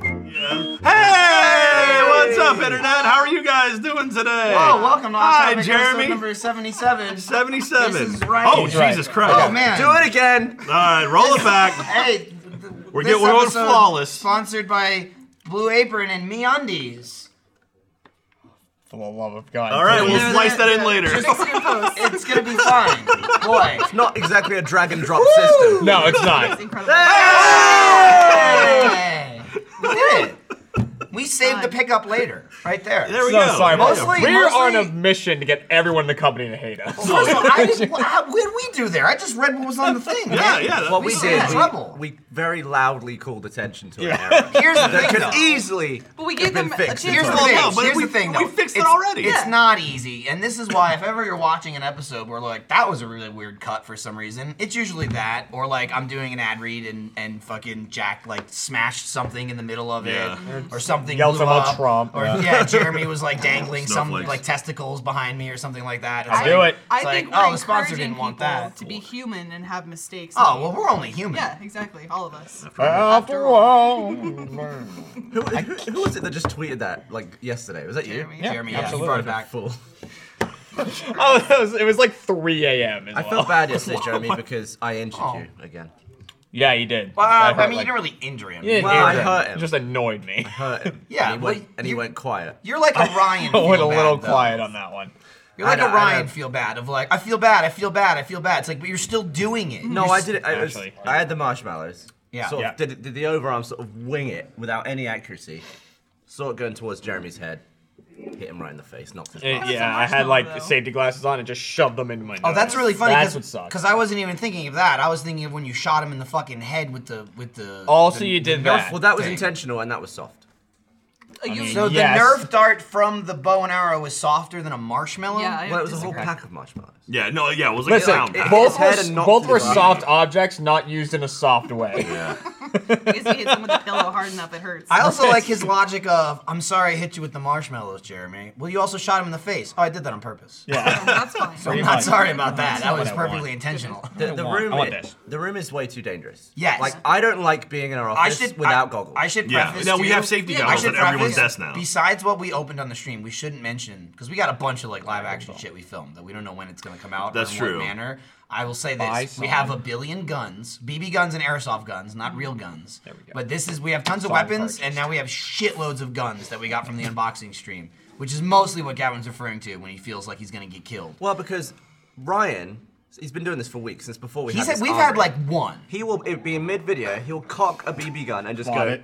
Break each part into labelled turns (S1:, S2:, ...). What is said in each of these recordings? S1: Jim. Hey, what's up, internet? How are you guys doing today?
S2: Oh, welcome to
S1: Hi,
S2: Hi,
S1: Jeremy.
S2: Jeremy. number 77.
S1: Seventy-seven.
S2: This is right.
S1: Oh,
S2: He's
S1: Jesus Christ!
S2: Oh, man.
S3: Do it again.
S1: All right, roll it back.
S2: Hey, th- th-
S1: We're
S2: this
S1: get- we're going
S2: episode
S1: flawless.
S2: Sponsored by Blue Apron and MeUndies.
S3: For the love of God.
S1: All right,
S3: please.
S1: we'll slice that in later.
S4: Mexican post.
S2: It's gonna be fun, boy.
S3: not exactly a drag and drop system.
S5: No, it's not.
S4: Incredible.
S2: Hey, we did it. We saved the pickup later, right there.
S1: There we
S5: So
S1: go.
S5: sorry about
S2: Mostly-
S5: that. We're on a
S2: mostly-
S5: mission to get everyone in the company to hate us.
S2: First of all, I didn't, wha- how, what did we do there? I just read what was on the thing.
S1: Yeah,
S2: man.
S1: yeah. that-
S3: What we,
S2: We got
S3: did,
S2: in trouble.
S3: we, we very loudly called attention to an error
S2: Here's the
S3: that
S2: thing,
S3: could
S2: though.
S3: easily
S4: But we gave
S3: have been
S4: them a
S3: fixed.
S4: chance
S2: Here's the
S4: Well,
S2: thing.
S4: no,
S1: but
S2: Here's
S1: we-
S2: the thing,
S1: we
S2: though.
S1: fixed it
S2: It's-
S1: already.
S2: It's
S4: Yeah.
S2: not easy, and this is why if ever you're watching an episode where like that was a really weird cut for some reason, it's usually that, or like I'm doing an ad read and and fucking Jack like smashed something in the middle of
S1: Yeah.
S2: it, or something
S5: Yelled
S2: blew
S5: about
S2: up,
S5: Trump,
S2: or
S5: yeah.
S2: yeah. Jeremy was like dangling some
S1: Snowflakes.
S2: like testicles behind me or something like that. It's
S5: I'll
S2: like-
S5: do it.
S4: I
S2: It's
S4: think
S2: like,
S4: we're
S2: oh, the sponsor didn't
S4: encouraging
S2: want
S4: people
S2: that.
S4: to be human and have mistakes.
S2: Oh well, we're only human.
S4: yeah, exactly, all of us.
S5: After all.
S3: Who, who, who was it that just tweeted that like yesterday? Was that you?
S4: Jeremy.
S2: Jeremy, yeah, you
S5: absolutely.
S2: brought it back.
S3: Fool.
S5: Oh, that was, it was like 3 a.m. as
S3: I
S5: well.
S3: felt bad yesterday, Jeremy, because I injured
S2: Oh.
S3: you again.
S5: Yeah, you did.
S2: Well,
S5: That
S2: I
S5: hurt,
S2: mean, you
S5: like-
S2: didn't really injure him.
S5: You didn't
S3: Well, I
S5: injure
S3: hurt
S5: It
S3: him.
S5: just annoyed me.
S3: Hurt him.
S2: Yeah,
S3: and he,
S2: well,
S3: went, and he
S2: you-
S3: went quiet.
S2: You're like a Ryan.
S5: I went a
S2: feel bad,
S5: little
S2: though.
S5: quiet on that one.
S2: You're like
S3: I
S2: a
S3: know, I
S2: Ryan
S3: know.
S2: feel bad of like I feel bad, I feel bad, I feel bad. It's like but you're still doing it.
S3: No,
S2: You're
S3: I
S2: s-
S3: did it. I, was,
S5: Actually.
S3: I had the marshmallows.
S2: Yeah.
S3: Sort of
S5: Yeah.
S3: Did, did the overarm sort of wing it without any accuracy. Saw it going towards Jeremy's head. Hit him right in the face. Knocked his.
S5: It-
S4: that's
S5: yeah,
S4: a
S5: I had
S4: marshmallow,
S5: like
S4: though.
S5: safety glasses on and just shoved them into my nose.
S2: Oh, that's really funny.
S5: That's
S2: 'cause-
S5: what sucks.
S2: Cause I wasn't even thinking of that. I was thinking of when you shot him in the fucking head with the with the.
S5: Also,
S2: the-
S5: you
S2: the
S5: did
S2: Nerf-
S5: that.
S3: Well, that was
S2: Dang.
S3: intentional and that was soft.
S4: You-
S5: mean,
S2: So
S5: Yes.
S2: the Nerf dart from the bow and arrow was softer than a marshmallow.
S4: Yeah, I-
S3: Well, it was a
S4: disagree.
S3: whole pack of marshmallows.
S1: Yeah, no, yeah, it was like a
S5: Listen,
S1: sound.
S3: it-
S1: pack.
S5: both
S3: his head
S5: were,
S3: and knocked
S5: both were
S3: his eye.
S5: soft objects, not used in a soft way.
S4: I guess he hits him with a pillow hard enough, it hurts.
S2: I also like his logic of I'm sorry I hit you with the marshmallows, Jeremy. Well, you also shot him in the face. Oh, I did that on purpose. Yeah,
S4: That's fine.
S2: I'm
S5: pretty
S2: not
S5: much.
S2: sorry about that. That was
S5: what I want.
S2: perfectly intentional.
S3: The, the
S5: want-
S3: room,
S5: I want
S3: i-
S5: this.
S3: the room is way too dangerous.
S2: Yes.
S3: Like I don't like being in our
S2: I
S3: office
S2: should
S3: without
S2: I,
S3: goggles.
S2: I should
S1: Yeah,
S2: preface.
S1: now we
S2: too-
S1: have safety
S4: Yeah,
S2: I
S1: goggles
S2: should
S1: at everyone's
S2: preface,
S1: desk now.
S2: Besides what we opened on the stream, we shouldn't mention because we got a bunch of like live action shit we filmed that we don't know when it's gonna come out.
S1: That's
S2: or in
S1: true.
S2: What manner. I will say this:
S5: I
S2: we
S5: saw
S2: have a billion guns, BB guns and airsoft guns, not real guns. There
S5: we go.
S2: But this is we have tons of
S5: Saw and
S2: weapons, and now we have shitloads of guns that we got from the unboxing stream, which is mostly what Gavin's referring to when he feels like he's gonna get killed.
S3: well, because Ryan, he's been doing this for weeks since before we.
S2: He
S3: had
S2: said
S3: this
S2: we've
S3: armory.
S2: had like one.
S3: He will it be in mid video. He'll cock a BB gun and just
S5: Fire
S3: go,
S5: it.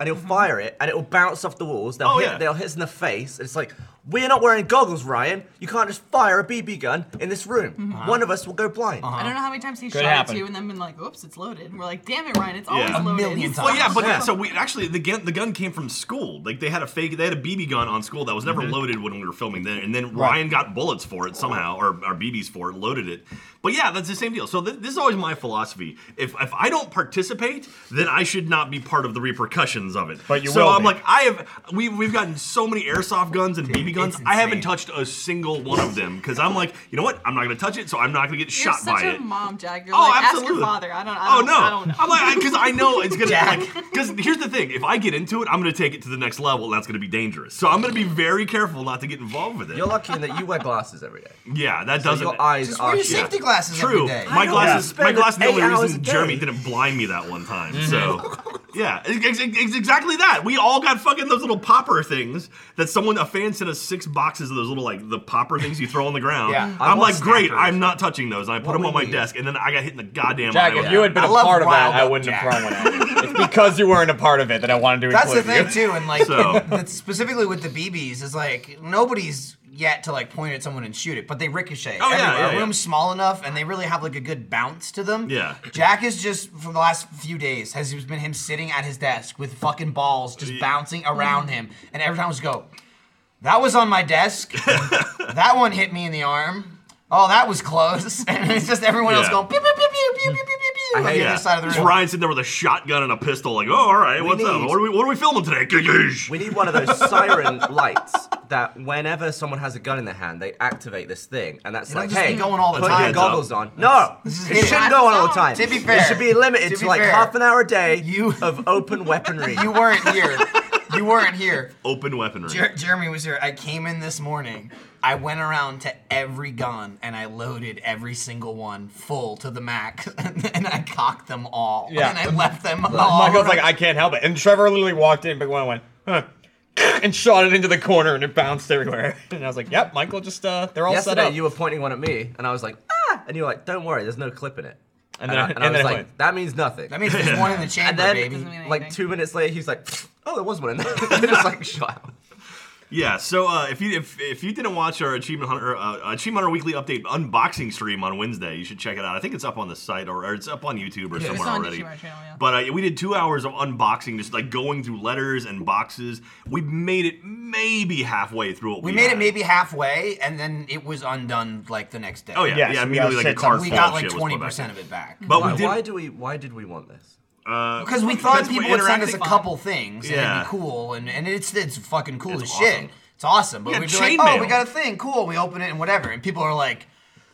S3: and he'll fire it, and it will bounce off the walls. They'll
S1: Oh,
S3: hit,
S1: yeah.
S3: they'll hit us in the face. It's like we're not wearing goggles, Ryan. You can't just fire a BB gun in this room.
S2: Mm-hmm.
S3: One of us will go blind.
S2: Uh-huh.
S4: I don't know how many times he
S5: Could
S4: shot
S5: happen.
S4: at you and then been like, oops, it's loaded. And we're like, damn it, Ryan, it's
S1: Yeah. A
S4: always loaded.
S2: million
S4: It's
S2: times.
S1: Well, yeah, but
S3: Yeah.
S1: yeah. So we actually the gun, the gun came from school. Like they had a fake, they had a BB gun on school that was
S5: Mhm.
S1: never loaded when we were filming then, and then Ryan got bullets for it somehow, or, or BBs for it, loaded it. But yeah, that's the same deal. So th- this is always my philosophy. If if I don't participate, then I should not be part of the repercussions of it.
S5: But you
S1: so
S5: will
S1: I'm
S5: be.
S1: like, I have we we've gotten so many airsoft guns and BB guns.
S2: it's
S1: I haven't
S2: insane.
S1: touched a single one of them because I'm like, you know what? I'm not gonna touch it, so I'm not gonna get
S4: You're
S1: shot
S4: such
S1: by
S4: a
S1: it.
S4: mom, Jack. You're
S1: Oh,
S4: like, ask
S1: absolutely.
S4: your father. I don't, I
S1: Oh
S4: don't,
S1: no!
S4: I don't know.
S1: I'm like, because I know it's gonna
S2: Jack.
S1: like. Because here's the thing: if I get into it, I'm gonna take it to the next level, and that's gonna be dangerous. So I'm gonna be very careful not to get involved with it.
S3: You're lucky in that you wear glasses every day.
S1: yeah, that
S3: So
S1: doesn't.
S3: your eyes
S2: Just
S3: are
S2: wear your
S3: shut.
S2: safety glasses
S1: True.
S2: every day.
S1: My
S3: don't
S1: glasses. My
S3: spend
S1: glasses. The
S3: eight
S1: only
S3: hours a
S1: reason
S3: day.
S1: Jeremy didn't blind me that one time. So. Yeah, it's, it's- it's exactly that. We all got fucking those little popper things that someone, a fan sent us six boxes of those little, like, the popper things you throw on the ground.
S2: Yeah. I
S1: I'm
S3: want
S1: like, great,
S3: snappers.
S1: I'm not touching those. And I put
S3: What
S1: them
S3: we
S1: on my
S3: need.
S1: desk, and then I got hit in the goddamn
S5: Jack,
S1: eye. with
S5: if you
S1: it.
S5: had been
S2: I
S5: a
S2: love
S5: part of
S2: riled
S5: that, I
S2: up
S5: wouldn't have
S2: Jack.
S5: thrown one at you. It's because you weren't a part of it that I wanted to
S2: That's the
S5: include
S2: thing
S5: you.
S2: too, and like
S1: So-
S2: that's specifically with the BBs is like nobody's yet to like point at someone and shoot it, but they ricochet.
S1: Oh, yeah,
S2: everywhere.
S1: yeah,
S2: A
S1: yeah.
S2: room's small enough, and they really have like a good bounce to them.
S1: Yeah.
S2: Jack is just for the last few days has been him sitting at his desk with fucking balls just bouncing around him, and every time I just go, that was on my desk. that one hit me in the arm. Oh, that was close. And it's just everyone else
S1: Yeah.
S2: going pew pew pew pew pew pew pew pew pew on the
S3: hate
S2: other
S1: Yeah.
S2: side of the
S1: Just
S2: room.
S1: Ryan sitting there with a shotgun and a pistol, like, oh, all right, what's up?
S3: need-
S1: What are we, what are we filming today? Gigish.
S3: We need one of those siren lights that whenever someone has a gun in their hand, they activate this thing, and that's
S2: It'll
S3: like,
S2: just
S3: hey,
S2: be going all the
S3: put your
S2: time.
S3: goggles on. No,
S2: This is
S3: it shouldn't
S2: hideous.
S3: go on all the time.
S2: To be fair-
S3: it should be limited
S2: to
S3: to,
S2: be
S3: like
S2: fair,
S3: half an hour a day
S2: you-
S3: of open weaponry.
S2: You weren't here. You weren't here.
S1: Open weaponry.
S2: Jer- Jeremy was here. I came in this morning. I went around to every gun and I loaded every single one full to the max, and I cocked them all.
S5: Yeah.
S2: And I left them all.
S5: Michael's like, I can't help it. And Trevor literally walked in, picked one and went, huh. And shot it into the corner and it bounced everywhere. And I was like, yep, Michael just, uh, they're all set
S3: Yesterday
S5: up.
S3: you were pointing one at me, and I was like, ah, and you were like, don't worry, there's no clip in it.
S5: and
S3: And
S5: then,
S3: I,
S5: I-
S3: and
S5: and
S3: I was
S5: then I
S3: like,
S5: went,
S3: that means nothing.
S2: that means there's one in the
S3: and
S2: chamber,
S3: then,
S2: baby.
S4: mean
S3: like
S4: anything.
S3: two minutes later, he's like, oh, there was one in there. and just like, shut up.
S1: Yeah, so uh, if you if, if you didn't watch our Achievement Hunter uh, Achievement Hunter Weekly Update unboxing stream on Wednesday, you should check it out. I think it's up on the site or, or it's up on YouTube or somewhere
S4: It's on
S1: already.
S4: YouTube, our channel, yeah.
S1: But uh, we did two hours of unboxing, just like going through letters and boxes. We made it maybe halfway through. What we,
S2: We made
S1: had.
S2: it maybe halfway, and then it was undone like the next day.
S1: Oh yeah,
S5: Yes,
S1: yeah.
S5: we
S1: Immediately
S5: got
S1: like a
S5: shit
S1: car
S5: done.
S2: We
S1: full
S2: got
S1: of
S2: like
S1: shit was put
S2: twenty
S1: back
S2: percent
S1: in.
S2: of it back.
S1: But
S3: Why,
S1: we did.
S3: why do we? Why did we want this?
S2: because we thought
S1: because we're
S2: people would send us a
S1: interacting-
S2: couple things and
S1: Yeah.
S2: it'd be cool, and, and it's it's fucking cool
S1: It's
S2: as
S1: awesome.
S2: shit. It's awesome, but
S1: Yeah,
S2: we'd be like,
S1: chain
S2: oh,
S1: mail.
S2: we got a thing, cool. We open it and whatever, and people are like,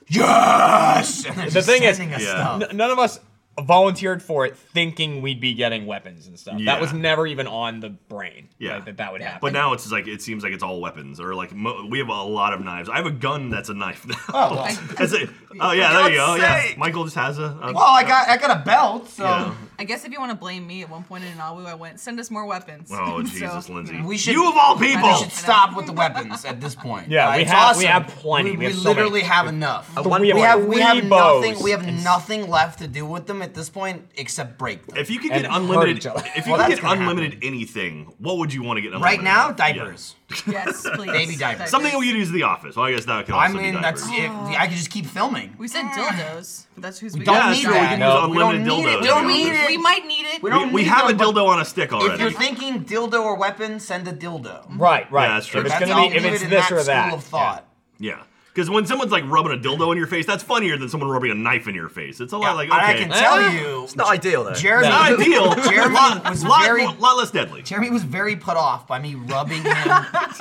S2: yes. And they're
S5: the
S2: just
S5: thing is,
S2: sending us
S1: Yeah.
S2: stuff.
S5: n- none of us volunteered for it thinking we'd be getting weapons and stuff.
S1: Yeah.
S5: That was never even on the brain
S1: Yeah.
S5: like, that that would happen.
S1: But now it's like it seems like it's all weapons, or like mo- we have a lot of knives. I have a gun that's a knife now.
S2: Oh, well.
S1: That's it. Oh yeah, there you go.
S3: God's
S1: Yeah,
S3: sake.
S1: Michael just has a. a-
S2: Well, I got I got a belt, so
S1: Yeah.
S4: I guess if you want to blame me, at one point in Nauvoo, I went, send us more weapons.
S1: Oh
S4: So,
S1: Jesus, Lindsay!
S2: we should-
S1: you of all
S2: we
S1: people.
S2: should stop with the weapons at this point.
S5: Yeah, we
S2: it's
S5: have- we have plenty.
S2: We,
S5: We
S2: we
S5: have so many.
S2: literally have enough.
S3: At one
S5: we
S3: point,
S5: have
S2: We have we have
S5: Three bows.
S2: nothing we have nothing left to do with them at this point except break them.
S1: If you could
S5: And
S1: get
S5: hurt
S1: unlimited,
S5: each other.
S1: if you
S2: Well,
S1: could
S2: that's
S1: get
S2: gonna
S1: unlimited anything, what would you want to get? Unlimited?
S2: Right now,
S1: Yeah.
S2: diapers.
S4: Yes, please.
S2: Baby diapers.
S1: Something we could use at the office. Well, I guess that could also
S2: I mean,
S1: be
S2: that's
S1: diapers.
S2: it. I could just keep filming.
S4: We said dildos, but that's who's we,
S2: don't
S1: yeah,
S4: got.
S2: need
S1: sure,
S2: that.
S1: We can
S5: No.
S1: use
S2: We don't
S1: unlimited
S2: need it.
S1: dildos.
S2: We don't
S1: at the
S2: need
S1: office.
S2: it.
S4: We might need it.
S1: We,
S2: We don't
S1: we
S2: need
S1: have a
S2: them, but
S1: dildo on a stick already.
S2: If you're thinking dildo or weapon, send a dildo.
S5: Right, right.
S1: that's true.
S5: If it's
S1: That's
S5: gonna
S2: I'll
S5: be, if
S2: leave
S5: it's
S2: it in
S5: this
S2: that
S5: or that.
S2: School of thought.
S1: yeah. Because when someone's like rubbing a dildo in your face, that's funnier than someone rubbing a knife in your face. It's a lot like
S2: And I
S1: okay,
S2: can tell
S5: Eh,
S2: you,
S3: It's not ideal though.
S2: Jeremy.
S1: not ideal.
S2: Jeremy
S1: lot,
S2: was
S1: lot,
S2: very-
S1: lot less deadly.
S2: Jeremy was very put off by me rubbing him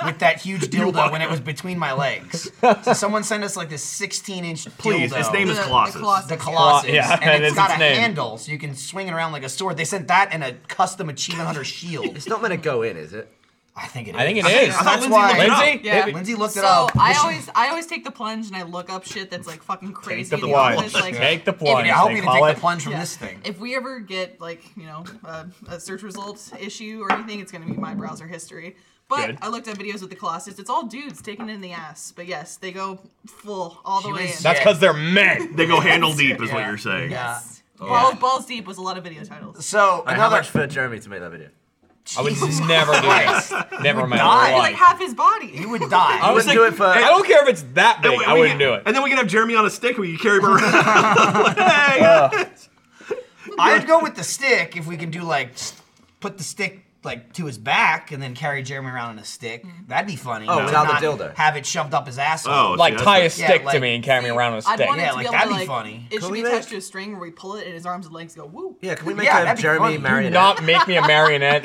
S2: with that huge dildo when it was between my legs. So someone sent us like this 16-inch dildo.
S1: Please, its name is
S4: The- the
S1: Colossus.
S4: Colossus.
S2: the Colossus,
S5: Colo- yeah,
S2: and
S5: that
S2: it's
S5: is
S2: got
S5: its
S2: a
S5: name.
S2: handle, so you can swing it around like a sword. They sent that and a custom achievement hunter shield.
S3: It's not meant to go in, is it?
S2: I think it is.
S5: I think it
S1: think-
S5: is.
S1: I thought
S2: That's
S1: Lindsay
S2: why-
S1: looked it up.
S5: Lindsay?
S4: Yeah.
S5: It-
S2: Lindsay looked it
S4: so
S2: up.
S4: I
S2: She-
S4: always, I always take the plunge and I look up shit that's like fucking
S5: Take
S4: crazy.
S5: the
S4: in the office,
S5: plunge.
S4: like,
S5: Take the
S2: Anthony,
S5: plunge.
S2: I hope
S5: they
S2: you didn't
S5: call
S2: take
S5: it.
S2: the plunge from
S4: Yeah.
S2: this thing.
S4: If we ever get like you know a, a search results issue or anything, it's gonna be my browser history. But
S5: Good.
S4: I looked at videos with the Colossus. It's all dudes taking it in the ass. But yes, they go full all the
S2: She
S4: way
S2: was-
S4: in.
S5: That's because they're men.
S1: They go handle deep, is what
S2: Yeah.
S1: you're saying.
S2: Yeah.
S4: Balls, balls deep was a lot of video titles.
S2: So
S3: Like, how
S2: another.
S3: much for Jeremy to make that video?
S5: I would
S2: Jesus
S5: never do
S2: Christ.
S5: that. Never in my
S2: die.
S5: whole
S2: You're
S4: Like
S5: life.
S4: half his body.
S2: You would die.
S5: I was
S3: wouldn't do it for-
S2: uh,
S5: I don't care if it's that big.
S1: And we-
S5: I
S1: we
S5: wouldn't
S1: can-
S5: do it.
S1: And then we can have Jeremy on a stick. We can carry him around. hey,
S5: Oh,
S2: I'd go with the stick if we can do like s- put the stick like to his back and then carry Jeremy around on a stick. That'd be funny.
S3: Oh,
S2: to
S3: without the
S2: not
S3: dildo.
S2: Have it shoved up his asshole.
S1: Oh,
S5: Like
S1: that's
S5: tie a
S1: it.
S5: stick
S2: Yeah,
S5: to
S2: like-
S5: me and carry me around on a
S4: I'd
S5: stick.
S4: want it
S2: Yeah,
S4: to
S2: like,
S4: be able
S2: that'd
S4: to
S2: be
S4: like
S2: funny.
S4: it should
S3: we
S4: be
S3: make-
S4: attached to a string where we pull it and his arms and legs go woo.
S3: Yeah, can we make
S2: Yeah,
S3: a
S2: that'd be
S3: Jeremy
S2: funny.
S3: marionette?
S5: Not make me a marionette.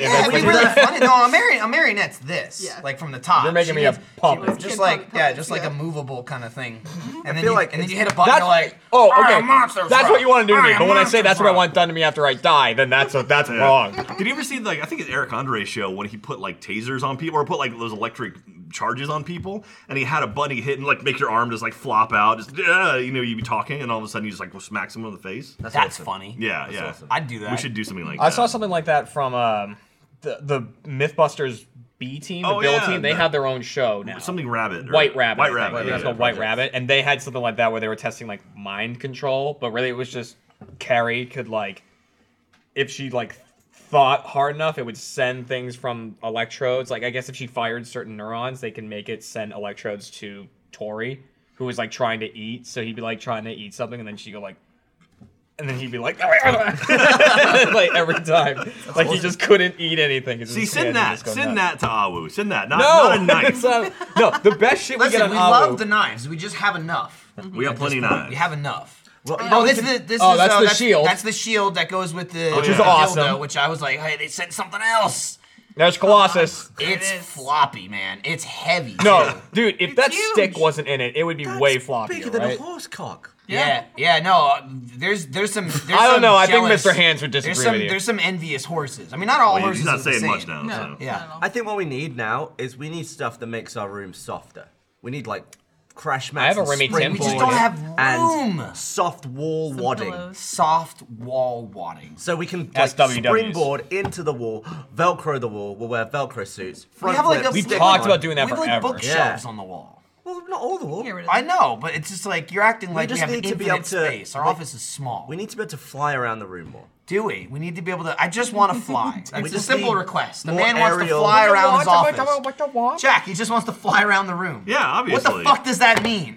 S5: if
S2: Yeah,
S5: that's
S2: it'd
S5: what
S2: be
S5: you're
S2: really funny. No, a, mari- a marionette's this,
S4: Yeah.
S2: like from the top.
S5: You're making
S2: She
S5: me a
S2: was- she
S5: puppet.
S2: was Just
S4: Kid
S2: like
S4: puppet
S2: yeah,
S4: puppets,
S2: just like
S4: yeah.
S2: a movable kind of thing. And then you,
S3: feel like
S2: and then
S3: it's-
S2: you hit a button.
S5: That's
S2: You're like,
S5: oh,
S2: "Ah,
S5: okay.
S2: monster
S5: That's what
S2: frog.
S5: you want to do to
S2: Ah,
S5: me. But when I
S2: monster
S5: say that's what I
S2: frog."
S5: want done to me after I die, then that's a, that's wrong.
S1: Did you ever see like I think it's Eric Andre show when he put like tasers on people or put like those electric charges on people and he had a bunny hit and like make your arm just like flop out just yeah, you know you'd be talking and all of a sudden you just like smack someone in the face
S3: That's,
S2: That's
S3: awesome.
S2: funny.
S1: yeah
S3: That's
S1: yeah
S3: awesome.
S2: I'd do that.
S1: we should do something like
S5: I
S1: that
S5: saw something like that from um, the the MythBusters B team, the
S1: Oh,
S5: Bill
S1: yeah,
S5: team. They
S1: the-
S5: have their own show now.
S1: something rabbit or-
S5: White Rabbit.
S1: white rabbit
S5: That's
S1: yeah.
S5: called White Rabbit, and they had something like that where they were testing like mind control, but really it was just Carrie could like, if she like thought hard enough, it would send things from electrodes. Like I guess if she fired certain neurons, they can make it send electrodes to Tori, who was like trying to eat. So he'd be like trying to eat something, and then she'd go like. And then he'd be like, like every time, like he just couldn't eat anything. It's
S1: see
S5: just-
S1: send
S5: yeah,
S1: that
S5: just go
S1: send
S5: nuts.
S1: that to Awu send that not,
S5: No,
S1: not a knife
S5: It's not- no, the best shit we get
S2: Listen,
S5: on
S2: we
S5: Awu-
S2: love the knives. We just have enough.
S1: we got plenty of knives
S2: We have enough.
S3: Well,
S2: Oh, this is this
S5: Oh,
S2: is
S5: that's
S2: uh,
S5: the shield. Oh,
S2: That's the shield that goes with the
S1: Which
S2: the
S1: is
S2: dildo,
S5: awesome.
S2: Which I was like, hey, they sent something else.
S5: There's Colossus.
S2: It's
S4: is.
S2: floppy, man. It's heavy.
S5: No,
S2: too.
S5: dude, if that
S4: huge.
S5: stick wasn't in it, it would be
S3: That's
S5: way floppier,
S3: Bigger than
S5: right?
S3: a horse cock.
S2: Yeah, yeah, no. uh, There's there's some. There's
S5: I don't
S2: some
S5: know, I think
S2: jealous-
S5: Mr. Hands would disagree
S2: There's some
S5: with you.
S2: there's some envious horses. I mean, not all
S1: Well,
S2: horses.
S1: he's not
S2: are the
S1: saying
S2: same.
S1: much now.
S4: No,
S1: so.
S2: Yeah.
S4: not at all.
S3: I think what we need now is we need stuff that makes our room softer. We need like crash mats.
S5: I have a
S3: and
S5: Remy
S3: spring
S2: We
S5: Temple
S2: just
S5: Boy.
S2: don't
S3: boards
S2: have
S3: and
S2: room.
S3: soft wall wadding.
S4: pillows.
S2: Soft wall wadding.
S3: So we can like,
S5: SWWs.
S3: springboard into the wall, velcro the wall. We'll wear velcro suits.
S2: We
S3: Front
S2: have, like,
S3: flip,
S2: a- We
S5: We've
S3: stick
S5: talked
S3: on.
S5: about doing that
S2: we have like
S5: forever.
S2: bookshelves
S3: Yeah.
S2: on the wall.
S3: Well, not all the wall.
S4: Get rid of
S2: I
S4: that.
S2: know, but it's just like you're acting like we
S3: just
S2: have
S3: need to be
S2: infinite
S3: able to-
S2: space. Our
S3: like-
S2: office is small.
S3: We need to be able to fly around the room more.
S2: Do we? We need to be able to. I just want to fly. It's a
S3: just
S2: simple
S3: need
S2: request. The
S3: more
S2: man wants to
S3: aerial-
S2: fly
S3: What
S2: around his office.
S5: office.
S2: Jack, he just wants to fly around the room.
S1: Yeah,
S2: What the
S1: obviously.
S2: fuck does that mean?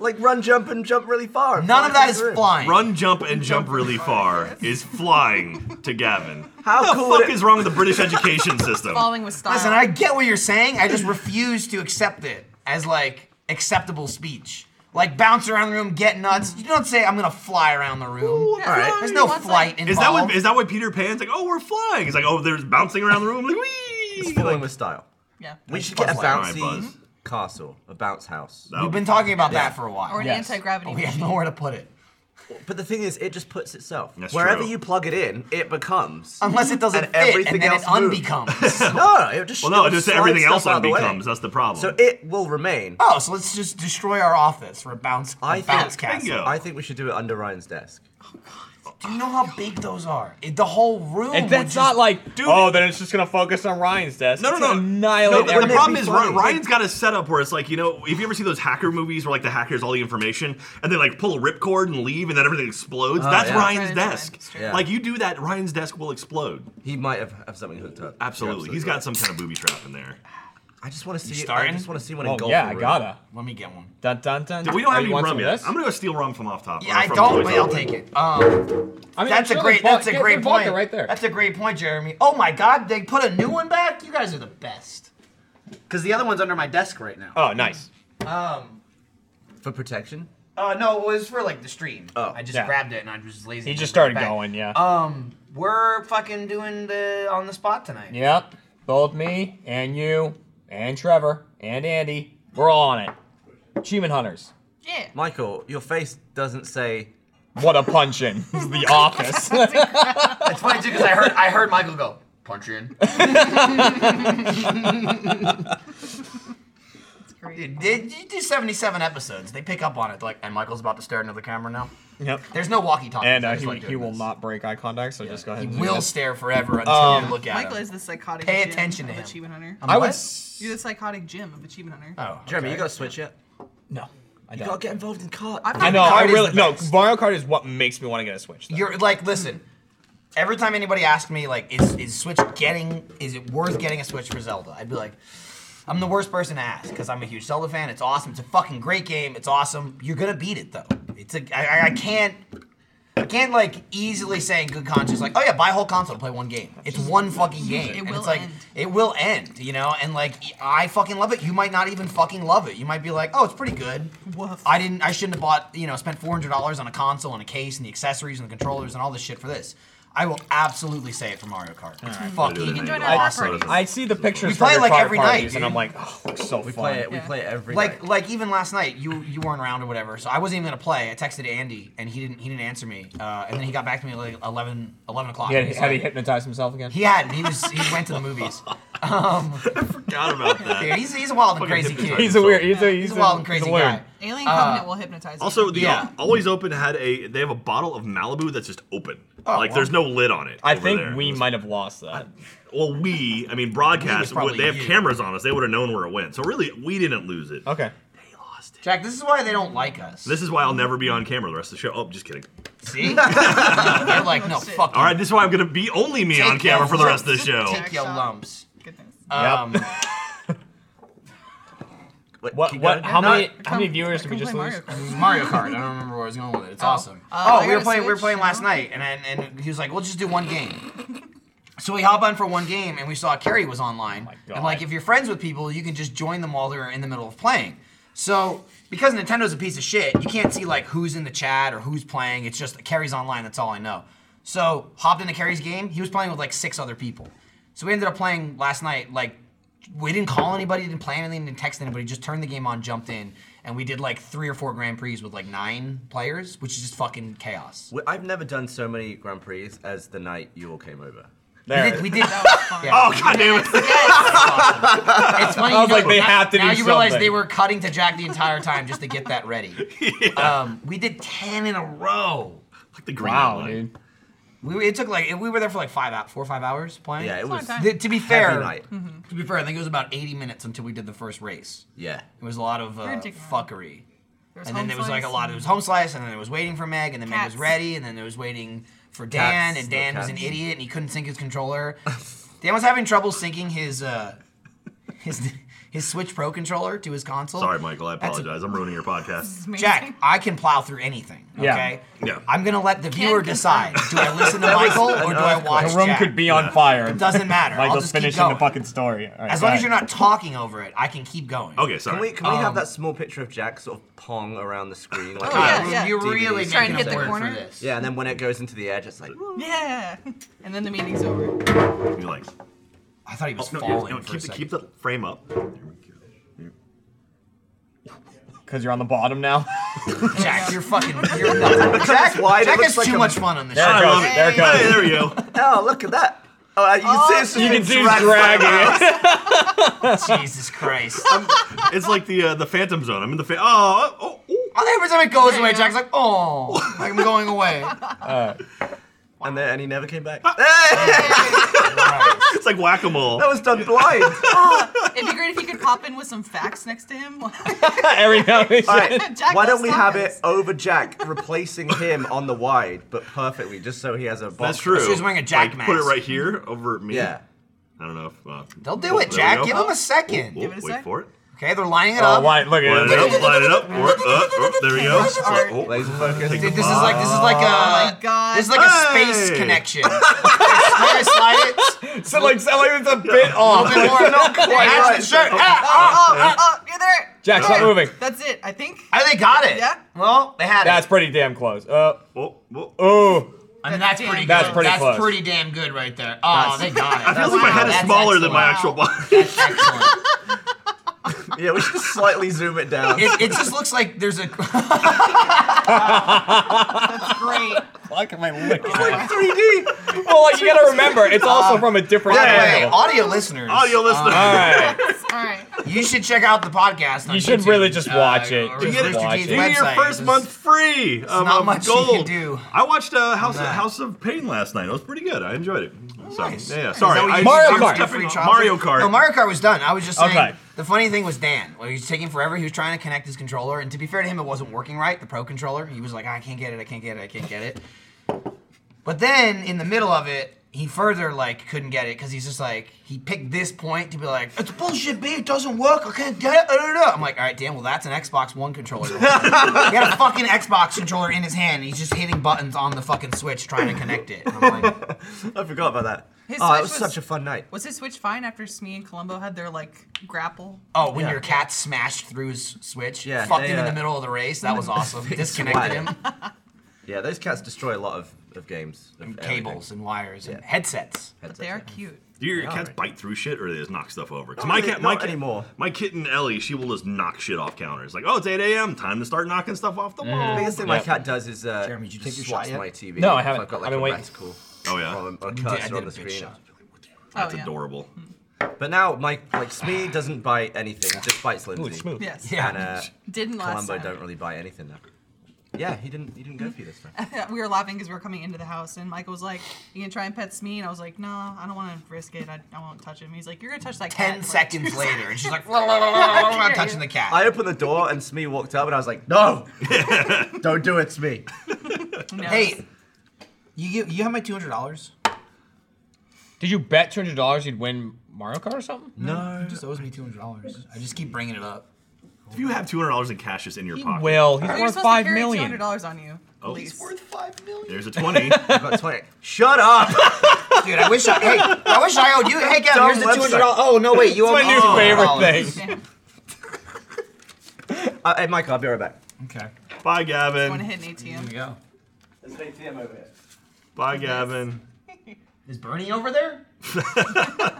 S3: Like run, jump, and jump really far. and
S2: None
S3: fly
S2: of that
S3: through
S2: is
S3: the room.
S2: flying.
S1: Run, jump, and jump really far is flying to Gavin.
S3: How
S1: the
S3: cool would
S1: fuck
S3: it-
S1: is wrong with the British education system?
S4: Falling with style.
S2: Listen, I get what you're saying. I just refuse to accept it as like acceptable speech. Like bounce around the room, get nuts. You don't say I'm gonna fly around the room.
S4: Yeah,
S3: All right.
S4: fly.
S2: There's no
S4: Once I-
S2: flight involved.
S1: Is that what? Is that why Peter Pan's like? Oh, we're flying. He's like, oh, there's bouncing around the room. Like, wee.
S3: It's flying with style.
S4: Yeah.
S3: We should get a
S2: Buzz Lightyear.
S3: bouncy
S1: Alright, Buzz.
S3: castle, a bounce house.
S1: No.
S2: We've been talking about that for a while.
S4: Or an
S5: Yes.
S4: anti-gravity.
S2: But we have
S4: machine.
S2: nowhere to put it.
S3: But the thing is, it just puts itself.
S1: That's
S3: Wherever
S1: true.
S3: you plug it in, it becomes.
S2: Unless it doesn't
S3: And
S2: fit,
S3: everything
S2: and then
S3: else
S2: it
S3: moves.
S2: unbecomes.
S3: no, it just.
S1: Well, no,
S3: it
S1: just
S3: slides
S1: everything
S3: stuff
S1: else
S3: out
S1: on
S3: of the way.
S1: becomes. That's the problem.
S3: So it will remain.
S2: Oh, so let's just destroy our office for a bounce, a
S3: I
S2: bounce
S3: think-
S2: castle.
S1: Bingo.
S3: I think we should do it under Ryan's desk.
S2: Do you know how big those are? It- the whole room.
S5: And
S2: would
S5: that's
S2: just-
S5: not like, oh, then it's just gonna focus on Ryan's desk.
S1: No, no,
S5: It's gonna
S1: no.
S5: Annihilate
S1: No, the, the
S5: everything.
S1: problem is
S3: It'd be
S1: Ryan,
S3: funny.
S1: Ryan's got a setup where it's like, you know, if you ever see those hacker movies where like the hackers all the information and they like pull a ripcord and leave and then everything explodes. That's
S3: Oh, yeah.
S1: Ryan's
S4: Right,
S1: desk.
S4: it's fine.
S3: Yeah.
S1: Like you do that, Ryan's desk will explode.
S3: He might have, have something hooked up. You're
S1: Absolutely. He's
S3: right.
S1: got some kind of booby trap in there.
S3: I just want to see. I
S2: starting?
S3: just want to see one in
S5: Oh,
S3: golf.
S5: yeah, I gotta.
S2: Let me get one.
S5: Dun, dun, dun,
S1: Dude, we don't
S5: Oh,
S1: have
S5: you
S1: any
S5: want
S1: rum
S5: some of
S1: yet.
S5: this?
S1: I'm gonna go steal rum from off top.
S2: Yeah,
S1: or
S2: I
S1: from
S2: don't,
S1: Toys
S2: but
S1: R
S2: I'll
S1: Us.
S2: take it. Um,
S5: I mean,
S2: that's a
S5: sure,
S2: great.
S5: there's
S2: That's a
S5: vodka-
S2: great
S5: there's vodka
S2: point.
S5: right there.
S2: That's a great point, Jeremy. Oh my God, they put a new one back. You guys are the best. Because the other one's under my desk right now.
S5: oh, nice.
S2: Um,
S3: for protection.
S2: uh, no, it was for like the stream.
S3: Oh,
S2: I just
S5: yeah.
S2: grabbed it and I was just lazy.
S5: He
S2: and
S5: just
S2: brought it
S5: started
S2: back.
S5: going, yeah.
S2: Um, we're fucking doing the on the spot tonight.
S5: Yep. Both me and you and Trevor and Andy. We're all on it. Achievement Hunters.
S4: Yeah.
S3: Michael, your face doesn't say.
S5: What a punch in. This is the office.
S2: It's funny too because I heard I heard Michael go punch in.
S4: It's great.
S2: Dude, did you do 77 episodes? They pick up on it. They're like, and Michael's about to stare into the camera now.
S5: yep.
S2: There's no walkie-talkie.
S5: And
S2: I
S5: uh,
S2: just
S5: he,
S2: like
S5: he
S2: doing
S5: will
S2: this.
S5: not uh, break eye contact, so just go ahead
S2: He
S5: and do
S2: will
S5: this.
S2: stare forever until you look at
S4: Michael
S2: him.
S4: is the psychotic.
S2: Pay
S4: gym
S2: attention to
S4: of
S2: him.
S4: Achievement Hunter.
S2: I'm
S5: Um, I
S2: what?
S5: would. s-
S4: You're the psychotic gym of Achievement Hunter.
S2: Oh,
S3: Jeremy,
S2: okay.
S3: you got to switch yet.
S5: No. I
S3: You got
S5: don't.
S3: to get involved in card.
S4: I've
S5: I
S4: not-
S2: Mario
S5: know. I
S2: Kart is
S5: really
S2: the
S5: no.
S2: best.
S5: Mario Kart is what makes me want to get a Switch. Though.
S2: You're like, listen. Every time anybody asked me, like, is is Switch getting? Is it worth getting a Switch for Zelda? I'd be like, I'm the worst person to ask because I'm a huge Zelda fan. It's awesome. It's a fucking great game. It's awesome. You're gonna beat it though. It's a. I, I- I can't. I can't like easily say in good conscience like, oh yeah, buy a whole console to play one game. It's one fucking game.
S4: It
S2: and
S4: will
S2: it's like
S4: end.
S2: it will end, you know. And like I fucking love it. You might not even fucking love it. You might be like, oh, it's pretty good.
S4: Woof.
S2: I didn't. I shouldn't have bought. You know, spent four hundred dollars on a console and a case and the accessories and the controllers and all this shit for this. I will absolutely say it for Mario Kart. It's fucking
S1: You can join
S4: our
S2: awesome.
S4: party.
S5: I see the pictures.
S2: We
S5: from
S2: play
S5: your
S2: like
S5: card
S2: every
S5: parties,
S2: night,
S5: and I'm
S2: dude.
S5: like, oh, looks so fun.
S3: We play it. We
S4: Yeah.
S3: play it every
S2: Like,
S3: night.
S2: like even last night, you you weren't around or whatever, so I wasn't even gonna play. I texted Andy, and he didn't he didn't answer me, uh, and then he got back to me at like 11, 11 o'clock.
S5: He had,
S2: He's
S5: had he
S2: like-
S5: hypnotized himself again?
S2: he had. He was. He went to the movies. Um,
S1: Forgot about
S2: dude,
S1: that.
S2: he's, he's a wild and
S1: Fucking
S2: crazy
S1: hypnotized.
S2: kid.
S5: he's a weird. He's a, he's
S2: He's a
S5: a-
S2: wild and
S5: he's a
S2: crazy
S5: weird.
S2: guy.
S4: Alien Covenant will hypnotize.
S1: Also, the uh,
S2: Yeah.
S1: Always Open had a they have a bottle of Malibu that's just open.
S2: Oh,
S1: like there's no lid on it.
S5: I
S1: over
S5: think
S1: there.
S5: we might have lost that.
S1: Well, we, I mean, broadcast.
S2: probably
S1: They have
S2: you.
S1: cameras on us. They would have known where it went. So really, we didn't lose it.
S5: Okay.
S2: Jack, this is why they don't like us.
S1: This is why I'll never be on camera the rest of the show. Oh, just kidding.
S2: See, they're like, no,
S4: Shit.
S2: fuck.
S1: All
S2: you.
S1: right, this is why I'm gonna be only me on
S2: Take
S1: camera
S2: your
S1: for the rest of the
S2: lumps.
S1: show.
S2: Take your lumps.
S4: Goodness.
S2: Um,
S3: Wait,
S5: What?
S3: keep
S5: What?
S3: going.
S5: How
S2: No,
S5: many?
S4: Come-
S5: How many viewers did
S4: come
S5: we just
S4: play
S5: lose?
S4: Mario
S2: Mario
S4: Kart.
S2: Kart. I don't remember where I was going with it. It's awesome.
S4: Uh,
S2: oh, we were
S4: I gotta
S2: playing. we were
S4: switch,
S2: playing last
S4: you know?
S2: night, and, and and he was like, "We'll just do one game." So we hop on for one game, and we saw Carrie was online.
S5: Oh my God.
S2: And like, if you're friends with people, you can just join them while they're in the middle of playing. So because Nintendo's a piece of shit, you can't see like who's in the chat or who's playing. It's just Carrie's online. That's all I know. So hopped into Carrie's game. He was playing with like six other people. So we ended up playing last night. Like we didn't call anybody, didn't play anything, didn't text anybody. Just turned the game on, jumped in, and and we did like three or four Grand Prix with like nine players, which is just fucking chaos.
S3: We- I've never done so many Grand Prix as the night you all came over.
S5: There.
S2: We did. We did
S1: Oh god damn it!
S2: It's funny.
S5: I was
S2: you
S5: like,
S2: know-
S5: they have to
S2: now
S5: do
S2: you realize
S5: something.
S2: they were cutting to Jack the entire time just to get that ready. um, we did ten in a row.
S1: Like the green
S5: wow,
S1: one.
S5: dude.
S2: We were- it took like we were there for like five out four or five hours playing.
S3: Yeah, it
S4: long
S3: was
S4: time.
S2: Th- to be fair,
S3: heavy night.
S2: to be fair, I think it was about 80 minutes until we did the first race.
S3: Yeah.
S2: It was a lot of uh,
S4: We're digging around.
S2: fuckery,
S4: There's
S2: and then
S4: home
S2: there was like a
S4: slice
S2: lot. It was home slice, and then it was waiting for Meg, and then Meg was
S4: Cats.
S2: ready, and then there was waiting for Dan,
S3: Cats,
S2: and Dan
S3: no
S2: was an
S3: cats.
S2: idiot and he couldn't sync his controller. Dan was having trouble syncing his uh, his his Switch Pro controller to his console.
S1: Sorry, Michael. I
S2: That's a-
S1: apologize. I'm ruining your podcast.
S4: It's amazing.
S2: Jack, I can plow through anything.
S5: Yeah.
S2: Okay.
S1: Yeah.
S2: I'm gonna let the viewer
S4: confirm.
S2: decide. Do I listen to Michael or do I watch
S5: The room
S2: Jack?
S5: could be on fire.
S2: It doesn't matter. I'll
S5: Michael's
S2: just keep
S5: finishing
S2: going.
S5: the fucking story. All right,
S2: as
S5: go
S2: long as
S5: ahead.
S2: you're not talking over it, I can keep going.
S1: Okay, sorry.
S3: Can we can we have
S2: Um,
S3: that small picture of Jack sort of pong around the screen? Like,
S4: Oh,
S2: God,
S4: yeah, yeah.
S2: You're
S3: DVDs.
S2: really
S4: Try and
S2: making
S4: hit
S2: a
S4: the
S2: word
S4: corner.
S2: for this.
S3: Yeah, and then when it goes into the air, just like
S4: Yeah. And then the meeting's over.
S1: You're like,
S2: I thought he was
S1: Oh, no,
S2: Oh, falling.
S1: no, no,
S2: for
S1: keep
S2: a
S1: the
S2: second.
S1: keep the frame up. There we go.
S5: because you're on the bottom now.
S2: Jack, you're fucking. You're nuts. Jack,
S3: wide, it
S2: Jack
S3: looks
S2: has
S3: like
S2: too
S3: a-
S2: much fun on this
S5: There it
S1: I
S2: show.
S5: goes.
S1: love it.
S5: There it goes.
S1: Hey, there we go.
S3: oh look at that. Oh, uh, you can see it's just
S5: You can
S3: like
S5: see
S3: dragged
S5: dragging. it.
S2: Jesus Christ.
S1: It's like the uh, the Phantom Zone. I'm in the fa- oh oh. oh.
S2: Oh, every time it goes away, Jack's like, oh, I'm going away.
S3: And then and he never came back.
S2: Christ.
S1: It's like whack a mole.
S3: that was done blind.
S4: Uh, It'd be great if you could pop in with some facts next to him. Oh,
S5: Every now and
S3: All
S5: then.
S3: right,
S4: Jack
S3: why don't
S4: loves
S3: we have it
S4: science.
S3: over Jack, replacing him on the wide, but perfectly, just so he has a box.
S1: That's true.
S2: She was wearing a Jack
S1: like, Put it
S2: mask.
S1: right here over me.
S3: Yeah.
S1: I don't know if. Uh,
S2: They'll
S1: oh,
S2: do
S1: there
S2: it,
S1: we
S2: Jack.
S1: go.
S2: Give him a
S1: Oh,
S2: second.
S4: Give it a
S1: wait
S4: sec.
S1: for it.
S2: Okay, they're lining it
S5: Oh,
S2: up.
S5: why, look at
S1: Line it up.
S5: it.
S1: Line it up. Or, uh, oh, there we go.
S4: All right.
S1: Oh,
S3: Laser focus.
S1: take the
S2: Dude, this is like this is like a
S1: Oh
S4: my God.
S2: this is like a space
S1: Hey.
S2: connection. Slide it, slide it.
S5: So like, so like it's a bit off.
S2: Bit more. Match the
S3: right.
S2: shirt. Ah,
S4: Oh, oh, oh, oh, you're there.
S5: Jack, stop
S4: Okay.
S5: moving.
S4: That's it, I think.
S2: I think they got it.
S4: Yeah.
S2: Well, they had
S5: That's
S2: it.
S5: pretty damn close. Uh,
S1: oh, oh.
S5: oh,
S2: I mean, that's pretty.
S4: That's
S2: good.
S5: pretty
S2: That's
S5: close.
S2: pretty damn good right there. Oh, they got it.
S1: I feel like my
S4: wow,
S1: head is
S2: That's
S1: smaller than my
S2: excellent.
S1: actual body.
S2: That's excellent.
S3: Yeah, we should just slightly zoom it down.
S2: It, it just looks like there's a.
S4: Great.
S5: fuck am I licking?
S3: It's like 3D.
S5: well, like, you gotta remember, it's also from a different
S2: By the way,
S5: angle.
S2: audio listeners, Uh,
S1: Audio listener.
S5: All right.
S4: All right.
S2: you should check out the podcast. On
S5: You should
S2: YouTube,
S5: really just
S2: uh,
S5: watch it.
S2: or
S5: Just
S2: Mr.
S5: watch
S2: G's
S5: it.
S1: You get your
S2: website.
S1: first
S2: It's-
S1: month free. Um,
S2: not
S1: of
S2: much you can
S1: gold.
S2: do.
S1: I watched uh, House
S2: that.
S1: House of Pain last night. It was pretty good. I enjoyed it. So,
S2: Oh, Nice.
S1: yeah, yeah.
S2: Is that
S1: Sorry,
S2: what you
S1: I,
S2: use
S5: Mario
S2: for
S1: I'm
S5: Kart.
S1: stepping
S2: free
S1: on-
S2: trial?
S1: Mario Kart.
S2: No, Mario Kart was done. I was just saying.
S5: Okay.
S2: The funny thing was Dan. Well, he was taking forever. He was trying to connect his controller, and to be fair to him, it wasn't working right. The pro controller. He was like, I can't get it. I can't get it. I can't get it. But then in the middle of it, he further like couldn't get it because he's just like he picked this point to be like it's bullshit, B. It doesn't work. I can't get it. I don't know." I'm like, all right, Dan. Well, that's an Xbox One controller. he had a fucking Xbox controller in his hand. And he's just hitting buttons on the fucking Switch trying to connect it. And I'm like,
S3: I forgot about that.
S4: His
S3: oh, it
S4: Switch
S3: was,
S4: was-
S3: such a fun night.
S4: Was his switch fine after Smee and Columbo had their like grapple?
S2: Oh, when your cat smashed through his switch,
S3: Yeah,
S2: fucked
S3: they,
S2: him in
S3: uh,
S2: the middle of the race. That was awesome. Disconnected him,
S3: Yeah, those cats destroy a lot of, of games. Of everything.
S2: cables and wires and
S3: Yeah.
S2: headsets.
S4: But they are cute.
S1: Do your
S3: Yeah,
S1: cats
S3: right.
S1: bite through shit, or they just knock stuff over? 'Cause
S3: Not
S1: my
S3: really-
S1: cat, my
S3: not
S1: cat,
S3: anymore.
S1: my kitten Ellie, she will just knock shit off counters. Like, oh, it's 8 a.m. Time to start knocking stuff off the wall.
S2: Mm.
S3: The biggest thing my
S5: Yeah.
S3: cat does is uh,
S2: Jeremy, did you
S3: just
S2: take your
S3: swats
S2: shot yet?
S3: my TV.
S5: No, I
S3: if
S5: haven't.
S3: I've got
S5: I've
S3: like
S5: been
S3: a
S5: waiting.
S3: reticle
S1: Oh yeah,
S3: or a- a
S2: I did
S3: cursor
S2: a
S3: on the
S2: big
S3: screen.
S2: shot.
S1: that's
S4: oh, yeah.
S1: adorable.
S3: But now my like Smee doesn't bite anything. It just bites
S5: Ooh,
S3: Lindsay.
S5: it's smooth.
S4: Yes.
S2: Yeah.
S3: And uh,
S4: Didn't last
S3: Columbo
S4: time.
S3: don't really bite anything now. Yeah, he didn't. He didn't go for you this time.
S4: Yeah, we were laughing because we were coming into the house, and Michael was like, "You gonna try and pet Smee?" And I was like, "Nah, I don't want to risk it. I, I won't touch him." He's like, "You're gonna touch that cat."
S2: Ten
S4: in, like,
S2: seconds
S4: two
S2: later, and she's like, "Whoa, whoa, whoa, whoa, whoa, I'm not
S4: Yeah.
S2: touching the cat.
S3: I opened the door and Smee walked up and I was like, "No, don't do it, Smee."
S4: seconds." No.
S2: hey, you give, you have my two hundred dollars?
S5: Did you bet two hundred dollars you'd win Mario Kart or something?
S2: No, just owes me two hundred dollars. I just keep bringing it up.
S1: If you have $200 in cash just in your
S5: He
S1: pocket,
S5: will. He's
S4: You're
S5: worth
S4: supposed
S5: five
S4: to carry Two hundred
S5: million.
S4: dollars on you.
S1: Oh,
S4: Oh,
S1: he's worth-
S2: Five million,
S1: there's a 20.
S3: I got twenty. Shut up.
S2: dude. I wish I hey, I wish I owed you. Hey, Gavin,
S3: Dumb
S2: here's the two
S3: website.
S2: hundred dollars. Oh no, wait, you owe
S5: That's
S2: me
S5: my new
S2: $200.
S5: favorite thing.
S3: uh, hey, Michael, I'll be right back.
S2: Okay,
S1: Bye,
S4: want to
S1: Gavin.
S4: hit an
S2: here we
S4: ATM?
S2: go.
S3: There's an ATM over here.
S1: Bye, Gavin.
S2: Is Bernie over there?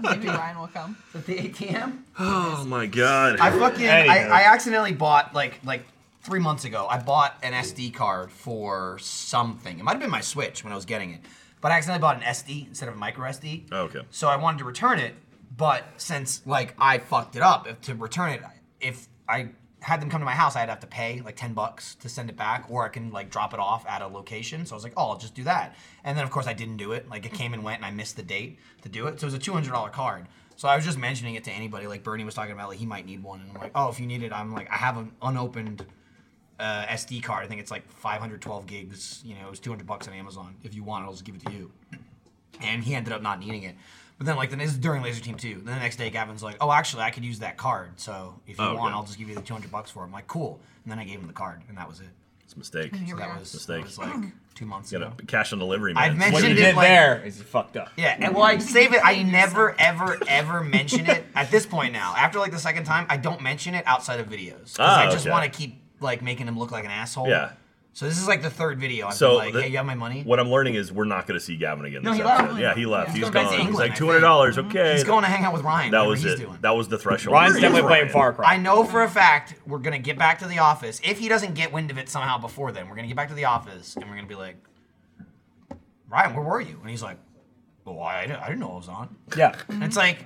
S4: Maybe Ryan will come.
S2: At the ATM?
S1: Oh my god.
S2: I fucking I,
S5: Anyhow.
S2: I accidentally bought like like three months ago. I bought an SD card for something. It might have been my Switch when I was getting it, but I accidentally bought an SD instead of a micro SD.
S1: Okay.
S2: So I wanted to return it, but since like I fucked it up, if to return it, if I had them come to my house, I'd have to pay like ten bucks to send it back, or I can like drop it off at a location. So I was like, oh, I'll just do that. And then of course I didn't do it. Like it came and went, and I missed the date to do it. So it was a two hundred dollar card. So I was just mentioning it to anybody. Like Bernie was talking about, like he might need one, and I'm like, oh, if you need it, I'm like, I have an unopened uh, SD card. I think it's like 512 gigs. You know, it was 200 bucks on Amazon. If you want it, I'll just give it to you. And he ended up not needing it. But then, like, the, this is during Laser Team 2. Then the next day, Gavin's like, oh, actually, I could use that card. So if you
S1: Oh,
S2: want,
S1: okay.
S2: I'll just give you the 200 bucks for it. I'm like, cool. And then I gave him the card, and that was it.
S1: it's a mistake.
S4: Here
S2: So
S4: we
S2: that
S4: are.
S2: was, that
S1: Mistake.
S2: was like two months
S1: You
S2: ago.
S1: know, cash on delivery, man.
S2: I've
S1: It's
S5: What
S2: mentioned
S5: you
S1: it
S2: it
S1: is.
S5: did
S2: like-
S5: there is you fucked up.
S2: Yeah, and well, I save it. I never, ever, ever mention it at this point now. After like the second time, I don't mention it outside of videos because
S1: Ah,
S2: I just
S1: okay.
S2: want to keep like making him look like an asshole.
S1: Yeah.
S2: So this is like the third video. I've
S1: So
S2: been like,
S1: the-
S2: hey, you have my money.
S1: What I'm learning is we're not going to see Gavin again.
S2: No,
S1: this
S2: he
S1: episode.
S2: left.
S1: Yeah, he left.
S4: He's
S1: He's
S2: going
S1: gone.
S2: back to
S1: He's
S2: England,
S1: like
S2: I Mm-hmm.
S1: two hundred dollars. Okay.
S2: He's going to hang out with Ryan.
S1: that
S2: whatever
S1: was
S2: he's
S1: it.
S2: Doing.
S1: That was the threshold.
S5: Ryan's
S1: Where is
S5: definitely playing
S1: Ryan?
S5: Far Cry.
S2: I know for a fact we're gonna get back to the office. If he doesn't get wind of it somehow before then, we're gonna get back to the office and we're gonna be like, Ryan, where were you? And he's like, Well, I didn't, I didn't know I was on.
S5: Yeah.
S2: And it's like,
S1: Mm-hmm.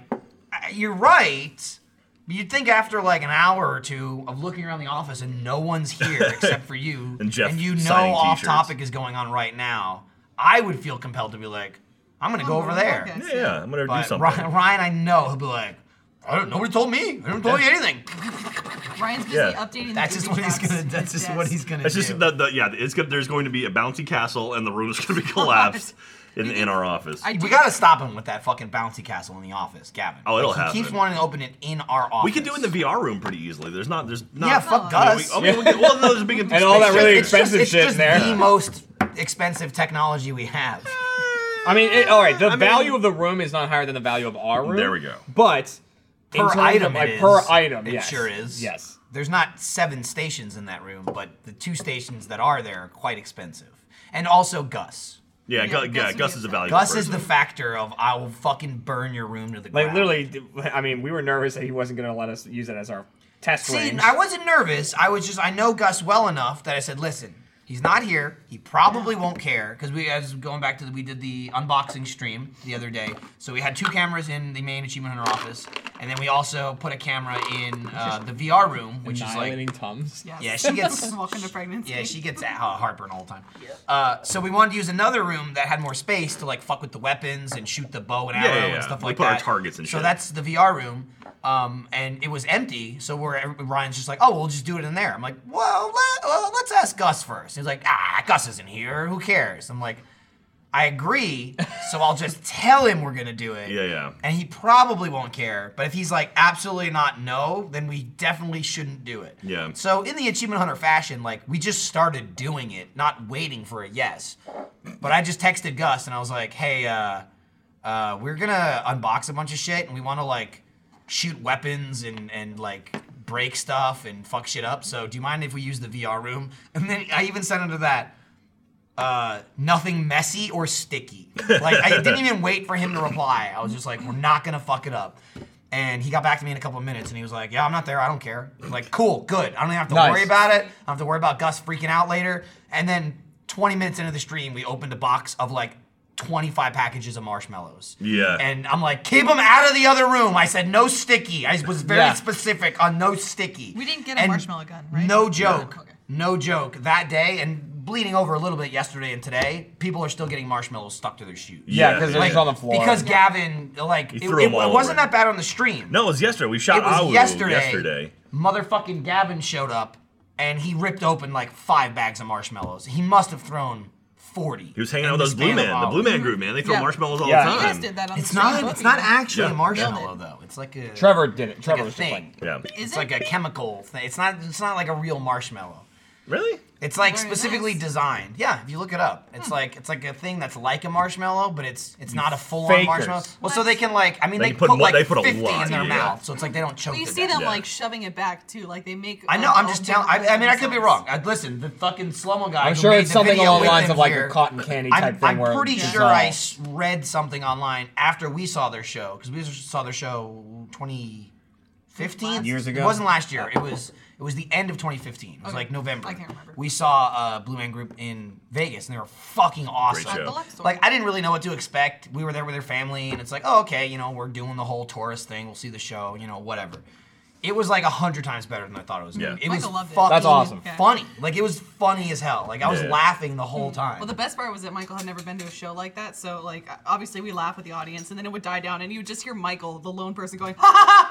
S2: I- you're right. but You'd think after like an hour or two of looking around the office and no one's here except for you,
S1: And Jeff
S2: you know
S1: signing
S2: off
S1: t-shirts.
S2: topic is going on right now, I would feel compelled to be like, I'm gonna go
S4: Oh,
S2: over there.
S4: okay.
S1: Yeah, yeah, I'm going to do
S2: But
S1: something.
S2: Ryan, Ryan, I know he'll be like, I don't. Nobody told me. I didn't tell you anything.
S4: Ryan's busy
S1: Yeah.
S4: updating.
S2: That's
S4: the
S2: just
S4: Ubi
S2: what he's
S4: tabs
S2: gonna.
S4: on
S2: That's
S4: his
S2: just what
S4: desk.
S2: he's gonna
S1: It's
S2: do.
S1: just the, the yeah. It's gonna, there's going to be a bouncy castle, and the room is going to be collapsed in, in our office.
S4: I
S2: we
S4: do-
S2: gotta stop him with that fucking bouncy castle in the office, Gavin.
S1: Oh, it'll
S2: he keeps
S1: happen.
S2: wanting to open it in our office.
S1: we could do it in the VR room pretty easily. There's not. There's not.
S2: yeah, fuck
S4: No,
S1: I mean,
S2: us.
S1: we- I mean, we could- well, no, there's a big
S5: And all that
S1: space.
S5: really
S2: It's just,
S5: expensive
S2: it's
S5: shit
S2: just
S5: in there.
S2: the most expensive technology we have.
S5: I mean, it, all right. The
S1: I mean-
S5: value of the room is not higher than the value of our room.
S1: There we go.
S5: But in
S2: Per
S5: terms of,
S2: item,
S5: like,
S2: it is.
S5: per item,
S2: it
S5: yes.
S2: sure is.
S5: Yes.
S2: There's not seven stations in that room, but the two stations that are there are quite expensive. And also Gus.
S1: Yeah, Gu-
S4: Yeah,
S1: yeah,
S4: Gus
S1: Gus
S4: would
S1: is
S4: be
S1: a valuable.
S2: Gus is
S1: person.
S2: the factor of I will fucking burn your room to the ground.
S5: Like literally, I mean, we were nervous that he wasn't going to let us use it as our test
S2: See,
S5: range.
S2: I wasn't nervous. I was just I know Gus well enough that I said, listen, he's not here. He probably won't care because we as going back to the, we did the unboxing stream the other day. So we had two cameras in the main achievement hunter office, and then we also put a camera in uh, the VR room, which is like
S5: Annihilating tums.
S4: Yes.
S2: Yeah, she gets-
S4: Welcome to pregnancy.
S2: yeah, she gets a- uh, heartburn all the time. Uh, so we wanted to use another room that had more space to like fuck with the weapons and shoot the bow and
S1: Yeah,
S2: arrow
S1: yeah, yeah.
S2: and stuff
S1: We
S2: like
S1: put our
S2: that.
S1: targets and
S2: so
S1: shit.
S2: that's the VR room, um, and it was empty. So we're every- Ryan's just like, oh, we'll just do it in there. I'm like, well, let, well let's ask Gus first. He's like, ah, Gus isn't here. Who cares? I'm like. I agree, so I'll just tell him we're gonna do it.
S1: Yeah, yeah.
S2: And he probably won't care. But if he's like absolutely not no, then we definitely shouldn't do it.
S1: Yeah.
S2: So in the achievement hunter fashion, like we just started doing it, not waiting for a yes. But I just texted Gus and I was like, hey, uh, uh, we're gonna unbox a bunch of shit and we wanna like shoot weapons and and like break stuff and fuck shit up. So do you mind if we use the VR room? And then I even sent under that uh, nothing messy or sticky. Like I didn't even wait for him to reply. I was just like, we're not gonna fuck it up. And he got back to me in a couple of minutes and he was like, Yeah, I'm not there, I don't care. I'm like, cool, good. I don't even have to
S5: Nice.
S2: worry about it. I don't have to worry about Gus freaking out later. And then 20 minutes into the stream, we opened a box of like 25 packages of marshmallows.
S1: Yeah.
S2: And I'm like, keep them out of the other room. I said no sticky. I was very
S5: Yeah.
S2: specific on no sticky.
S4: We didn't get a
S2: And
S4: marshmallow gun, right?
S2: No joke.
S4: Okay.
S2: No joke. That day and bleeding over a little bit yesterday and today, people are still getting marshmallows stuck to their shoes.
S5: Yeah,
S1: Yeah,
S5: because
S1: yeah.
S5: they're just on the floor.
S2: Because Gavin, like, it,
S1: threw
S2: it-
S1: 'em all
S2: it wasn't
S1: over.
S2: that bad on the stream.
S1: No, it was yesterday. We shot
S2: it was
S1: Awu
S2: yesterday,
S1: yesterday.
S2: Motherfucking Gavin showed up and he ripped open like five bags of marshmallows. He must have thrown forty.
S1: He was hanging out with those blue man, the blue man group, man. They throw
S4: Yeah.
S1: marshmallows all
S5: Yeah.
S1: the
S4: You guys
S1: time.
S4: did that on
S2: It's
S4: the stream,
S2: not.
S4: both
S2: It's
S4: of
S2: not
S4: you.
S2: actually
S1: Yeah.
S2: a marshmallow though. It's like a
S5: Trevor did
S2: It's
S5: it.
S2: like
S5: Trevor
S2: a
S5: was just like,
S2: thing.
S1: Yeah.
S4: Is
S2: It's
S4: it?
S2: like a chemical thing. It's not. It's not like a real marshmallow.
S1: Really?
S2: It's like
S4: Very
S2: specifically
S4: nice. Hmm.
S2: designed. Yeah, if you look it up, it's like it's like a thing that's like a marshmallow, but it's it's not a full on
S5: fakers.
S2: marshmallow. Well, so
S4: What?
S2: they can like I mean
S1: They
S2: they,
S1: put
S2: put,
S1: mu-
S2: like
S1: they put a
S2: 50
S1: lot,
S2: in their
S1: yeah.
S2: mouth, so it's like they don't choke.
S4: Well, you
S2: to
S4: see
S2: death.
S4: them
S1: Yeah.
S4: like shoving it back too. Like they make.
S2: I know.
S4: a-
S2: I'm
S4: a
S2: just
S4: big
S2: telling. I, I mean, I could be wrong.
S4: themselves.
S2: I, listen, the fucking Slummo guy.
S5: I'm
S2: who
S5: sure
S2: made
S5: it's
S2: the
S5: something
S2: video
S5: along the
S2: with
S5: lines
S2: him
S5: of like
S2: here-
S5: a cotton candy type
S2: I'm,
S5: thing.
S2: I'm
S5: where
S2: pretty
S5: it's
S2: sure I
S5: dissolved.
S2: s- read something online after we saw their show because we saw their show 2015
S5: Years
S2: It
S5: ago?
S2: wasn't last year. It was it was the end of 2015. It was
S4: Okay.
S2: like November.
S4: I can't remember.
S2: We saw uh, Blue Man Group in Vegas and they were fucking awesome.
S1: show. At the
S4: Lux Store.
S2: Like I didn't really know what to expect. We were there with their family and it's like, oh okay, you know we're doing the whole tourist thing. We'll see the show, you know whatever. It was like a hundred times better than I thought it was. gonna be.
S1: Yeah.
S2: it
S4: Michael
S2: was
S4: loved it.
S2: fucking
S5: That's awesome.
S4: Okay.
S2: funny. Like it was funny as hell. Like I was
S1: Yeah.
S2: laughing the whole time.
S4: Hmm. Well, the best part was that Michael had never been to a show like that, so like obviously we laugh with the audience, and then it would die down, and you would just hear Michael, the lone person, going, "Ha ha!"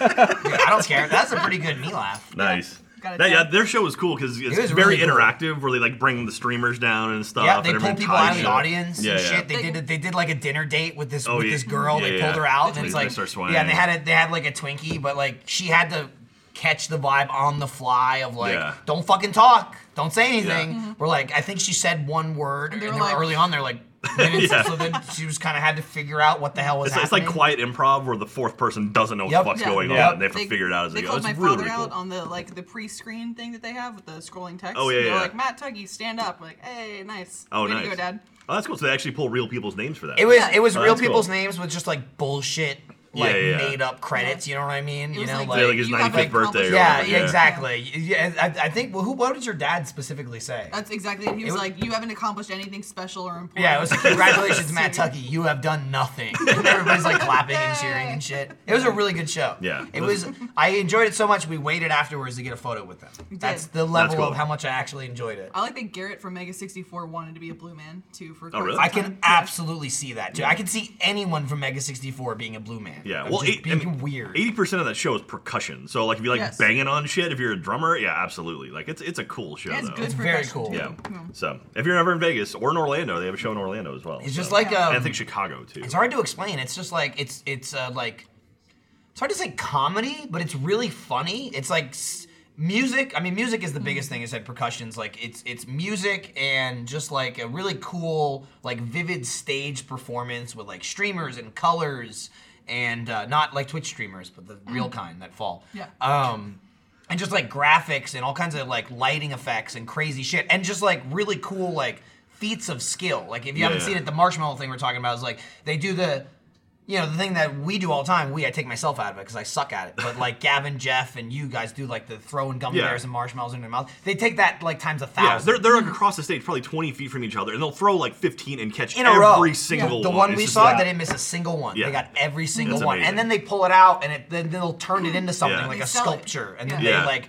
S2: I don't care. That's a pretty good me laugh.
S1: Nice.
S4: Got it
S1: That- yeah,
S4: done.
S1: their show was cool because it's
S2: was
S1: very
S2: really cool.
S1: interactive, where they like bring the streamers down and stuff.
S2: Yeah, they
S1: and
S2: pull
S1: everything
S2: people
S1: ties
S2: out of the
S1: shit.
S2: audience
S1: Yeah,
S2: and
S1: yeah.
S2: shit. They did it. They did like a dinner date with this
S1: Oh,
S2: with
S1: yeah.
S2: this girl.
S1: Yeah,
S2: they
S1: yeah.
S2: pulled her out, and
S1: They
S2: it's
S1: make
S2: like
S1: her swing.
S2: yeah, and they had it. They had like a Twinkie, but like she had to catch the vibe on the fly of like,
S1: Yeah.
S2: don't fucking talk, don't say anything.
S1: Yeah.
S2: We're like, I think she said one word, and,
S4: Mm-hmm. they
S2: they
S4: were
S2: were
S4: like-
S2: early on. They're like, minutes, so then she was kind of had to figure out what the hell was
S1: It's, it's
S2: happening.
S1: like quiet improv where the fourth person doesn't know what
S2: Yep.
S1: the fuck's
S4: Yeah.
S1: going
S5: Yep.
S1: on. And they have to figure it out as they, go.
S4: called
S1: It's
S4: my
S1: really,
S4: father
S1: really cool.
S4: out on the like the pre-screen thing that they have with the scrolling text.
S1: Oh, yeah,
S4: They're
S1: yeah.
S4: like Matt Tuggy, stand up. I'm like, hey, nice.
S1: oh,
S4: Way
S1: nice.
S4: to go, Dad.
S1: Oh, that's cool. So they actually pull real people's names for that.
S2: It was
S4: Yeah.
S2: it was
S1: Oh,
S2: real
S1: that's cool.
S2: people's names with just like bullshit,
S1: Yeah,
S2: like
S1: yeah.
S2: made up credits. You know what I mean?
S4: It
S2: You
S4: was
S2: know,
S4: like,
S1: Yeah, like his
S4: you have
S1: 95th birthday
S4: accomplished
S1: or
S4: something.
S2: Yeah,
S1: whatever, yeah.
S2: exactly. Yeah, I, I think. Well, who? What did your dad specifically say?
S4: That's exactly. And he
S2: It
S4: was,
S2: was-
S4: like, you haven't accomplished anything special or important.
S2: yeah, it was like, congratulations, Matt Tucky. You have done nothing. And everybody's like clapping and cheering and shit. It was a really good show.
S1: Yeah.
S2: it was. I enjoyed it so much. We waited afterwards to get a photo with them. That's
S4: did.
S2: the level
S1: cool.
S2: of how much I actually enjoyed it.
S4: I like that Garrett from Mega 64 wanted to be a blue man too. For
S1: Oh, really?
S2: I
S4: quite some
S2: can
S4: time.
S2: absolutely see that too. I can see anyone from Mega 64 being a blue man.
S1: Yeah,
S2: Or
S1: well,
S2: just
S1: eight- I
S2: being
S1: mean,
S2: weird.
S1: Eighty percent of that show is percussion. So like, if you like
S4: Yes.
S1: banging on shit, if you're a drummer, yeah, absolutely. Like, it's it's a cool show.
S4: Yeah, It's
S1: though.
S4: good.
S2: It's
S4: for
S2: very
S4: fashion,
S2: cool.
S4: too. Hmm.
S1: Yeah. So if you're ever in Vegas or in Orlando, they have a show in Orlando as well.
S2: it's just
S1: so.
S2: like um,
S1: And I think Chicago too.
S2: It's hard to explain. It's just like it's it's uh, like it's hard to say comedy, but it's really funny. It's like s- music. I mean, music is the biggest thing. I said percussions. Like it's it's music and just like a really cool, like vivid stage performance with like streamers and colors and uh, not like Twitch streamers, but the real kind that fall.
S4: Yeah.
S2: Um, and just like graphics and all kinds of like lighting effects and crazy shit and just like really cool like feats of skill. Like if you
S1: Yeah,
S2: haven't
S1: yeah.
S2: seen it, the marshmallow thing we're talking about is like they do the you know the thing that we do all the time. We I take myself out of it because I suck at it. But like Gavin, Jeff, and you guys do like the throwing gummy
S1: Yeah.
S2: bears and marshmallows in their mouth. They take that like times a
S1: Yeah,
S2: thousand.
S1: they're, they're like across the stage, probably 20 feet from each other, and they'll throw like 15 and catch
S2: in a
S1: every
S2: row.
S1: single
S2: the
S1: one.
S2: one
S1: It's
S2: we
S1: just
S2: saw,
S1: like-
S2: they didn't miss a single one.
S1: Yeah.
S2: They got every single
S1: That's
S2: one,
S1: amazing.
S2: and then they pull it out, and it, then they'll turn it into something
S1: Yeah.
S2: like
S4: They
S2: a
S4: sell it.
S2: sculpture, and then
S1: Yeah.
S2: they like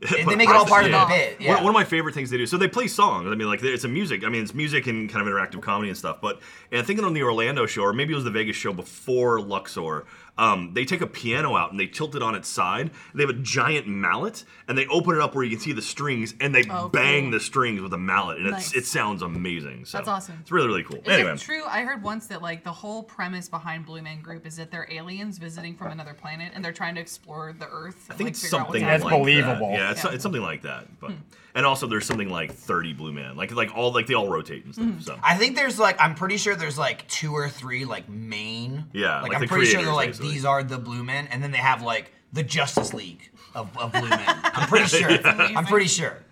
S2: they,
S1: Put
S2: make it all part
S1: yeah.
S2: of the bit.
S1: One-
S2: Yeah.
S1: One, of my favorite things they do. So they play songs. I mean, like it's a music. I mean, it's music and kind of interactive comedy and stuff. But and I think on the Orlando show, or maybe it was the Vegas show before Luxor, um, they take a piano out and they tilt it on its side. They have a giant mallet and they open it up where you can see the strings and they
S4: Oh,
S1: bang
S4: cool.
S1: the strings with a mallet and
S4: Nice.
S1: it's, it sounds amazing. So
S4: That's awesome.
S1: It's really really cool.
S4: Is
S1: anyway,
S4: it true? I heard once that like the whole premise behind Blue Man Group is that they're aliens visiting from another planet and they're trying to explore the Earth.
S1: I think
S4: like,
S1: it's
S4: figure out what's
S1: something
S5: That's
S1: like
S4: happening.
S5: believable.
S1: That. Yeah, it's,
S4: Yeah.
S1: it's something like that. But and also there's something like 30 Blue Man. Like like all like they all rotate and stuff. So
S2: I think there's like I'm pretty sure there's like two or three like main.
S1: Yeah,
S2: Like,
S1: like
S2: I'm
S1: the
S2: pretty sure they're
S1: creators,
S2: like
S1: basically.
S2: these are the Blue Men, and then they have like the Justice League of, of Blue Men. I'm pretty sure. I'm pretty sure.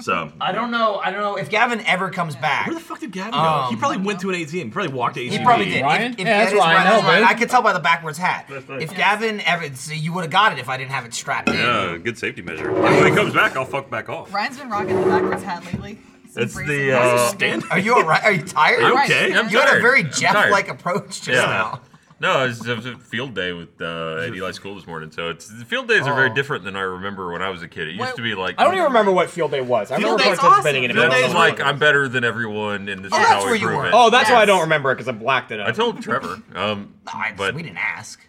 S1: so
S2: I don't know. I don't know if Gavin ever comes back.
S1: Where the fuck did Gavin go?
S2: Um,
S1: he probably went to an ATM. He probably walked to ATM.
S2: He probably did.
S5: Ryan?
S2: If, if
S5: Yeah, that's
S2: that is
S5: Ryan.
S2: that's
S5: No,
S2: Ryan.
S5: babe.
S2: I could tell by the backwards hat.
S6: right.
S2: If Gavin ever, see, you would have got it if I didn't have it strapped in.
S6: Yeah, good safety measure. And when he comes back, I'll fuck back off.
S4: Ryan's been rocking the backwards hat lately. He's
S6: It's
S4: embracing
S6: the,
S4: it.
S6: uh,
S4: He's
S1: Stand
S2: Are you alright? Are you tired?
S6: I'm
S4: Right.
S6: okay. I'm
S4: You
S2: You had a
S6: tired.
S2: very
S6: I'm
S2: Jeff-like
S6: tired.
S2: approach just
S6: Yeah.
S2: now.
S6: No, it was, it was a field day with uh, at Eli School this morning. So it's the field days are very
S2: Oh.
S6: different than I remember when I was a kid. It used
S4: What-
S6: to be like
S5: I don't even remember what field day was. I
S1: Field
S5: remember
S4: day's
S5: participating in it.
S1: awesome.
S5: but I don't
S6: That
S1: Field
S6: was
S1: days
S5: know what
S6: like
S5: it
S6: I'm better than everyone, and this
S2: Oh,
S6: is
S2: that's
S6: how
S2: where
S6: we
S2: you
S6: prove
S2: were.
S6: it.
S5: Oh, that's why I
S4: Yes.
S5: don't remember it because I blacked it out.
S6: I told Trevor. Um,
S2: I,
S6: but
S2: we didn't ask.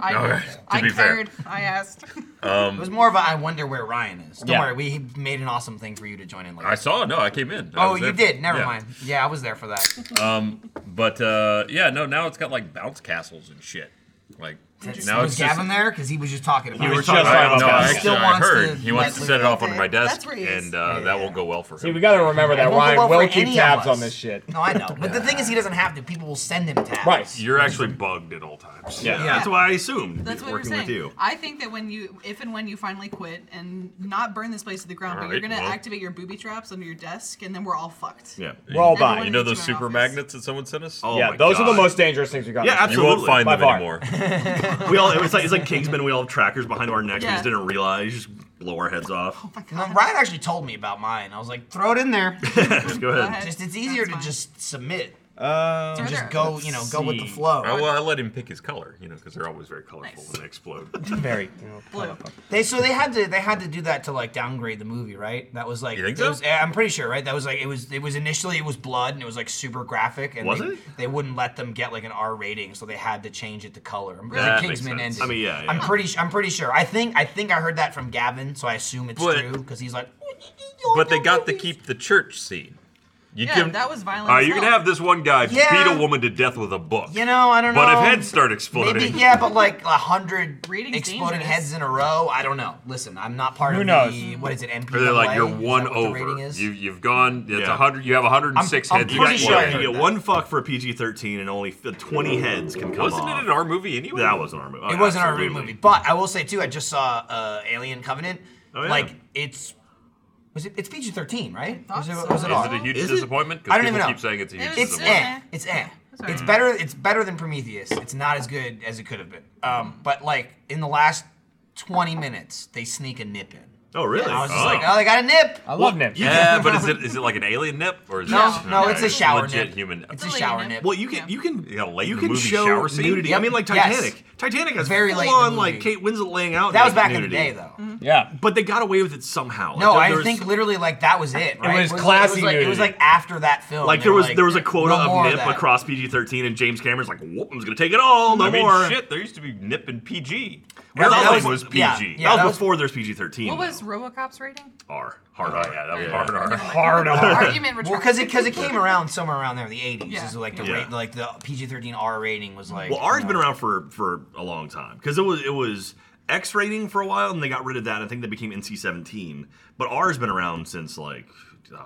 S4: I,
S6: All right, to
S4: I
S6: be fair.
S4: cared. I asked.
S2: It was more of a I wonder where Ryan is. Don't
S5: Yeah.
S2: worry, we made an awesome thing for you to join in later.
S6: I saw. No, I came in. I
S2: oh,
S6: was
S2: you
S6: there.
S2: did. Never
S6: Yeah.
S2: mind. Yeah, I was there for that.
S6: But uh, yeah, no. Now it's got like bounce castles and shit. Like Now
S2: was
S6: it's just-
S2: Gavin there? Because he was just talking about
S5: You
S2: it.
S5: were just talking
S6: I,
S5: about
S6: no,
S5: that.
S6: actually,
S2: Still
S6: I
S2: wants
S6: heard
S2: to
S6: he wants to
S2: let
S6: set it
S2: Leo
S6: off under
S4: go.
S6: my desk,
S4: That's where he is.
S6: and uh, that will go well for him.
S5: See, we got to remember that
S2: It won't go
S5: Ryan
S2: well for
S5: will keep
S2: any of
S5: tabs
S2: us.
S5: on this shit.
S2: No, I know. But the thing is, he doesn't have to. People will send him tabs.
S5: Right.
S6: You're actually bugged at all times.
S5: Yeah.
S1: That's why I assumed
S4: That's what
S1: working
S4: you're
S1: with
S4: saying.
S1: you.
S4: I think that when you, if and when you finally quit and not burn this place to the ground, but you're
S6: Alright,
S4: gonna
S6: well.
S4: activate your booby traps under your desk, and then we're all fucked.
S1: Yeah.
S5: Roll
S4: Everyone
S5: by.
S6: You know
S4: Into
S6: those
S4: my
S6: super
S4: office.
S6: magnets that someone sent us?
S1: Oh
S5: yeah,
S1: my
S5: those are the
S1: God.
S5: most dangerous things we got.
S1: Yeah,
S6: you won't
S1: absolutely.
S6: find
S5: By
S6: them
S5: far.
S6: anymore.
S1: We all it's like it's like Kingsman. We all have trackers behind our necks. We
S4: Yeah.
S1: just didn't realize. Just blow our heads off.
S4: Oh my
S2: And then
S4: god.
S2: Ryan actually told me about mine. I was like, throw it in there.
S1: Just go ahead.
S4: ahead.
S2: just it's easier
S4: That's
S2: to
S4: fine.
S2: just submit.
S5: Uh,
S4: Are
S2: Just
S4: there-
S2: go,
S5: let's
S2: you know, go with the
S5: see.
S2: flow.
S6: I, well, I let him pick his color, you know, because they're always very colorful
S4: Nice.
S6: when they explode.
S5: very.
S4: Blue.
S2: They so they had to they had to do that to like downgrade the movie, right? That was like
S6: You think
S2: it
S6: so?
S2: was- eh, I'm pretty sure, right? That was like it was it was initially it was blood and it was like super graphic and
S1: Was
S2: they,
S1: it?
S2: they wouldn't let them get like an R rating, so they had to change it to color. I'm
S6: That
S2: like
S6: makes
S2: Kingsman
S6: sense.
S2: ended.
S1: I mean, yeah, yeah.
S2: I'm pretty su- I'm pretty sure. I think I think I heard that from Gavin, so I assume it's
S6: But-
S2: true because he's like
S6: but they got to keep the church scene. You
S4: Yeah,
S6: can-
S4: that was violent.
S6: All right,
S4: as
S6: you can
S4: hell.
S6: have this one guy
S2: Yeah.
S6: beat a woman to death with a book.
S2: You know, I don't
S6: But
S2: know.
S6: if heads start exploding,
S2: Maybe yeah, but like a hundred
S4: Reading's
S2: exploding
S4: dangerous.
S2: heads in a row. I don't know. Listen, I'm not part
S5: Who
S2: of
S5: knows?
S2: the what is it? MP.
S6: or they're like you're
S2: Is that
S6: one
S2: what the rating
S6: over.
S2: is?
S6: You, you've gone. It's
S1: Yeah.
S6: a hundred. You have 106
S2: I'm
S6: heads.
S1: You
S2: pretty
S1: got-
S2: sure
S6: exploding.
S2: I
S1: you
S2: heard
S1: get
S2: that.
S1: one fuck for a PG-13, and only f- 20 heads can come
S6: Wasn't
S1: off.
S6: it in our movie Oh, anyway?
S1: That wasn't our movie.
S2: It wasn't our real movie, but I will say too, I just saw uh, Alien Covenant.
S1: Oh, yeah.
S2: Like it's was it? It's PG-13, right?
S4: Thought
S2: Was it,
S4: so.
S2: was it
S4: Is
S2: all?
S6: Is it a huge
S1: Is it?
S2: I
S6: disappointment? Because
S2: don't
S6: people
S2: even know.
S6: keep saying it's a huge
S4: It was-
S2: It's
S4: eh.
S6: disappointment.
S2: eh. It's eh.
S4: all
S2: It's
S4: right.
S2: better. It's better than Prometheus. It's not as good as it could have been. Um, but like in the last 20 minutes, they sneak a nip in.
S1: Oh, really?
S2: I was just
S6: Oh.
S2: like, oh, they got a nip.
S5: I love Nip.
S6: Yeah, but is it is it like an alien nip or is
S2: No,
S6: it,
S2: no, it's a shower
S6: legit
S2: nip.
S6: human.
S2: It's
S4: a
S2: a
S4: lady
S2: shower
S4: nip.
S2: nip.
S1: Well, you can
S4: Yeah.
S1: you can
S6: Yeah, late
S1: you
S6: in the
S1: can
S6: movie
S1: show
S6: shower scene?
S1: nudity. I mean, like
S2: Yes.
S1: Titanic. Titanic has
S2: Very
S1: full
S2: late in the
S1: on
S2: movie.
S1: like Kate Winslet laying out.
S2: That was
S1: naked
S2: back in the
S1: nudity.
S2: day, though.
S4: Mm-hmm.
S5: Yeah.
S1: But they got away with it somehow.
S2: No,
S1: Like,
S2: I
S1: there was-
S2: think literally like that was it. Right?
S5: was
S2: It
S5: classy
S2: was, like, it was
S5: nudity.
S2: like after that film.
S1: Like
S2: they
S1: there
S2: were
S1: was there was a
S2: "No
S1: quota
S2: more
S1: of nip
S2: that."
S1: across PG-13, and James Cameron's like, "Whoop, I'm just gonna take it all, no
S6: I mean,
S1: more."
S6: shit. There used to be nip and PG.
S2: Well, that
S6: Everything
S2: was-
S6: was PG.
S2: yeah, yeah.
S1: that,
S2: that
S1: was
S2: was-
S1: before there's PG-13.
S4: What was
S1: though.
S4: RoboCop's rating?
S1: R hard R? Yeah, that was
S6: Oh, Yeah.
S1: hard R.
S5: Hard on.
S4: Argument
S2: Well, because it because it came around somewhere around there, the '80s.
S4: Yeah.
S2: Is like the
S1: Yeah.
S2: rate, like the PG-13 R rating was like.
S1: Well, R's
S2: you
S1: been
S2: know,
S1: around for for a long time because it was it was X rating for a while, and they got rid of that. I think they became NC-17. But R's been around since like uh,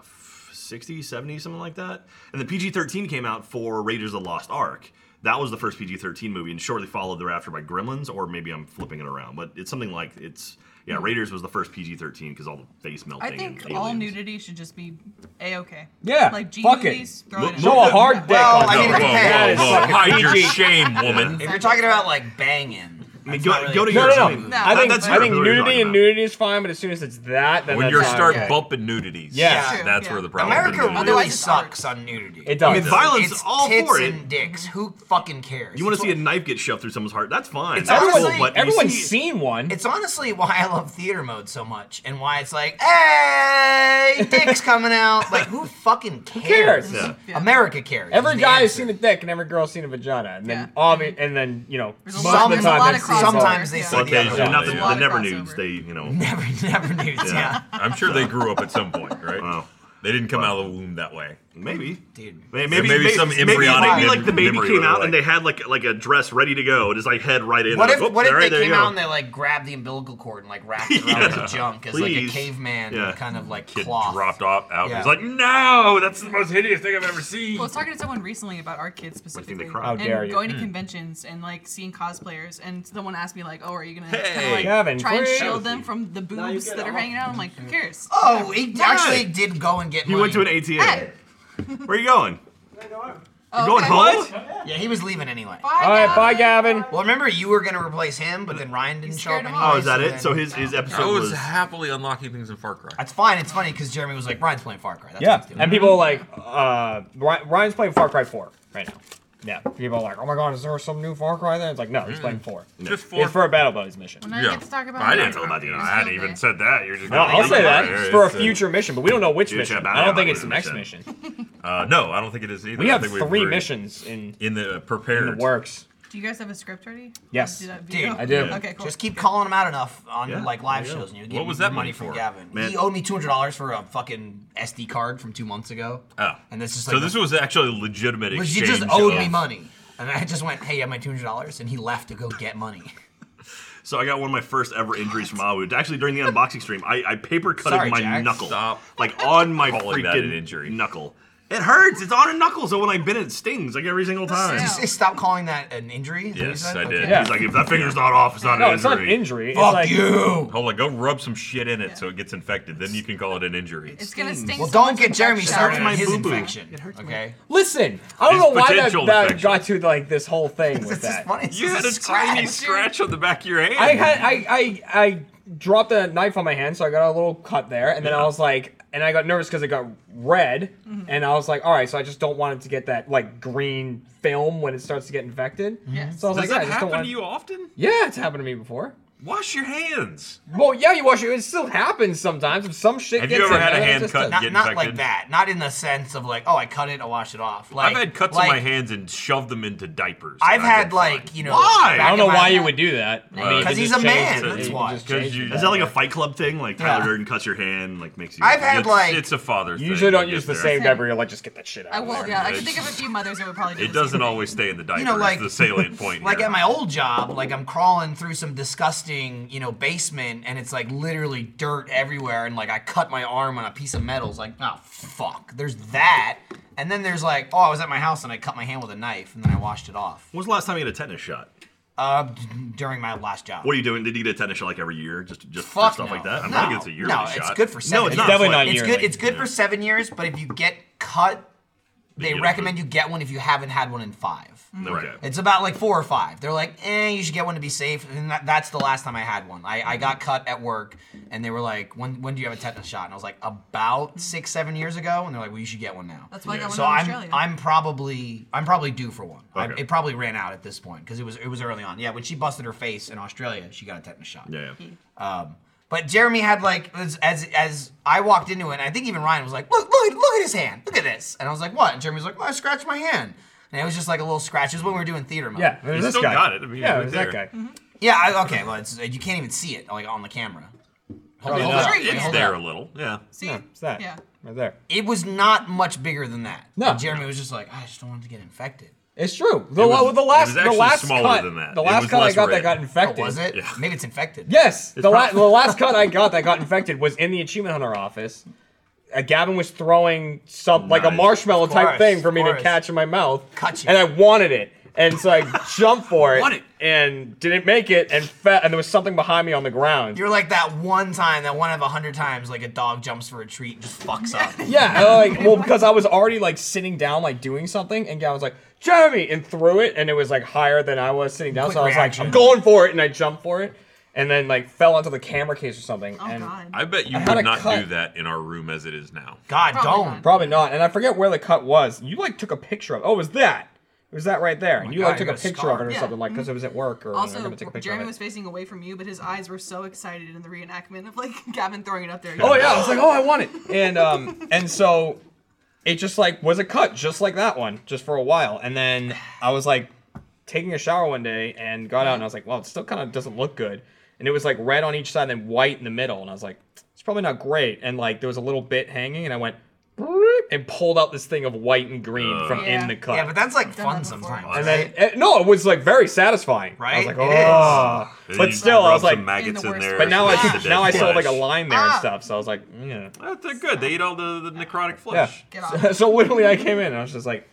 S1: 60s, 70s, something like that. And the PG-13 came out for Raiders of the Lost Ark. That was the first PG-13 movie, and shortly followed thereafter by Gremlins, or maybe I'm flipping it around. But it's something like it's yeah, Raiders was the first PG-13 because all the face melting.
S4: I think
S1: and
S4: all
S1: aliens.
S4: nudity should just be a okay.
S5: Yeah,
S4: Like G
S5: fuck it.
S4: movies, throw
S1: Look-
S4: it. in.
S5: Show a hard dick.
S2: Well,
S5: on
S2: I
S6: No,
S2: mean,
S5: Nip.
S2: it
S6: whoa,
S2: depends.
S5: That
S6: whoa,
S5: is
S6: whoa.
S5: fucking
S6: Hide your
S5: PG.
S6: shame, woman.
S2: If you're talking about like banging,
S1: I mean,
S2: that's
S1: go,
S2: not really
S1: go to
S2: a
S5: No,
S1: your
S5: no,
S2: PG-13
S5: no.
S2: movie.
S4: No.
S5: I think
S1: That's
S5: I think
S1: who we were
S5: nudity
S1: talking
S5: and
S1: about.
S5: nudity is fine, but as soon as it's that, then
S6: When
S5: that's
S6: you
S5: not
S6: start
S5: okay.
S6: bumping nudities,
S5: Yeah.
S4: True,
S6: that's
S4: yeah.
S6: where the problem.
S2: America
S6: is.
S2: really
S4: Otherwise-
S2: sucks on nudity.
S5: it
S1: I
S5: does.
S1: mean, violence
S2: It's
S1: all
S2: tits
S1: for it.
S2: and dicks. Who fucking cares?
S1: You want
S2: It's
S1: to see a
S2: what-
S1: knife get shoved through someone's heart? That's fine.
S2: It's
S1: That's
S2: honestly-
S1: cool, but you
S5: Everyone's
S1: see-
S5: seen one.
S2: It's honestly why I love theater mode so much, and why it's like, hey, dicks coming out. Like, who fucking cares?
S5: cares?
S1: Yeah.
S4: Yeah.
S2: America cares.
S5: Every
S2: is the
S5: guy has
S2: answer.
S5: seen a dick, and every girl's seen a vagina, and then
S4: Yeah.
S5: obvi- and then you know
S4: There's a
S5: most
S4: lot-
S5: of the
S4: there's a
S5: time
S4: lot
S5: they've
S4: of
S5: seen
S4: crossover.
S5: both.
S2: Sometimes they
S4: Yeah.
S2: see
S1: Well,
S2: the
S1: they,
S2: other
S1: they're
S2: one.
S1: not the,
S6: Yeah.
S1: the never
S4: Crossover.
S1: news. They, you know,
S2: Never, never knew. Yeah.
S6: I'm sure they grew up at some point, right?
S1: Wow.
S6: They didn't come out of the womb that way.
S1: maybe.
S2: Dude.
S1: May- Maybe,
S6: maybe some embryonic
S1: Maybe, maybe like the baby
S6: memory
S1: came
S6: or
S1: out
S6: like-
S1: and they had like like a dress ready to go, just like head right in.
S2: What
S1: They're
S2: if
S1: like, "Oop,
S2: what if
S1: all right,
S2: they
S1: there
S2: came
S1: you go."
S2: out and they like grabbed the umbilical cord and like wrapped it around
S1: Yeah.
S2: as a junk as like a
S1: Please.
S2: caveman
S1: Yeah.
S2: kind of like
S6: Kid
S2: cloth?
S6: dropped off out.
S2: Yeah.
S6: He's like, no, that's the most hideous thing I've ever seen.
S4: Well, I was talking to someone recently about our kids specifically,
S1: cried. How
S4: and
S5: dare you.
S6: Hmm.
S4: going to conventions and like seeing cosplayers, and someone asked me like, "Oh, are you gonna kinda,
S6: Hey,
S4: like,
S5: Gavin,
S4: try and
S5: quit.
S4: shield them from the boobs that are hanging out?" I'm like, "Who cares?"
S2: Oh, he actually did go and get.
S1: He
S2: money.
S1: went to an ATA.
S4: Hey.
S1: Where are you going?
S4: Oh,
S1: Going
S4: okay.
S1: home?
S2: Yeah, he was leaving anyway.
S4: Bye,
S5: All right, bye,
S4: Gavin.
S5: Gavin.
S2: Well, remember you were gonna replace him, but then Ryan didn't show up
S4: scared him
S2: anyway.
S4: off.
S1: Oh, is that it?
S2: then-
S1: So his his
S6: I
S1: episode
S6: was
S1: was.
S6: happily unlocking things in Far Cry.
S2: that's fine. It's funny because Jeremy was like, "Ryan's playing Far Cry." That's
S5: Yeah,
S2: what he's doing.
S5: and people are like uh, Ry- Ryan's playing Far Cry 4 right now. Yeah, people are like, oh my god, is there some new Far Cry? Then it's like, no, he's playing four.
S6: Just for,
S5: It's for a Battle Buddies mission.
S4: When I get to talk about
S6: I
S4: it,
S6: didn't know about you. know, I hadn't even said that. You're just.
S5: No, I'll say that
S6: Yeah,
S5: it's for a
S6: it's, uh,
S5: future mission, but we don't know which
S1: Future
S5: mission.
S1: Battle
S5: I don't think
S1: Buddies
S5: it's the next
S1: mission.
S5: mission.
S6: Uh, no, I don't think it is either.
S5: We
S6: I
S5: have
S6: think we've
S5: three
S6: already-
S5: missions in
S6: in the uh,
S5: in
S6: prepared
S5: the works.
S4: Do you guys have a script ready?
S5: Yes.
S4: Do that
S2: Dude,
S4: video?
S5: I do.
S4: Okay, cool.
S2: Just keep calling him out enough on
S1: Yeah,
S2: like live
S1: there you go.
S2: shows, and you
S6: What was that money
S2: from
S6: for?
S2: Gavin?
S1: Man.
S2: He owed me two hundred dollars for a fucking SD card from two months ago.
S6: Oh.
S2: and this is like
S6: So this was actually a legitimate
S2: But
S6: exchange.
S2: you just owed
S6: of-
S2: me money. And I just went, hey, I have my $200. And he left to go get money.
S1: So I got one of my first ever injuries from Awu. Actually, during the unboxing stream, I, I paper cutted
S2: Sorry,
S1: my
S2: Jack.
S1: knuckle,
S6: Stop.
S1: like on my
S6: Calling that
S1: freaking
S6: an injury.
S1: knuckle. It hurts. It's on a knuckle. So when I bend it, it stings like every single time.
S2: Did you say stop calling that an injury? Is that what you
S6: Yes,
S2: said?
S6: I did.
S2: Okay.
S5: Yeah.
S1: He's like, if that finger's not off, it's not
S5: No,
S1: an
S5: it's not
S1: injury.
S5: an injury.
S2: Fuck
S5: it's like,
S2: you.
S6: Hold on, go rub some shit in it so it gets infected. Then you can call it an injury.
S4: It's gonna sting.
S2: Well,
S4: so
S2: don't
S4: much
S2: get
S4: if I
S2: Jeremy
S4: shout.
S2: started
S1: my
S2: on his
S1: boo-boo.
S2: infection. okay.
S5: Listen, I don't
S6: It's
S5: know why that,
S6: potential
S5: that
S6: infection.
S5: got to like this whole thing with
S2: This is
S5: that.
S2: funny. It's
S6: you
S2: just
S6: had a tiny scratch on the back of your hand.
S5: I had I, I I dropped a knife on my hand, so I got a little cut there, and then I
S6: Yeah.
S5: was like, and I got nervous because it got red,
S2: Mm-hmm.
S5: and I was like, all right, so I just don't want it to get that like green film when it starts to get infected.
S4: Yeah.
S5: So I was like,
S6: Does
S5: yeah, I
S6: that
S5: just don't
S6: happen
S5: want.
S6: to you often?
S5: Yeah, it's happened to me before.
S6: Wash your hands.
S5: Well, yeah, you wash it. It still happens sometimes. If some shit.
S6: Have you
S5: gets
S6: ever
S5: in
S6: had a
S5: there, it
S6: hand
S5: just
S6: cut?
S5: does-
S2: Not,
S6: Get
S2: not like
S6: infected.
S2: that. Not in the sense of like, oh, I cut it, I wash it off. Like,
S6: I've had cuts
S2: like,
S6: on my hands and shoved them into diapers.
S2: I've
S6: and I've
S2: had
S6: been fine.
S2: like, you know.
S1: Why?
S2: back
S1: I
S5: I don't
S2: in
S5: know
S2: my-
S5: why you would do that. I mean, you
S6: Because
S5: could
S2: he's
S5: just
S2: a
S5: change
S2: man,
S5: it.
S2: that's
S5: You could
S2: why.
S5: just
S6: Because
S5: change
S6: you-
S5: it
S6: Is
S1: Is that like a Fight Club thing? Like Tyler
S2: Yeah.
S1: Durden cuts your hand, like makes you.
S2: I've had
S6: it's,
S2: like.
S6: it's a father's.
S5: You
S6: thing,
S5: usually
S6: I
S5: don't use the
S6: guess,
S5: same
S6: there.
S5: diaper. You'll like just get that shit out.
S4: I
S5: of there.
S4: will. Yeah, I can think of a few mothers that would probably. Do
S6: It
S4: the same
S6: doesn't
S4: thing.
S6: always stay in the diaper.
S2: You know,
S6: is
S2: like-
S6: the salient point.
S2: like
S6: here.
S2: at my old job, like I'm crawling through some disgusting, you know, basement, and it's like literally dirt everywhere, and like I cut my arm on a piece of metal. It's like, oh fuck, there's that, and then there's like, oh, I was at my house and I cut my hand with a knife, and then I washed it off.
S1: When was the last time you had a tetanus shot?
S2: Uh, d- during my last job.
S1: What are you doing? Did you get a tetanus shot like every year, just just for
S2: Fuck
S1: stuff
S2: no.
S1: like that? I
S2: no,
S1: don't think it's a yearly
S2: no,
S1: shot.
S2: it's good for seven.
S1: No, it's not.
S2: years.
S5: definitely not
S1: like-
S2: It's
S5: yearly.
S2: good. It's good for seven years, but if you get cut, they
S6: get
S2: recommend you get one if you haven't had one in five.
S1: Okay.
S2: It's about like four or five. They're like, eh, you should get one to be safe. And that, that's the last time I had one. I, I got cut at work, and they were like, when when do you have a tetanus shot? And I was like, about six seven years ago. And they're like, well, you should get one now.
S4: That's why I got one
S2: so
S4: in
S2: I'm
S4: Australia.
S2: I'm probably I'm probably due for one. I-
S1: Okay.
S2: it probably ran out at this point because it was it was early on. Yeah, when she busted her face in Australia, she got a tetanus shot.
S1: Yeah. yeah.
S2: Um, but Jeremy had like as, as as I walked into it, and I think even Ryan was like, "Look, look, at- look at his hand. Look at this." And I was like, "What?" And Jeremy was like, well, "I scratched my hand." And it was just like a little scratch. It was when we were doing theater mode.
S5: Yeah, there's
S6: You
S5: this
S6: still
S5: guy.
S6: got it. I mean,
S5: yeah,
S6: right
S5: there's that
S6: there.
S5: guy.
S2: Mm-hmm. Yeah. I, okay. Well, it's, you can't even see it like on the camera. Hold on,
S5: Probably
S2: hold
S5: not.
S2: on,
S4: It's
S2: hold
S6: It's
S2: on.
S6: there a little. Yeah.
S4: See,
S5: Yeah, it's that.
S4: Yeah.
S5: right there.
S2: It was not much bigger than that.
S5: No.
S2: And Jeremy was just like, "I just don't want it to get infected."
S5: It's true. The,
S6: was-
S5: well, the
S6: it
S5: last,
S6: was
S5: the
S6: actually
S5: last
S6: smaller
S5: cut,
S6: than that.
S5: the
S6: It
S5: last
S6: was
S5: cut I
S6: less
S5: got that
S6: red.
S5: got
S2: Oh,
S5: infected.
S2: was it?
S6: Yeah.
S2: Maybe it's infected.
S5: Yes, the, la-
S1: prob-
S5: the last cut I got that got infected was in the Achievement Hunter office. Uh, Gavin was throwing some like a
S6: Nice.
S5: marshmallow
S2: Of
S5: type
S2: course,
S5: thing for me
S2: of
S5: to
S2: course.
S5: catch in my mouth,
S2: Cut you.
S5: and I wanted it, and so I jumped for it,
S2: Want it.
S5: and didn't make it, and fe- and there was something behind me on the ground.
S2: You're like that one time, that one of a hundred times, like a dog jumps for a treat and just fucks up.
S5: yeah, uh, like well because I was already like sitting down like doing something, and Gavin's like Jeremy, and threw it, and it was like higher than I was sitting down,
S2: Quick
S5: so I was
S2: reaction.
S5: like I'm going for it, and I jumped for it, and then like fell onto the camera case or something.
S4: Oh
S5: and
S4: god.
S6: I bet you
S5: had a
S6: would not
S5: cut.
S6: do that in our room as it is now.
S2: God,
S4: Probably
S2: don't.
S4: not.
S5: Probably not. And I forget where the cut was. You like took a picture of. Oh, it was that? It was that right there? and you
S2: Oh God,
S5: like took
S2: you
S5: a
S2: got
S5: picture
S2: scarred.
S5: of it or
S4: Yeah.
S5: something like because it was at work or I'm
S4: Also,
S5: gonna take a picture
S4: Jeremy
S5: of
S4: was
S5: it.
S4: facing away from you, but his eyes were so excited in the reenactment of like Gavin throwing it up there.
S5: Oh yeah, I was like, oh, I want it. And um, and so it just like was a cut, just like that one, just for a while. And then I was like taking a shower one day and got out and I was like, well, it still kind of doesn't look good. And it was like red on each side and then white in the middle. And I was like, it's probably not great. And like there was a little bit hanging, and I went. "Bloop," And pulled out this thing of white and green from
S4: Yeah.
S5: in the cut.
S2: Yeah, but that's like
S4: Done
S2: fun
S4: that before.
S2: sometimes.
S4: And
S2: right?
S5: And then eh, no, it was like very satisfying. I
S2: Right?
S5: was like,
S2: It is.
S5: oh.
S6: And
S5: But
S6: you
S5: still, I
S6: rub
S5: was
S6: some
S5: like,
S6: maggots
S4: In the
S6: in there.
S4: worst
S5: but now I
S4: versus
S5: could- now I saw like a
S6: lot.
S5: line there and
S2: Ah.
S5: stuff. So I was like, yeah.
S6: They're good. They eat all the, the necrotic
S5: Yeah.
S6: flesh.
S4: Get off.
S5: So literally, I came in and I was just like,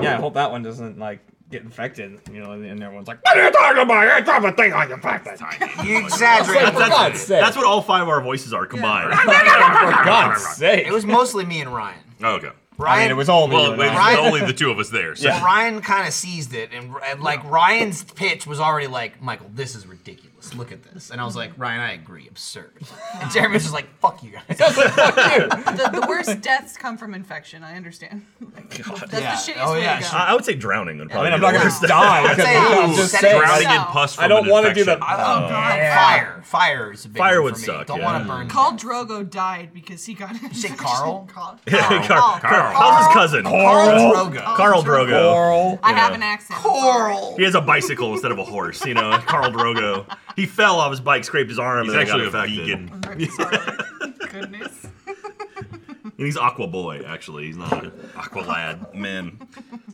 S5: yeah, I hope that one doesn't like get infected. You know, and, and everyone's like, what are you talking about? You dropped a thing on your back that time.
S2: You exaggerated.
S5: For God's sake.
S1: That's what all five of our voices are combined.
S5: For God's sake.
S2: It was mostly me and Ryan.
S6: Okay.
S2: Ryan,
S5: I mean, it was all me.
S6: Well,
S5: and
S6: wait,
S5: I.
S2: Right.
S6: only the two of us there. So.
S5: Yeah.
S2: Ryan kind of seized it, and, and, like Ryan's pitch was already like, "Michael, this is ridiculous. Look at this." And I was like, "Ryan, I agree. Absurd." And Jeremy was just like, "Fuck you guys."
S4: the, the worst deaths come from infection. I understand. That's
S2: Yeah.
S4: the shittiest
S2: Oh,
S4: way
S2: yeah,
S4: to go.
S2: sure.
S1: I I would say drowning. Would
S5: I
S1: probably
S5: mean, I'm
S1: be
S5: not
S1: the
S5: gonna
S1: worst.
S5: die.
S2: I'd say
S5: I'm
S2: ooh,
S5: just
S2: setting
S5: saying.
S6: Drowning
S5: I-
S6: in
S4: No.
S6: pus from
S5: I don't
S6: an
S5: want to do
S6: infection.
S5: the.
S2: oh god, fire! Fire is a big
S1: Fire
S2: one
S1: would
S2: for me.
S1: suck,
S2: Don't
S1: yeah.
S2: want to burn.
S4: Carl Drogo died because he got an infection.
S2: Carl?
S4: Carl.
S1: Carl.
S4: Carl.
S1: Carl. How's his cousin?
S2: Carl Drogo.
S1: Carl Drogo.
S5: Oral.
S4: I have an accent.
S2: Carl.
S1: He has a bicycle instead of a horse, you know. Carl Drogo. He fell off his bike, scraped his arm,
S6: He's
S1: and then got
S6: actually a
S1: infected.
S6: vegan.
S4: Sorry. Sorry. Goodness.
S1: And he's Aqua Boy, actually. He's not Aqua Lad. Man.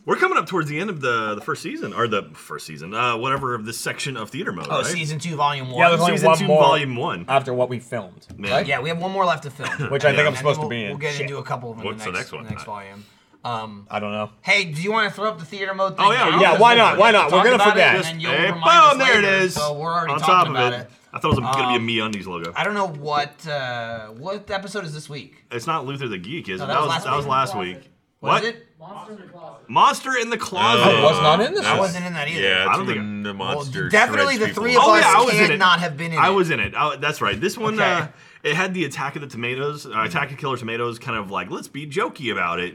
S1: We're coming up towards the end of the, the first season, or the first season, uh, whatever of this section of theater mode.
S2: Oh,
S1: right?
S2: season two, volume one. Uh,
S5: Yeah, there's only
S1: Season
S5: one
S1: two,
S5: more
S1: volume one.
S5: after what we filmed,
S1: Man.
S5: right?
S2: Yeah, we have one more left to film.
S5: Which I think
S1: Yeah.
S5: I'm
S2: And
S5: supposed
S2: we'll,
S5: to be in.
S2: We'll get
S5: Shit.
S2: into a couple of them
S6: What's the
S2: in the next,
S6: next one?
S2: next volume. Um,
S5: I don't know.
S2: hey, do you want to throw up the theater mode thing?
S1: Oh, yeah,
S2: now?
S1: yeah,
S2: Because
S1: why
S2: we'll forget to
S5: not? Why not? We're
S2: talk
S5: gonna
S2: about
S5: forget.
S2: It, and then you'll
S1: Hey,
S2: remind
S1: boom,
S2: us
S1: there it
S2: later.
S1: is.
S2: So we're already
S1: on
S2: talking
S1: top of
S2: about
S1: it. I thought it was going to be a
S2: Um,
S1: Me Undies logo.
S2: I don't know what uh, what episode is this week.
S1: It's not Luther the Geek, is
S2: No,
S1: it?
S2: that
S1: That
S2: was
S1: was
S2: last
S1: that was
S2: week.
S1: last week.
S2: Was
S1: What?
S2: it?
S1: Monster in the Closet.
S2: Oh,
S5: I was not in this.
S2: I
S5: one.
S2: wasn't in that either.
S6: Yeah,
S1: I
S6: I
S1: don't
S6: don't
S1: think
S6: the
S2: Well,
S6: monster.
S2: definitely
S6: shreds
S2: the
S6: people
S2: three of
S6: up.
S1: Oh,
S2: us
S1: yeah, I was in
S2: can't
S1: it.
S2: not have been in
S1: I
S2: it.
S1: was in it. Oh, that's right. This one,
S2: Okay.
S1: uh, it had the Attack of the Tomatoes, uh, Attack of Killer Tomatoes, kind of like let's be jokey about it.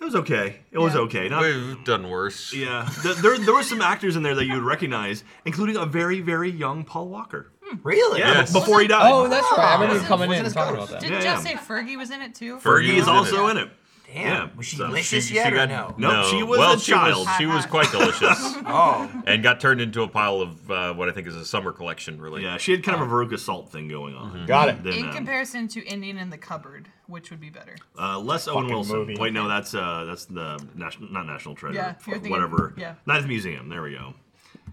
S1: It was okay. It was
S4: Yeah.
S1: okay. Not,
S6: We've done worse.
S1: yeah, Th- there there were some actors in there that you would recognize, including a very very young Paul Walker.
S2: Really?
S1: Yeah,
S6: Yes.
S1: before he died.
S5: Oh, that's right. I
S2: Ah.
S5: remember you
S4: Yeah.
S5: coming in
S2: Wasn't
S5: and
S2: as
S5: talking
S2: close.
S5: about that.
S4: Didn't
S1: Yeah,
S4: Joe
S1: yeah.
S4: say Fergie was in it too?
S1: Fergie is
S6: Yeah.
S1: also in it.
S2: Damn.
S1: Yeah,
S2: Was she
S1: so
S6: She,
S2: delicious
S6: she
S2: yet or
S6: got
S2: no?
S1: No, she was
S6: well,
S1: a
S6: she was-
S1: child.
S6: She was, quite delicious,
S2: Oh.
S6: and got turned into a pile of uh, what I think is a summer collection. Really,
S1: Yeah, she had kind of a Veruca Salt thing going on.
S5: Got it.
S1: Then,
S4: In
S1: um,
S4: comparison to Indian in the Cupboard, which would be better?
S1: Uh, Les Owen
S5: fucking
S1: Wilson.
S5: movie.
S1: Wait, no, that's uh, that's the national, not National Treasure,
S4: Yeah,
S1: fuck,
S4: you're thinking-
S1: whatever.
S4: yeah.
S1: Not at the museum. There we go.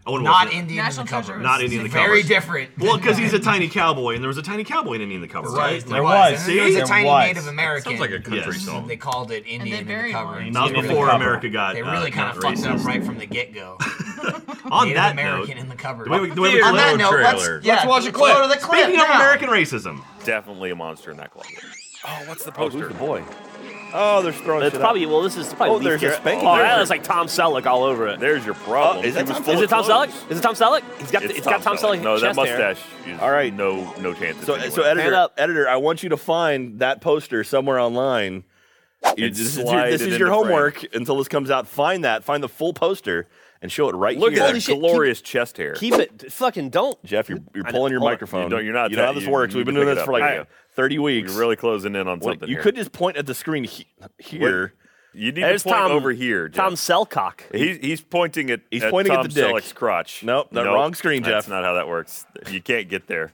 S1: Owen
S2: Not
S1: Wilson.
S2: Indian in the
S4: National Treasure
S2: cover.
S4: was-
S1: Not Indian in the
S2: Very
S1: covers.
S2: different.
S1: Well, because he's a tiny cowboy, and there was a tiny cowboy in Indian in the covers,
S2: Right.
S1: right?
S2: There
S5: There
S2: was.
S5: was.
S2: And then there was a
S5: There
S2: tiny
S5: was.
S2: Native American.
S6: sounds like a country
S1: Yes.
S6: song.
S2: They called it Indian in the
S4: buried
S2: cover.
S4: one.
S1: And that was
S5: Indian in the
S1: before
S5: cover.
S1: America got.
S2: They
S1: uh,
S2: really kind
S1: not
S2: of fucked it up
S1: racist.
S2: right from the get go.
S1: On
S2: Native
S1: that
S2: American in
S1: note,
S2: the cover.
S1: the way we, the way we
S6: Here,
S2: On that
S1: close-
S6: Hello,
S2: note, let's,
S6: trailer.
S2: yeah,
S5: Let's watch a
S2: go
S5: clip.
S2: to the clip
S1: Speaking of
S2: now.
S1: American racism,
S7: Definitely a monster in that closet.
S8: Oh, what's the poster?
S7: Who's the boy? Oh, they're throwing
S8: It's
S7: shit
S8: probably
S7: up.
S8: well. This is probably
S7: Oh,
S8: Leaf
S7: there's
S8: Garrett.
S7: a spanking
S8: Oh, that
S7: there.
S8: looks like Tom Selleck all over it.
S7: There's your problem.
S8: Oh, is
S7: He
S8: that
S7: was
S8: Tom,
S7: full
S8: is
S7: of
S8: it Tom
S7: clothes.
S8: Selleck? Is it Tom Selleck? He's got
S7: It's
S8: it's got Tom Selleck.
S7: No, that
S8: chest hair.
S7: mustache is
S8: All right.
S7: no no chance.
S9: So, so editor, editor, I want you to find that poster somewhere online. You-
S7: And
S9: this is your,
S7: slide
S9: this
S7: it
S9: is
S7: into
S9: your
S7: frame.
S9: homework until this comes out. Find that, find the full poster, and show it right
S7: Look
S9: here.
S7: at
S9: Holy
S7: that
S9: shit,
S7: glorious
S9: keep-
S7: chest hair.
S8: Keep it. Fucking don't.
S9: Jeff, you're, you're
S7: I know,
S9: pulling your
S7: hold on.
S9: microphone.
S7: You don't- you're not
S9: You know how
S7: that-
S9: this
S7: you-
S9: works.
S7: you
S9: We've been
S7: need to
S9: doing
S7: pick
S9: this
S7: it
S9: for
S7: up.
S9: like
S7: All right.
S9: thirty weeks.
S7: You're really closing in on
S9: Well,
S7: something.
S9: you
S7: here.
S9: could just point at the screen he- here.
S7: You need
S8: There's
S7: to point
S8: Tom
S7: over here. Jeff.
S8: Tom Selcock.
S7: He's he's pointing at
S9: He's
S7: at
S9: pointing at
S7: Tom
S9: the dick.
S7: Selleck's crotch.
S9: Nope, that wrong screen,
S7: That's
S9: Jeff.
S7: not how that works. You can't get there.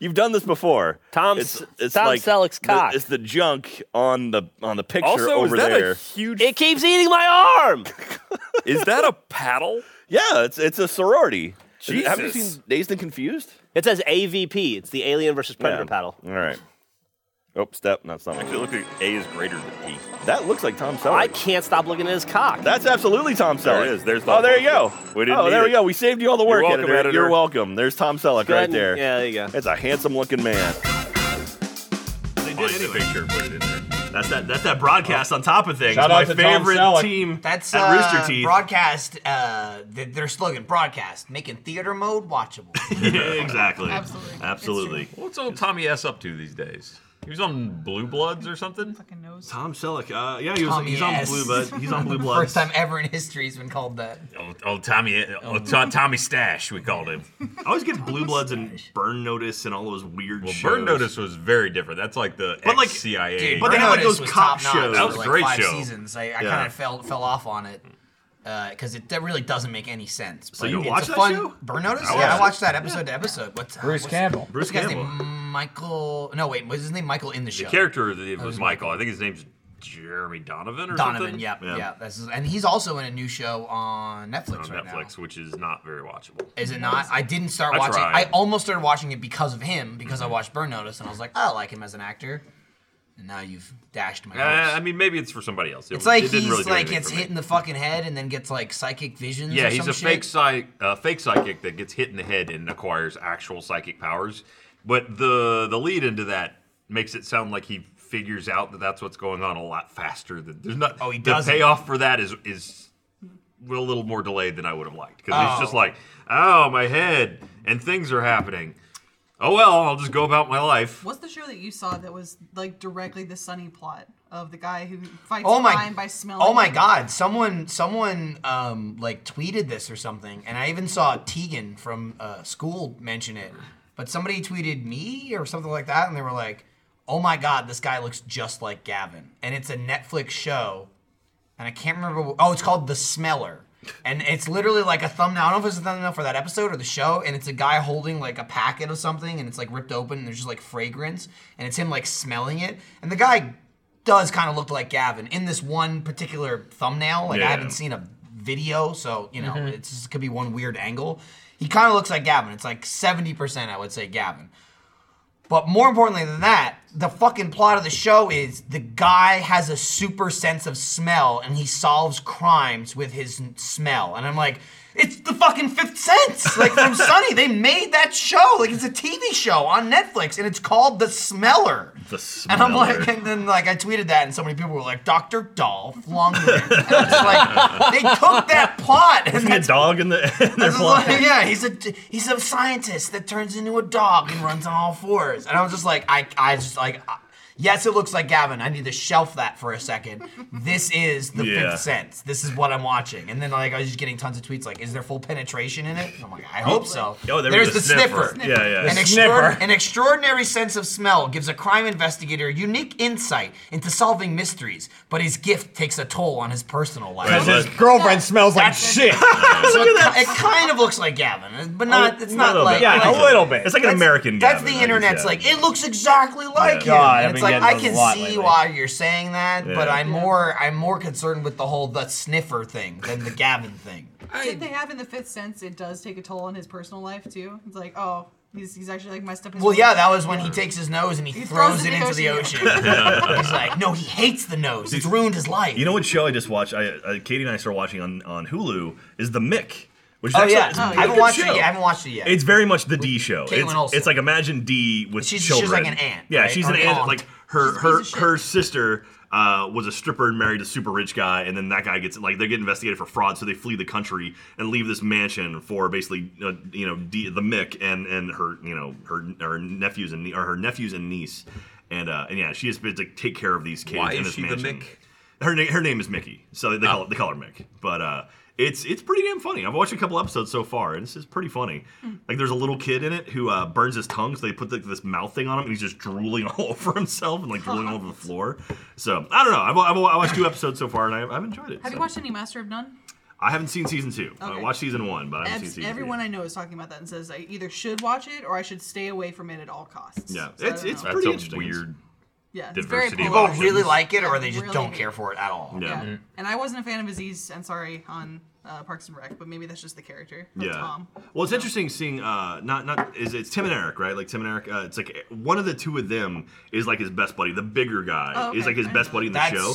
S9: You've done this before.
S8: Tom
S9: it's,
S8: S-
S9: it's
S8: Tom
S9: like
S8: Selleck's
S9: the-
S8: cock.
S9: it's the junk on the on the
S1: Oh.
S9: picture
S7: also,
S9: over
S7: is that
S9: there.
S7: a huge?
S8: It keeps eating my arm.
S7: is that a paddle?
S9: yeah, it's it's a sorority. Have you
S7: Jesus.
S9: seen Dazed and Confused?
S8: It says AVP. It's the Alien versus Predator
S9: Yeah.
S8: paddle.
S9: All right. Oh, step. That's not.
S7: Actually, it looks like A is greater than P.
S9: That looks like Tom Selleck.
S8: I can't stop looking at his cock.
S9: That's absolutely Tom Selleck.
S7: There it is. There's Tom
S9: oh, there you go.
S7: Selleck. We didn't
S9: Oh,
S7: need
S9: there we
S7: it.
S9: go. We saved you all the work,
S7: welcome,
S9: editor.
S7: editor.
S9: You're welcome. There's Tom Selleck
S8: Go ahead
S9: right
S8: and-
S9: there.
S8: Yeah, there you go.
S9: It's a handsome-looking man.
S1: they
S6: Find
S1: did
S6: the
S1: anyway.
S6: picture and put it in there.
S1: That's that. That's that broadcast on top of things.
S5: Shout
S1: My
S5: out to Tom
S1: favorite
S5: Selleck.
S1: team
S2: That's
S1: at
S2: uh,
S1: Rooster Teeth.
S2: broadcast. Uh, th- their slogan: broadcast, making theater mode watchable.
S1: yeah, exactly.
S4: Absolutely. It's
S1: Absolutely.
S6: What's old Tommy S up to these days? He was on Blue Bloods or something.
S4: Fucking knows.
S1: Tom Selleck. Uh, yeah, he was,
S2: Tommy
S1: he's on
S2: S.
S1: Blue Blood. He's on Blue Blood.
S2: First time ever in history he's been called that.
S6: Old, old Tommy, old To- Tommy Stash, we called him.
S1: I always get Blue Bloods and Burn Notice and all those weird
S6: Well,
S1: shows.
S6: Burn Notice was very different. That's like the
S1: But, like,
S6: CIA.
S1: but they
S2: Burn
S1: had, like,
S2: Notice
S1: those
S2: was
S1: cop
S2: top-notch
S1: shows.
S2: for,
S1: That
S6: was a
S2: like,
S6: great
S2: five
S6: show.
S2: seasons. I, I
S1: Yeah.
S2: kind of fell fell off on it because it that really doesn't make any sense.
S1: So you
S2: it's
S1: watch
S2: a
S1: that
S2: fun,
S1: show?
S2: Burn Notice?
S1: I
S2: yeah,
S1: watched
S2: I
S1: it.
S2: watched that episode to episode. What's
S5: Bruce
S2: what's-
S5: Campbell.
S1: Bruce
S2: What's the guy's
S1: Campbell.
S2: name? Michael. No, wait. Was his name Michael in the show?
S6: The character that it was Michael. I think his name's Jeremy Donovan or
S2: Donovan.
S6: something.
S2: Yeah,
S1: Yeah.
S2: yeah. That's his, and he's also in a new show on Netflix
S6: On
S2: right now.
S6: Netflix, which is not very watchable.
S2: Is it not? I didn't start
S6: I
S2: watching.
S6: tried.
S2: I almost started watching it because of him, because I
S1: Mm-hmm.
S2: watched Burn Notice, and I was like, I like him as an actor. And now you've dashed my.
S6: Uh,
S2: hopes.
S6: I mean, maybe it's for somebody else. It-
S2: it's like
S6: it didn't
S2: he's
S6: really do
S2: like
S6: anything
S2: gets
S6: for me.
S2: hit in the fucking head and then gets like psychic visions.
S6: Yeah,
S2: or
S6: he's
S2: some
S6: a
S2: shit.
S6: fake psych, uh, fake psychic that gets hit in the head and acquires actual psychic powers. But the the lead into that makes it sound like he figures out that that's what's going on a lot faster. Than there's not.
S2: Oh, he
S6: the
S2: doesn't.
S6: payoff for that is is a little more delayed than I would have liked because he's just
S2: Oh.
S6: like, oh, my head and things are happening. Oh well, I'll just go about my life.
S4: What's the show that you saw that was like directly the Sunny plot of the guy who fights
S2: Oh my!
S4: crime by smelling?
S2: Oh my God! Someone, someone, um, like tweeted this or something, and I even saw Tegan from uh, school mention it. But somebody tweeted me or something like that, and they were like, "Oh my God, this guy looks just like Gavin," and it's a Netflix show, and I can't remember. What, oh, it's called The Smeller. And it's literally like a thumbnail. I don't know if it's a thumbnail for that episode or the show. And it's a guy holding like a packet of something, and it's like ripped open, and there's just like fragrance, and it's him like smelling it. And the guy does kind of look like Gavin in this one particular thumbnail. Like
S1: Yeah. Mm-hmm.
S2: I haven't seen a video, so you know it's just could be one weird angle. He kind of looks like Gavin. It's like seventy percent, I would say, Gavin. But more importantly than that, the fucking plot of the show is the guy has a super sense of smell and he solves crimes with his n- smell. And I'm like, it's the fucking fifth sense. Like from Sunny, they made that show. Like it's a TV show on Netflix and it's called The Smeller.
S1: The
S2: And I'm like,
S1: smeller.
S2: and then like I tweeted that, and so many people were like, "Dr. Dolph Lundgren." And I'm just like, they took that plot, and
S1: Isn't he a
S2: that's
S1: dog in the in their
S2: this is
S1: plot?
S2: like- yeah, he's a he's a scientist that turns into a dog and runs on all fours. And I was just like, I I just like, I- yes, it looks like Gavin. I need to shelf that for a second. This is the
S1: Yeah.
S2: Fifth Sense. This is what I'm watching. And then like I was just getting tons of tweets like, is there full penetration in it? And I'm like, I hope so.
S1: Oh, there we
S2: There's
S1: go,
S2: the sniffer.
S1: Yeah, yeah.
S2: An, extraor- an extraordinary sense of smell gives a crime investigator unique insight into solving mysteries, but his gift takes a toll on his personal life.
S1: Right,
S5: His
S1: but-
S5: girlfrind smells like
S2: That's-
S5: shit.
S2: So it, ki- it kind of looks like Gavin,
S1: Oh,
S2: but not. It's not
S1: little
S2: like.
S1: bit.
S5: Yeah,
S2: like-
S5: a little bit.
S1: It's like an American.
S2: That's
S1: Gavin,
S2: the
S1: I guess,
S2: internet's
S1: yeah.
S2: like it looks exactly
S1: Yeah.
S2: like him.
S5: God, I've
S2: and
S5: been
S2: it's like
S5: getting
S2: I
S5: those a
S2: can
S5: lot
S2: see
S5: lately.
S2: why you're saying that, but
S1: Yeah.
S2: I'm more I'm more concerned with the whole the sniffer thing than the Gavin thing.
S4: Did they have in the fifth sense? It does take a toll on his personal life too. It's like, oh, he's, he's actually like messed up. His
S2: Well, yeah, that was when he takes his nose and he, throws,
S4: throws
S2: it
S4: it in
S2: into
S4: the
S2: the ocean.
S4: ocean.
S2: He's like, no, he hates the nose. It's ruined his life.
S1: You know what show I just watched? I, uh, Katie and I started watching on, on Hulu is The Mick, which is
S2: oh
S1: actually
S2: yeah,
S1: it's a
S2: I
S1: pretty
S2: haven't
S1: good
S2: watched
S1: show.
S2: it yet. I haven't watched it yet.
S1: It's very much the D show.
S2: Caitlin
S1: It's,
S2: Olsen.
S1: it's like imagine D with
S2: She's- she's like
S1: children.
S2: an aunt,
S1: Yeah,
S2: right?
S1: she's
S2: Or
S1: an
S2: an
S1: aunt.
S2: aunt.
S1: Like her
S4: She's a
S1: her
S4: piece of
S1: her
S4: shit.
S1: sister uh, was a stripper and married a super rich guy, and then that guy gets like they get investigated for fraud, so they flee the country and leave this mansion for basically uh, you know D, the Mick and and her you know her her nephews and nie- or her nephews and niece. And, uh, and yeah, she has been to take care of these kids
S6: Why
S1: in
S6: is
S1: this
S6: she the
S1: mansion.
S6: Mick?
S1: Her name her name is Mickey, so they
S4: Oh.
S1: call it, they call her Mick. But uh, it's it's pretty damn funny. I've watched a couple episodes so far, and it's, it's pretty funny.
S4: Hmm.
S1: Like there's a little kid in it who uh, burns his tongue, so they put like, this mouth thing on him, and he's just drooling all over himself and like drooling all over the floor. So I don't know. I've, I've, I watched two episodes so far, and I, I've enjoyed it.
S4: Have you
S1: so.
S4: watched any Master of None?
S1: I haven't seen season two. I
S4: Okay.
S1: watched season one, but I haven't
S4: Abs-
S1: seen season
S4: everyone
S1: two.
S4: I know is talking about that and says I either should watch it or I should stay away from it at all costs.
S1: Yeah,
S4: So I
S1: it's-
S4: don't
S1: it's
S4: know.
S6: That's
S1: Pretty
S6: a
S1: interesting.
S6: weird.
S4: yeah, it's very
S6: diversity of
S4: polarized.
S2: people Oh, really like it, or they just
S4: Really
S2: don't
S4: hate
S2: care
S4: it.
S2: for it at all.
S1: Yeah.
S4: Yeah. And I wasn't a fan of Aziz Ansari on uh, Parks and Rec, but maybe that's just the character of
S1: Yeah.
S4: Tom.
S1: Well, it's interesting seeing uh, not not is it's Tim and Eric, right? Like Tim and Eric, uh, it's like one of the two of them is like his best buddy. The bigger guy
S4: Oh,
S1: is
S4: okay.
S1: like his
S4: I
S1: best
S4: know.
S1: buddy in the
S2: That's
S1: show.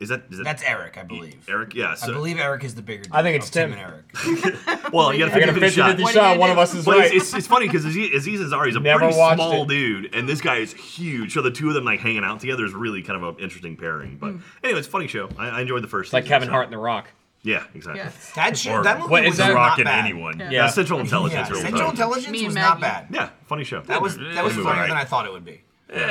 S1: Is that is that
S2: that's Eric, I believe.
S1: Eric? Yeah.
S2: I
S1: So,
S2: believe Eric is the bigger.
S5: I think
S2: dude
S5: it's
S2: of
S5: Tim.
S2: and Eric.
S1: well, you
S5: I
S1: got
S5: got
S1: to
S5: a
S1: fifty shot.
S5: 50
S4: What do
S5: shot.
S4: you
S5: One
S4: do?
S5: of us is
S1: But
S5: right.
S1: it's, it's, it's funny because Aziz, Aziz Ansari is a
S5: Never
S1: pretty
S5: watched
S1: small
S5: it.
S1: dude, and this guy is huge. So the two of them like hanging out together is really kind of an interesting pairing. But
S2: Mm.
S1: anyway, it's a funny show. I, I enjoyed the first.
S5: It's like
S1: season,
S5: Kevin
S1: so-
S5: Hart and The Rock.
S1: Yeah, exactly.
S4: Yeah.
S2: That show,
S6: Or
S2: that movie
S5: what is
S2: was
S5: that?
S2: not
S6: Rocking
S2: bad.
S6: anyone.
S1: Yeah,
S5: Yeah.
S1: Central
S2: Yeah,
S1: Intelligence. really
S2: Central
S1: fun.
S2: Intelligence
S4: Me and
S2: was not
S4: Maggie.
S2: bad.
S1: Yeah, funny show.
S2: That was that was
S1: Anyway.
S2: funnier than I thought it would be.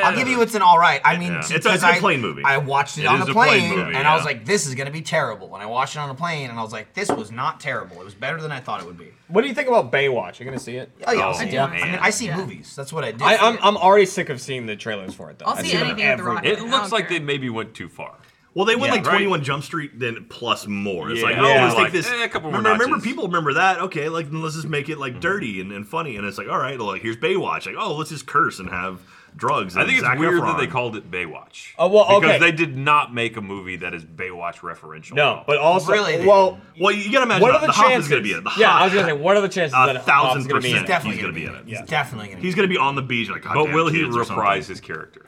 S2: I'll give you it's an all right. I mean,
S1: Yeah. It's a-
S2: because
S1: it's a
S2: I-
S1: plane movie.
S2: I watched it,
S6: It
S2: on a
S6: is
S2: plane,
S6: a plane movie,
S2: and I was
S6: yeah.
S2: like, this is gonna be terrible. And I watched it on a plane, and I was like, this was not terrible. It was better than I thought it would be.
S5: What do you think about Baywatch? You're gonna see it.
S2: Oh yeah, I'll
S6: Oh,
S2: see it.
S4: do.
S2: I mean, I see
S4: Yeah.
S2: movies. That's what I do.
S5: I, I'm, I'm already sick of seeing the trailers for it though.
S4: I'll
S5: I've
S4: see
S5: seen
S4: anything with The
S5: every-
S4: Rock.
S6: It
S4: I
S6: looks
S4: don't
S6: like
S4: care.
S6: they maybe went too far.
S1: Well, they went
S5: Yeah,
S1: like
S6: right.
S1: 21 Jump Street, then plus more. It's
S6: Yeah.
S1: like, oh,
S5: Yeah.
S1: let's
S6: Like,
S1: take this.
S6: eh, a couple more
S1: remember, remember,
S6: notches. Mm-hmm.
S1: people remember that. Okay, like then let's just make it like dirty and, and funny. And it's like, all right, well, like here's Baywatch. Like, oh, let's just curse and have drugs.
S6: I
S1: and
S6: think it's
S1: Zac
S6: weird
S1: Efron.
S6: that they called it Baywatch.
S5: Oh, well, okay.
S6: Because they did not make a movie that is Baywatch referential.
S5: No, but also,
S2: Really?
S5: well,
S1: Well, you gotta imagine
S5: what
S1: the,
S5: are the,
S1: the Hop
S5: chances?
S1: is gonna be in it. The
S5: yeah,
S1: Hop-
S5: I was gonna say, what are the chances
S1: A
S5: that
S1: thousand
S5: Hop's gonna be in
S1: percent.
S5: it?
S2: definitely
S1: he's gonna be
S2: it.
S1: in it.
S2: He's definitely gonna.
S1: He's
S2: be in
S1: gonna be on the beach. Like, God
S6: But
S1: damn
S6: will he
S1: kids or
S6: reprise
S1: something.
S6: his character?
S2: it.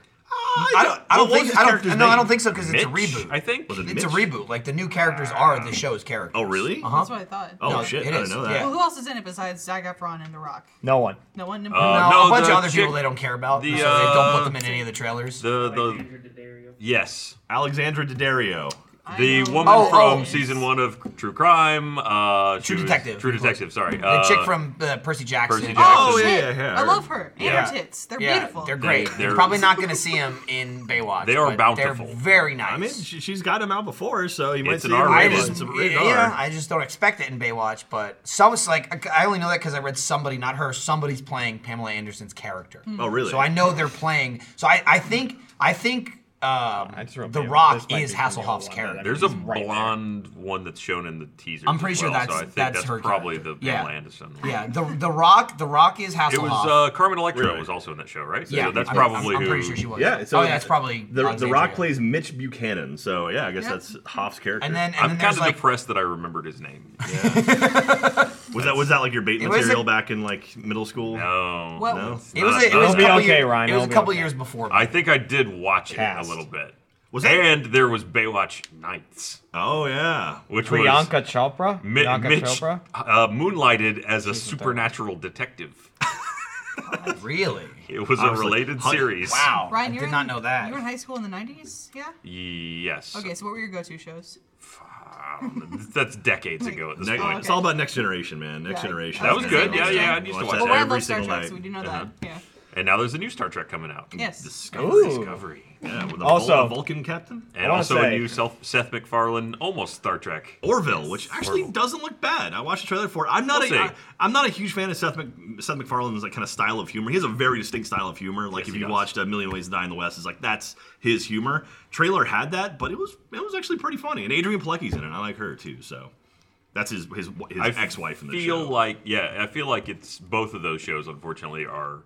S2: I don't. I
S1: What
S2: don't
S1: was
S2: think.
S1: his
S2: I
S1: character's
S2: don't. No, I
S1: name?
S2: don't think so because it's a
S6: Mitch,
S2: reboot.
S6: I think.
S1: Was it
S2: It's a
S1: Mitch?
S2: reboot. Like the new characters are the show's characters.
S1: Oh, really?
S2: Uh-huh.
S4: That's what I thought.
S1: Oh
S2: No,
S1: shit!
S2: it
S1: I didn't
S2: is,
S1: know
S2: yeah.
S1: that.
S4: Well, who else is in it besides Zac Efron and The Rock?
S5: No one.
S4: No one.
S2: No,
S6: Uh,
S2: a
S6: no,
S2: bunch of
S6: the
S2: other people
S6: chick-
S2: they don't care about,
S6: the,
S2: so they don't put
S6: uh,
S2: them in any of the trailers.
S6: The the yes,
S1: Alexandra Daddario.
S4: I
S6: the
S4: know.
S6: woman
S2: Oh,
S6: from
S2: oh.
S6: season one of True Crime. Uh, she
S2: True
S6: was-
S2: Detective.
S6: True Detective. Sorry,
S2: the
S6: uh,
S2: chick from uh, Percy Jackson.
S6: Percy Jackson.
S4: Oh,
S1: Oh,
S4: shit.
S1: yeah, yeah, yeah.
S4: I love her. And
S2: Yeah.
S4: her tits. They're
S2: Yeah,
S4: beautiful.
S2: They're great.
S6: They- they're-
S2: You're probably not going to see them in Baywatch.
S6: They are
S2: but
S6: bountiful.
S2: They're very nice.
S1: I mean, she, she's got him out before, so you might
S6: It's
S1: see
S6: an
S1: him
S2: I
S6: R-rated.
S1: in
S2: just,
S1: some
S2: yeah,
S1: radar.
S2: I just don't expect it in Baywatch, but some it's like I only know that because I read somebody, not her, somebody's
S5: Hmm.
S2: playing Pamela Anderson's character.
S1: Oh, really?
S2: So I know they're playing. So I, I think I think
S5: I just
S2: um,
S5: remember
S2: The
S5: this
S2: Rock
S5: might be
S2: is
S5: from the other
S2: Hasselhoff's
S5: one,
S2: character.
S5: but
S6: There's a
S5: He's right there.
S6: blonde one that's shown in the teaser.
S2: I'm pretty sure that's-
S6: so I think
S2: that's
S6: that's,
S2: her
S6: probably
S2: character.
S6: the
S2: Yeah.
S6: Pamela Anderson. one.
S2: Yeah, the the Rock, the Rock is Hasselhoff.
S6: It was uh, Carmen Electra
S9: Really?
S6: was also in that show, right?
S2: yeah,
S6: so that's
S2: I'm- I'm,
S6: probably
S2: I'm
S6: who.
S2: pretty sure she was.
S1: Yeah, so
S2: oh yeah, that's probably
S1: The, the
S2: Alexandria.
S1: Rock plays Mitch Buchanan, so yeah, I guess
S4: Yeah.
S1: that's Hoff's character.
S2: And then and
S6: I'm
S2: then
S6: kind
S2: there's
S6: of
S2: like
S6: depressed that I remembered his name.
S1: was that was that like your bait
S2: It was
S1: material
S2: a-
S1: back in like middle school?
S6: No,
S4: Well-
S6: no,
S1: No?
S6: it's
S2: it was
S6: not.
S2: a, it was a
S5: It'll be
S2: couple
S5: okay,
S2: year-
S5: Ryan,
S2: It was a
S5: it'll be
S2: couple
S5: okay.
S2: years before.
S6: I think I did watch
S5: Cast.
S6: it a little bit.
S1: Was that-
S6: and there was Baywatch Nights,
S1: Oh yeah.
S6: which was
S5: Priyanka Chopra?
S6: Mi-
S5: Priyanka
S6: Mitch
S5: Chopra?
S6: uh, moonlighted as a supernatural detective.
S2: really?
S6: It was
S1: I
S6: a
S1: was like,
S6: related
S1: huh,
S6: series.
S2: Wow,
S4: Ryan,
S2: I
S4: you're
S2: did
S4: in,
S2: not know that.
S4: You were in high school in the 90s? Yeah?
S6: Yes. Um,
S4: Okay, so what were your go to shows?
S6: That's decades ago at this
S1: Next-
S4: Oh,
S6: point.
S4: okay.
S1: It's all about next generation, man. Next
S4: Yeah.
S1: generation.
S4: That was
S1: Yeah,
S4: good.
S1: I
S4: Yeah,
S1: watched
S4: yeah,
S1: that.
S4: I
S6: used to
S1: watched
S6: watch
S1: that
S6: that.
S4: Well, I
S1: every
S4: love Star
S1: single
S4: Trek,
S1: night.
S4: so we do know that. Yeah.
S6: And now there's a new Star Trek coming out.
S4: Yes.
S1: Discovery.
S6: Discovery.
S1: Yeah, with a
S5: Also-
S1: also, Vulcan captain
S6: And
S5: wanna
S6: also
S5: say-
S6: a new self, Seth MacFarlane almost Star Trek.
S1: Orville, which actually
S6: Orville.
S1: doesn't look bad. I watched the trailer for it. I'm not
S6: We'll
S1: a
S6: see.
S1: I, am not a huge fan of Seth Mac, Seth MacFarlane's like kind of style of humor. He has a very distinct style of humor. Like if
S6: he
S1: you
S6: does.
S1: watched A Million Ways to Die in the West, it's like that's his humor. Trailer had that, but it was it was actually pretty funny. And Adrian Palecki's in it. and I like her too. So that's his his his
S6: I
S1: ex-wife in the
S6: feel
S1: show.
S6: like yeah, I feel like it's both of those shows. Unfortunately, are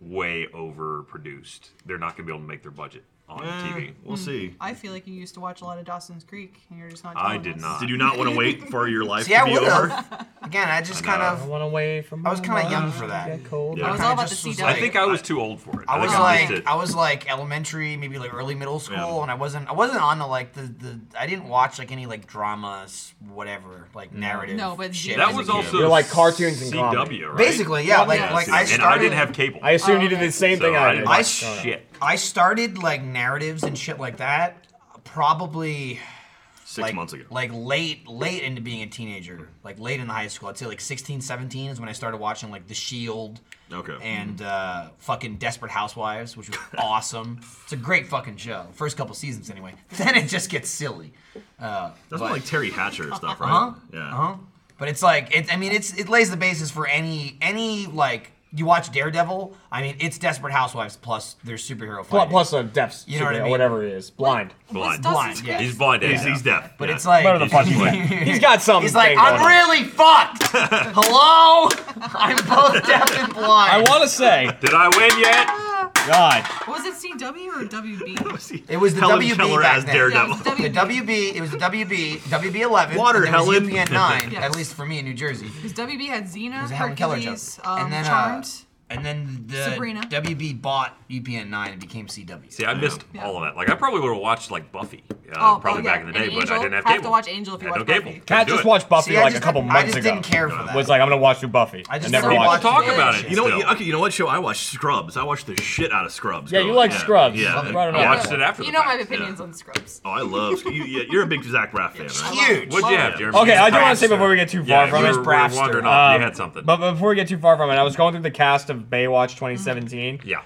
S6: way overproduced. They're not going to be able to make their budget on
S1: Eh,
S6: TV.
S1: We'll see.
S4: I feel like you used to watch a lot of Dawson's Creek, and you're just not.
S6: I
S4: telling
S6: did
S4: us.
S6: not.
S1: Did you not want to wait for your life
S2: See, I
S1: to be
S2: would've.
S1: over?
S2: Again, I just kind
S5: I
S2: of
S5: went away from
S2: I was
S5: home,
S2: kinda young
S5: uh,
S2: for that.
S5: Get cold.
S1: Yeah.
S4: I was
S2: kinda
S4: all about the
S2: just was
S4: CW.
S6: I think I was too old for it.
S2: I was
S6: think
S2: like
S6: missed it.
S2: I was like elementary, maybe like early middle school,
S1: Yeah.
S2: and I wasn't I wasn't on the like the, the I didn't watch like any like dramas, whatever, like narrative.
S4: No, but
S2: shit as
S4: That
S6: that
S2: a
S6: was
S2: kid.
S6: also
S5: You're like cartoons and
S6: CW,
S5: comedy.
S6: right?
S2: basically yeah, like
S4: yeah.
S2: like I
S6: and
S2: started.
S6: I didn't have cable.
S5: I assume
S4: Oh,
S5: you did
S4: okay.
S5: the same
S6: So
S5: thing
S6: I
S5: I
S6: didn't
S5: did.
S2: I
S5: Like,
S2: sh-
S5: growing up.
S6: shit.
S2: I started like narratives and shit like that probably
S1: Six
S2: like,
S1: months ago.
S2: Like late, late into being a teenager. Like late in high school. I'd say like 16, 17 is when I started watching like The Shield
S1: Okay.
S2: and uh, fucking Desperate Housewives, which was awesome. It's a great fucking show. First couple seasons anyway. Then it just gets silly. Uh,
S1: That's
S2: but-
S1: more like Terry Hatcher stuff, right?
S2: uh-huh.
S1: Yeah.
S2: Uh-huh. But it's like it, I mean it's it lays the basis for any any like you watch Daredevil, I mean it's Desperate Housewives plus their superhero
S5: Plus,
S2: fighting.
S5: plus a depth,
S2: You know what I
S5: superhero,
S2: mean?
S5: whatever it is. Blind.
S4: What's
S6: Blind.
S4: Dawson's
S2: Blind, yeah.
S4: Creek?
S6: He's blind.
S1: He's, he's deaf.
S2: but
S1: yeah.
S2: it's like
S5: Whatever the fuck he's playing. He's got something.
S2: He's like,
S5: going
S2: I'm
S5: on.
S2: really fucked. Hello, I'm both deaf and blind.
S5: I want to say,
S6: Did I win yet?
S5: God,
S4: Was it CW or WB?
S2: it was the
S1: Helen
S2: WB
S1: Keller
S2: back
S1: as
S2: then.
S4: yeah, it
S1: Daredevil.
S4: was WB.
S2: the WB, it was the WB, WB 11.
S1: Water,
S2: and there was
S1: Helen.
S2: UPN 9,
S4: Yeah.
S2: at least for me in New Jersey.
S4: Because WB had Xena,
S2: was a Helen Keller joke.
S4: Hercules, um,
S2: And then, uh,
S4: Charmed.
S2: And then the
S4: Sabrina.
S2: WB bought UPN 9 and became CW.
S6: See, I missed
S4: Yeah.
S6: all of that. Like, I probably would have watched like Buffy, uh,
S4: Oh,
S6: probably
S4: oh, yeah.
S6: back in the day,
S4: And
S6: but I
S4: Angel.
S6: didn't have
S4: Have
S6: cable.
S4: to watch Angel if you
S6: Had
S4: watch
S6: no
S4: Buffy.
S6: cable.
S5: Cat
S4: Cat
S6: Couldn't do
S5: just
S6: it.
S5: watched Buffy
S2: See, I
S5: like a
S2: just
S5: couple
S2: didn't-
S5: months
S2: I just
S5: ago.
S2: didn't care for that.
S5: Was like, I'm gonna watch new Buffy.
S2: I just
S5: never
S2: started
S5: watched.
S2: watching
S6: Talk about
S4: it
S1: You know,
S6: still.
S1: what, okay. You know what show I watched? Scrubs. I watched the shit out of Scrubs.
S5: Yeah, you
S1: growing
S5: like
S1: up.
S5: Scrubs.
S1: Yeah.
S5: You brought it
S6: I
S5: up.
S6: watched it after.
S4: You
S6: the
S4: know my
S6: fact.
S4: opinions on Scrubs.
S1: Oh, I love. Scrubs. you, yeah, you're a big Zach Braff fan, right?
S2: Huge.
S6: What'd you have,
S1: Yeah.
S6: Jeremy?
S5: Okay, I do
S6: Braxton.
S5: want to say before we get too far
S6: Yeah,
S5: from
S6: you
S5: it,
S6: were-
S2: Braxton.
S6: were wandering off.
S5: Um,
S6: you had something.
S5: But before we get too far from it, I was going through the cast of Baywatch 2017.
S6: yeah.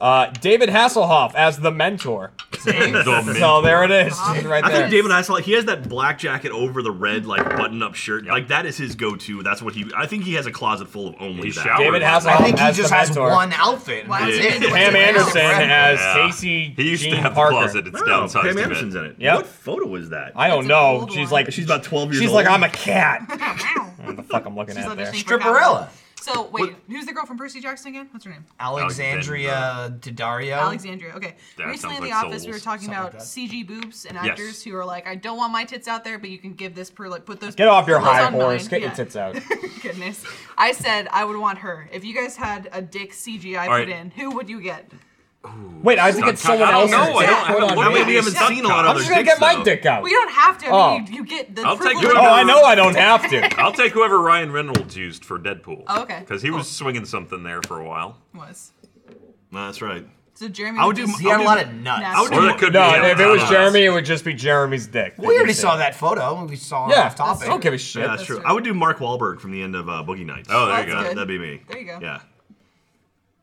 S5: Uh, David Hasselhoff as the mentor.
S6: The
S5: So there it is, It's right
S1: I
S5: there.
S1: think David Hasselhoff. He has that black jacket over the red like button-up shirt. Like that is his go-to. That's what he. I think he has a closet full of only
S6: He
S1: that.
S6: showers.
S5: David Hasselhoff
S2: I think he
S5: as
S2: just
S5: the
S2: has
S5: mentor.
S2: one outfit. and
S4: Why
S2: that's
S4: is
S1: Yeah.
S4: it?
S1: Pam
S5: Pam
S4: Yeah.
S5: Anderson as
S6: Yeah.
S5: Casey.
S6: He used
S5: Jean
S6: to have
S5: Parker.
S6: the closet. It's
S1: Oh,
S6: downsized
S1: Pam
S6: a bit.
S1: Anderson's in it.
S5: Yep.
S1: What photo was that?
S5: I don't
S4: It's an
S5: know.
S4: old
S5: She's
S4: one.
S5: like
S1: She's about 12 years
S5: She's
S1: old.
S5: like I'm a cat. I don't know what the fuck I'm looking
S4: She's
S5: at there.
S4: auditioning for
S2: Stripperella.
S4: Catwoman. So wait,
S1: What-
S4: who's the girl from Percy Jackson again? What's her name?
S2: Oh, Alexandria Daddario.
S4: Alexandria. Okay.
S6: That
S4: Recently in
S6: sounds
S4: the
S6: like
S4: office, we were
S6: Souls.
S4: talking
S2: Oh. Something
S4: about
S2: like that.
S4: CG boobs and actors who are like, I don't want my tits out there, but you can give this per like put those.
S5: Get off your
S4: put those
S5: high
S4: on mine."
S5: horse. Get your
S4: Yeah.
S5: tits out.
S4: Goodness. I said I would want her. If you guys had a dick CGI
S6: All
S4: put
S6: right.
S4: in, who would you get?
S5: Wait, I have to
S6: I
S5: get someone
S6: don't
S5: else's
S6: know. I
S5: dick
S6: don't- I
S5: put
S6: don't
S5: on
S6: know.
S1: I mean,
S5: me.
S1: we haven't
S4: Stop.
S1: seen a lot of
S5: I'm
S1: other
S5: just gonna
S1: dicks,
S5: get my
S1: though.
S5: dick out.
S4: We don't have to. I mean,
S5: Oh.
S4: you, you get the.
S6: I'll take
S4: privilege
S6: whatever-
S5: Oh,
S4: of-
S5: I know I don't have to.
S6: I'll take whoever Ryan Reynolds used for Deadpool.
S4: Oh, okay.
S6: Because he was swinging something there for a while.
S4: Was.
S1: No, that's right.
S4: So Jeremy.
S1: I would
S4: would
S1: do
S4: just-
S2: He had a
S1: I'll
S2: lot
S1: do-
S2: of nuts.
S4: Now- I would
S6: Or that could
S5: No,
S6: be. Uh,
S5: if it was
S6: Alan
S5: Jeremy, it would just be Jeremy's dick.
S2: We already saw that photo. We saw it
S5: Yeah,
S2: off topic.
S5: I don't give a shit.
S1: Yeah, that's,
S4: That's
S1: true.
S4: true.
S1: I would do Mark Wahlberg from the end of uh, Boogie Nights.
S6: Oh, there you
S4: That's
S6: go.
S4: good.
S1: that'd be me.
S4: There you go.
S1: Yeah,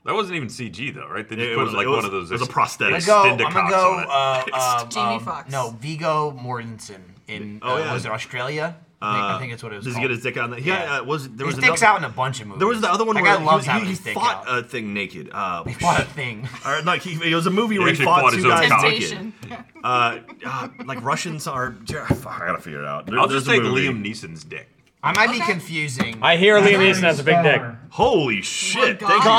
S6: That wasn't even CG though, right? They just
S1: it
S6: put
S1: was-
S6: like
S1: it was-
S6: one of those.
S1: it was a
S6: ex-
S1: prosthetic.
S2: I'm gonna go.
S6: extended
S2: I'm gonna
S6: cocks
S2: go.
S6: on it.
S2: Uh, um,
S4: Jamie
S2: um,
S4: Foxx.
S2: No, Vigo Mortensen in.
S1: Oh,
S2: uh,
S1: yeah.
S2: Was it Australia? I think it's what it was
S1: Does he
S2: called.
S1: get his dick out? In the, yeah, uh, was there was
S2: His dick's
S1: another,
S2: out in a bunch of movies.
S1: There was the other one
S2: that
S1: where
S2: guy
S1: he,
S2: loves
S1: was-
S2: having
S1: he,
S2: his
S1: he
S2: dick
S1: fought
S2: out.
S1: a thing naked. Uh,
S2: What a thing.
S1: or like he, it was a movie where he
S6: actually
S1: fought,
S6: fought
S1: two
S6: his own
S1: guys
S6: cock.
S1: naked.
S4: Temptation.
S1: Uh, uh, like Russians are. yeah, Fuck, I gotta figure it out. There-
S6: I'll just
S1: there's
S6: take
S1: a movie.
S6: Liam Neeson's dick.
S2: I might be confusing.
S5: I hear Liam Neeson has a big dick.
S1: Holy shit!
S4: God.
S1: Thank you.
S2: Oh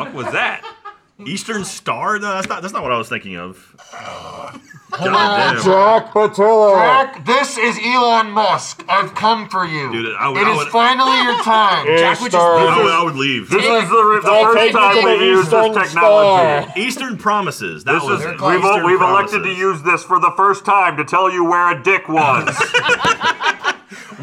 S2: God!
S6: Fuck was that?
S1: Eastern Star? No, that's not. That's not what I was thinking of.
S2: on.
S1: God damn.
S2: Jack, this is Elon Musk. I've come for you.
S1: Dude, I would- It I is would-
S2: finally your time. Jack would just
S1: I would, I would leave.
S6: This is the, first time we've used this technology.
S1: Eastern Promises. That
S6: This
S1: was
S6: is,
S1: it.
S6: we've
S2: called
S1: Eastern
S6: we've elected to
S1: Promises.
S6: use this for the first time to tell you where a dick was.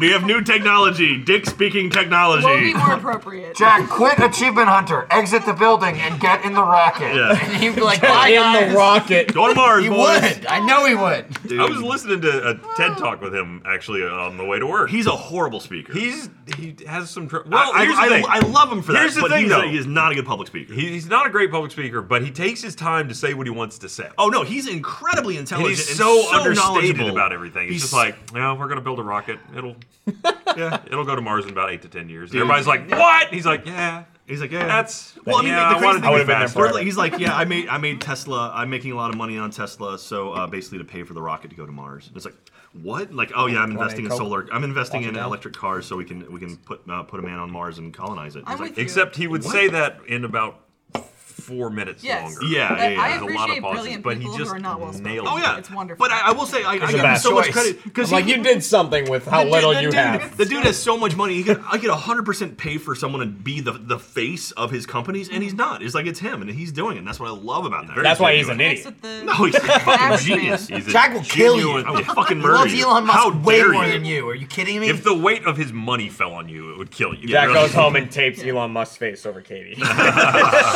S1: We have new technology. Dick speaking technology.
S4: What would be more appropriate?
S2: Jack, quit Achievement Hunter. Exit the building and get in the rocket.
S1: Yeah.
S2: And he'd be like, bye, guys.
S5: In the rocket.
S1: Go to Mars,
S2: He
S1: boys.
S2: would. I know he would.
S6: I was listening to a TED talk with him actually on the way to work.
S1: He's a horrible speaker.
S6: he's he has some. Tr-
S1: I-
S6: well,
S1: I,
S6: here's
S1: I-
S6: the thing.
S1: I love him for that.
S6: Here's the
S1: but
S6: thing,
S1: he's a-
S6: though.
S1: he is not a good public speaker.
S6: He- he's not a great public speaker, but he takes his time to say what he wants to say.
S1: oh no, he's incredibly
S6: and
S1: intelligent.
S6: he's
S1: and
S6: so, understated
S1: knowledgeable.
S6: about everything. He's, just like, yeah, we're gonna build a rocket. It'll, yeah, it'll go to Mars in about eight to ten years. And everybody's like, what? He's like, yeah.
S1: He's like, yeah.
S6: That's
S1: Well, I mean,
S6: yeah,
S1: the, the crazy
S6: wanted to
S1: thing
S6: be
S1: is,
S5: would've been there
S6: faster.
S5: forever.
S1: he's like, yeah, I made, I made Tesla. I'm making a lot of money on Tesla, so uh, basically to pay for the rocket to go to Mars. And it's like, what? Like, oh yeah, I'm investing in
S5: Coke?
S1: solar. I'm investing
S5: Watch it
S1: in
S5: down.
S1: electric cars so we can we can put uh, put a man on Mars and colonize it.
S4: I'm
S1: It's like,
S4: with you.
S6: Except he would
S1: What?
S6: say that in about four minutes
S4: Yes.
S6: longer.
S1: Yeah,
S4: But
S1: yeah, yeah.
S4: I
S6: There's a lot of
S4: appreciate
S6: pauses,
S4: brilliant
S6: but he
S4: people who
S6: just
S4: are not well spoken.
S6: nails
S1: oh yeah,
S4: It's wonderful.
S1: But I, I will say, I, I
S5: a
S1: give him
S5: bad
S1: so much
S5: choice.
S1: credit because
S5: Like you did something with how little you have.
S1: The dude has so much money. He could, I could 100% pay for someone to be the, the face of his companies, and he's not. It's like it's him, and he's doing it. And that's what I love about that.
S5: That's why he's an
S4: Next
S5: idiot.
S4: with the
S1: No, he's a fucking
S4: Axe Man.
S1: genius. He's a,
S2: Jack will kill
S6: genuine-
S2: you.
S1: I would fucking
S2: He
S1: murder
S2: loves
S1: you.
S2: Elon Musk
S1: How
S2: way
S1: dare
S2: more
S1: you?
S2: than you. Are you kidding me?
S6: If the weight of his money fell on you, it would kill you.
S5: Jack
S1: Yeah.
S5: goes home and tapes Elon Musk's face over Katie.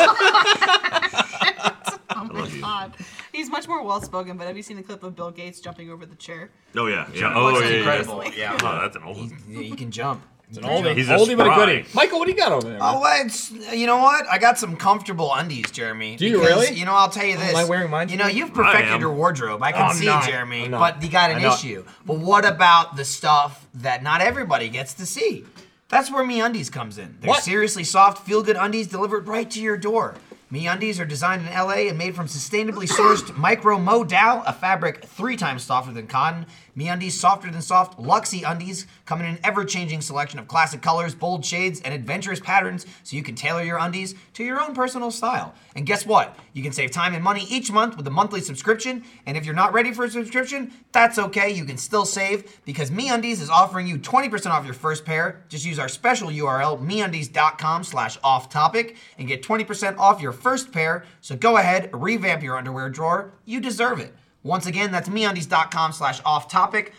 S4: Oh my god. He's much more well spoken, but have you seen the clip of Bill Gates jumping over the chair?
S1: Oh yeah, yeah.
S6: Oh,
S4: Watch
S6: yeah, yeah,
S4: that
S6: yeah.
S4: incredible.
S6: Oh, that's an old one.
S2: he, he can jump.
S5: It's an oldie,
S6: He's a
S5: oldie but a
S6: spry.
S5: goodie. Michael, what do you got over there? man?
S2: Oh, well, it's you know what? I got some comfortable undies, Jeremy. Do
S5: you really?
S2: You know, I'll tell you this.
S5: am I wearing mine
S2: You know, you've
S6: I
S2: perfected
S6: am.
S2: your wardrobe. I can
S5: I'm
S2: see,
S5: not.
S2: Jeremy.
S5: I'm not.
S2: But you got
S5: I'm
S2: an
S5: not.
S2: issue. But what about the stuff that not everybody gets to see? That's where Me Undies comes in. They're
S5: What?
S2: seriously soft, feel-good undies delivered right to your door. Me Undies are designed in LA and made from sustainably sourced micro modal, a fabric three times softer than cotton. Me Undies softer than soft. Luxy Undies come in an ever-changing selection of classic colors, bold shades, and adventurous patterns, so you can tailor your undies to your own personal style. And guess what? You can save time and money each month with a monthly subscription. And if you're not ready for a subscription, that's okay. You can still save because Me Undies is offering you 20% off your first pair. Just use our special URL, meundies.com slash off topic, and get 20% off your first pair. So go ahead, revamp your underwear drawer. You deserve it. Once again, that's meundies.com slash off topic,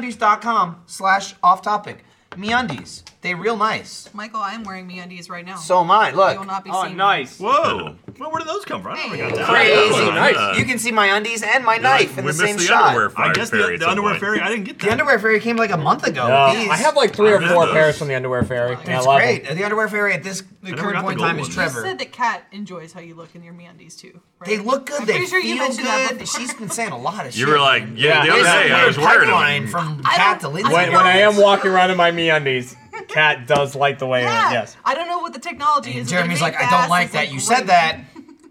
S2: meundies.com slash off topic. Meundies, they real nice.
S4: Michael, I'm wearing me undies right now.
S2: So am I.
S4: you will
S2: Look,
S4: not be
S5: Oh,
S4: seen.
S5: nice.
S1: Whoa. Well, where did those come from? I never got that.
S2: crazy.
S6: nice.
S2: You can see my undies and my knife in
S6: we
S2: the same
S6: missed the
S2: shot.
S6: underwear fire
S1: I guess
S6: fairy
S1: the,
S6: at
S1: the
S6: some
S1: underwear
S6: point.
S1: fairy. I didn't get that.
S2: The underwear fairy came like a month ago.
S5: Uh,
S2: These-
S5: I have like three or
S1: remember
S5: four
S1: those.
S5: pairs from the underwear fairy. and I
S2: Oh, It's
S5: love
S2: great.
S5: them.
S2: The underwear fairy at this
S1: never
S2: current
S1: got the
S2: point in
S1: gold
S2: time is
S1: ones.
S4: You
S2: Trevor.
S4: said that Kat enjoys how you look in your me undies too. Right?
S2: They look good.
S4: I'm
S2: they
S4: pretty sure
S2: feel
S4: you mentioned that
S2: good.
S4: before.
S2: She's been saying a lot of shit.
S6: You were like, yeah, the
S5: Yeah,
S6: other
S2: There's
S5: yeah,
S2: some
S6: day I
S2: weird
S6: was wearing
S2: pipeline
S6: them.
S2: from
S4: I
S2: Kat to
S4: don't-
S2: Lindsay.
S4: I
S5: When, when I am walking around in my me undies, Kat does like the way
S4: yeah.
S5: I yes.
S4: I don't know what the technology is.
S2: And
S4: but they
S2: Jeremy's
S4: make
S2: like, I
S4: ass
S2: don't like
S4: is,
S2: that. You
S4: great.
S2: said that.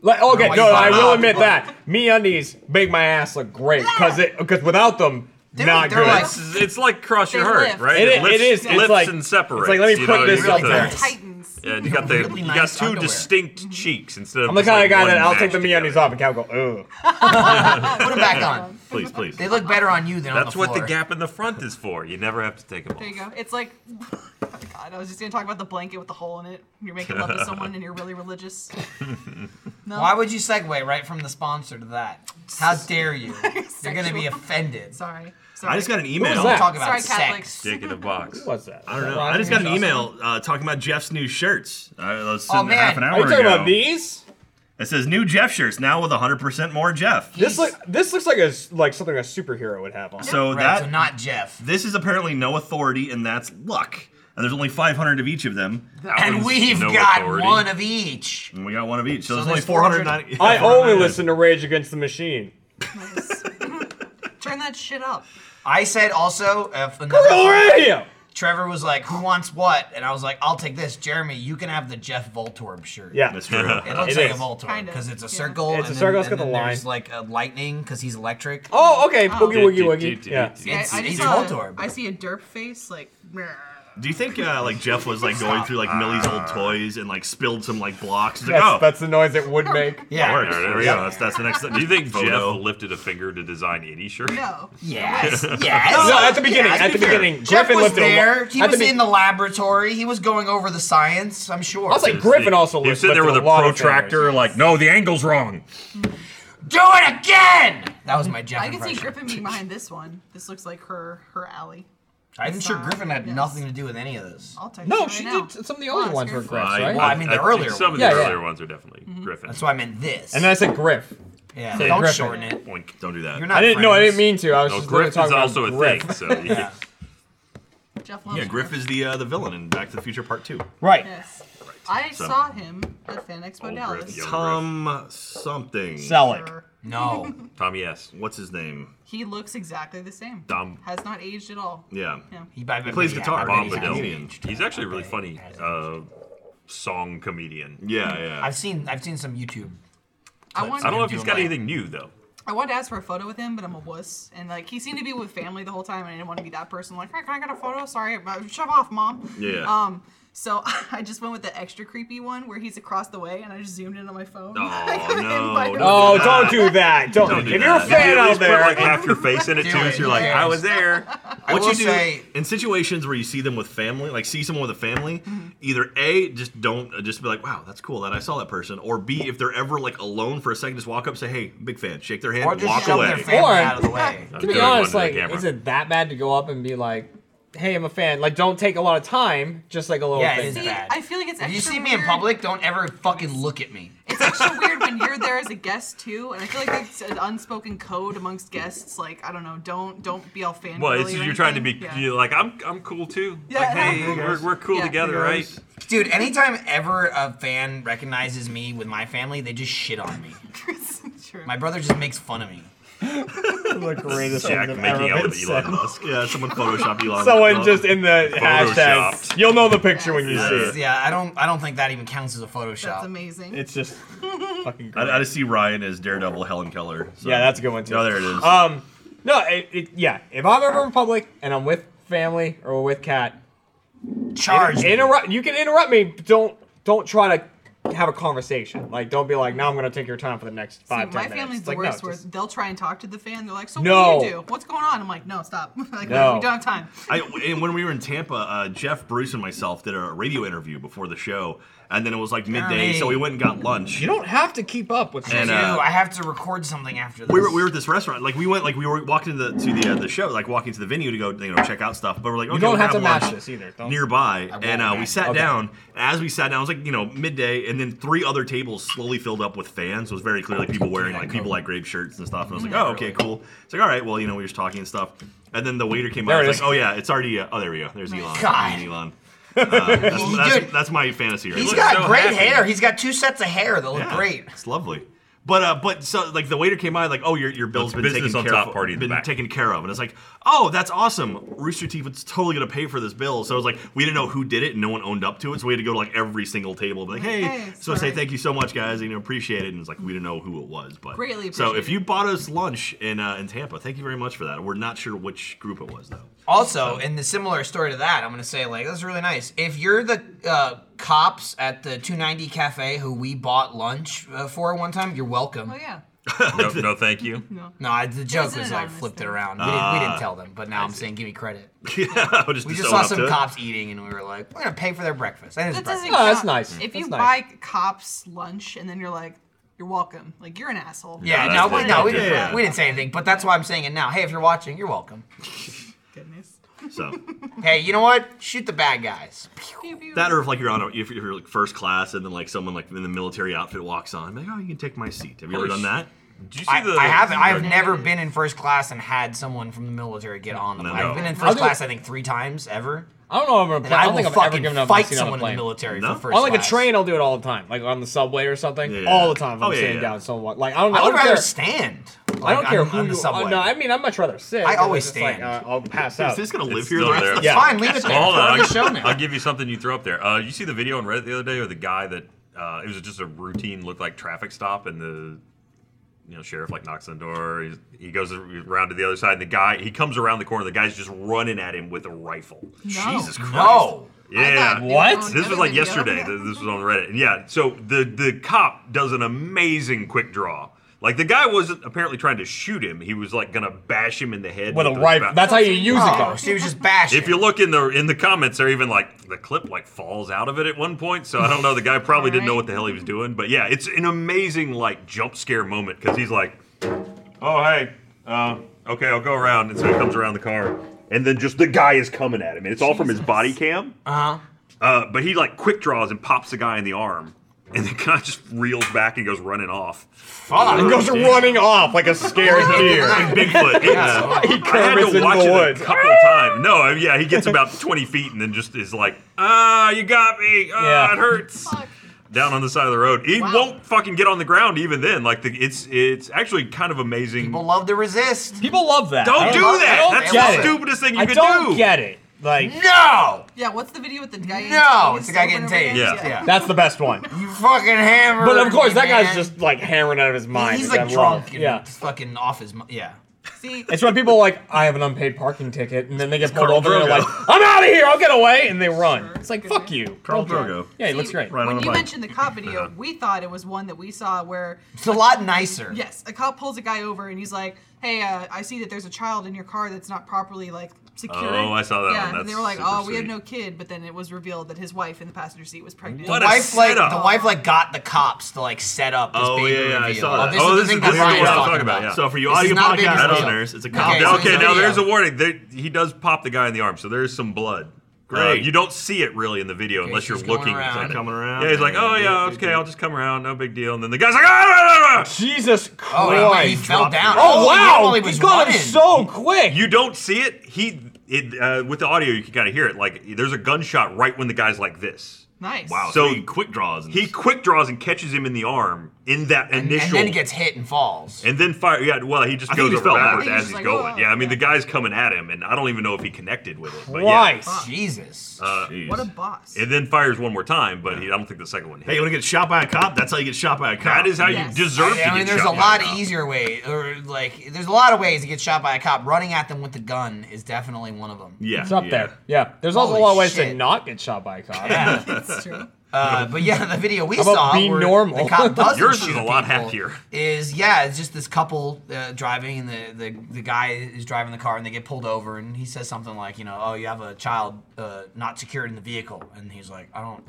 S5: Like, okay,
S2: why
S5: no,
S2: you
S5: I
S2: bought
S5: will
S2: them.
S5: admit that me undies make my ass look great because it because without them,
S2: Dude,
S5: not
S2: they're
S5: good.
S2: like-
S6: It's, it's like cross your
S4: They
S6: heart,
S4: lift.
S6: right?
S5: It is-
S6: lifts,
S5: it is. It's
S6: lifts
S5: like-
S6: and separates.
S5: it's like, let me
S6: you
S5: put
S6: know,
S5: this
S6: you
S5: up
S6: got
S5: there.
S6: the-
S4: Titans.
S6: Yeah, you got the
S2: Really
S6: you got
S2: nice
S6: two
S2: underwear.
S6: distinct cheeks instead of.
S5: I'm the
S6: just,
S5: kind of
S6: like,
S5: guy that
S6: one
S5: I'll take
S6: mashed
S5: the me undies
S6: together.
S5: off and Kat will go, ugh.
S2: Put them back on.
S1: Please, please.
S2: They look better on you than
S6: That's
S2: on the
S6: what the
S2: floor.
S6: gap in the front is for. You never have to take them off.
S4: There you go. It's like, oh God, I was just gonna talk about the blanket with the hole in it. You're making love to someone and you're really religious. No.
S2: Why would you segue right from the sponsor to that? How dare you? You're gonna be offended.
S4: Sorry. Sorry.
S1: I just got an
S5: What
S1: email.
S5: was that?
S2: Talk
S4: Sorry,
S2: about
S4: Catholics.
S2: sex.
S6: Dick in a box.
S5: What's that?
S1: I don't know. I just got an email uh, talking about Jeff's new shirts. Uh, that was
S2: Oh,
S1: sent
S2: man.
S1: half an
S5: Are
S1: hour
S5: you talking
S1: ago.
S5: about these?
S1: It says new Jeff shirts now with 100% more Jeff.
S5: This look this looks like a s- like something a superhero would have on.
S6: Oh,
S1: So
S2: Right,
S1: that
S2: so not Jeff.
S1: this is apparently no authority, and that's luck. And there's only 500 of each of them,
S6: That
S2: And
S6: one's
S2: we've
S6: no
S2: got
S6: authority.
S2: one of each.
S1: and we got one of each. So, there's
S2: So
S1: only
S2: there's 400
S1: 490.
S5: I only listen to Rage Against the Machine.
S4: Turn that shit up.
S2: I said also if another
S5: Real radio.
S2: Trevor was like, "Who wants what?" and I was like, "I'll take this." Jeremy, you can have the Jeff Voltorb shirt.
S5: Yeah.
S1: That's true.
S2: It looks
S5: It
S2: like
S5: is.
S2: a Voltorb
S4: Kinda,
S2: because it's a
S4: yeah.
S2: circle.
S5: It's a
S2: and
S5: circle,
S2: Then,
S5: it's
S2: and
S5: got
S2: then
S5: the
S2: There's
S5: line.
S2: like a lightning because he's electric.
S5: Oh, okay. Boogie woogie
S6: Did-
S5: woogie.
S6: did- did-
S5: Yeah.
S4: See, I-
S2: It's-
S4: I,
S2: it's
S4: just saw,
S2: Voltorb.
S4: I see a derp face, like. brr.
S1: Do you think uh, like Jeff was like going through like Millie's old toys and like spilled some like blocks? He's like,
S5: That's,
S1: oh,
S5: that's the noise it would make.
S1: that
S2: Yeah.
S1: works.
S6: There
S1: There,
S6: it
S1: we
S6: is.
S1: go. That's, that's the next.
S6: Do you think
S1: photo?
S6: Jeff lifted a finger to design any shirt?
S4: No.
S2: Yes. Yes.
S5: No, at the beginning, at the beginning,
S2: Jeff
S5: Griffin
S2: was
S5: lifted a
S2: there.
S5: lot.
S2: He
S5: at
S2: was
S5: be-
S2: in the laboratory. He was going over the science. I'm sure.
S5: I was like, Griffin also lifted.
S6: He was sitting there with a
S5: lot of
S6: protractor,
S5: fingers.
S6: like, no, the angle's wrong.
S2: "Do it again." That was my Jeff
S4: I can see
S2: impression.
S4: Griffin being behind this one. This looks like her her alley.
S2: I'm sure Griffin had
S4: Yes.
S2: nothing to do with any of this.
S4: I'll text you
S5: No,
S4: right
S5: she
S4: now.
S5: did. Some of the older
S4: Ask
S5: ones
S4: her.
S5: were Griff's,
S6: I-
S5: right?
S2: Well, I mean, the
S6: think
S2: earlier
S6: Some of
S5: ones.
S6: the
S5: Yeah, yeah.
S6: earlier ones are definitely
S4: Mm-hmm.
S6: Griffin.
S2: That's why I meant this.
S5: and then I said Griff.
S2: yeah,
S5: Say
S2: don't
S5: Griffin.
S2: shorten it.
S6: Boink.
S1: Don't do that.
S2: You're not.
S5: I didn't. No, I
S2: friends.
S5: didn't mean to. I was
S6: No,
S5: just literally
S6: Griff is
S5: talking about
S6: also a
S5: Griff.
S6: thing, so you could-
S4: Jeff loves
S1: Yeah, Griff
S4: her.
S1: is the uh, the villain in Back to the Future Part Two.
S2: Right.
S4: Yes. I
S1: so-
S4: saw him at Fan Expo
S6: Old
S4: Dallas.
S6: Griff,
S1: Tom Um, something.
S5: Selleck.
S2: No.
S6: Tommy S.
S1: What's his name?
S4: He looks exactly the same.
S6: Dumb.
S4: Has not aged at all.
S1: Yeah.
S4: Yeah.
S2: He, I bet
S1: plays
S2: he-
S1: guitar.
S2: I bet he's a
S1: Bombadil.
S2: comedian.
S6: He's actually a really funny uh, song comedian.
S1: Yeah, yeah.
S2: I've seen. I've seen some YouTube.
S4: I wanted,
S6: I don't know if he's got
S2: Doing like-
S6: anything new though.
S4: I wanted to ask for a photo with him, but I'm a wuss. And like he seemed to be with family the whole time, and I didn't want to be that person. Like, "Hey, can I get a photo? Sorry, but shove off, mom.
S1: Yeah.
S4: Um. So I just went with the extra creepy one where he's across the way, and I just zoomed in on my phone.
S1: Oh,
S4: Like, I'm in
S1: no,
S4: by the-
S1: no.
S5: Oh, don't do that. Don't.
S1: Don't do
S5: if you're a
S1: that.
S5: fan
S6: You at
S5: out
S6: least put,
S5: there,
S6: like half your face in it
S2: Do
S6: too,
S2: it,
S6: so you're like,
S2: yeah.
S6: I was there.
S2: I
S1: what
S2: will
S1: you do
S2: say-
S1: in situations where you see them with family, like see someone with a family,
S2: Mm-hmm.
S1: either a just don't uh, just be like, wow, that's cool that I saw that person, or b if they're ever like alone for a second, just walk up, say, hey, big fan, shake their hand,
S2: Or just
S1: walk
S2: shove
S1: away.
S2: their family
S5: Or-
S2: out of the way.
S6: I'm
S5: to be
S6: doing one
S5: honest,
S6: to the
S5: like,
S6: camera.
S5: is it that bad to go up and be like, "Hey, I'm a fan"? Like, don't take a lot of time. Just like a little
S2: Yeah, it
S5: thing.
S2: is
S4: See,
S2: bad.
S4: I feel like it's
S2: If
S4: extra
S2: you see me in
S4: weird-
S2: public, don't ever fucking look at me.
S4: It's extra weird when you're there as a guest too, and I feel like that's an unspoken code amongst guests. Like I don't know, don't don't be all fan.
S6: Well, it's just you're trying to be you're like, I'm I'm cool too. Like,
S4: Yeah.
S6: hey, we're, we're cool
S4: Yeah.
S6: together, right?
S2: Dude, anytime ever a fan recognizes me with my family, they just shit on me.
S4: True.
S2: My brother just makes fun of me.
S5: the greatest
S6: Jack
S5: thing I've
S6: making
S5: ever
S6: out
S5: been
S6: with Elon
S5: said.
S6: Musk.
S1: Yeah, someone photoshopped Elon.
S5: Someone
S1: Musk.
S5: just in the hashtag.
S6: Photoshopped.
S5: You'll know the picture when you see
S2: That's-
S5: it.
S2: yeah, I don't I don't think that even counts as a
S4: That's
S2: Photoshop.
S4: amazing.
S5: It's just fucking. Great.
S1: I, I just see Ryan as Daredevil, Helen Keller. so-
S5: yeah, that's a good one too.
S1: No, there it is.
S5: Um, no, it, it, yeah. If I'm ever in public and I'm with family or with cat,
S2: Charge. me.
S5: interrupt. You can interrupt me. But don't don't try to have a conversation. Like, don't be like, now I'm gonna take your time for the next
S4: See,
S5: five,
S4: my
S5: ten minutes.
S4: family's
S5: It's
S4: the
S5: like, no,
S4: worst. where
S5: just-
S4: they'll try and talk to the fan. They're like, "So
S5: No.
S4: what do you do? What's going on?" I'm like, "No, stop. like,
S5: No.
S4: we don't have time."
S1: I, and when we were in Tampa, uh, Jeff, Bruce, and myself did a radio interview before the show, and then it was like midday,
S2: Jeremy.
S1: so we went and got lunch.
S5: you don't have to keep up with.
S1: And,
S2: Dude,
S1: uh,
S2: I have to record something after this.
S1: we were, we were at this restaurant, like we went, like we were walking to the to the uh, the show, like walking to the venue to go, you know, check out stuff. But we're like, okay,
S5: you don't
S1: we'll
S5: have to
S1: grab lunch.
S5: match this either. Don't.
S1: nearby, and uh, we
S2: match.
S1: sat
S5: Okay.
S1: down. As we sat down, it was like you know midday, and then three other tables slowly filled up with fans. It was very clear like people wearing like people like grape shirts and stuff. And I was like,
S5: Mm-hmm.
S1: oh okay, cool. It's like all right, well you know we were just talking and stuff, and then the waiter came
S5: There
S1: out.
S5: it
S1: I was
S5: is.
S1: like, oh yeah, it's already. Uh, oh there we go. There's Elon.
S2: God.
S1: Elon. Uh, that's,
S2: Dude.
S1: that's, that's my fantasy. Right
S2: He's
S1: there.
S2: got
S6: so
S2: great
S6: happy.
S2: hair. He's got two sets of hair that look
S1: Yeah,
S2: great.
S1: It's lovely. But uh, but so like the waiter came out like, oh your your bill's
S6: It's
S1: been
S6: business
S1: taken
S6: on
S1: care
S6: top,
S1: of,
S6: party in the
S1: been
S6: back.
S1: taken care of, and it's like, oh that's awesome. Rooster Teeth was totally gonna pay for this bill, so it was like we didn't know who did it, and no one owned up to it, so we had to go to like every single table, and be like, hey,
S4: Hey,
S1: so say
S4: sorry.
S1: thank you so much, guys, you know appreciate it, and it's like we didn't know who it was, but
S4: Greatly
S1: so if
S4: appreciated.
S1: you bought us lunch in uh, in Tampa, thank you very much for that. We're not sure which group it was though.
S2: Also, in the similar story to that, I'm gonna say like that's really nice. If you're the uh, cops at the 290 Cafe who we bought lunch uh, for one time, you're welcome.
S4: Oh yeah.
S6: No, no thank you.
S2: No, I, the joke
S4: isn't
S2: was
S4: an
S2: I
S4: honest
S2: flipped it
S4: thing.
S2: around. We, didn't, we didn't tell them, but now I'm saying give me credit.
S1: Ah. yeah, just
S2: We
S1: to
S2: just
S1: own
S2: saw
S1: up to
S2: some
S1: it.
S2: cops eating, and we were like, we're gonna pay for their breakfast. That is
S4: That
S2: breakfast.
S4: doesn't
S5: Oh, that's
S4: count.
S5: nice.
S4: If
S5: That's
S4: you
S5: nice.
S4: buy cops lunch and then you're like, "You're welcome." Like you're an asshole.
S2: Yeah,
S1: Yeah,
S2: no,
S1: that's
S2: we,
S1: it.
S2: no, we
S1: Yeah,
S2: didn't.
S1: yeah.
S2: We didn't say anything, but that's why I'm saying it now. Hey, if you're watching, you're welcome.
S4: Goodness.
S1: So
S2: Hey, you know what? Shoot the bad guys.
S4: Pew, pew.
S1: That or if like you're on a, if you're like first class and then like someone like in the military outfit walks on, like oh you can take my seat. Have you ever done
S6: Holy
S1: that?
S6: Did you see
S2: I,
S6: the
S2: I haven't. I've
S6: the-
S2: never been in first class and had someone from the military get on the plane.
S1: no.
S2: I've been in
S5: I'll
S2: first
S5: do-
S2: class, I think, three times ever.
S5: I don't know. if I'm,
S2: And
S5: I
S2: I,
S5: don't
S2: will
S5: think I've ever
S2: fucking
S5: given up my
S2: fight
S5: seat on a
S2: someone in the
S5: plane.
S2: military
S1: No?
S2: for first
S5: on like
S2: class.
S5: a train, I'll do it all the time, like on the subway or something,
S1: Yeah.
S5: all the time. If I'm
S1: Oh, yeah,
S5: sitting
S1: yeah.
S5: down, someone like I don't know.
S2: I would
S5: don't care.
S2: rather stand.
S5: I
S2: Like,
S5: don't care
S2: on,
S5: who
S2: on the
S5: you- oh,
S2: subway.
S5: no, I mean I'm much rather sick.
S2: I always
S5: It's just like,
S2: stand.
S5: uh, I'll pass
S1: Is
S5: out.
S1: this gonna live
S6: It's
S1: here the
S6: still
S1: rest of
S6: there.
S1: the
S5: Yeah.
S2: Fine, leave it there.
S6: Hold
S2: It's
S6: on,
S2: on
S6: I'll,
S2: the show now.
S6: I'll give you something you threw up there. Uh, you see the video on Reddit the other day, of the guy that uh, it was just a routine looked like traffic stop, and the you know sheriff like knocks on the door. He's, he goes around to the other side, and the guy he comes around the corner. The guy's just running at him with a rifle.
S4: No.
S1: Jesus Christ.
S2: No.
S6: Yeah,
S5: What?
S6: This was like yesterday. Th- This was on Reddit. And yeah, so the the cop does an amazing quick draw. Like the guy wasn't apparently trying to shoot him. He was like gonna bash him in the head
S5: with a
S6: the
S5: rifle.
S6: bat-
S5: That's how you use it,
S2: Oh,
S5: though.
S2: so he was just bashing.
S6: if you look in the in the comments, they're even like the clip like falls out of it at one point. So I don't know. The guy probably didn't know what the hell he was doing. But yeah, it's an amazing like jump scare moment because he's like, "Oh hey, uh, okay, I'll go around." And so he comes around the car, and then just the guy is coming at him, and it's all from his body cam.
S2: Uh-huh.
S6: Uh, but he like quick draws and pops the guy in the arm, and the guy just reels back and goes running off.
S2: Fuck.
S5: It goes running off like a scared deer.
S6: Like Bigfoot. It's-
S5: He
S6: I had
S5: curves into
S6: to watch
S5: the
S6: it
S5: woods.
S6: a couple times. No, I- yeah, he gets about 20 feet and then just is like, ah, you got me. Ah,
S5: Yeah.
S6: it hurts. Down on the side of the road. He
S4: Wow.
S6: won't fucking get on the ground even then. Like, the, it's it's actually kind of amazing.
S2: People love to resist.
S5: People love that.
S6: don't
S5: I
S6: do
S2: love- I
S6: that.
S2: don't
S6: That's
S2: get
S6: the
S2: it.
S6: stupidest thing you
S5: I
S6: could
S5: don't
S6: do.
S5: get it. Like
S2: No.
S4: Yeah, what's the video with the guy?
S2: No,
S4: he's
S2: it's the guy
S4: still
S2: getting
S4: running
S2: tased.
S4: around?
S6: Yeah.
S2: yeah.
S5: that's the best one.
S2: You fucking hammer.
S5: But of course, that guy's
S2: man.
S5: just like hammering out of his mind.
S2: He's
S5: which
S2: like
S5: I love.
S2: drunk and
S5: Yeah.
S2: fucking off his. mi- Yeah.
S4: See,
S5: It's when people are like, I have an unpaid parking ticket, and then they get pulled
S6: Carl
S5: over and they're
S6: Drogo.
S5: like, I'm out of here, I'll get away, and they run.
S4: Sure.
S5: It's like,
S4: Good
S5: fuck
S4: man.
S5: you.
S1: Carl
S5: Don't do it.
S1: Drogo.
S5: Yeah, he
S4: see,
S5: looks great.
S1: Right on
S4: when
S1: a
S4: you
S1: bike.
S4: mentioned the cop video, we thought it was one that we saw where
S2: It's a lot nicer.
S4: Yes, a cop pulls a guy over and he's like, "Hey, uh, I see that there's a child in your car that's not properly like secured."
S6: Oh, I saw that
S4: Yeah,
S6: one.
S4: and
S6: That's
S4: they were like,
S6: super
S4: "Oh, we have
S6: sweet.
S4: no kid," but then it was revealed that his wife in the passenger seat was pregnant.
S6: What
S2: The
S6: a
S2: wife like
S6: setup.
S2: the wife like got the cops to like set up this
S1: Oh,
S2: baby
S1: yeah, yeah, I
S2: reveal.
S1: saw that.
S2: Oh, this
S6: Oh,
S2: is the
S6: this
S2: thing
S6: is-
S2: that
S6: this is
S2: Ryan
S6: the
S2: was
S6: one I'm
S2: talking
S6: talking
S2: about.
S6: about, yeah.
S1: So for you
S2: This
S1: audio
S2: is not a big
S1: podcast
S2: reveal.
S1: listeners, it's a
S2: Okay,
S1: cop.
S2: so
S1: out.
S2: he's
S6: okay,
S2: in
S6: now
S2: the
S6: there's a
S2: video.
S6: warning. There, he does pop the guy in the arm, so there is some blood. Uh,
S1: Great.
S6: you don't see it really in the video unless
S2: he's
S6: you're
S2: just going
S6: looking
S2: around.
S6: at it.
S1: Coming around.
S6: Yeah, he's like,
S1: Yeah,
S6: oh
S1: yeah,
S6: yeah,
S1: yeah,
S6: okay,
S1: yeah.
S6: I'll just come around, no big deal. And then the guy's like, ah, ah, ah, ah."
S5: Jesus Christ.
S2: Oh, he, went- he fell down.
S5: Oh, wow!
S2: He,
S5: He got him so quick!
S6: you don't see it. He it uh, with the audio, you can kind of hear it. Like there's a gunshot right when the guy's like this.
S4: Nice.
S1: Wow.
S6: So-
S1: So he quick draws. And
S6: He quick draws and catches him in the arm in that
S2: and,
S6: initial.
S2: and then he gets hit and falls.
S6: And then fire. Yeah, well, he just
S1: I
S6: goes
S1: think he
S6: over
S1: fell
S6: backwards
S1: backwards.
S6: as he's
S4: He's just like,
S6: going.
S4: "Oh."
S6: Yeah, I mean the guy's coming at him, and I don't even know if he connected with it. But yeah.
S5: Christ.
S2: Jesus.
S1: Jeez.
S4: What a boss.
S6: And then fires one more time, but he, I don't think the second one hit.
S1: Hey, you want to get shot by a cop? That's how you get shot by a cop.
S6: that is how
S4: Yes.
S6: you deserve to
S2: I mean,
S6: get
S2: there's a
S6: shot by
S2: lot
S6: cop.
S2: easier way, or like, there's a lot of ways to get shot by a cop. Running at them with the gun is definitely one of them.
S1: Yeah.
S5: It's up
S1: yeah.
S5: there. Yeah. There's also
S2: Holy
S5: a lot of ways to
S2: shit.
S5: not get shot by a cop.
S4: That's true.
S2: Uh, but yeah, the video we
S5: How about
S2: saw
S5: be
S2: where
S5: normal?
S2: the cop doesn't
S6: Yours is
S2: shoot
S6: a lot
S2: people
S6: happier.
S2: Is yeah, it's just this couple uh, driving, and the, the the guy is driving the car, and they get pulled over, and he says something like, you know, oh, you have a child uh, not secured in the vehicle, and he's like, I don't,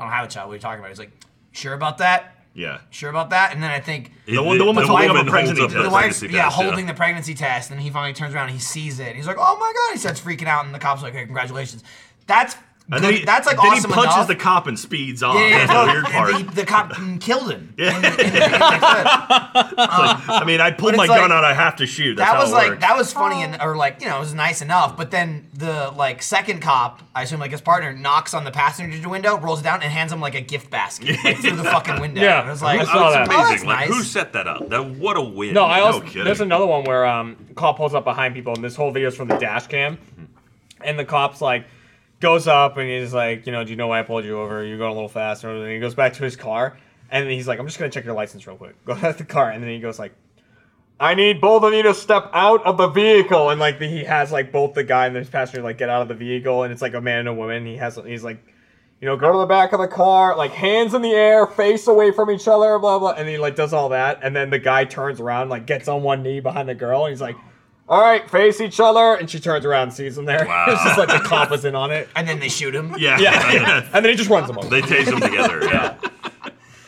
S2: I don't have a child. What are you talking about? He's like, sure about that?
S1: Yeah.
S2: Sure about that? And then I think
S1: The one- the one that's holding up a
S6: woman holds
S1: pregnancy
S6: up
S1: test.
S2: the
S1: The
S2: wife's
S6: pregnancy
S2: yeah
S6: test,
S2: holding the pregnancy test, and he finally turns around and he sees it. And he's like, "Oh my god!" He starts freaking out, and the cops like, "Hey, congratulations." That's
S1: And
S2: good-
S1: then he,
S2: that's like
S1: then
S2: awesome
S1: he punches
S2: enough.
S1: the cop and speeds off.
S2: Yeah, yeah,
S1: That's
S2: no,
S1: the weird
S2: and
S1: part.
S2: The, the cop mm, killed him.
S1: Yeah.
S2: In the- in the- in the clip.
S1: I mean, I pulled
S2: But
S1: my
S2: it's
S1: gun
S2: like-
S1: out. I have to shoot. That's
S2: that
S1: how
S2: was
S1: it
S2: like
S1: works.
S2: that was funny and or like you know it was nice enough. But then the like second cop, I assume like his partner, knocks on the passenger window, rolls it down, and hands him like a gift basket like, through the fucking window.
S5: Yeah.
S2: And I was like,
S5: I saw
S2: oh,
S5: that.
S6: That's
S2: that's
S6: amazing. like, who
S2: nice.
S6: set that up? That what a win.
S5: No, I also
S1: kidding.
S5: there's another one where um cop pulls up behind people, and this whole video is from the dash cam, and the cop's like goes up and he's like, you know, do you know why I pulled you over? You're going a little fast, and he goes back to his car, and he's like, I'm just gonna check your license real quick. Go out the car, and then he goes like. I need both of you to step out of the vehicle, and like he has like both the guy and the passenger like get out of the vehicle, and it's like a man and a woman. He has he's like, you know, go to the back of the car, like hands in the air, face away from each other, blah blah. And he like does all that, and then the guy turns around, like gets on one knee behind the girl, and he's like, "All right, face each other." And she turns around, and sees him there.
S6: Wow.
S5: it's just like the cop was in on it.
S2: And then they shoot him.
S1: yeah.
S5: Yeah, and then he just runs him over.
S6: They tase them together. Yeah.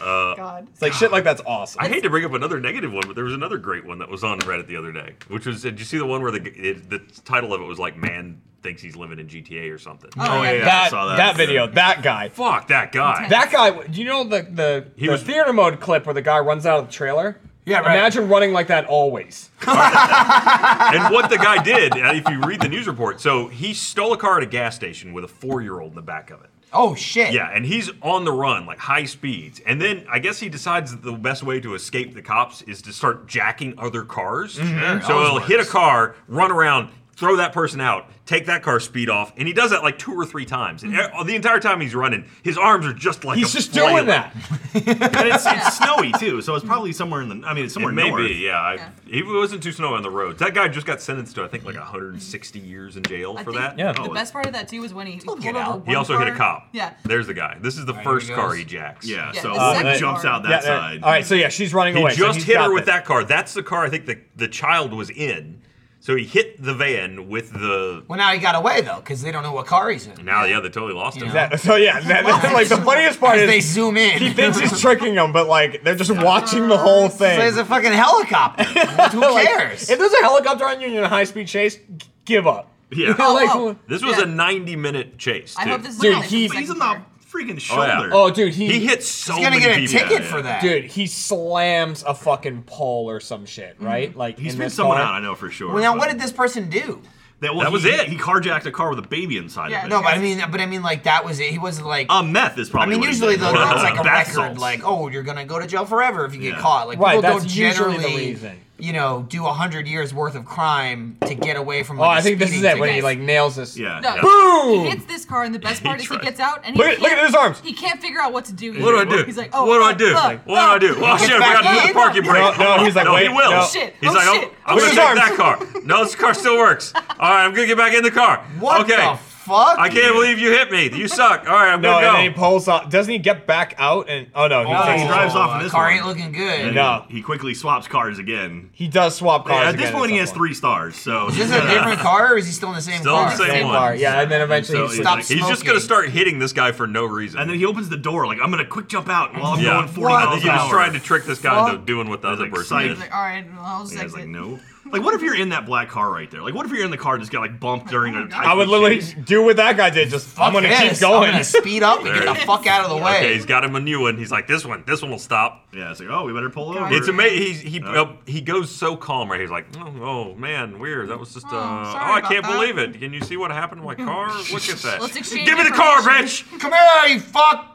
S6: uh,
S4: God.
S5: It's like shit, like that's awesome.
S6: I hate to bring up another negative one, but there was another great one that was on Reddit the other day, which was did you see the one where the it, the title of it was like "Man thinks he's living in GTA" or something?
S1: Oh, yeah, yeah, I
S5: that
S1: saw that.
S5: that video, that guy.
S6: Fuck that guy.
S5: That guy, do you know the the,
S6: He
S5: the
S6: was-
S5: theater mode clip where the guy runs out of the trailer?
S2: Yeah, right.
S5: Imagine running like that always.
S6: and what the guy did, uh, if you read the news report, so he stole a car at a gas station with a four-year-old in the back of it.
S2: Oh shit.
S6: Yeah, and he's on the run, like high speeds. And then I guess he decides that the best way to escape the cops is to start jacking other cars. So
S1: always
S6: he'll
S1: works.
S6: hit a car, run around, throw that person out, take that car speed off, and he does that like two or three times. And
S2: Mm-hmm.
S6: e- the entire time he's running, his arms are just like
S5: He's
S6: a
S5: just
S6: flail.
S5: doing that.
S1: and it's, it's snowy too, so it's probably somewhere in the. I mean, it's somewhere
S6: It may
S1: north.
S6: be, yeah. I, He wasn't too snow on the roads. That guy just got sentenced to I think like 160 years in jail
S4: I
S6: for
S4: think
S6: that.
S5: Yeah.
S4: The best part of that too was when he pulled
S2: get
S4: over
S2: out.
S4: one
S6: He also hit a
S4: car.
S6: cop.
S4: Yeah.
S6: There's the guy. This is the
S2: All right, here
S6: first
S2: he
S6: car
S2: goes.
S6: he jacks.
S1: Yeah,
S4: Yeah,
S1: so
S4: the
S1: uh,
S5: second
S1: jumps
S4: car.
S1: out that
S5: Yeah, yeah.
S1: side.
S5: All right, so yeah, she's running
S6: He
S5: away. so
S6: just
S5: he's
S6: hit
S5: got
S6: her with
S5: this.
S6: that car. That's the car I think the, the child was in. So he hit the van with the.
S2: Well, now he got away though, because they don't know what car he's in.
S6: Now, yeah, they totally lost him.
S5: That- so yeah, that, that's, like the funniest part
S2: Because they
S5: is
S2: zoom in.
S5: he thinks he's tricking them, but like they're just watching the whole
S2: So
S5: thing.
S2: It's a fucking helicopter. Who
S5: Like,
S2: cares?
S5: if there's a helicopter on you and you're in a high speed chase, g- give up.
S6: Yeah.
S5: You know, like,
S4: Oh, oh.
S6: This was
S4: Yeah.
S6: a 90 minute chase.
S4: I
S6: too.
S4: hope this is
S5: Dude,
S4: not like
S5: he-
S4: the
S1: He's
S4: second
S1: in the
S4: car.
S1: freaking
S6: Oh, yeah.
S1: shoulder.
S5: oh, dude, he,
S6: He hit so
S2: he's gonna
S6: many
S2: get a
S6: people.
S2: ticket
S6: Yeah,
S2: for
S6: yeah.
S2: that.
S5: dude, he slams a fucking pole or some shit,
S2: Mm-hmm.
S5: right? Like
S1: He's
S5: in
S1: been
S5: this
S1: someone
S5: car.
S1: out, I know for sure.
S2: Well, now
S1: but-
S2: what did this person do?
S1: That, well,
S6: That
S1: he-
S6: was it.
S1: He carjacked a car with a baby inside
S4: Yeah,
S1: of it.
S2: No, but I mean, but I mean, like that was it. He wasn't like.
S5: Oh,
S1: Uh, meth is
S2: I
S1: probably.
S2: mean,
S1: what he
S2: usually
S1: did.
S2: though, that's like a
S1: Bath
S2: record,
S1: salts.
S2: like, oh, you're gonna go to jail forever if you get
S1: Yeah.
S2: caught. Like,
S5: Right,
S2: people
S5: that's
S2: don't
S5: usually
S2: generally,
S5: the reason.
S2: you know, do a hundred years worth of crime to get away from.
S5: Oh,
S2: Like,
S5: I
S2: a
S5: think this is
S2: speeding
S5: it when he
S2: ticket.
S5: like nails this.
S1: Yeah.
S4: No,
S1: yeah.
S5: Boom!
S4: He hits this car, and the best part is he
S6: tried.
S4: gets out and he
S5: Look at- look
S4: can't-
S5: at his arms.
S4: He can't figure out what to do.
S6: What do I do?
S4: He's like, oh,
S6: what do I
S4: oh,
S6: do?
S4: oh,
S6: what do I
S4: oh.
S6: do? Oh shit!
S2: Gets
S6: I
S2: back
S6: forgot to
S2: in?
S6: hit the parking
S5: No,
S6: brake.
S5: no,
S6: Hold on.
S5: he's like,
S6: no, he
S5: wait,
S6: will.
S5: no.
S4: Shit,
S6: He's
S4: oh
S6: like,
S4: shit,
S6: I'm,
S4: oh
S6: I'm gonna
S5: shit.
S6: take that car. No, this car still works. All right, I'm gonna get back in the car.
S2: What
S6: okay.
S2: the fuck?
S6: I can't believe you hit me. You suck. All right, I'm
S5: No,
S6: gonna
S5: and
S6: go.
S5: then he pulls off. Doesn't he get back out and? Oh no, he,
S1: Oh,
S5: takes
S1: he
S5: it.
S1: drives off in
S2: The
S1: this
S2: car
S1: one.
S2: ain't looking good.
S1: And
S5: No.
S1: He quickly swaps cars again.
S5: He does swap cars.
S1: At this
S5: again
S1: point, he
S5: some
S1: has three stars. So
S2: Is this a different car, or is he still in the same
S6: Still
S2: car?
S6: the same,
S5: Same
S6: one.
S5: car, yeah, and then eventually
S1: so
S5: he
S1: he's
S5: sleeps.
S2: Stop
S6: He's just gonna
S2: smoking.
S6: start hitting this guy for no reason.
S1: And then he opens the door like I'm gonna quick jump out while I'm
S6: yeah.
S1: going 40
S6: I think
S1: miles
S6: he
S1: an
S6: was
S1: hour.
S6: trying to trick this guy into
S2: Fuck.
S6: doing what the other
S1: like,
S6: person
S1: psych.
S6: did.
S4: He's like, all right, well, I'll just
S1: And I was
S4: exit.
S1: like, no. Like, what if you're in that black car right there? Like, what if you're in the car just got like bumped during a?
S5: I would literally do what that guy did. Just I'm gonna
S2: Yes,
S5: keep going.
S2: I'm gonna speed up and get
S6: There.
S2: the fuck out of the way.
S6: Okay, he's got him a new one. He's like, this one, this one will stop.
S1: Yeah, it's like, oh, we better pull over.
S6: It's amazing. He he,
S1: Oh.
S6: uh, he goes so calm. Right, he's like, oh, oh, man, weird. That was just. Uh, oh,
S4: sorry
S6: I
S4: about
S6: can't
S4: that."
S6: believe it. Can you see what happened to my car? Look at that.
S4: Let's exchange
S6: Give me the car,
S4: information.
S6: bitch.
S2: Come here, you fuck.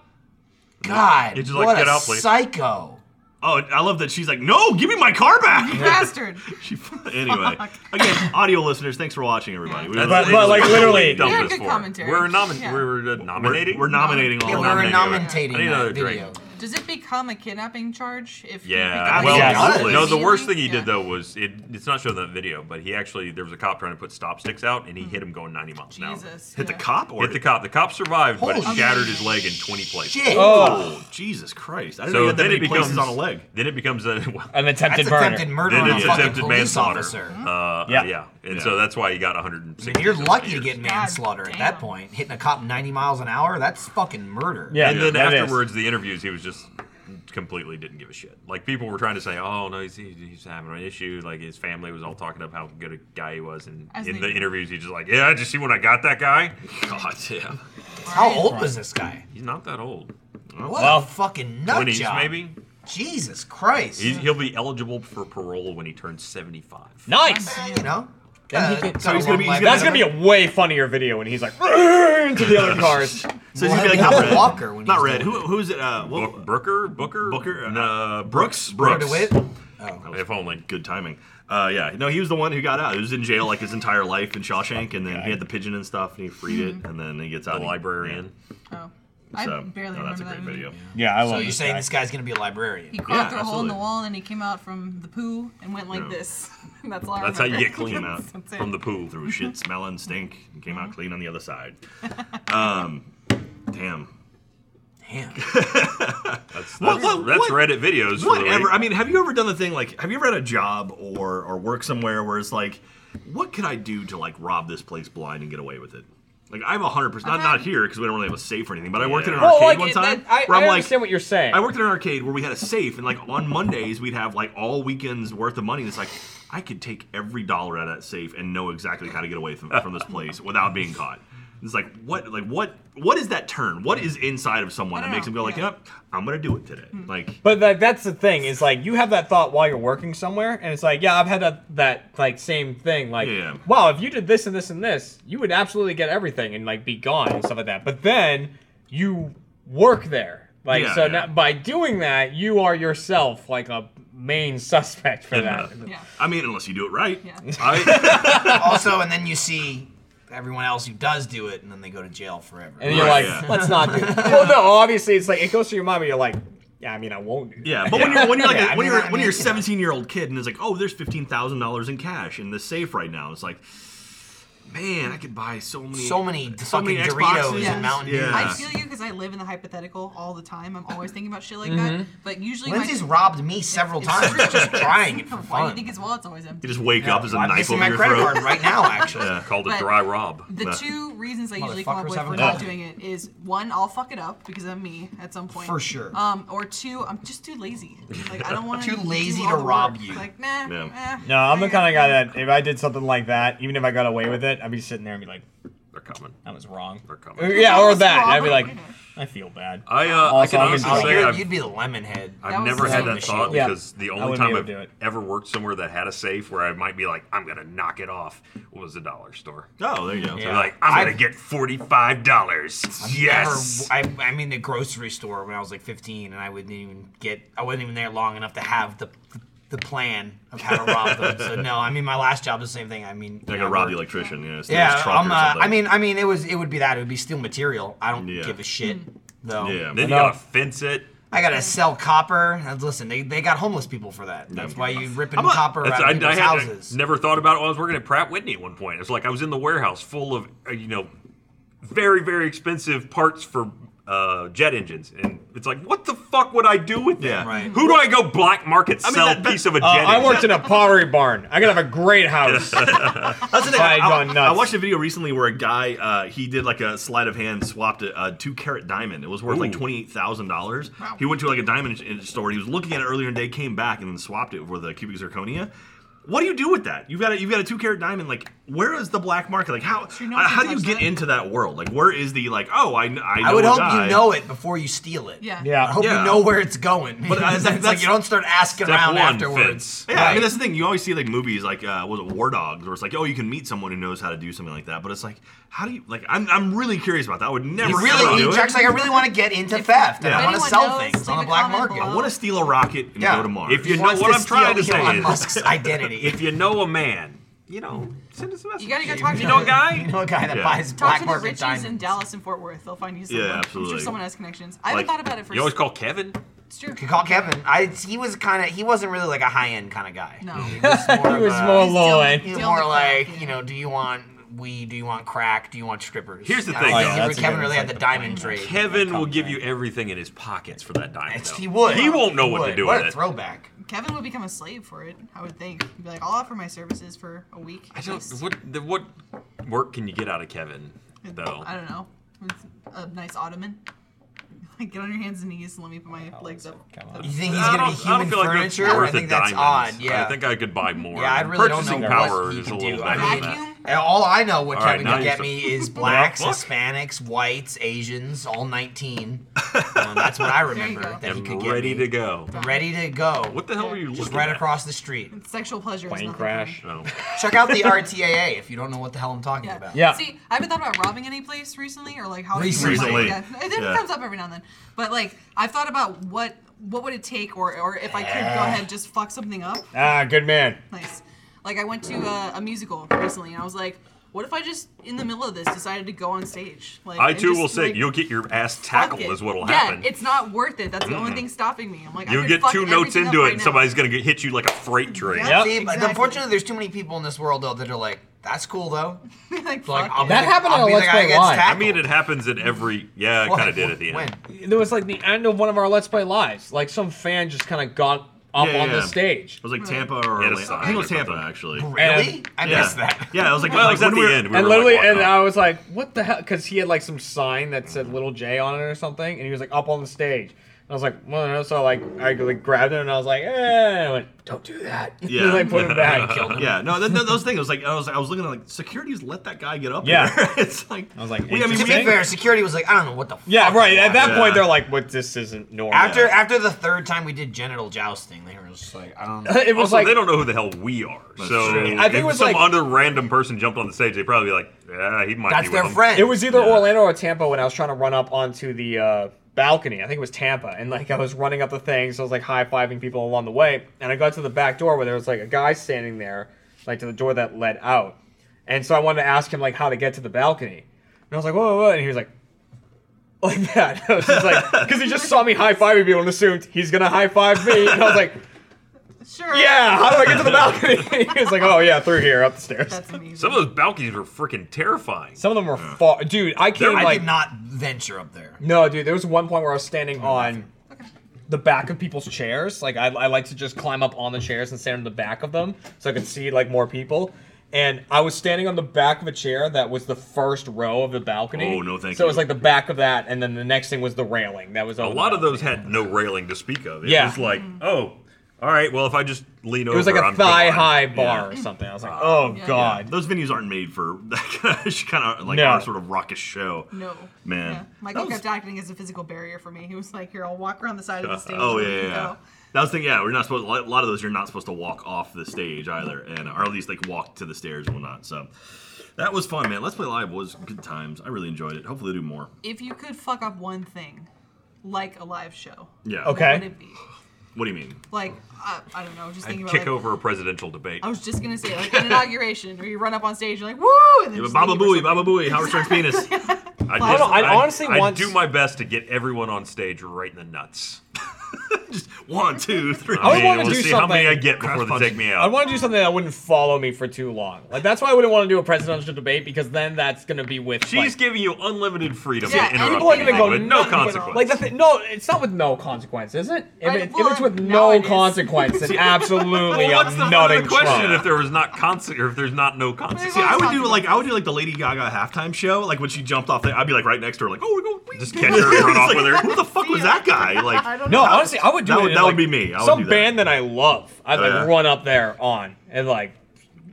S2: God,
S6: You just, like,
S2: what
S6: get
S2: a
S6: out, please.
S2: psycho.
S1: Oh, I love that she's like, no, give me my car back.
S4: bastard.
S1: she, anyway, again, audio listeners, thanks for watching, everybody. We
S6: That's
S1: were-
S5: But- but, like, literally-
S6: dumb
S4: We had
S6: this
S4: good
S6: for.
S4: commentary.
S6: We're nomin-
S4: Yeah.
S6: We're uh, nominating.
S1: we're, we're nominating all
S2: Yeah,
S1: of
S2: we're
S1: them.
S2: nominating
S6: I need another
S2: that
S6: drink.
S2: video.
S4: Does it become a kidnapping charge if? he
S6: Yeah.
S4: becomes-
S6: Well,
S5: Yeah,
S1: absolutely.
S6: no. The worst thing he
S4: Yeah.
S6: did though was it, it's not shown in the video, but he actually there was a cop trying to put stop sticks out, and he hit him going 90 miles an hour.
S4: Hmm. Jesus.
S1: Hit the
S4: yeah.
S1: cop or
S6: Hit the cop. The cop survived, but
S2: Holy
S6: it shattered his leg in 20 places.
S2: Shit.
S1: Oh, Jesus Christ! I didn't know
S6: So
S1: you had that
S6: then
S1: many
S6: it becomes
S1: places on a leg.
S6: Then it becomes a well,
S5: An attempted
S2: That's
S5: murder.
S2: attempted murder
S6: then
S2: on a
S6: it's
S2: fucking
S6: attempted
S2: police
S6: manslaughter.
S2: officer.
S6: Uh,
S5: Yeah.
S6: yeah. and
S1: Yeah.
S6: so that's why he got 160.
S2: You're
S6: or so
S2: lucky to
S6: years.
S2: get manslaughter at
S4: God
S2: that
S4: damn.
S2: point. Hitting a cop 90 miles an hour, that's fucking murder.
S5: Yeah,
S6: And then
S5: that is.
S6: afterwards, the interviews, he was just completely didn't give a shit. Like people were trying to say, "Oh no, he's, he's he's having an issue." Like his family was all talking up how good a guy he was, and
S4: As
S6: in
S4: they
S6: the
S4: do.
S6: interviews, he's just like, "Yeah, did you see when I got that guy?
S1: God damn.
S2: How old was this guy?
S6: He's not that old.
S2: What
S5: Well,
S2: a fucking nut
S6: Twenties
S2: job.
S6: maybe.
S2: Jesus Christ.
S6: He's, he'll be eligible for parole when he turns 75."
S5: nice.
S2: Eh, you know?
S5: Then he
S2: uh,
S5: can-
S2: got
S5: so
S2: a
S1: he's gonna
S2: long
S1: be- he's
S2: life
S1: gonna-
S5: That's gonna be a way funnier video when he's like into the other cars.
S1: So
S2: Well,
S1: he's gonna be
S2: I
S1: like
S2: mean,
S1: not red.
S2: Walker when
S1: not
S2: he's
S1: red.
S2: doing
S1: Who, who's it? Uh, what,
S6: Book, Brooker, Booker,
S1: Booker, uh,
S6: Nah, Brooks,
S1: Brooker
S6: Brooks.
S2: DeWitt? Oh.
S6: If only.
S1: good timing. Uh, yeah, no, he was the one who got out. He was in jail like his entire life in Shawshank, and then he had the pigeon and stuff, and he freed it, and then he gets out.
S6: Mm-hmm. The
S1: and he-
S6: librarian.
S4: Oh.
S1: yeah.
S4: I
S1: So,
S4: barely
S1: no,
S4: remember
S1: that's a
S4: that
S1: great
S4: movie.
S1: video.
S5: Yeah, I love
S2: So you're saying this guy's going to be a librarian?
S4: He crawled
S1: Yeah,
S4: through a hole in the
S1: absolutely.
S4: wall and he came out from the poo and went like
S1: Yeah.
S4: this. That's all. I
S6: That's how you
S4: remember.
S6: get clean out
S4: That's it.
S6: from the pool.
S1: Threw shit, smelling, stink, and came out clean on the other side. Um, damn.
S2: Damn.
S6: That's, that's,
S1: What- what-
S6: that's
S1: what-
S6: Reddit videos. for the
S1: Whatever.
S6: week.
S1: I mean, have you ever done the thing like, have you ever had a job or or work somewhere where it's like, what could I do to like rob this place blind and get away with it? Like I have a hundred percent. Not
S4: I've
S1: not
S4: had-
S1: here because we don't really have a safe or anything. But I worked at an
S6: Yeah.
S5: Well,
S1: arcade
S5: Oh, like,
S1: one
S5: it-
S1: time
S5: that- I,
S1: where
S5: I
S1: I'm like,
S5: understand what you're saying.
S1: I worked at an arcade where we had a safe, and like on Mondays we'd have like all weekends worth of money. And it's like I could take every dollar out of that safe and know exactly how to get away from, from this place without being caught. It's like what, like what, what is that turn? What is inside of someone
S4: I
S1: that
S4: don't
S1: makes them
S4: know.
S1: go like,
S4: Yeah.
S1: "Yep, I'm gonna do it today."
S5: Hmm.
S1: Like,
S5: But like that's the thing is like you have that thought while you're working somewhere, and it's like yeah, I've had that that like same thing like
S1: Yeah.
S5: wow, if you did this and this and this, you would absolutely get everything and like be gone and stuff like that. But then you work there. Like
S1: Yeah,
S5: so
S1: yeah.
S5: now, by doing that, you are yourself like a main suspect for
S1: Yeah.
S5: that.
S4: Yeah.
S1: I mean, unless you do it right.
S4: Yeah.
S1: I,
S2: also, and then you see everyone else who does do it, and then they go to jail forever.
S5: And you're
S1: Right,
S5: like,
S1: yeah.
S5: let's not do it. Well, no, obviously it's like it goes through your mind, but you're like, yeah, I mean, I won't do.
S1: yeah, but when you're when you're like
S2: Yeah,
S1: a,
S2: I
S1: when
S2: mean,
S1: you're
S2: I
S1: when
S2: mean,
S1: you're a
S2: yeah.
S1: 17 year old kid and it's like, oh, there's fifteen thousand dollars in cash in the safe right now. It's like, man, I could buy so many
S2: So many
S1: so many
S2: fucking
S1: Xboxes.
S2: Doritos and
S4: Yeah.
S2: Mountain Dew.
S1: Yeah.
S4: I feel you because I live in the hypothetical all the time. I'm always thinking about shit like that. But usually,
S2: Mm-hmm. Lindsay's
S4: my,
S2: robbed me several times just trying it for
S4: Why do you
S2: fun.
S4: think his wallet's always empty?
S1: You just wake up, there's a
S2: I'm
S1: knife
S2: missing
S1: over
S2: my
S1: your
S2: credit
S1: throat.
S2: card right now, actually.
S6: Called a
S4: But-
S6: dry rob.
S4: The
S1: Nah.
S4: two reasons I usually come up
S2: Motherfuckers
S4: with for
S2: haven't
S4: not
S2: called.
S4: doing it is one, I'll fuck it up because I'm me at some point.
S2: For sure.
S4: Um, or two, I'm just too lazy. Like I don't want
S2: Too lazy to rob you.
S4: Like nah.
S1: Yeah.
S4: eh,
S5: No, I'm the
S4: I-
S5: kind of guy that if I did something like that, even if I got away with it, I'd be sitting there and be like,
S6: They're coming.
S5: I was wrong.
S6: They're coming.
S5: Yeah, or
S4: What's
S5: that.
S4: wrong?
S5: I'd be like,
S4: Wait a minute.
S5: I feel bad.
S6: I, uh, I
S5: Also,
S6: can
S5: I'm
S6: honestly
S5: gonna-
S2: Oh,
S6: say
S2: you're,
S6: I've,
S2: you'd be the lemon head.
S4: That
S6: I've
S4: was
S6: never had
S4: dumb
S6: that
S4: as
S6: thought
S5: shit. Yeah.
S6: because the
S5: I
S6: only
S5: wouldn't
S6: time
S5: be
S6: I've
S5: able to do
S6: ever worked somewhere that had a safe where I might be like, I'm gonna knock it off was a dollar store.
S1: Oh, there you go.
S2: Yeah.
S6: Like, I'm gonna
S2: I've-
S6: get forty-five dollars. Yes.
S2: Or- I, I mean, the grocery store when I was like 15, and I wouldn't even get, I wasn't even there long enough to have the the plan of how to rob them. So no, I mean, my last job was the same thing. I mean,
S1: Like
S2: yeah,
S1: a rob
S2: we're-
S1: the electrician, yeah. steal his
S2: Yeah,
S1: truck
S2: I'm.
S1: or
S2: Uh,
S1: something.
S2: I mean, I mean, it was it would be that. It would be steel material. I don't
S1: Yeah.
S2: give a shit though.
S1: yeah.
S6: Then you
S5: No.
S6: gotta fence it.
S2: I gotta sell copper. And Listen, they, they got homeless people for that. That's why you ripping copper
S6: That's-
S2: out of
S6: I, I
S2: people's
S6: had
S2: houses.
S6: never thought about it when I was working at Pratt Whitney at one point. It's like I was in the warehouse full of uh, you know very very expensive parts for uh, jet engines, and it's like what the fuck would I do with that?
S1: Yeah.
S2: Right.
S6: Who do I go black market
S1: mean,
S6: sell
S1: that- that-
S6: piece of a
S5: Uh,
S6: jet?
S5: I
S6: engine?
S5: worked in a pottery barn. I could have a great house.
S1: That's the thing.
S5: Sorry,
S1: I,
S5: I've gone
S1: I
S5: nuts.
S1: watched a video recently where a guy uh, he did like a sleight of hand swapped a, a two carat diamond. It was worth like
S6: Ooh.
S1: twenty eight thousand dollars. He went to like a diamond sh- store. and He was looking at it earlier in the day, came back and then swapped it for the cubic zirconia. What do you do with that? You've got a, you've got a two carat diamond. Like where is the black market? Like how
S4: you know
S1: uh,
S4: if you
S1: how do you
S4: touch
S1: get
S4: that-
S1: into that world? Like where is the like oh I kn- I, know
S2: I would
S1: a
S2: hope
S1: guy.
S2: you know it before you steal it.
S4: Yeah.
S2: I
S5: yeah.
S2: hope
S1: Yeah.
S2: you know where it's going. But
S1: But, uh,
S2: it's like
S1: that's-
S2: you don't start asking
S6: Step
S2: around
S6: one,
S2: afterwards.
S6: fence.
S1: Yeah, I mean that's the thing. You always see like movies like uh, was it War Dogs, where it's like, oh, you can meet someone who knows how to do something like that. But it's like, how do you like? I'm, I'm really curious about that. I would never
S2: You
S1: ever
S2: really,
S1: do
S2: he-
S1: it.
S2: Jack's like, I really want to get into theft. And
S1: Yeah.
S2: I want to
S4: Anyone
S2: sell
S4: knows,
S2: things on the
S4: leave a
S2: black
S4: comment
S2: market.
S1: I
S4: below.
S1: want to steal a rocket and
S2: Yeah.
S1: go to Mars.
S6: If you know
S2: Wants
S6: what
S2: to
S6: I'm trying to
S2: steal
S6: say
S2: Elon
S6: is,
S2: Musk's identity.
S6: if you know a man, you know, send us a message.
S4: You gotta go talk to
S6: you know a
S4: the-
S6: guy.
S2: you know a guy that
S1: Yeah.
S2: buys
S4: Talk
S2: black
S4: to the
S2: market
S4: richies in
S2: diamonds.
S4: Dallas and Fort Worth. They'll find you someone. I'm
S1: absolutely.
S4: sure someone has connections. I haven't
S1: Like,
S4: thought about it for.
S6: You always call Kevin.
S4: It's true.
S2: You call Kevin. I, he was kind of, he wasn't really like a high end kind of guy.
S4: No.
S5: It was more low end.
S2: He was
S4: Deal with
S2: more
S4: crack,
S2: like,
S4: yeah.
S2: you know, do you want weed? Do you want crack? Do you want strippers?
S6: Here's the
S2: I don't
S6: thing, though.
S2: think
S6: Yeah,
S5: that's a
S2: Kevin
S5: good-
S2: really
S5: it's
S2: had the
S5: like the
S2: diamond trade.
S6: Kevin will give you everything in his pockets for that diamond.
S2: It's-
S6: though.
S2: He would.
S6: He won't know what to
S2: would.
S6: do
S2: What
S6: with
S2: a
S6: it.
S2: throwback.
S4: Kevin would become a slave for it. I would think. He'd be like, I'll offer my services for a week.
S6: I
S4: at
S6: don't.
S4: least."
S6: What the, what work can you get out of Kevin though?
S4: I don't know. With a nice ottoman. Like, get on your hands and knees and let me put my legs up.
S5: come on.
S4: up-
S2: You think he's
S6: I
S2: gonna be
S6: don't- I don't
S2: human
S6: feel like that's
S2: furniture?
S6: worth
S2: I
S6: a
S2: think that's
S6: diamond.
S2: odd. Yeah.
S6: I think I could buy more.
S2: Yeah, I really don't
S6: Purchasing
S2: know what
S6: power
S2: he
S6: is a
S2: could
S6: little
S2: do.
S6: better
S2: I
S6: than that.
S4: Vacuum?
S2: And all I know what
S6: All right,
S2: Kevin
S6: now
S2: can
S6: you
S2: get
S6: start-
S2: me is blacks,
S6: Look.
S2: Hispanics, whites, Asians, all 19. Um, that's what I remember
S4: go.
S2: that he could
S6: I'm
S2: get
S6: ready
S2: me.
S6: to go.
S2: Ready to go.
S6: What the hell are you looking
S2: Just right
S6: at?
S2: across the street.
S4: Sexual pleasure is
S5: Plane
S4: nothing
S5: crash.
S4: fun.
S6: No.
S2: Check out the RTAA if you don't know what the hell I'm talking
S4: Yeah.
S2: about.
S5: Yeah.
S4: See, I haven't thought about robbing any place recently, or like how I-
S2: Recently.
S1: Recently.
S4: Yeah, it then
S1: Yeah.
S4: comes up every now and then. But like, I've thought about what what would it take, or or if I could go ahead and just fuck something up.
S5: Ah, good man.
S4: Nice. Like I went to uh, a, a musical recently, and I was like, what if I just in the middle of this decided to go on stage? Like
S6: I
S4: and
S6: too
S4: just,
S6: will say
S4: like,
S6: you'll get your ass
S4: fuck
S6: tackled
S4: it.
S6: is what'll
S4: yeah,
S6: happen.
S4: it's not worth it. That's the only thing stopping me. I'm like, I
S6: You'll
S4: could
S6: get
S4: fuck
S6: two notes
S4: everything up
S6: into it,
S4: right
S6: and
S4: now.
S6: somebody's gonna get, hit you like a freight train.
S4: Yeah.
S2: See, but
S4: Exactly.
S2: unfortunately, there's too many people in this world though that are like, "That's cool though."
S4: like,
S2: Like,
S4: fuck
S2: I'll be
S4: it.
S5: That
S2: the-
S5: happened
S2: I'll
S5: on
S2: be
S5: a
S2: the
S5: Let's
S2: guy
S5: Play
S2: that gets
S5: Live.
S6: I
S2: tackled.
S6: mean, it happens at every. Yeah, it kind of did at the end.
S2: When?
S5: There was like the end of one of our Let's Play lives. Like some fan just kind of got up
S1: Yeah,
S5: on
S1: yeah.
S5: the stage.
S1: It was like Tampa or
S6: Yeah,
S1: Orlando.
S6: it's-
S1: I think it was Tampa
S6: Okay.
S1: actually.
S2: Really? I
S1: Yeah.
S2: missed that.
S1: Yeah, it was like,
S6: Well, it
S1: like
S6: was at
S1: when we
S6: the
S1: were-
S6: end. We
S5: and
S6: were like,
S5: literally,
S6: walking
S5: and
S6: up.
S5: I was like, "What the hell?" Because he had like some sign that said "Little J" on it or something, and he was like up on the stage. And I was like, "Well," so like I like grabbed him and I was like, "Eh," and I went, "Don't do that."
S1: Yeah.
S5: and I put him back. Killed him.
S1: Yeah, no, th- th- those things. was like, I was, I was looking at like securities let that guy get up.
S5: Yeah.
S1: there. it's like
S5: I was like,
S1: we, I mean,
S2: To
S1: we,
S2: be fair, security was like, "I don't know what the."
S5: Yeah,
S2: fuck
S5: right.
S2: you
S5: At
S2: want."
S5: that
S1: Yeah.
S5: point, they're like, "What? This isn't normal."
S2: After after the third time we did genital jousting, they were just like I don't.
S5: it was
S6: Also,
S5: like
S6: they don't know who the hell we are. So
S1: true.
S5: I think it
S6: if
S5: was
S6: some
S5: like-
S6: other random person jumped on the stage, they'd probably be like, "Yeah, he might
S2: That's
S6: be with
S2: their
S6: them."
S2: friend.
S5: It was either Orlando or Tampa when I was trying to run up onto the uh, balcony. I think it was Tampa, and like I was running up the thing, so I was like high fiving people along the way, and I got to the back door where there was like a guy standing there, like to the door that led out, and so I wanted to ask him like how to get to the balcony, and I was like whoa, whoa, whoa. and he was like. Like that, I was just like, because he just saw me high fiving people and assumed he's gonna high five me, and I was like,
S4: Sure.
S5: "Yeah, how do I get to the balcony?" he was like, "Oh yeah, through here, up the stairs."
S4: That's amazing.
S5: uh,
S6: Some of those balconies were freaking terrifying.
S5: Some of them were far, dude. I came
S2: I
S5: like
S2: did not venture up there.
S5: No, dude, there was one point where I was standing on the back of people's chairs. Like I, I like to just climb up on the chairs and stand on the back of them so I could see like more people. And I was standing on the back of a chair that was the first row of the balcony.
S1: Oh, no, thank
S5: So it
S1: you.
S5: was like the back of that, and then the next thing was the railing. That was
S6: A lot of those had no railing to speak of. It
S5: Yeah.
S6: was like,
S1: Mm-hmm.
S6: oh, all right, well, if I just lean
S5: It
S6: over,
S5: was like a
S6: I'm
S5: thigh
S6: gone."
S5: high
S6: Yeah. Uh,
S5: bar or something. I was like, oh
S4: Yeah.
S5: god.
S1: Those venues aren't made for that kind of like
S5: No.
S1: our sort of raucous show.
S4: No.
S1: Man.
S4: Yeah. Michael
S1: That was-
S4: kept acting as a physical barrier for me. He was like, "Here, I'll walk around the side of the stage."
S1: Oh
S4: and
S1: yeah,
S4: you
S1: yeah.
S4: can
S1: yeah.
S4: go."
S1: That was the thing. Yeah, we're not supposed. A lot of those you're not supposed to walk off the stage either, and or at least like walk to the stairs and whatnot. So that was fun, man. Let's play live was good times. I really enjoyed it. Hopefully, we'll do more.
S4: If you could fuck up one thing, like a live show,
S1: Yeah.
S5: oh, Okay.
S4: what would it be?
S1: What do you mean?
S4: Like, I, I don't know. Just
S6: I'd
S4: thinking about
S6: kick
S4: like,
S6: over a presidential debate.
S4: I was just gonna say like an inauguration where you run up on stage, you're like, "Woo!" And then just
S1: Baba
S4: leave or
S1: Booey,
S4: something.
S1: Baba Booey, Howard Stern's penis.
S6: I'd,
S5: I don't know, I'd honestly
S6: I'd
S5: want-
S6: do my best to get everyone on stage right in the nuts.
S1: One, two, three.
S5: I would
S6: mean,
S5: want
S6: we'll
S5: to do
S6: see
S5: something.
S6: how many I get before they
S1: punch.
S6: take me
S5: I
S6: out.
S5: want to do something that wouldn't follow me for too long. Like that's why I wouldn't want to do a presidential debate because then that's gonna be with.
S6: She's
S5: like,
S6: giving you unlimited freedom
S4: Yeah,
S6: to interrupt
S5: People are gonna
S6: anything
S5: go
S6: with no
S5: nuts.
S6: consequence.
S5: Like the thing, no, it's not with no consequence, is it? If,
S4: Right,
S5: it,
S4: well,
S5: if it's with
S4: now
S5: no
S4: it is.
S5: consequence, then absolutely
S6: What's the
S5: I'm
S6: fun of
S5: nutting
S6: the question if
S5: Trump.
S6: there was not conse- or if there's not no consequence?
S1: See, I would do like I would do like the Lady Gaga halftime show. Like when she jumped off, the, I'd be like right next to her, like, oh, we're going. we-
S6: Just catch her and run
S1: It's
S6: off
S1: like,
S6: with her.
S1: Who the fuck was that guy?
S4: I
S1: Like,
S4: don't
S5: No,
S4: know.
S5: honestly, I would do
S1: that
S5: it.
S1: would-
S5: in,
S1: that would
S5: like,
S1: be me. I would
S5: some
S1: do that. Oh,
S5: band that I love, I'd like
S1: yeah.
S5: run up there on and like,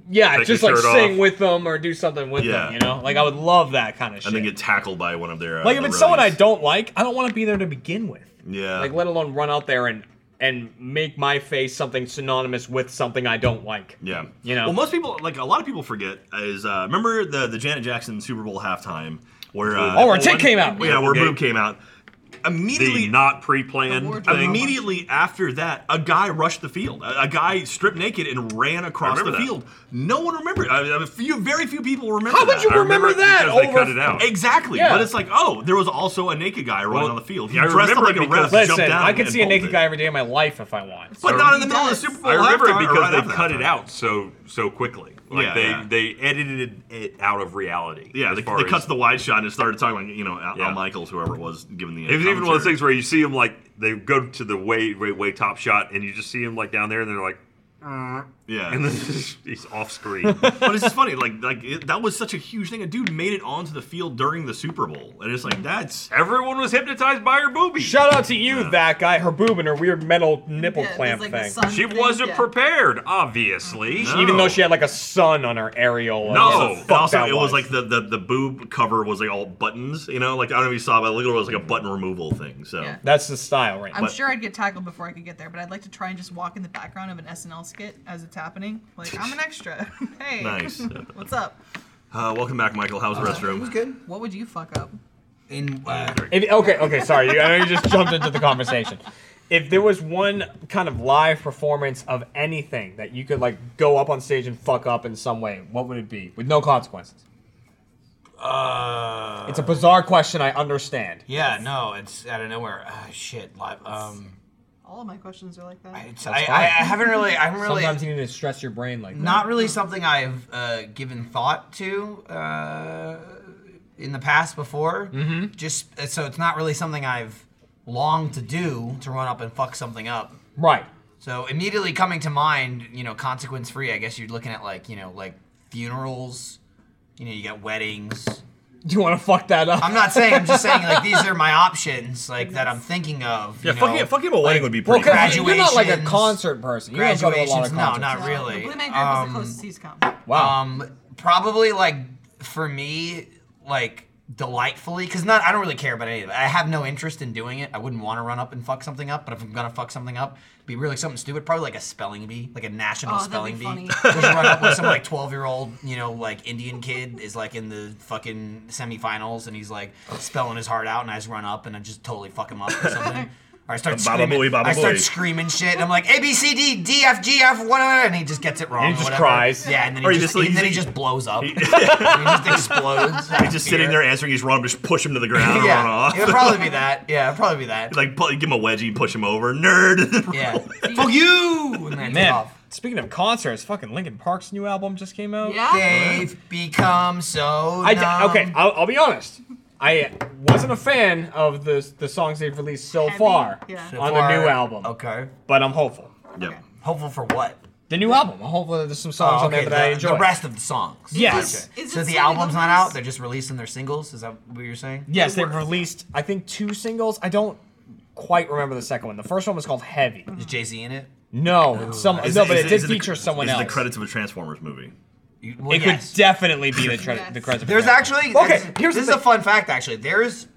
S5: yeah,
S6: Take
S5: just
S6: your
S5: like
S6: shirt
S5: sing
S6: off.
S5: with them or do something with
S1: Yeah.
S5: them. You know, like I would love that kind of shit.
S1: and then get tackled by one of their. Uh,
S5: like if it's someone I
S1: Pirellis.
S5: don't like, I don't want to be there to begin with.
S1: Yeah.
S5: Like let alone run out there and and make my face something synonymous with something I don't like.
S1: Yeah,
S5: You know?
S1: Well, most people, like a lot of people, forget is uh, remember the the Janet Jackson Super Bowl halftime where uh,
S5: Oh, our
S1: yeah,
S5: tick came out.
S1: where
S6: Yeah.
S1: Boob came out
S6: the
S1: immediately.
S6: not pre-planned
S4: wardrobe.
S6: thing.
S1: Immediately after that, a guy rushed the field. A, a guy stripped naked and ran across the
S6: remember that.
S1: field. No one remembered. I, I- a few, very few people remember.
S5: How would
S1: that.
S5: you
S6: I remember
S5: remember
S6: it
S5: that?
S6: because they
S5: over
S6: cut it out.
S1: Exactly,
S5: Yeah.
S1: but it's like, oh, there was also a naked guy running
S6: Well,
S1: on the field. He
S6: yeah, I
S1: dressed up like
S6: remember it
S1: a ref,
S6: because- Listen,
S1: jumped
S5: Listen,
S1: down
S5: I could
S1: and
S5: see a
S1: pulled
S5: naked
S1: it.
S5: guy every day of my life if I want.
S1: but
S5: So-
S1: not in the
S4: He
S1: middle of the
S4: does.
S1: Super Bowl.
S6: I remember it
S1: halftime or
S6: because
S1: right
S6: they
S1: after
S6: cut
S1: halftime.
S6: it out so so quickly. Like
S1: Yeah,
S6: they
S1: yeah.
S6: they edited it out of reality.
S1: Yeah,
S6: as
S1: they,
S6: far
S1: they
S6: as-
S1: cut to the wide shot and started talking like you know Al,
S6: Yeah.
S1: Al Michaels, whoever it was, giving the.
S6: It was even one of those
S1: commentary.
S6: things where you see them like they go to the way way way top shot and you just see him like down there and they're like "Uh."
S1: Yeah,
S6: and then he's off screen.
S1: but it's just funny. Like like it, that was such a huge thing. A dude made it onto the field during the Super Bowl, and it's like that's
S6: Everyone was hypnotized by her boobies.
S5: Shout out to you, that guy, her boob and her weird metal nipple
S4: Yeah, it's
S5: clamp
S4: like the
S5: thing.
S4: sun
S6: she
S4: thing,
S6: wasn't
S4: yeah.
S6: prepared, obviously.
S1: No.
S5: Even though she had like a sun on her areola. What
S6: No.
S5: the
S6: And
S1: And
S5: fuck
S1: also,
S5: that
S1: it was like the, the, the boob cover was like all buttons, you know. Like I don't know if you saw, but like, it was like a button removal thing. So
S4: Yeah.
S5: That's the style right
S4: I'm
S5: now.
S4: sure I'd get tackled before I could get there, but I'd like to try and just walk in the background of an SNL skit as it's happening. Like, I'm an extra. hey.
S1: Nice.
S4: What's up?
S1: uh, welcome back, Michael. How's the
S2: It was
S1: restroom?
S2: good.
S4: What would you fuck up?
S2: In uh,
S5: If, okay, okay, sorry. You, I know you just jumped into the conversation. If there was one kind of live performance of anything that you could like go up on stage and fuck up in some way, what would it be? With no consequences. Uh, it's a bizarre question. I understand.
S2: yeah, no, it's out of nowhere. Ah, shit, live. Um,
S4: All of my questions are like that.
S2: it's, I, I,
S5: fine.
S2: I haven't really. I haven't really.
S5: Sometimes you need to stress your brain like that.
S2: not really something I've uh, given thought to uh, in the past before. Mm-hmm. Just so it's not really something I've longed to do to run up and fuck something up.
S5: right.
S2: So immediately coming to mind, you know, consequence free. I guess you're looking at like you know like funerals. You know, you got weddings.
S5: Do you want to fuck that up?
S2: I'm not saying. I'm just saying like these are my options like that I'm thinking of.
S1: Yeah,
S2: you
S1: fucking
S2: know.
S1: fucking a wedding would be
S5: well,
S1: pretty.
S5: 'cause you're not like a
S2: Graduations.
S5: concert person. You don't go to a lot of
S2: Graduations. No,
S5: concerts.
S2: not
S4: Uh,
S2: really.
S4: The Blue Man Group was
S2: Um,
S5: Um,
S4: the closest he's come.
S5: Wow.
S2: Um, probably like for me, like delightfully because not I don't really care about any of it. I have no interest in doing it. I wouldn't want to run up and fuck something up, but if I'm gonna fuck something up, it'd be really something stupid, probably like a spelling bee, like a national
S4: Oh, that'd
S2: spelling
S4: be
S2: bee.
S4: funny.
S2: Just run up with some like 12 year old, you know, like Indian kid is like in the fucking semifinals and he's like spelling his heart out, and I just run up and I just totally fuck him up or something. Or I start
S1: Baba
S2: screaming.
S1: booey, baba
S2: I start
S1: booey.
S2: screaming shit. And I'm like A B C D D F G F one, and he just gets it wrong.
S5: he
S2: or
S5: just
S2: whatever.
S5: cries.
S2: Yeah, and then
S1: Or
S2: he
S1: he
S2: just,
S1: just-
S2: and then he
S1: he's-
S2: just blows up. And he just explodes.
S1: He's just sitting there answering he's wrong, just push him to the ground and run
S2: Yeah,
S1: off.
S2: it would probably be that. Yeah, it'd probably be that.
S1: like pu- give him a wedgie, push him over, nerd.
S2: Yeah. Fuck you! And then it's
S5: Man,
S2: off.
S5: speaking of concerts, fucking Linkin Park's new album just came out.
S4: Yeah.
S2: They've become so.
S5: I d-
S2: numb.
S5: okay, I'll, I'll be honest. I wasn't a fan of the the songs they've released so
S4: Heavy,
S5: far
S4: yeah.
S5: on
S2: For-
S5: their new album.
S2: Okay.
S5: But I'm hopeful.
S1: Yep.
S2: Hopeful for what?
S5: The new album. I'm hopeful that there's some songs
S2: Oh,
S5: on there
S2: okay.
S5: that
S2: The,
S5: I enjoy.
S2: the rest of the songs.
S5: Yes.
S2: Okay.
S4: Is
S2: so
S4: it
S2: the
S4: Sony
S2: album's not
S4: Lumens?
S2: out. They're just releasing their singles. Is that what you're saying?
S5: Yes, they've released I think two singles. I don't quite remember the second one. The first one was called Heavy.
S2: Is Jay Z in it?
S5: No, it's some
S1: Is
S5: no,
S1: it-
S5: but
S1: is
S5: it
S1: it-
S5: did
S1: is it the-
S5: feature someone
S1: is it
S5: else.
S1: the credits of a Transformers movie.
S2: You- well,
S5: it
S2: yes.
S5: could definitely be the credit. The
S4: Yes.
S5: credits. of
S2: There's
S5: Transformers.
S2: actually
S5: Okay,
S2: This,
S5: here's the
S2: this is a
S5: thing.
S2: fun fact. Actually, there's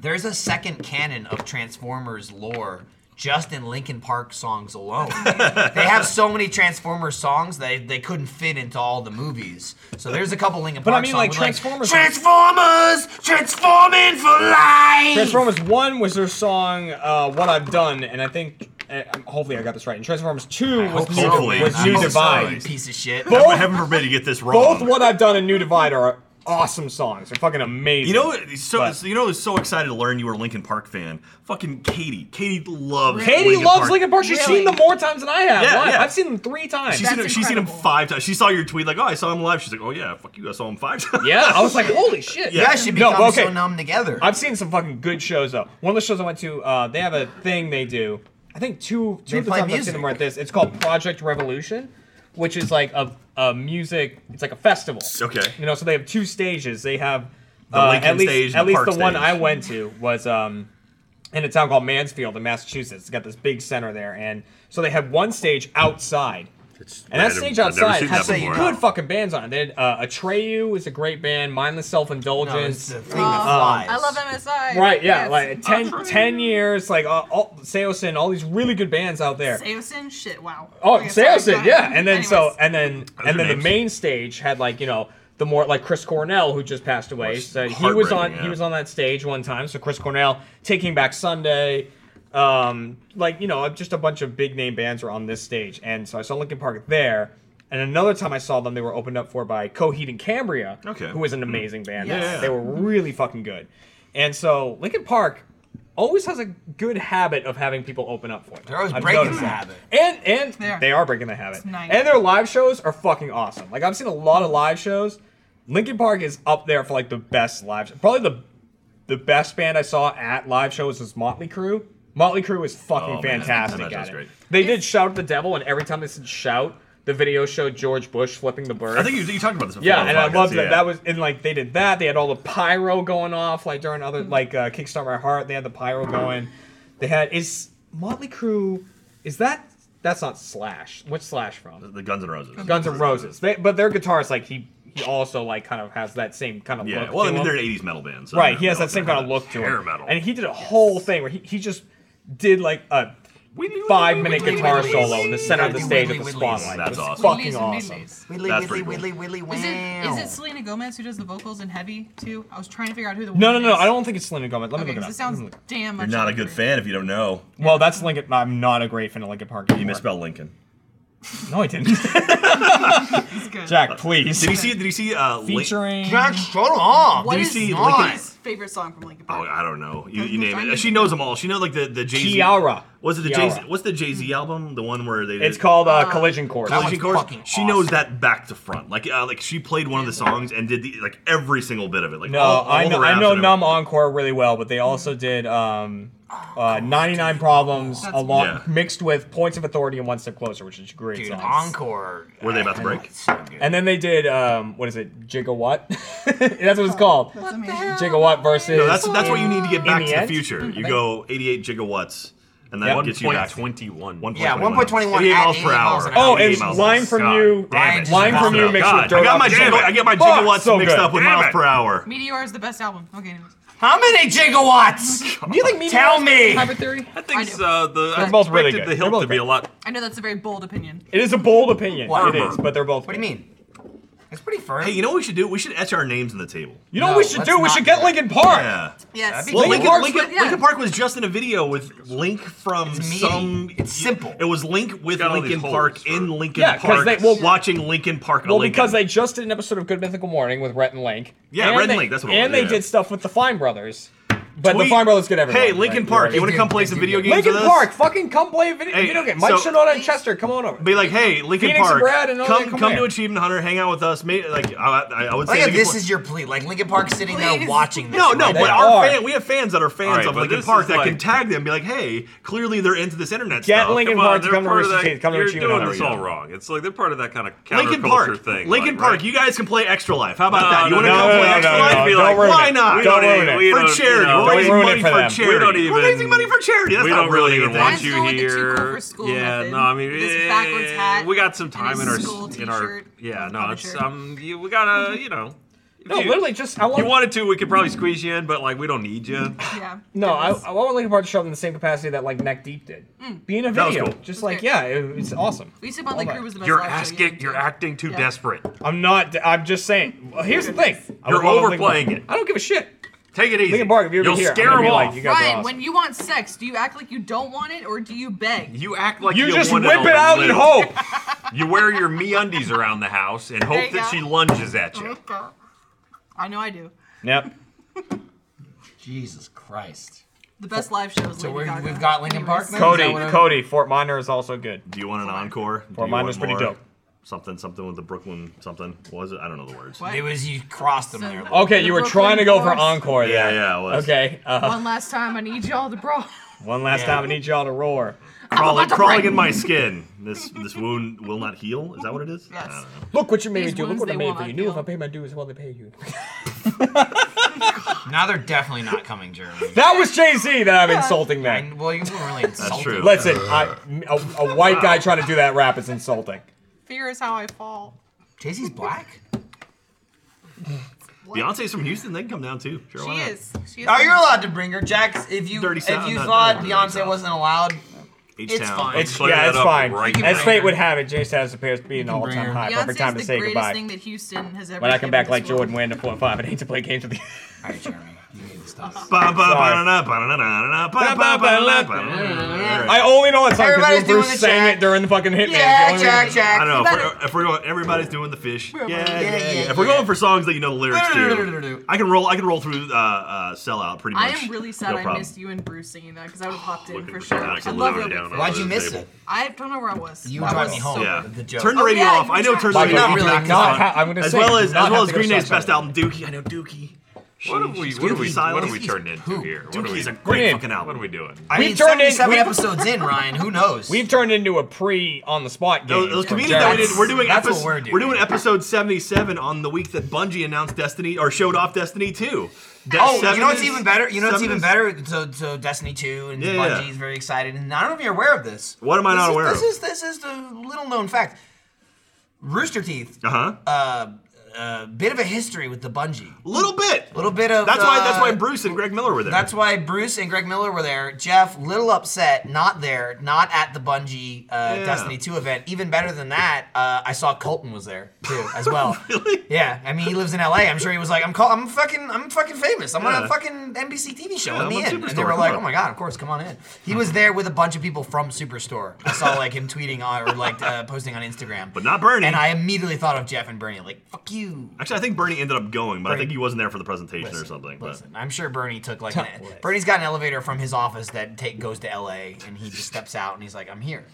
S2: there's a second canon of Transformers lore just in Linkin Park songs alone. they have so many Transformers songs that they, they couldn't fit into all the movies. So there's a couple Linkin
S5: But
S2: Park
S5: I mean,
S2: songs
S5: like
S2: with,
S5: Transformers.
S2: Transformers transforming for life.
S5: Transformers One was their song uh, "What I've Done," and I think uh, hopefully I got this right. And Transformers Two was
S2: Hope
S5: New,
S2: so,
S1: Hopefully.
S5: was
S2: man.
S5: new
S2: Hope so,
S5: Divide.
S2: you Piece of shit.
S5: Both-
S1: Heaven forbid you get this wrong.
S5: Both "What I've Done" and "New Divide" are awesome songs. They're fucking amazing.
S1: You know, it's so
S5: But-
S1: you know, I was so excited to learn you were a Linkin Park fan. Fucking Katie, Katie loves
S5: Katie
S1: Linkin
S5: loves
S1: Park.
S5: Linkin Park. She's
S4: Really?
S5: seen them more times than I have.
S1: Yeah,
S5: live.
S1: yeah.
S5: I've seen them three times.
S1: She's seen, him,
S4: That's
S1: she's seen him
S4: incredible.
S1: five times. She saw your tweet like, "Oh, I saw him live." She's like, "Oh yeah, fuck you, I saw him five times."
S5: yeah, I was like, holy shit.
S2: You guys should
S5: No,
S2: become
S5: but okay.
S2: so numb together.
S5: I've seen some fucking good shows though. One of the shows I went to, uh, they have a thing they do. I think two two
S2: They
S5: of the
S2: play
S5: times I've seen them
S2: music.
S5: were at this. It's called Project Revolution, which is like a, a music. It's like a festival.
S1: Okay.
S5: You know, so they have two stages. They have
S1: The
S5: uh,
S1: Lincoln
S5: at least,
S1: stage and
S5: At
S1: the
S5: least
S1: Park
S5: the one
S1: stage.
S5: I went to was um, in a town called Mansfield in Massachusetts. It's got this big center there, and so they had one stage outside. And that
S6: random.
S5: stage
S6: I've never
S5: outside
S6: seen
S5: had
S6: that
S5: some
S6: before.
S5: good fucking bands on it. They had, uh, Atreyu is a great band. Mindless Self
S2: no, it's
S5: Indulgence.
S2: the thing that
S5: Oh.
S2: flies.
S4: Oh, I love MSI.
S5: Right, yeah,
S4: Yes.
S5: like 10, 10 years, like uh, all, Seosin, all these really good bands out there.
S4: Oh, Seosin, shit, wow.
S5: oh,
S4: Okay, sorry, go
S5: Seosin,
S4: ahead.
S5: yeah, and then so,
S4: Anyways.
S5: and then,
S1: are
S5: and then the
S1: names.
S5: main stage had like you know the more like Chris Cornell who just passed away. So he was on
S1: heartbreaking,
S5: he
S1: yeah.
S5: was on that stage one time. So Chris Cornell, Taking Back Sunday, um, like you know just a bunch of big name bands were on this stage, and so I saw Linkin Park there. And another time I saw them, they were opened up for by Coheed and Cambria,
S1: Okay.
S5: who was an amazing band.
S4: Yes.
S5: They were really fucking good. And so Linkin Park always has a good habit of having people open up for it.
S2: They're always
S5: I've
S2: breaking
S5: noticed
S2: the
S5: that.
S2: habit.
S5: And and
S4: They are.
S5: they are breaking the habit.
S4: nice.
S5: And their live shows are fucking awesome. Like I've seen a lot of live shows. Linkin Park is up there for like the best live show. Probably the the best band I saw at live shows was Motley Crue. Motley Crue is fucking
S1: Oh, man.
S5: fantastic.
S1: That
S5: at
S1: was
S5: it.
S1: great.
S5: They did Shout at the Devil, and every time they said Shout, the video showed George Bush flipping the bird.
S1: I think you, you talked about this. Before
S5: Yeah,
S1: on the
S5: and I
S1: podcast,
S5: loved
S1: yeah.
S5: that. That was and like they did that. They had all the pyro going off like during other
S4: Mm.
S5: like uh, Kickstart My Heart. They had the pyro going. They had is Motley Crue. Is that that's not Slash? What's Slash from?
S1: the Guns N' Roses.
S5: Guns N' Roses. They, but their guitarist like he he also like kind of has that same kind of
S1: Yeah.
S5: look.
S1: Well,
S5: to
S1: I mean,
S5: him.
S1: they're an '80s metal band. So
S5: Right,
S1: yeah,
S5: he has
S1: they
S5: that same
S1: also
S5: kind of look to
S6: hair
S5: him.
S6: metal.
S5: And he did a whole thing where he, he just did like a five minute guitar solo in the center of the
S2: Widdly,
S5: stage
S2: widdly,
S5: with
S2: widdlies.
S5: the spotlight.
S1: That's
S5: it was
S1: awesome.
S5: fucking
S4: Wheelies and
S5: awesome.
S4: wheelies.
S2: Willy,
S1: That's pretty
S2: willy, willy, willy,
S4: Is it
S2: wow.
S4: is it Selena Gomez who does the vocals in Heavy too? I was trying to figure out who the
S5: No, no,
S4: woman
S5: no.
S4: is.
S5: I don't think it's Selena Gomez. Let me
S4: Okay,
S5: look it
S4: 'cause
S5: up.
S4: it sounds damn much.
S1: You're not a
S4: like
S1: good
S4: her.
S1: fan if you don't know.
S5: Well, that's Lincoln. I'm not a great fan of Lincoln Park anymore.
S1: You misspelled Lincoln.
S5: No, I didn't.
S4: It's good.
S5: Jack, please.
S1: Did you see? Did you see? Uh, Link-
S5: Featuring.
S2: Jack, shut up.
S4: What
S1: you
S4: is
S1: see
S4: Lincoln-
S1: Lincoln-
S4: his favorite song from Lincoln
S1: Oh,
S4: Park?
S1: I don't know. You, you
S4: Mhm,
S1: name
S4: I
S1: it.
S4: mean-
S1: She knows them all. She knows like the the Jay Z.
S5: Kiara.
S1: Was it the Jay Z?
S5: Kiara.
S1: What's the Jay Z album? The one where they. did-
S5: It's called uh, Collision Course.
S2: That
S1: Collision
S2: one's
S1: Course.
S2: fucking
S1: She knows
S2: awesome.
S1: that back to front. Like uh, like she played one of the songs and did the, like every single bit of it. Like
S5: No,
S1: all, all
S5: I
S1: the
S5: know. I
S1: raps
S5: know
S1: and
S5: Numb Encore really well, but they also did um, uh, 99 Problems
S4: That's-
S5: along
S1: Yeah.
S5: mixed with Points of Authority and One Step Closer, which is a great.
S2: Dude,
S5: song.
S2: encore.
S1: Were they about to
S2: Oh,
S1: break?
S2: it's So good.
S5: And then they did um, what is it? Jigga what? that's what it's called.
S4: That's amazing.
S5: Jigga what versus.
S1: No, that's that's what you need to get back
S5: In
S1: to
S5: the Mm-hmm.
S1: the
S5: end?
S1: future. You go 88 gigawatts and that
S5: Yeah.
S1: gets you back.
S6: 1.21.
S2: Yeah, 1.21
S1: 88
S2: at
S1: miles
S2: 88
S1: per
S2: miles
S1: hour.
S2: an hour.
S5: Oh, and
S1: miles an
S5: line
S1: hour.
S5: from
S6: God
S5: you,
S6: damn
S2: it.
S5: line from you
S6: God,
S5: mixed with dirt.
S6: I
S1: I got
S5: on
S1: my
S5: top.
S1: jingle. I get my
S5: Fuck,
S1: gigawatts
S5: so
S1: mixed
S5: good.
S1: up with
S6: Damn
S1: miles
S6: it.
S1: per hour.
S4: Meteor is the best album. Okay, anyways.
S2: How many
S1: Oh
S2: gigawatts?
S5: Do you think Meteor
S2: Tell
S5: is
S2: me.
S5: Hybrid theory.
S6: I think
S4: I do.
S6: uh, the I
S5: They're both really good.
S6: expected the
S5: They're
S6: hill
S5: both
S6: to be
S5: good.
S6: a lot.
S4: I know that's a very bold opinion.
S5: It is a bold opinion.
S2: What?
S5: It is, but they're both.
S2: What do you mean? That's pretty firm.
S1: Hey, you know what we should do? We should etch our names in the table.
S5: You know what
S2: No,
S5: we should
S2: let's
S5: do? We
S2: not
S5: should
S2: do
S5: get
S2: that.
S5: Lincoln Park.
S1: Yeah.
S4: Yes.
S2: That'd be
S1: Well, Lincoln,
S2: Linkin Park-
S1: Park,
S4: Park- yeah.
S1: Lincoln Park was just in a video with Link from
S2: It's meaty.
S1: some.
S2: It's simple.
S1: It was Link with
S6: got all these
S1: Lincoln
S6: holes
S1: Park
S6: for-
S1: in Lincoln
S5: Yeah, 'cause
S1: Park,
S5: they- well-
S1: watching Lincoln Park.
S5: Well,
S1: Lincoln.
S5: because they just did an episode of Good Mythical Morning with Rhett and Link.
S1: Yeah, Rhett and
S5: they-
S1: Link, that's what it
S5: And
S1: was,
S5: they
S1: yeah.
S5: did stuff with the Fine Brothers. But the
S1: Tweet,
S5: Fine Brothers get everyone.
S1: Hey, Lincoln
S5: right?
S1: Park, you
S5: You're
S1: want to
S5: right.
S2: They
S1: come
S2: do,
S1: play
S2: they
S1: some
S2: do
S1: video
S2: do
S1: games
S5: Lincoln
S1: with us?
S5: Park, fucking come play a video,
S1: Hey,
S5: video game. Mike
S1: so-
S5: Shinoda and Chester, come on over.
S1: Be like, hey, Lincoln
S5: Phoenix and
S1: Park,
S5: Brad and all
S1: come
S5: that, come
S1: come to
S5: here.
S1: Achievement Hunter, hang out with us. Maybe like I, I, I would
S2: I
S1: say
S2: think if
S1: Linkin
S2: this
S1: Park-
S2: is your plea. Like Linkin Park sitting there
S4: Please.
S2: watching this.
S1: No, no,
S2: right
S1: but
S2: now.
S1: our
S5: are.
S1: fan, we have fans that are fans
S6: Alright,
S1: of
S6: but
S1: Lincoln
S6: this
S1: Park
S6: is
S1: that can
S6: like-
S1: tag them, be like, "Hey, clearly they're into this internet
S5: Get
S1: stuff."
S5: Lincoln
S6: Come on,
S5: Park to
S6: they're
S5: come to
S6: part of
S5: Rooster
S6: that.
S5: Teeth. Come to
S6: you're
S5: Achievement
S6: doing
S5: Hunter.
S6: this all wrong. It's like they're part of that kind of
S1: Lincoln
S6: counterculture
S1: Park,
S6: thing.
S1: Lincoln
S6: like,
S1: Park,
S6: right?
S1: you guys can play Extra Life. How about
S6: No,
S1: that? You
S6: no,
S1: want to
S6: no,
S1: come
S6: no,
S1: play
S6: no,
S1: Extra
S6: no,
S1: Life?
S6: no,
S1: Be
S6: don't
S1: like,
S5: ruin
S1: why
S5: it.
S1: not?
S5: We don't ruin it.
S6: We
S1: for
S6: don't-
S1: charity.
S6: no,
S1: We're
S5: don't
S1: raising
S5: ruin
S1: money
S5: it for
S1: for
S5: them. We
S1: charity.
S6: don't even-
S1: We're raising money for charity. That's
S6: we
S1: not
S6: don't really even
S1: anything.
S6: want
S4: Mine's
S6: you
S4: going with the too
S6: here.
S4: cool for school
S6: yeah,
S4: method.
S6: no, I mean,
S4: This backwards
S6: eh,
S4: hat
S6: we got some
S4: and
S6: time
S4: his
S6: in our,
S4: school
S6: in our,
S4: t-shirt
S6: yeah,
S4: and
S6: no,
S4: cover
S6: it's,
S4: shirt.
S6: um, you, we gotta, you know, if
S5: No,
S6: you,
S5: literally, just I
S6: You
S5: want.
S6: wanted to, we could probably squeeze you in, but like, we don't need you.
S4: Yeah.
S5: No, I,
S4: Goodness.
S5: I want Lincoln Park to show up in the same capacity that like Neck Deep did. Be in a
S1: That was
S5: video,
S1: cool.
S5: just
S4: Okay.
S5: like yeah, it, it's awesome.
S4: We used to Motley
S5: Hold
S4: Crue
S5: on.
S4: was the best
S6: You're
S4: live show
S6: asking,
S4: yet.
S6: you're acting too
S4: Yeah.
S6: desperate.
S5: I'm not. I'm just saying. Well, here's the thing. I
S6: You're
S5: would love Linkin
S6: overplaying
S5: Park.
S6: it.
S5: I don't give a shit.
S6: Take it easy.
S5: Lincoln Park, if you're
S6: You'll
S5: here,
S6: scare
S5: I'm gonna
S6: them
S5: be
S6: off.
S5: like, you guys are
S4: Ryan,
S5: awesome.
S4: when you want sex, do you act like you don't want it or do you beg?
S6: You act like
S5: You just
S6: want
S5: whip
S6: on
S5: it
S6: the
S5: out
S6: lid.
S5: and hope.
S6: You wear your me undies around the house and
S4: There
S6: hope
S4: you
S6: that
S4: go.
S6: she lunges at you.
S4: I know I do.
S5: yep.
S2: Jesus Christ.
S4: The best live shows.
S2: So
S4: Lady
S2: we're-
S4: Gaga.
S2: we've got Linkin Park
S4: Anyways.
S2: now?
S5: Cody,
S2: what I-
S5: Cody, Fort Minor is also good.
S1: Do you want an encore?
S5: Fort
S1: Do you want
S5: Minor's pretty
S1: more?
S5: dope.
S1: Something, something with the Brooklyn, something. What was it? I don't know the words.
S4: What?
S2: It was you crossed them
S4: So-
S2: there.
S5: Okay, you were trying to go for
S4: Brooklyn
S5: encore.
S1: Yeah,
S5: there.
S1: yeah, it was.
S5: Okay. Uh,
S4: One last time, I need y'all to brawl.
S5: one last time, I need y'all to roar.
S1: Crawling, crawling in my skin. This this wound will not heal. Is that what it is?
S4: Yes.
S1: I don't know.
S5: Look what you made me
S4: These
S5: do. Look
S4: wounds
S5: what I
S4: they
S5: made
S4: won't
S5: for you. Knew if I
S4: heal.
S5: pay my dues, well, they pay you.
S2: Now they're definitely not coming, Jeremy.
S5: That was Jay Z that I'm insulting there.
S2: And, well, you were really insulted.
S1: true.
S5: Listen, I,
S6: Uh,
S5: a, a white guy trying to do that rap is insulting.
S4: Fear is how I fall.
S2: Jay Z's black?
S1: Beyonce's from Houston. They can come down too. Sure, why
S4: She
S1: not?
S4: is. She is.
S2: Are you allowed to bring her, Jax? If you
S1: Dirty
S2: if
S1: South-
S2: you
S1: not
S2: thought
S1: Dirty
S2: Beyonce
S1: South.
S2: wasn't allowed,
S1: H-Town.
S2: It's fine.
S5: It's
S6: Clear
S5: yeah,
S6: that
S5: it's
S6: up
S5: fine.
S6: right
S5: As
S6: now.
S5: fate would have it, Jay Status appears to be an
S2: can bring her.
S5: all-time high. Perfect time
S4: Beyonce
S5: to
S4: is the
S5: say
S4: greatest
S5: goodbye.
S4: thing that Houston has ever.
S5: When I come
S4: given
S5: back
S4: this
S5: like
S4: world.
S5: Jordan Wayne to four five and hate to play games with you.
S2: all right, Jeremy, you need to stop.
S1: Ba- ba-
S5: Sorry.
S1: ba-da-da, ba-da-da-da-da, ba- ba- ba-da-da, ba-da-da-da.
S5: I only know that song because
S2: Everybody's
S5: Bruce
S2: doing the
S5: sang
S2: check.
S5: it during the fucking Hitman.
S2: Yeah,
S5: It's the only
S2: Jack,
S5: reason-
S1: I
S2: Jack.
S1: don't know if
S4: Better-
S1: we're, if we're going, everybody's doing the fish. Yeah, yeah,
S2: yeah,
S1: yeah,
S2: yeah.
S1: If we're going for songs that you know the lyrics to,
S2: Do-do-do-do-do-do.
S1: I can roll. I can roll through uh, uh, sellout pretty
S4: I
S1: much.
S4: am really sad
S1: No
S4: I
S1: problem.
S4: missed you and Bruce singing that because I would have popped in
S6: Looking
S4: for
S6: for
S4: sure.
S6: that. I
S4: I
S6: can
S4: love
S6: literally
S4: Robin
S6: down
S4: Thicke.
S6: on
S2: Why'd you
S6: the
S2: miss
S6: table.
S2: it?
S4: I don't know where I was.
S2: You
S4: I
S2: brought
S4: was
S2: me home.
S4: So,
S1: Yeah.
S2: The joke.
S1: Turn the
S4: Oh,
S1: radio
S4: yeah,
S1: off.
S4: you
S1: I know. Turn the
S2: tried.
S1: radio
S2: You're
S1: off.
S2: not really
S1: back to
S5: not
S1: front.
S5: ha- I'm gonna
S1: as
S5: say
S1: well
S5: you
S1: as
S5: do not
S1: as well as
S5: have to go
S1: Green Day's
S5: silent.
S1: best album, Dookie. I know Dookie.
S6: What have we, what have we,
S1: Dookie's
S6: what have we
S1: silent.
S6: turned into here? What are we,
S1: Dookie's a
S5: Green Day.
S1: great fucking
S6: what are
S1: album.
S6: we doing?
S2: I
S5: We've
S2: mean,
S5: turned in-
S2: 77
S5: we-
S2: episodes in, Ryan. Who knows?
S5: We've turned into a pre-on the spot game.
S1: No, it was
S5: from
S1: convenient that we
S5: Jared.
S1: did. We're doing
S2: That's
S1: episode,
S2: what we're doing.
S1: We're doing episode seventy-seven on the week that Bungie announced Destiny or showed off Destiny Two. De-
S2: Oh, you
S1: seven
S2: know what's
S1: is-
S2: even better? You know what's
S1: seven
S2: even
S1: is-
S2: better? So, so Destiny 2 and
S1: Yeah, yeah.
S2: Bungie's very excited. And I don't know if you're aware of this.
S1: What am I
S2: This
S1: not
S2: is-
S1: aware
S2: this
S1: of?
S2: Is, this is the little known fact. Rooster Teeth,
S1: Uh huh.
S2: a bit of a history with the Bungie.
S1: little bit.
S2: Little bit of.
S1: That's why. That's why
S2: uh,
S1: Bruce and Greg Miller were there.
S2: That's why Bruce and Greg Miller were there. Jeff, little upset, not there, not at the Bungie uh,
S1: Yeah.
S2: Destiny 2 event. Even better than that, uh, I saw Colton was there too, as well.
S1: Really?
S2: Yeah, I mean, he lives in LA. I'm sure he was like, I'm call- I'm fucking, I'm fucking famous. I'm on
S1: Yeah.
S2: a fucking NBC TV show.
S1: Yeah,
S2: Let
S1: I'm
S2: me
S1: on
S2: in. And they
S1: Superstore,
S2: were
S1: come
S2: like,
S1: on.
S2: Oh my god, of course, come on in. He was there with a bunch of people from Superstore. I saw like him tweeting on or like uh, posting on Instagram.
S1: but not Bernie.
S2: and I immediately thought of Jeff and Bernie. Like, fuck you.
S1: Actually, I think Bernie ended up going, but I
S2: Bernie-
S1: think he wasn't there for the presentation or something.
S2: Listen, I'm sure Bernie took like
S5: Tough
S2: an,
S5: life.
S2: Bernie's got an elevator from his office that take goes to LA, and he just steps out and he's like, "I'm here."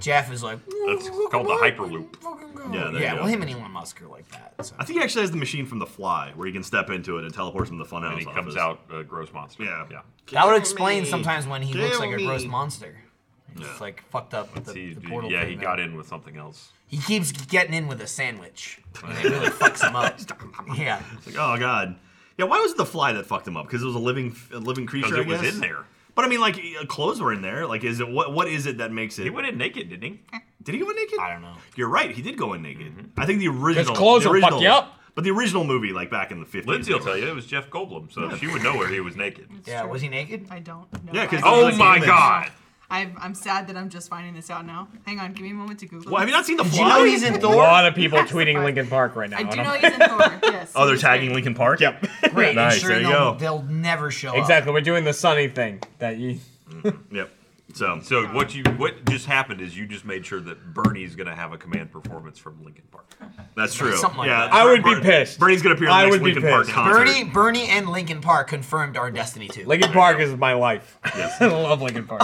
S2: Jeff is like,
S6: That's called the Hyperloop.
S1: Yeah, there
S2: yeah,
S1: you go.
S2: well, him and Elon Musk are like that. So.
S1: But I think he actually has the machine from The Fly, where he can step into it and teleport from the funhouse
S6: And he
S1: office.
S6: comes out a gross monster.
S1: Yeah.
S6: Yeah.
S2: That would explain
S1: me.
S2: sometimes when he looks
S1: Kill
S2: like a gross
S1: me.
S2: monster. He's just, like fucked up with the,
S6: See,
S2: the portal.
S6: yeah,
S2: thing
S6: he
S2: there.
S6: got in with something else.
S2: He keeps getting in with a sandwich. And it really fucks him up. Yeah.
S1: It's like, oh god. Yeah, why was it The Fly that fucked him up? Because it was a living, a living creature.
S6: Because
S1: I
S6: it was
S1: guess?
S6: in there.
S1: But I mean, like uh, clothes were in there. Like, is it what? What is it that makes it?
S6: He went in naked, didn't he?
S1: Did he go in naked?
S2: I don't know. Mm-hmm.
S1: You're right. He did go in naked. I think the original.
S5: clothes
S1: the
S5: will fuck
S1: original,
S5: you up.
S1: But the original movie, like back in the 50s.
S6: Lindsay will tell you it was Jeff Goldblum, so she would know where he was naked.
S2: Yeah, was he naked?
S4: I don't know.
S1: Yeah, 'cause-
S4: I-
S6: Oh
S1: Like
S6: my
S1: image.
S6: god!
S4: I've, I'm sad that I'm just finding this out now. Hang on, give me a moment to Google.
S1: Well, have you
S4: this.
S1: not seen the
S2: Did you
S1: fly?
S2: know he's in
S5: A
S2: Thor?
S5: lot of people
S4: That's
S5: tweeting
S4: fine.
S5: Lincoln Park right now.
S4: I do
S5: and
S4: know
S5: I'm-
S4: he's in Thor. Yes.
S1: oh, they're
S4: he's great.
S1: tagging Lincoln Park.
S5: Yep.
S2: Great.
S1: Nice,
S2: I'm sure
S1: there you
S2: they'll,
S1: go.
S2: they'll never show
S5: exactly. We're doing the sunny thing that you.
S1: Yep. So,
S6: So what you what just happened is you just made sure that Bernie's gonna have a command performance from Lincoln Park.
S1: that's true.
S2: Something like
S1: yeah,
S2: that.
S5: I would be
S1: Ber-
S5: pissed.
S1: Bernie's gonna appear in the
S5: I
S1: next
S5: would be
S1: Lincoln Park
S5: pissed.
S2: up.
S1: concert.
S2: Bernie, Bernie, and Lincoln Park confirmed our Destiny 2.
S5: Lincoln Park is my life.
S1: Yes.
S5: I love Lincoln Park.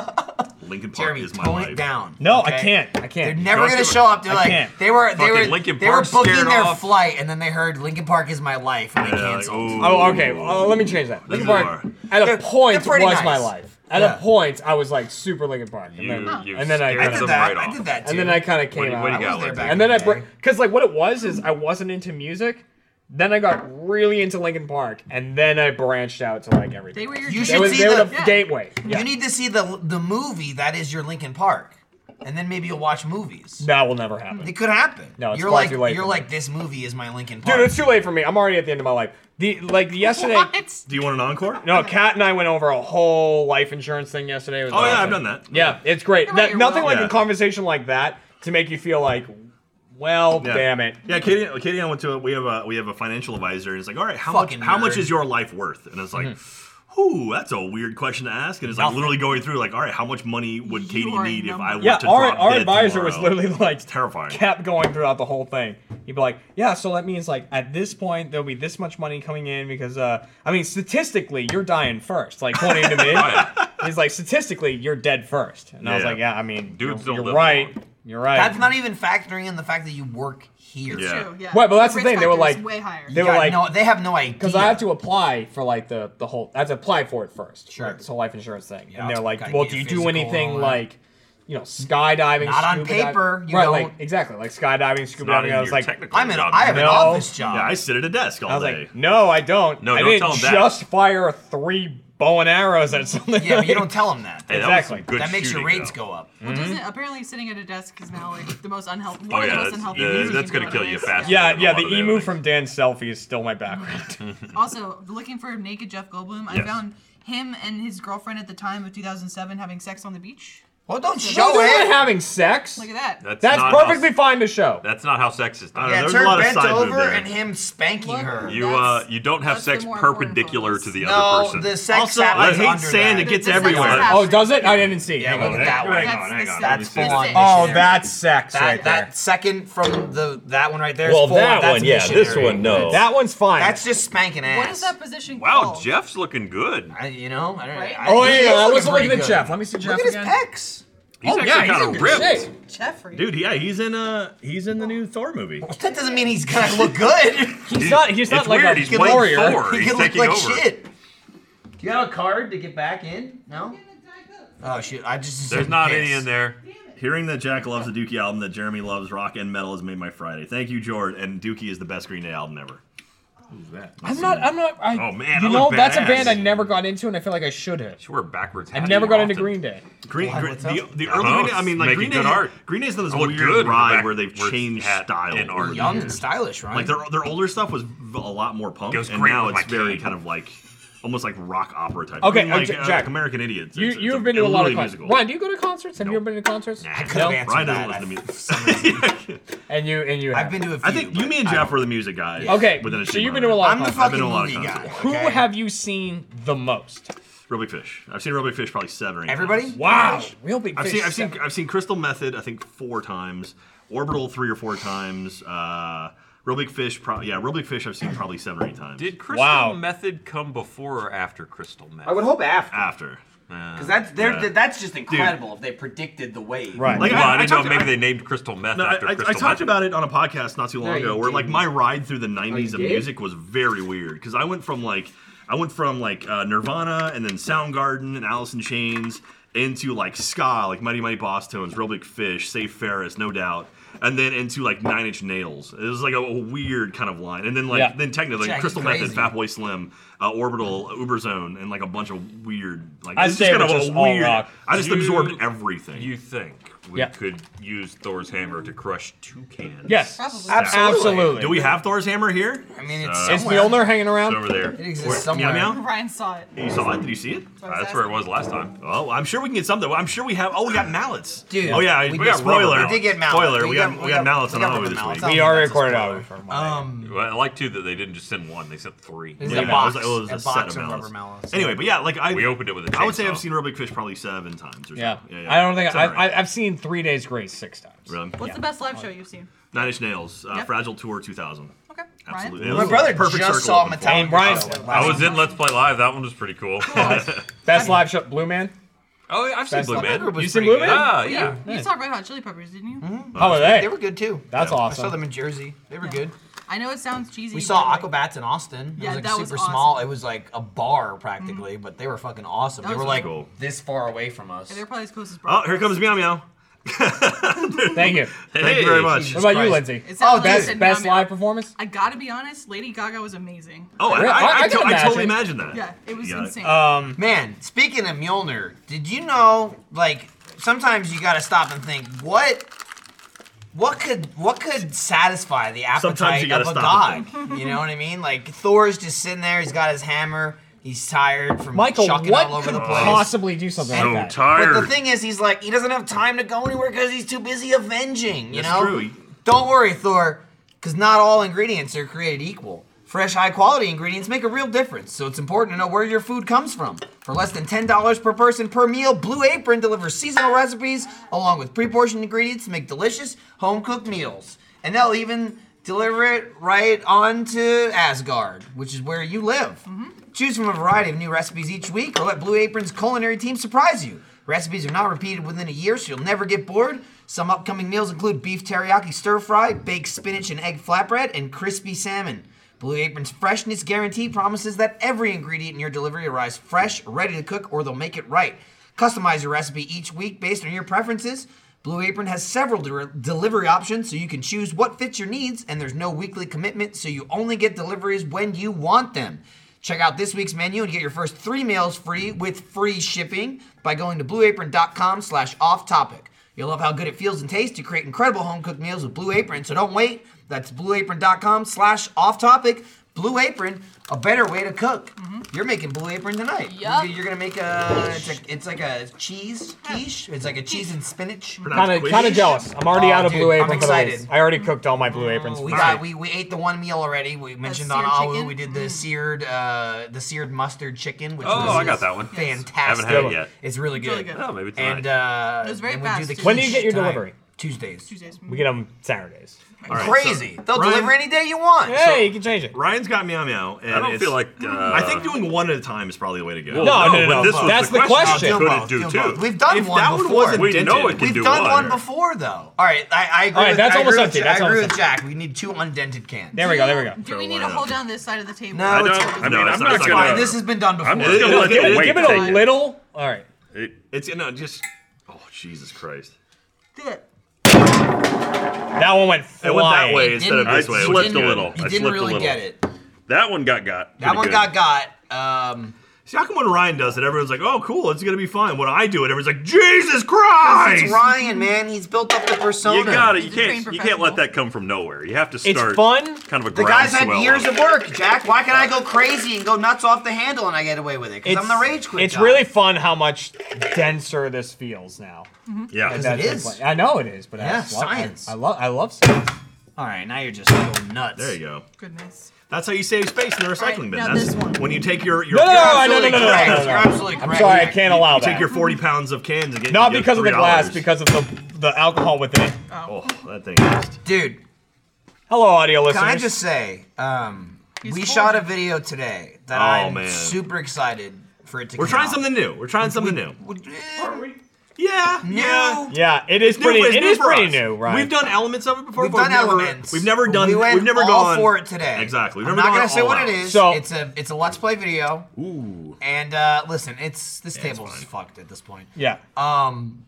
S1: Lincoln Park
S2: Jeremy,
S1: is my
S2: tone
S1: life.
S2: it down.
S5: No, I
S2: okay?
S5: can't. I
S2: They're
S5: can't.
S2: never
S6: Don't
S2: gonna
S6: do it.
S2: show up. They're
S5: I
S2: like
S5: can't.
S2: they were they
S6: Fucking
S2: were
S6: Linkin
S2: they were
S6: Park
S2: booking
S6: scared
S2: their
S6: off.
S2: flight and then they heard Lincoln Park is my life and they
S6: Yeah, like,
S2: canceled.
S6: ooh.
S5: Oh, okay. Uh, let me change that. Lincoln Park. At a
S2: They're-
S5: point
S2: they're pretty
S5: was my
S2: nice.
S5: life. At
S2: Yeah.
S5: a point, I was like super Lincoln Park, and
S6: You,
S5: then,
S6: you
S5: and then I
S6: scared
S2: I did
S6: them
S2: that.
S6: right
S2: I
S6: off.
S2: did that too.
S5: and then I kind of
S6: What,
S5: came
S6: do you-
S5: out.
S6: what do you
S2: I
S6: got?
S2: was there
S6: Lindsay?
S2: back
S5: and then I
S2: Okay.
S5: br- cause like what it was is I wasn't into music. Then I got really into Lincoln Park, and then I branched out to like everything.
S4: They were your
S2: You
S4: gateway.
S2: should
S5: They were,
S2: see
S5: they were
S2: the-
S5: the
S4: yeah.
S5: gateway. Yeah.
S2: You need to see the the movie that is your Lincoln Park, and then maybe you'll watch movies.
S5: that will never happen.
S2: It could happen.
S5: No, it's
S2: you're
S5: far
S2: like
S5: too late
S2: you're
S5: for
S2: like this movie is my Lincoln Park.
S5: Dude, it's too late for me. I'm already at the end of my life. The like yesterday.
S4: What?
S1: Do you want an encore?
S5: No, Kat and I went over a whole life insurance thing yesterday. It was
S1: Oh, yeah,
S5: awesome.
S1: I've done that.
S5: Yeah, it's great.
S4: Yeah,
S5: That-
S4: you're
S5: nothing like
S4: welcome.
S1: Yeah.
S5: a conversation like that to make you feel like, well,
S1: Yeah.
S5: damn it.
S1: Yeah, Katie, Katie and I went to a, we have a we have a financial advisor and it's like, all right, how
S2: Fucking
S1: much how much
S2: nerd.
S1: is your life worth? And it's like, whew, that's a weird question to ask. And it's like
S2: Nothing.
S1: literally going through like, all right, how much money would Katie
S4: You are
S1: need if
S4: number-
S1: I were
S5: Yeah,
S1: to
S5: our,
S1: drop
S5: our
S1: dead
S5: advisor was
S1: tomorrow?
S5: literally like
S1: terrifying.
S5: kept going throughout the whole thing. He'd be like, "Yeah, so that means like at this point there'll be this much money coming in because uh, I mean statistically you're dying first, like pointing to me. He's like statistically you're dead first, and I was
S1: Yeah.
S5: like, yeah, I mean,
S6: Dudes
S5: you're,
S6: don't
S5: you're
S6: live
S5: right,
S6: long.
S5: you're right.
S2: That's not even factoring in the fact that you work here.
S1: Yeah.
S4: True, yeah.
S5: Right, but that's the
S4: risk
S5: thing, they were
S4: factor is
S5: like-
S4: way higher.
S5: they were
S2: God,
S5: like,
S2: no, they have no idea.
S5: Because I have to apply for like the the whole. I have to apply for it first.
S2: Sure.
S5: Like, this whole life insurance thing,
S2: Yeah,
S5: and they're
S2: it's
S5: like,
S2: gotta
S5: "Well,
S2: get
S5: do you do
S2: physical and
S5: anything
S2: all that.
S5: like, you know, skydiving?
S2: Not on
S5: scuba dive-
S2: paper, you
S5: right?
S2: don't-
S5: Like exactly, like skydiving, scuba
S6: Not
S5: diving.
S6: in
S5: I was
S6: your
S5: like,
S6: technical
S2: I'm an
S6: job.
S2: I have an
S5: No.
S2: office job.
S1: yeah, I sit at a desk all
S5: I was
S1: day.
S5: like, no, I don't.
S6: No,
S5: I
S6: don't
S5: didn't
S6: tell 'em that.
S5: just fire three bow and arrows at something.
S2: Yeah, but you
S5: like-
S2: don't tell them that.
S6: Hey, that was
S5: Exactly.
S6: some good
S2: that makes your
S6: shooting,
S2: rates
S6: though.
S2: go up.
S4: Well, doesn't it- apparently sitting at a desk is now like the most unhealthy.
S6: Oh,
S4: one of
S6: yeah,
S4: the most
S6: that's-
S4: unhealthy.
S6: yeah,
S4: things you
S6: that's
S4: can
S6: gonna
S4: do
S6: kill you
S4: nowadays.
S6: faster.
S5: Yeah, yeah.
S6: A lot
S5: The
S6: of the
S5: emu
S6: other
S5: from
S6: things.
S5: Dan's selfie is still my background.
S4: Also, looking for naked Jeff Goldblum, I
S1: Yes.
S4: found him and his girlfriend at the time of 2007 having sex on the beach.
S2: Well, don't show
S5: no, they're
S2: it.
S5: not having sex.
S4: Look at that.
S6: That's,
S5: That's
S6: not
S5: perfectly
S6: How,
S5: fine to show.
S6: that's not how sex is done.
S1: Yeah,
S2: Yeah,
S1: there's a
S2: her
S1: lot of
S2: bent
S1: side move
S2: over
S1: there.
S2: and him spanking
S4: Look.
S2: her.
S6: You uh,
S4: That's-
S6: you don't have
S4: that's the
S6: sex
S4: more important
S6: perpendicular
S4: photos.
S6: to the other
S2: no,
S6: person.
S2: the sex
S1: also,
S2: app
S1: I
S2: is
S1: hate
S2: under
S1: sand;
S2: that.
S1: it gets
S4: The- the sex
S1: everywhere.
S4: app.
S5: oh, does it? I didn't see.
S2: Yeah,
S5: Hang
S2: look
S5: on.
S2: at that one.
S1: Hang on, hang on.
S2: That's
S1: Let me see
S2: full on
S1: this.
S5: Oh,
S2: missionary.
S5: that's sex
S2: that,
S5: right there.
S2: that second from the that one right there. is
S9: Well,
S2: full on-
S9: that
S2: that's
S9: one, yeah. This
S2: missionary.
S9: one, no.
S5: That one's fine.
S2: That's just spanking ass.
S4: What is that position
S6: Wow,
S4: called?
S6: Jeff's looking good.
S2: I, you know, I don't
S4: Right?
S2: I,
S5: Oh
S2: he
S5: yeah,
S2: is
S5: yeah. Let's
S2: looking
S5: look
S2: pretty
S5: at the
S2: good.
S5: Jeff. Let me see Jeff
S2: Look at his
S5: again.
S2: pecs.
S6: He's
S5: oh
S6: actually
S5: yeah, he's
S6: kind
S5: in
S6: of
S5: good
S6: ripped.
S5: shape.
S4: Jeffrey.
S1: Dude, yeah, he's in uh he's in the new Thor movie.
S2: That doesn't mean he's gonna look good. he
S5: He's not. He's not
S6: it's
S5: like
S6: weird,
S5: a
S6: he's white
S5: warrior.
S6: Thor. He's
S2: could look
S6: taking
S2: like
S6: over.
S2: shit. Do you have a card to get back in? No. Oh shit! I just
S6: There's
S2: decided
S6: not
S2: to
S6: any
S2: piss.
S6: in there.
S1: Hearing that Jack loves the Dookie album that Jeremy loves, rock and metal, has made my Friday. Thank you, George. And Dookie is the best Green Day album ever.
S5: I'm not. I'm not. I,
S6: Oh, man,
S5: you
S6: I
S5: know
S6: look
S5: that's a
S6: badass.
S5: band I never got into, and I feel like I should have.
S6: She wore backwards.
S5: I
S6: hat
S5: never got into
S6: often.
S5: Green Day.
S1: Green,
S2: Why,
S1: Green
S2: what's
S1: the,
S2: up?
S1: the
S6: I don't
S1: early
S6: know,
S1: Green Day, I mean, like
S6: making
S1: Green Day,
S6: good
S1: had-
S6: art.
S1: Green Day's done this
S6: I look
S1: weird
S6: good with
S1: ride
S6: back-
S1: where they've
S6: with
S1: changed
S6: hat
S1: style
S6: and
S1: over the
S6: art.
S2: Young
S1: years.
S2: and stylish, right?
S1: Like their their older stuff was v- a lot more punk,
S6: Goes
S1: and
S6: great
S1: now
S6: with
S1: it's
S6: my
S1: very
S6: cane.
S1: kind of like almost like rock opera type.
S5: Okay,
S1: I mean, like,
S5: uh, Ja-
S1: uh,
S5: Jack,
S1: like American Idiots.
S5: You
S1: It's- it's
S5: you've been to a lot
S1: literally
S5: of concerts.
S1: musical.
S5: Ryan, do you go to concerts? Have you ever been to concerts?
S2: I could
S5: No.
S2: have answered
S1: Ryan doesn't
S2: that.
S1: listen to
S2: I've-
S1: music.
S5: And you and you.
S2: I've
S5: have.
S2: been to a few.
S1: I think you,
S2: but
S1: me, and
S2: I
S1: Jeff
S2: don't-
S1: were the music guys.
S5: Okay,
S1: within a
S5: so
S1: team
S5: you've
S1: of
S5: been to a
S1: it.
S5: lot of
S2: I'm the
S5: concerts.
S1: I've
S2: fucking
S1: been to a lot of
S2: movie guy.
S1: concerts.
S5: Who
S2: okay?
S5: have you seen the most?
S1: Real Big Fish. I've seen Real Big Fish probably seven. Or eight
S2: Everybody?
S1: times.
S5: Wow. Real big.
S1: I've
S5: fish
S1: seen I've seen
S5: seven.
S1: I've seen Crystal Method. I think four times. Orbital three or four times. Uh, Real Big Fish. Pro- yeah, Real Big Fish. I've seen probably seven or eight times.
S6: Did Crystal
S5: Wow.
S6: Method come before or after Crystal Method?
S3: I would hope after.
S1: after. Uh,
S3: Because
S6: that's
S3: that's they're, that's just incredible if they predicted the wave.
S5: Right.
S1: Like,
S6: well,
S1: I-
S6: I,
S1: I
S6: didn't
S1: talked
S6: know.
S1: to-
S6: Maybe
S1: I-
S6: they named Crystal Meth
S1: No, I,
S6: after
S1: I- I
S6: Crystal
S1: talked
S6: Method.
S1: about it on a podcast not too long
S3: you
S1: ago, where like
S3: didn't.
S1: my ride through the '90s
S3: you
S1: of
S3: did?
S1: music was very weird because I went from like I went from like uh, Nirvana and then Soundgarden and Alice in Chains into like ska, like Mighty Mighty Boss Tones, Real Big Fish, Safe Ferris, no doubt, and then into like Nine Inch Nails. It was like a, a weird kind of line, and then like
S5: Yeah.
S1: then techno, like
S2: Jack,
S1: Crystal
S2: crazy.
S1: Method, Fatboy Slim, uh, Orbital, Uberzone, and like a bunch of weird like
S5: I'd
S1: it's
S5: say it was
S1: a
S5: just all rock.
S1: I just
S6: You-
S1: absorbed everything.
S6: You think we
S5: Yeah.
S6: could use Thor's hammer to crush two cans?
S5: Yes.
S4: Probably.
S5: Absolutely.
S1: Do we have Thor's hammer here?
S2: I mean, it's
S5: Is
S2: somewhere.
S5: the owner hanging
S6: It's
S5: around?
S6: over there.
S2: It
S6: Where-
S2: exists
S1: Uh, Meow
S2: somewhere.
S1: meow.
S4: Ryan saw it.
S1: You saw it? Did you see it?
S4: So I was
S6: That's where it
S4: asking.
S6: was last time.
S1: Oh, I'm sure we can get something. Well, I'm sure we have. Oh, we got mallets.
S2: Dude,
S1: oh yeah,
S2: we
S1: we,
S2: did-
S1: got spoiler.
S2: We did get mallets.
S1: Spoiler. We got we got mallets on
S2: we got
S1: Hollywood
S2: rubber
S1: this
S2: mallets.
S1: week.
S2: I don't
S5: We
S2: think
S5: are
S2: that's a
S5: recorded
S2: spoiler.
S5: out.
S2: Um,
S6: Well, I like too that they didn't just send one; they sent three.
S2: This is
S1: Yeah,
S2: a
S1: it
S2: box.
S1: was- it was a
S2: box
S1: set of
S2: of rubber
S1: mallets.
S2: mallets.
S1: Anyway, but yeah, like I
S6: We opened it with a
S1: I would say
S6: chainsaw.
S1: I've seen Real Big Fish probably seven times or so.
S5: Yeah. I don't think I,
S1: Something
S5: I,
S1: like
S5: I've seen three days grace six times.
S1: that. Really?
S4: What's the best live show you've seen?
S1: Nine Inch Nails, uh,
S4: Yep.
S1: Fragile Tour 2000.
S4: Okay,
S1: Absolutely.
S4: Ryan.
S1: It
S2: my
S1: was
S2: brother
S1: a perfect
S2: just
S1: circle
S2: saw
S1: of
S2: Metallica.
S1: influence.
S5: And Brian-
S2: show last
S6: I was
S2: night.
S6: in Let's Play Live. That one was pretty cool.
S5: Best live show, Blue Man.
S6: oh, yeah, I've seen
S5: Best
S6: Blue
S5: Live
S6: Man.
S5: You seen Blue Man?
S6: Ah,
S4: You,
S6: yeah.
S4: you saw Red Hot Chili Peppers, didn't you?
S2: Hmm?
S5: How are they?
S2: They were good too.
S5: That's
S2: I saw
S5: awesome.
S2: them in Jersey. They were good.
S4: I know it sounds cheesy.
S2: We
S4: but,
S2: saw
S4: like,
S2: Aquabats in Austin. It
S4: Yeah,
S2: was like
S4: that was
S2: super small.
S4: awesome.
S2: It was like a bar practically,
S3: Mm-hmm.
S2: but they were fucking awesome.
S4: That
S2: They
S4: was
S2: were like
S1: cool.
S2: this far away from us.
S4: They're probably as close as
S1: Oh,
S4: Brock.
S1: here comes Meow Meow.
S5: Thank
S1: Thank you
S5: you.
S1: very much.
S5: What about you,
S2: Christ.
S5: Lindsay?
S4: It sounded like I
S5: Best,
S4: said
S5: best
S4: Meow Meow.
S5: live performance?
S4: I gotta be honest, Lady Gaga was amazing.
S1: Oh, I, I,
S5: Really? I-
S1: I,
S5: I
S1: to-
S5: can
S1: I totally
S5: imagine.
S1: imagine that.
S4: Yeah, it was
S1: You got it.
S4: insane.
S2: Uh,
S5: Um,
S1: Mm-hmm.
S2: Man, speaking of Mjolnir, did you know like sometimes you gotta stop and think what what could what could satisfy the
S1: Sometimes
S2: appetite
S1: you
S2: of
S1: gotta
S2: a
S1: stop
S2: god? You know what I mean? Like Thor's just sitting there, he's got his hammer, he's tired from
S5: Michael,
S2: chucking
S5: what
S2: all over
S5: could
S2: the place.
S5: possibly do something
S6: So
S5: like that?
S6: tired.
S2: But the thing is, he's like, he doesn't have time to go anywhere because he's too busy avenging. You
S1: That's
S2: know.
S1: true.
S2: Don't worry, Thor, because not all ingredients are created equal. Fresh, high quality ingredients make a real difference, so it's important to know where your food comes from. For less than $10 per person per meal, Blue Apron delivers seasonal recipes along with pre portioned ingredients to make delicious home cooked meals. And they'll even deliver it right on to Asgard, which is where you live. Choose from a variety of new recipes each week or let Blue Apron's culinary team surprise you. Recipes are not repeated within a year, so you'll never get bored. Some upcoming meals include beef teriyaki stir fry, baked spinach and egg flatbread, and crispy salmon. Blue Apron's freshness guarantee promises that every ingredient in your delivery arrives fresh, ready to cook, or they'll make it right. Customize your recipe each week based on your preferences. Blue Apron has several de- delivery options so you can choose what fits your needs, and there's no weekly commitment, so you only get deliveries when you want them. Check out this week's menu and get your first three meals free with free shipping by going to blueapron.com slash off topic. You'll love how good it feels and tastes to create incredible home cooked meals with Blue Apron, so don't wait. That's blueapron.com slash off topic. Blue Apron, a better way to cook. You're making Blue Apron tonight.
S4: Yup.
S2: You're gonna make a it's, like it's like a cheese quiche. It's like a cheese and spinach.
S5: Kind of, kind of jealous. I'm already
S2: Oh,
S5: out of
S2: dude,
S5: Blue
S2: I'm
S5: Apron for
S2: excited. Oh,
S5: those. I already cooked all my Blue Aprons.
S2: We
S5: for
S2: got
S5: free.
S2: we, we ate the one meal already. We mentioned on
S4: seared
S2: Awu
S4: chicken? Mm.
S2: we did the seared uh, the seared mustard chicken, which
S6: oh,
S2: was
S6: I got that one.
S2: fantastic.
S6: Haven't had it
S5: Yes.
S6: yet.
S2: It's really good.
S4: really good.
S6: Oh, maybe tonight.
S2: And uh,
S4: It was very
S2: then
S4: fast,
S2: We do
S4: too.
S2: the
S5: When do you
S2: quiche
S5: get your
S2: time.
S5: delivery?
S2: Tuesdays.
S4: Tuesdays.
S5: we get them Saturdays.
S1: All right, so
S2: Crazy. They'll
S1: Ryan-
S2: deliver any day you want.
S5: Hey, you can change it.
S1: Ryan's got Meow Meow. And
S6: I don't
S1: it's-
S6: feel like. Uh,
S1: I think doing one at a time is probably the way to go.
S6: well,
S5: No, no,
S6: but
S5: no,
S6: This
S5: no.
S6: was
S5: That's the question.
S6: Could
S2: Doing
S6: it
S2: both,
S6: do
S2: doing
S6: two?
S2: both. We've done
S1: If
S2: one
S1: that one
S2: before.
S1: wasn't
S6: We know it
S1: dented-
S6: can
S2: We've
S6: do
S2: done
S6: one.
S2: one before though. All right, I, I agree.
S5: All right,
S2: with,
S5: that's
S2: I
S5: almost
S2: agree
S5: empty,
S2: With,
S5: that's
S2: I agree
S5: almost
S2: with Jack. We need two undented cans.
S5: There we go. There we go.
S4: Do we need to
S1: Carolina.
S4: hold down this side of the table?
S2: No,
S6: I
S2: it's
S6: don't.
S2: okay.
S6: I mean,
S1: No,
S6: I'm
S1: it's not-
S6: not
S1: it's
S6: gonna.
S1: not
S2: All right, this has been done before.
S6: I'm
S1: No,
S6: just gonna let
S1: give it-
S6: the weight
S5: Give it a
S6: take it.
S5: little. All right.
S6: It-
S1: It's you know just. Oh Jesus Christ!
S5: That one went
S1: It
S5: flying.
S1: went that way instead of
S2: didn't-
S1: this
S6: I
S1: way. which is
S6: slipped a
S1: good.
S6: little.
S2: You
S6: I
S2: didn't
S6: slipped a
S2: really
S6: little.
S2: get it.
S6: That one got got.
S2: That
S6: pretty
S2: one
S6: good.
S2: got got. Um,
S1: See, how come when Ryan does it, everyone's like, "Oh, cool, it's gonna be fine." When I do it, everyone's like, "Jesus Christ!"
S2: it's Ryan, man. He's built up the persona.
S6: You got it. You
S4: He's a trained
S6: can't. You can't
S4: professional.
S6: let that come from nowhere. You have to
S5: It's
S6: start.
S5: fun.
S6: Kind of a
S2: The guy's had
S6: groundswell
S2: years
S6: of
S2: of work, Jack. Why can I go crazy and go nuts off the handle and I get away with it? Because I'm the rage quit.
S5: It's
S2: guy.
S5: really fun how much denser this feels now.
S6: Yeah.
S5: That's
S2: it
S5: the
S2: is.
S5: point. I know it is, but I
S2: Yeah,
S5: just love- I-
S2: science.
S5: I love. I love science.
S2: All right, now you're just going nuts.
S1: There you go.
S4: Goodness.
S1: That's how you save space in the recycling bin.
S4: now
S1: That's
S4: this one.
S1: when you take your your
S5: No, Oh, no, no,
S1: you
S5: I know, no, no, no, no, no, no.
S2: You're absolutely correct.
S5: I'm sorry, I can't allow that.
S1: take your forty pounds of cans and get
S5: Not
S1: you get
S5: because of the glass,
S1: $3.
S5: because of the the alcohol within it.
S1: oh that thing. Is,
S2: Dude,
S5: Hello, audio listeners.
S2: can I just say, um,
S4: He's
S2: we
S4: cold.
S2: shot a video today that
S1: Oh,
S2: I'm
S1: man.
S2: super excited for it to
S1: we're
S2: come
S1: trying
S2: out.
S1: something new. We're trying something new.
S2: Would- eh,
S1: Yeah. Yeah.
S5: Yeah, it is
S1: It's new,
S5: pretty.
S1: it's
S5: It
S1: new
S5: is
S1: for
S5: pretty
S1: us.
S5: new, right?
S1: We've done elements of it before.
S2: We've
S1: but
S2: done
S1: never-
S2: elements.
S1: We've never done.
S2: We went
S1: have never
S2: all
S1: gone
S2: for it today.
S1: Exactly. We've
S2: I'm
S1: never
S2: not gonna
S1: gone
S2: say
S1: all
S2: what
S1: out.
S2: it is.
S5: So-
S2: it's a it's a let's play video. Ooh. And uh, listen, it's this table's fucked at this point.
S5: yeah.
S2: Um,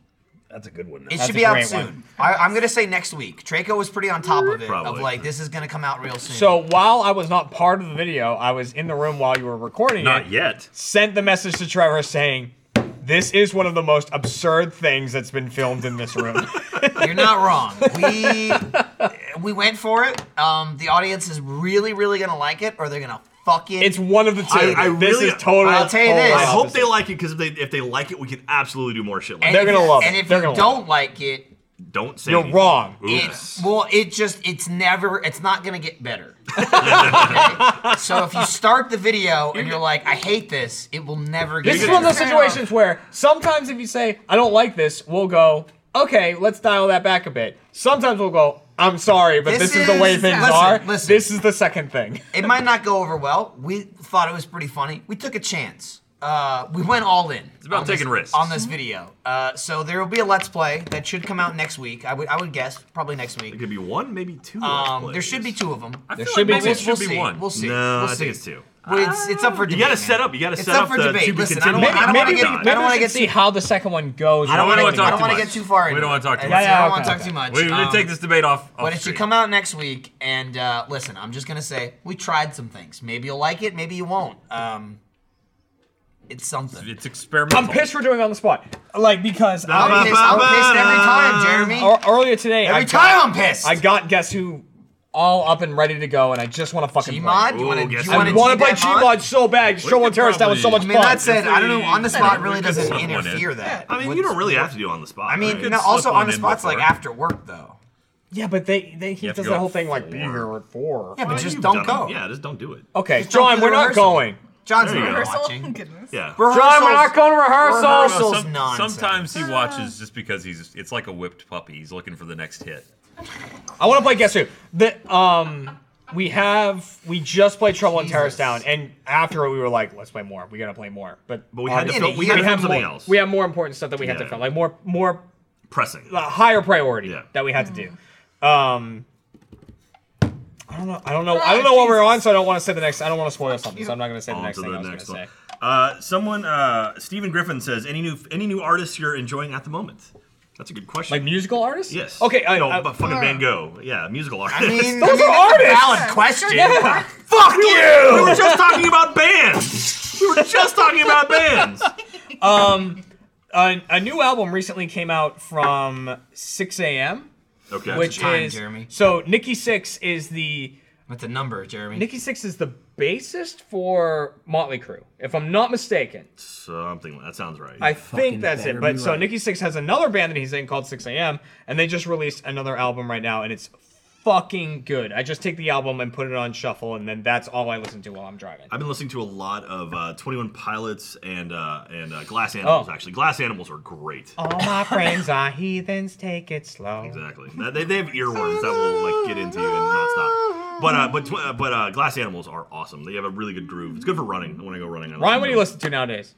S6: That's a good one.
S2: it
S5: That's
S2: should
S5: a
S2: be out
S5: great
S2: soon.
S5: one.
S2: I, I'm gonna say next week. Traco was pretty on top of it. Of
S1: Probably.
S2: like this is gonna come out real soon.
S5: So while I was not part of the video, I was in the room while you were recording it.
S6: Not yet.
S5: Sent the message to Trevor saying, "This is one of the most absurd things that's been filmed in this room."
S2: You're not wrong. We we went for it. Um, the audience is really, really gonna like it, or they're gonna fucking.
S5: it's one of the two.
S1: I
S5: this
S1: really-
S5: is totally.
S2: I'll tell you
S5: total
S2: this.
S1: I hope
S5: opposite.
S1: they like it because if they if they like it, we can absolutely do more shit like
S2: And
S1: that.
S5: they're
S2: if
S5: gonna
S2: you-
S5: love it.
S2: And if
S5: They're
S2: you
S5: gonna love
S2: don't like it,
S1: Don't say
S5: You're
S1: anything.
S5: wrong.
S2: it's
S1: Oops.
S2: well, it just it's never it's not gonna get better. Okay? So if you start the video and you're like, I hate this, it will never get.
S5: This is
S2: better.
S5: one of those
S4: Fair enough.
S5: situations where sometimes if you say, I don't like this, we'll go, okay, let's dial that back a bit. Sometimes we'll go, I'm sorry, but
S2: This
S5: this, is, the way
S2: is-
S5: things
S2: listen,
S5: are.
S2: listen.
S5: This is the second thing.
S2: It might not go over well. We thought it was pretty funny. We took a chance. Uh, we went all in. It's
S6: about taking risks.
S2: on this video. Uh, so there will be a let's play that should come out next week. I would I would guess probably next
S1: It
S2: week.
S1: could be one, maybe two.
S2: Um,
S1: let's
S2: there should be
S1: plays.
S2: two of them.
S6: I feel
S5: should be
S6: maybe
S5: one.
S6: it should
S2: we'll
S6: be
S2: see.
S6: one.
S2: We'll see.
S1: No,
S2: we'll
S1: I
S2: see.
S1: think it's two.
S2: Well, it's, it's up for
S1: You
S2: debate.
S1: got to
S2: man.
S1: set up. You got to
S2: It's
S1: set
S2: up
S1: up,
S2: for
S1: the
S2: debate.
S1: to be
S2: Listen, I don't
S1: continued.
S2: wanna- I don't wanna
S5: maybe
S2: get-
S5: maybe
S2: I don't
S5: we
S2: wanna
S5: should
S2: get
S5: see
S2: too-
S5: how the second one goes.
S6: I don't
S5: rather
S6: wanna
S5: than
S2: I
S6: talk
S2: don't
S6: too
S2: want to
S6: much.
S2: get too far.
S6: We
S2: into
S6: don't wanna
S2: it.
S6: talk too
S2: I-
S6: much.
S2: I
S5: Yeah,
S2: don't
S5: yeah,
S2: want to
S5: okay,
S2: talk
S5: okay.
S2: too much.
S6: We, we
S2: Um,
S6: take this debate off. off
S2: But it should
S6: street.
S2: come out next week. And uh, listen, I'm just gonna say we tried some things. Maybe you'll like it. Maybe you won't. Um, it's something.
S6: It's experimental.
S5: I'm pissed we're doing it on the spot. Like, because
S2: I'm
S5: I,
S2: pissed, I'm pissed every time, Jeremy.
S5: ear- earlier today, I
S2: every
S5: got,
S2: time I'm pissed.
S5: I got Guess Who all up and ready to go, and I just want to fucking
S2: Gmod,
S5: play.
S2: you want
S1: Ooh,
S2: to?
S1: guess
S2: You
S1: I
S5: I
S2: want to
S5: want to play Gmod so bad. Show
S6: could
S5: on Terrace, that was so much
S2: I
S5: fun.
S2: mean, that said, I don't know. On the
S6: If we-
S2: spot really
S6: we could
S2: doesn't
S6: slip one in.
S2: interfere that.
S1: I mean, you don't really have to do on the spot.
S2: I mean,
S1: right?
S6: could
S2: no, also
S6: slip
S2: on
S6: one
S2: the
S6: in
S2: spot's like
S6: before.
S2: after work though.
S5: Yeah, but they, they he
S6: have to
S5: does
S6: go
S5: the
S6: at
S5: whole thing like
S6: four.
S5: bigger at four.
S2: Yeah, but
S1: Well,
S2: just
S1: you've done
S2: don't go.
S1: it. Yeah, just don't do it.
S5: Okay,
S2: Just don't
S5: John,
S2: do the
S5: we're not
S2: rehearsal.
S5: going.
S2: John's
S1: There you
S2: not
S1: go.
S4: Rehearsal?
S2: watching.
S4: Goodness.
S1: Yeah.
S5: John, we're not going to
S6: I
S5: rehearsals.
S6: don't know,
S2: Rehearsals nonsense.
S6: sometimes
S4: Uh.
S6: he watches just because he's it's like a whipped puppy. He's looking for the next hit.
S5: I want to play Guess Who. The um, we have we just played Trouble in Terrace
S2: Jesus.
S5: Down, and after it, we were like, let's play more. We gotta play more, but
S1: But we had to
S5: obviously-
S1: film. We
S2: you
S1: had to
S2: gotta
S1: film
S5: have
S1: something
S5: more,
S1: else.
S5: We have more important stuff that we had to
S1: Yeah.
S5: film, like more more
S1: pressing.
S5: uh, higher priority
S1: Yeah.
S5: that we had to do. Um. I don't know. I don't know. I
S2: Ah,
S5: don't know what we're on, so I don't want to say the next. I don't want to spoil something, so I'm not going to say the
S1: On
S5: next
S1: to
S5: thing
S1: the
S5: I was
S1: next
S5: going
S1: one.
S5: to say.
S1: Uh, someone, uh, Stephen Griffin says, any new any new artists you're enjoying at the moment? That's a good question.
S5: Like musical artists?
S1: yes.
S5: Okay. I,
S1: no,
S5: I,
S1: but fucking Van Gogh. Yeah, musical artist.
S2: I mean,
S5: Those
S2: I mean,
S5: are
S2: that's a Valid
S5: artists.
S2: question.
S5: Yeah.
S1: Fuck you! We were just talking about bands. We were just talking about bands.
S5: a, a new album recently came out from 6 a.m.
S1: Okay.
S5: which
S2: time,
S5: is
S2: Jeremy.
S5: so Nikki Six is the
S2: What's the number, Jeremy?
S5: Nikki Six is the bassist for Motley Crue, if I'm not mistaken.
S1: something that sounds right.
S5: I think that's it. But so Nikki Six has another band that he's in called 6 a.m. and they just released another album right now, and it's fucking good. I just take the album and put it on shuffle, and then that's all I listen to while I'm driving.
S1: I've been listening to a lot of uh, Twenty One Pilots and uh, and uh, Glass Animals.
S5: Oh.
S1: Actually, Glass Animals are great.
S5: All my friends are heathens. Take it slow.
S1: Exactly. That- They, they have earworms that will like get into you and not stop. But uh, but tw- uh, but uh, Glass Animals are awesome. They have a really good groove. It's good for running. When I go running, I
S5: Ryan, what do you
S1: to
S5: listen to nowadays?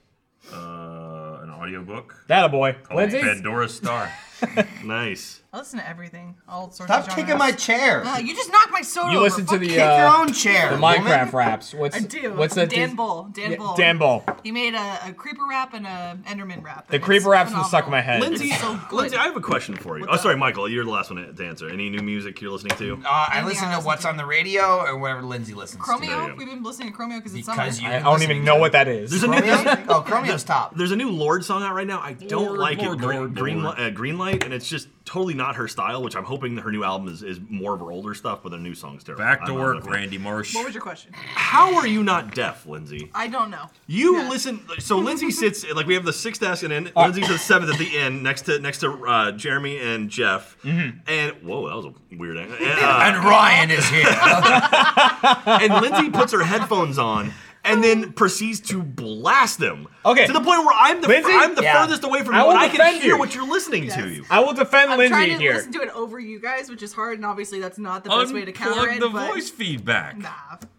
S6: Uh, an audiobook.
S5: That a boy. Lindsay.
S6: Pandora Star.
S1: them. Nice.
S4: I listen to everything. All sorts of
S2: Stop
S4: genres.
S2: kicking my chair.
S4: Uh, you just knocked my soda
S5: You
S4: over.
S5: listen to
S4: Fuck
S5: the
S4: you.
S2: Kick your
S5: uh,
S2: own chair.
S5: the
S2: woman.
S5: Minecraft raps. What's
S4: I do.
S5: what's that?
S4: Dan
S5: dude-
S4: Bull. Dan
S5: Yeah,
S4: Bull.
S5: Dan Bull.
S4: He made a, a creeper rap and a Enderman rap.
S5: The
S4: and
S5: creeper
S4: it's
S5: raps from the stuck of
S4: phenomenal.
S5: my head.
S1: Lindsay,
S4: It's so good.
S1: Lindsay, I have a question for you. oh, sorry, Michael. You're the last one to answer. Any new music you're listening to?
S2: Uh, I
S4: Anything
S2: listen
S4: I
S2: to
S4: listen
S2: what's
S4: to.
S2: on the radio or whatever Lindsay listens to.
S1: There you
S4: Chromeo.
S1: go.
S4: We've been listening to Chromeo because it's summer.
S2: Because you
S5: I don't even know what that
S1: There's
S5: is.
S1: a new
S2: Chromeo? oh, Chromeo's top.
S1: there's a new Lord song out right now. I don't
S6: Lorde,
S1: like
S6: Lorde,
S1: it. Green,
S6: Lorde,
S1: green,
S6: Lorde.
S1: Li- uh, green light, and it's just totally not her style. Which I'm hoping that her new album is, is more of her older stuff, but her new song's terrible.
S6: Back to
S1: I'm not
S6: work,
S1: gonna-
S6: Randy Marsh.
S4: What was your question?
S1: How are you not deaf, Lindsay?
S4: I don't know.
S1: You
S4: Yeah.
S1: listen. So Lindsay sits like we have the sixth ask and
S5: Uh,
S1: end. Lindsay's the seventh at the end, next to next to uh, Jeremy and Jeff.
S5: Mm-hmm.
S1: And whoa, that was a weird angle. And, uh,
S2: And Ryan is here.
S1: and Lindsay puts her headphones on. and then proceeds to blast them.
S5: Okay.
S1: To the point where I'm the
S5: Lindsay?
S1: I'm the
S2: Yeah.
S1: furthest away from
S5: I
S1: you,
S5: will
S1: and I can
S5: defend
S1: hear
S5: you.
S1: what you're listening to.
S4: Yes.
S1: You.
S5: I will defend
S4: I'm
S5: Lindsay
S4: trying to
S5: here.
S4: listen to it over you guys, which is hard, and obviously that's not the best way to counter
S6: Unplug
S4: it.
S6: the
S4: but
S6: voice feedback.
S4: Nah.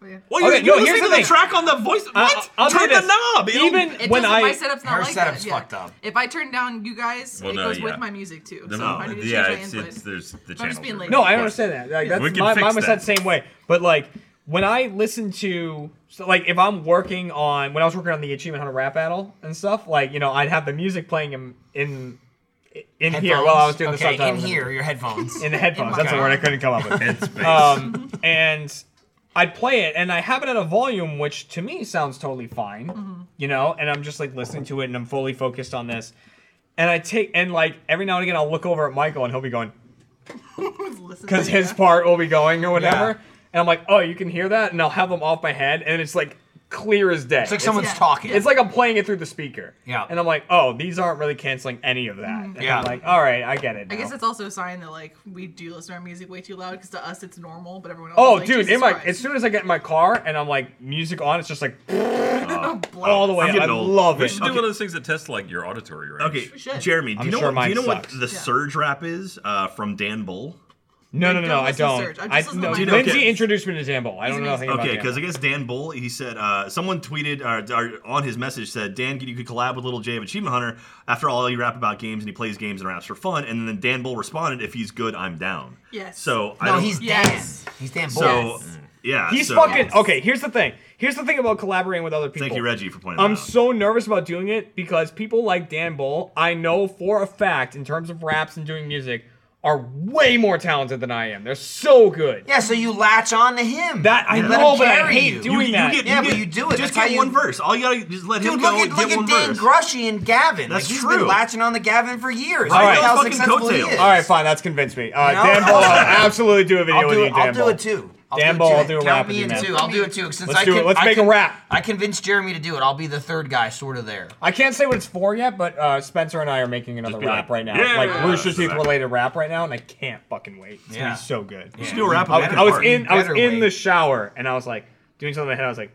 S4: yeah.
S1: Well, you,
S5: Okay,
S1: you
S5: no, here's
S1: listen to
S5: the
S1: the
S5: thing. Uh,
S1: track on the voice. What?
S5: I'll tell
S1: Turn
S5: you
S1: the
S5: this,
S1: knob. It'll-
S5: even
S4: It
S5: when
S4: doesn't,
S5: I
S4: my setup's not
S2: Her
S4: like
S2: setup's
S4: that. yeah.
S2: fucked up.
S4: If I turn down you guys,
S6: Well,
S4: it
S6: no,
S4: goes
S6: yeah.
S4: with my music too.
S6: The-
S4: so I need to change
S6: yeah,
S4: my
S6: it's,
S4: input.
S6: it's there's the
S4: just
S6: channels.
S4: being
S6: are-
S4: lazy.
S5: No, I understand that. Like,
S6: We
S5: that's
S6: can
S5: my
S6: fix
S5: mom was
S6: that.
S5: that same way. But like when I listen to so like if I'm working on when I was working on the Achievement Hunter rap battle and stuff, like you know I'd have the music playing in in, in here while I was doing
S2: okay,
S5: the subtitles
S2: In here, your headphones.
S5: in the headphones.
S4: my
S5: That's the
S4: car.
S5: word I couldn't come up with. um, and I'd play it, and I have it at a volume which to me sounds totally fine,
S4: Mm-hmm.
S5: you know. And I'm just like listening to it, and I'm fully focused on this. And I take and like every now and again, I'll look over at Michael, and he'll be going because his part will be going or whatever. And I'm like, oh, you can hear that, and I'll have them off my head, and it's like clear as day.
S2: It's like someone's
S4: Yeah.
S2: talking.
S5: It's like I'm playing it through the speaker.
S2: Yeah.
S5: And I'm like, oh, these aren't really canceling any of that. And
S2: Yeah.
S5: I'm like, all right, I get it.
S4: Mm. I guess
S5: now."
S4: it's also a sign that like we do listen to our music way too loud because to us it's normal, but everyone else.
S5: Oh,
S4: is like,
S5: dude!
S4: Jesus
S5: In my,
S4: Christ.
S5: as soon as I get in my car and I'm like music on, it's just like
S4: Blah.
S5: all the way.
S1: I'm
S5: up. I
S1: getting old.
S5: love
S6: We
S5: it.
S6: should do one of those things that test like your auditory range.
S1: Okay,
S4: We should.
S1: Jeremy, do
S5: I'm
S1: you know
S5: sure
S1: what, do you
S5: mine
S1: know what
S5: sucks.
S1: the
S4: Yeah.
S1: surge rap is uh, from Dan Bull?
S5: No, no, no, no.
S4: Don't
S5: I
S4: listen to
S5: don't.
S4: Surge. I just
S5: I,
S4: listen to
S5: no,
S4: my
S1: Dude,
S5: Lindsay
S1: okay.
S5: introduced me to Jambo. I don't know
S4: amazing.
S5: anything
S1: Okay,
S5: about
S1: because
S5: Jambo.
S1: I guess Dan Bull, he said, uh, someone tweeted or, or on his message said, Dan, you could collab with Little J of Achievement Hunter. After all, you rap about games and he plays games and raps for fun. And then Dan Bull responded, if he's good, I'm down.
S4: Yes.
S1: So I
S2: no,
S1: don't.
S2: he's
S4: Yes.
S2: Dan. He's Dan Bull.
S1: so
S4: Yes.
S1: yeah.
S5: He's
S1: so-
S5: fucking okay. Here's the thing. Here's the thing about collaborating with other people.
S1: Thank you, Uh-huh. Reggie, for pointing that
S5: I'm
S1: out.
S5: so nervous about doing it because people like Dan Bull, I know for a fact, in terms of raps and doing music, are way more talented than I am. They're so good.
S2: Yeah, so you latch on to him.
S5: That I
S2: You let
S5: know,
S2: him
S5: but I
S2: carry
S5: hate
S2: you.
S5: doing that.
S2: Yeah, but you do it.
S1: Just
S2: That's
S1: get
S2: how you-
S1: one verse. All you gotta just let him
S2: Dude,
S1: go.
S2: look at
S1: get
S2: look
S1: one
S2: at Dan
S1: verse.
S2: Grushy and Gavin.
S1: That's
S2: like, he's
S1: true.
S2: been latching on to Gavin for years.
S1: Right.
S2: Look
S5: All
S2: how
S1: fucking
S2: successful he
S1: coattails.
S2: is.
S5: All right, fine. That's convinced me. Uh,
S2: No.
S5: Dan Bull, I'll absolutely do a video
S2: I'll
S5: with
S2: do
S5: you,
S2: it.
S5: Dan
S2: I'll
S5: Bull.
S2: do it too. I'll
S5: Dan
S2: do
S5: Bull,
S2: it
S5: I'll
S2: too.
S5: do a
S2: Count
S5: rap with
S2: me
S5: you,
S2: in
S5: man.
S2: too. I'll do it too. Since
S5: Let's
S2: I
S5: do it.
S2: can,
S5: Let's
S2: I
S5: make a
S2: con-
S5: rap.
S2: I convinced Jeremy to do it. I'll be the third guy, sort of there.
S5: I can't say what it's for yet, but uh, Spencer and I are making another
S6: be
S5: rap
S6: like,
S5: right now,
S6: "Yeah!"
S5: like Rooster Teeth
S6: Yeah.
S5: related rap right now, and I can't fucking wait. It's
S2: Yeah.
S5: gonna be so good.
S1: Just do a rap
S5: I,
S1: about
S5: I was
S1: Park.
S5: in I was
S2: better
S5: in the
S2: wait.
S5: shower and I was like doing something in my head. I was like,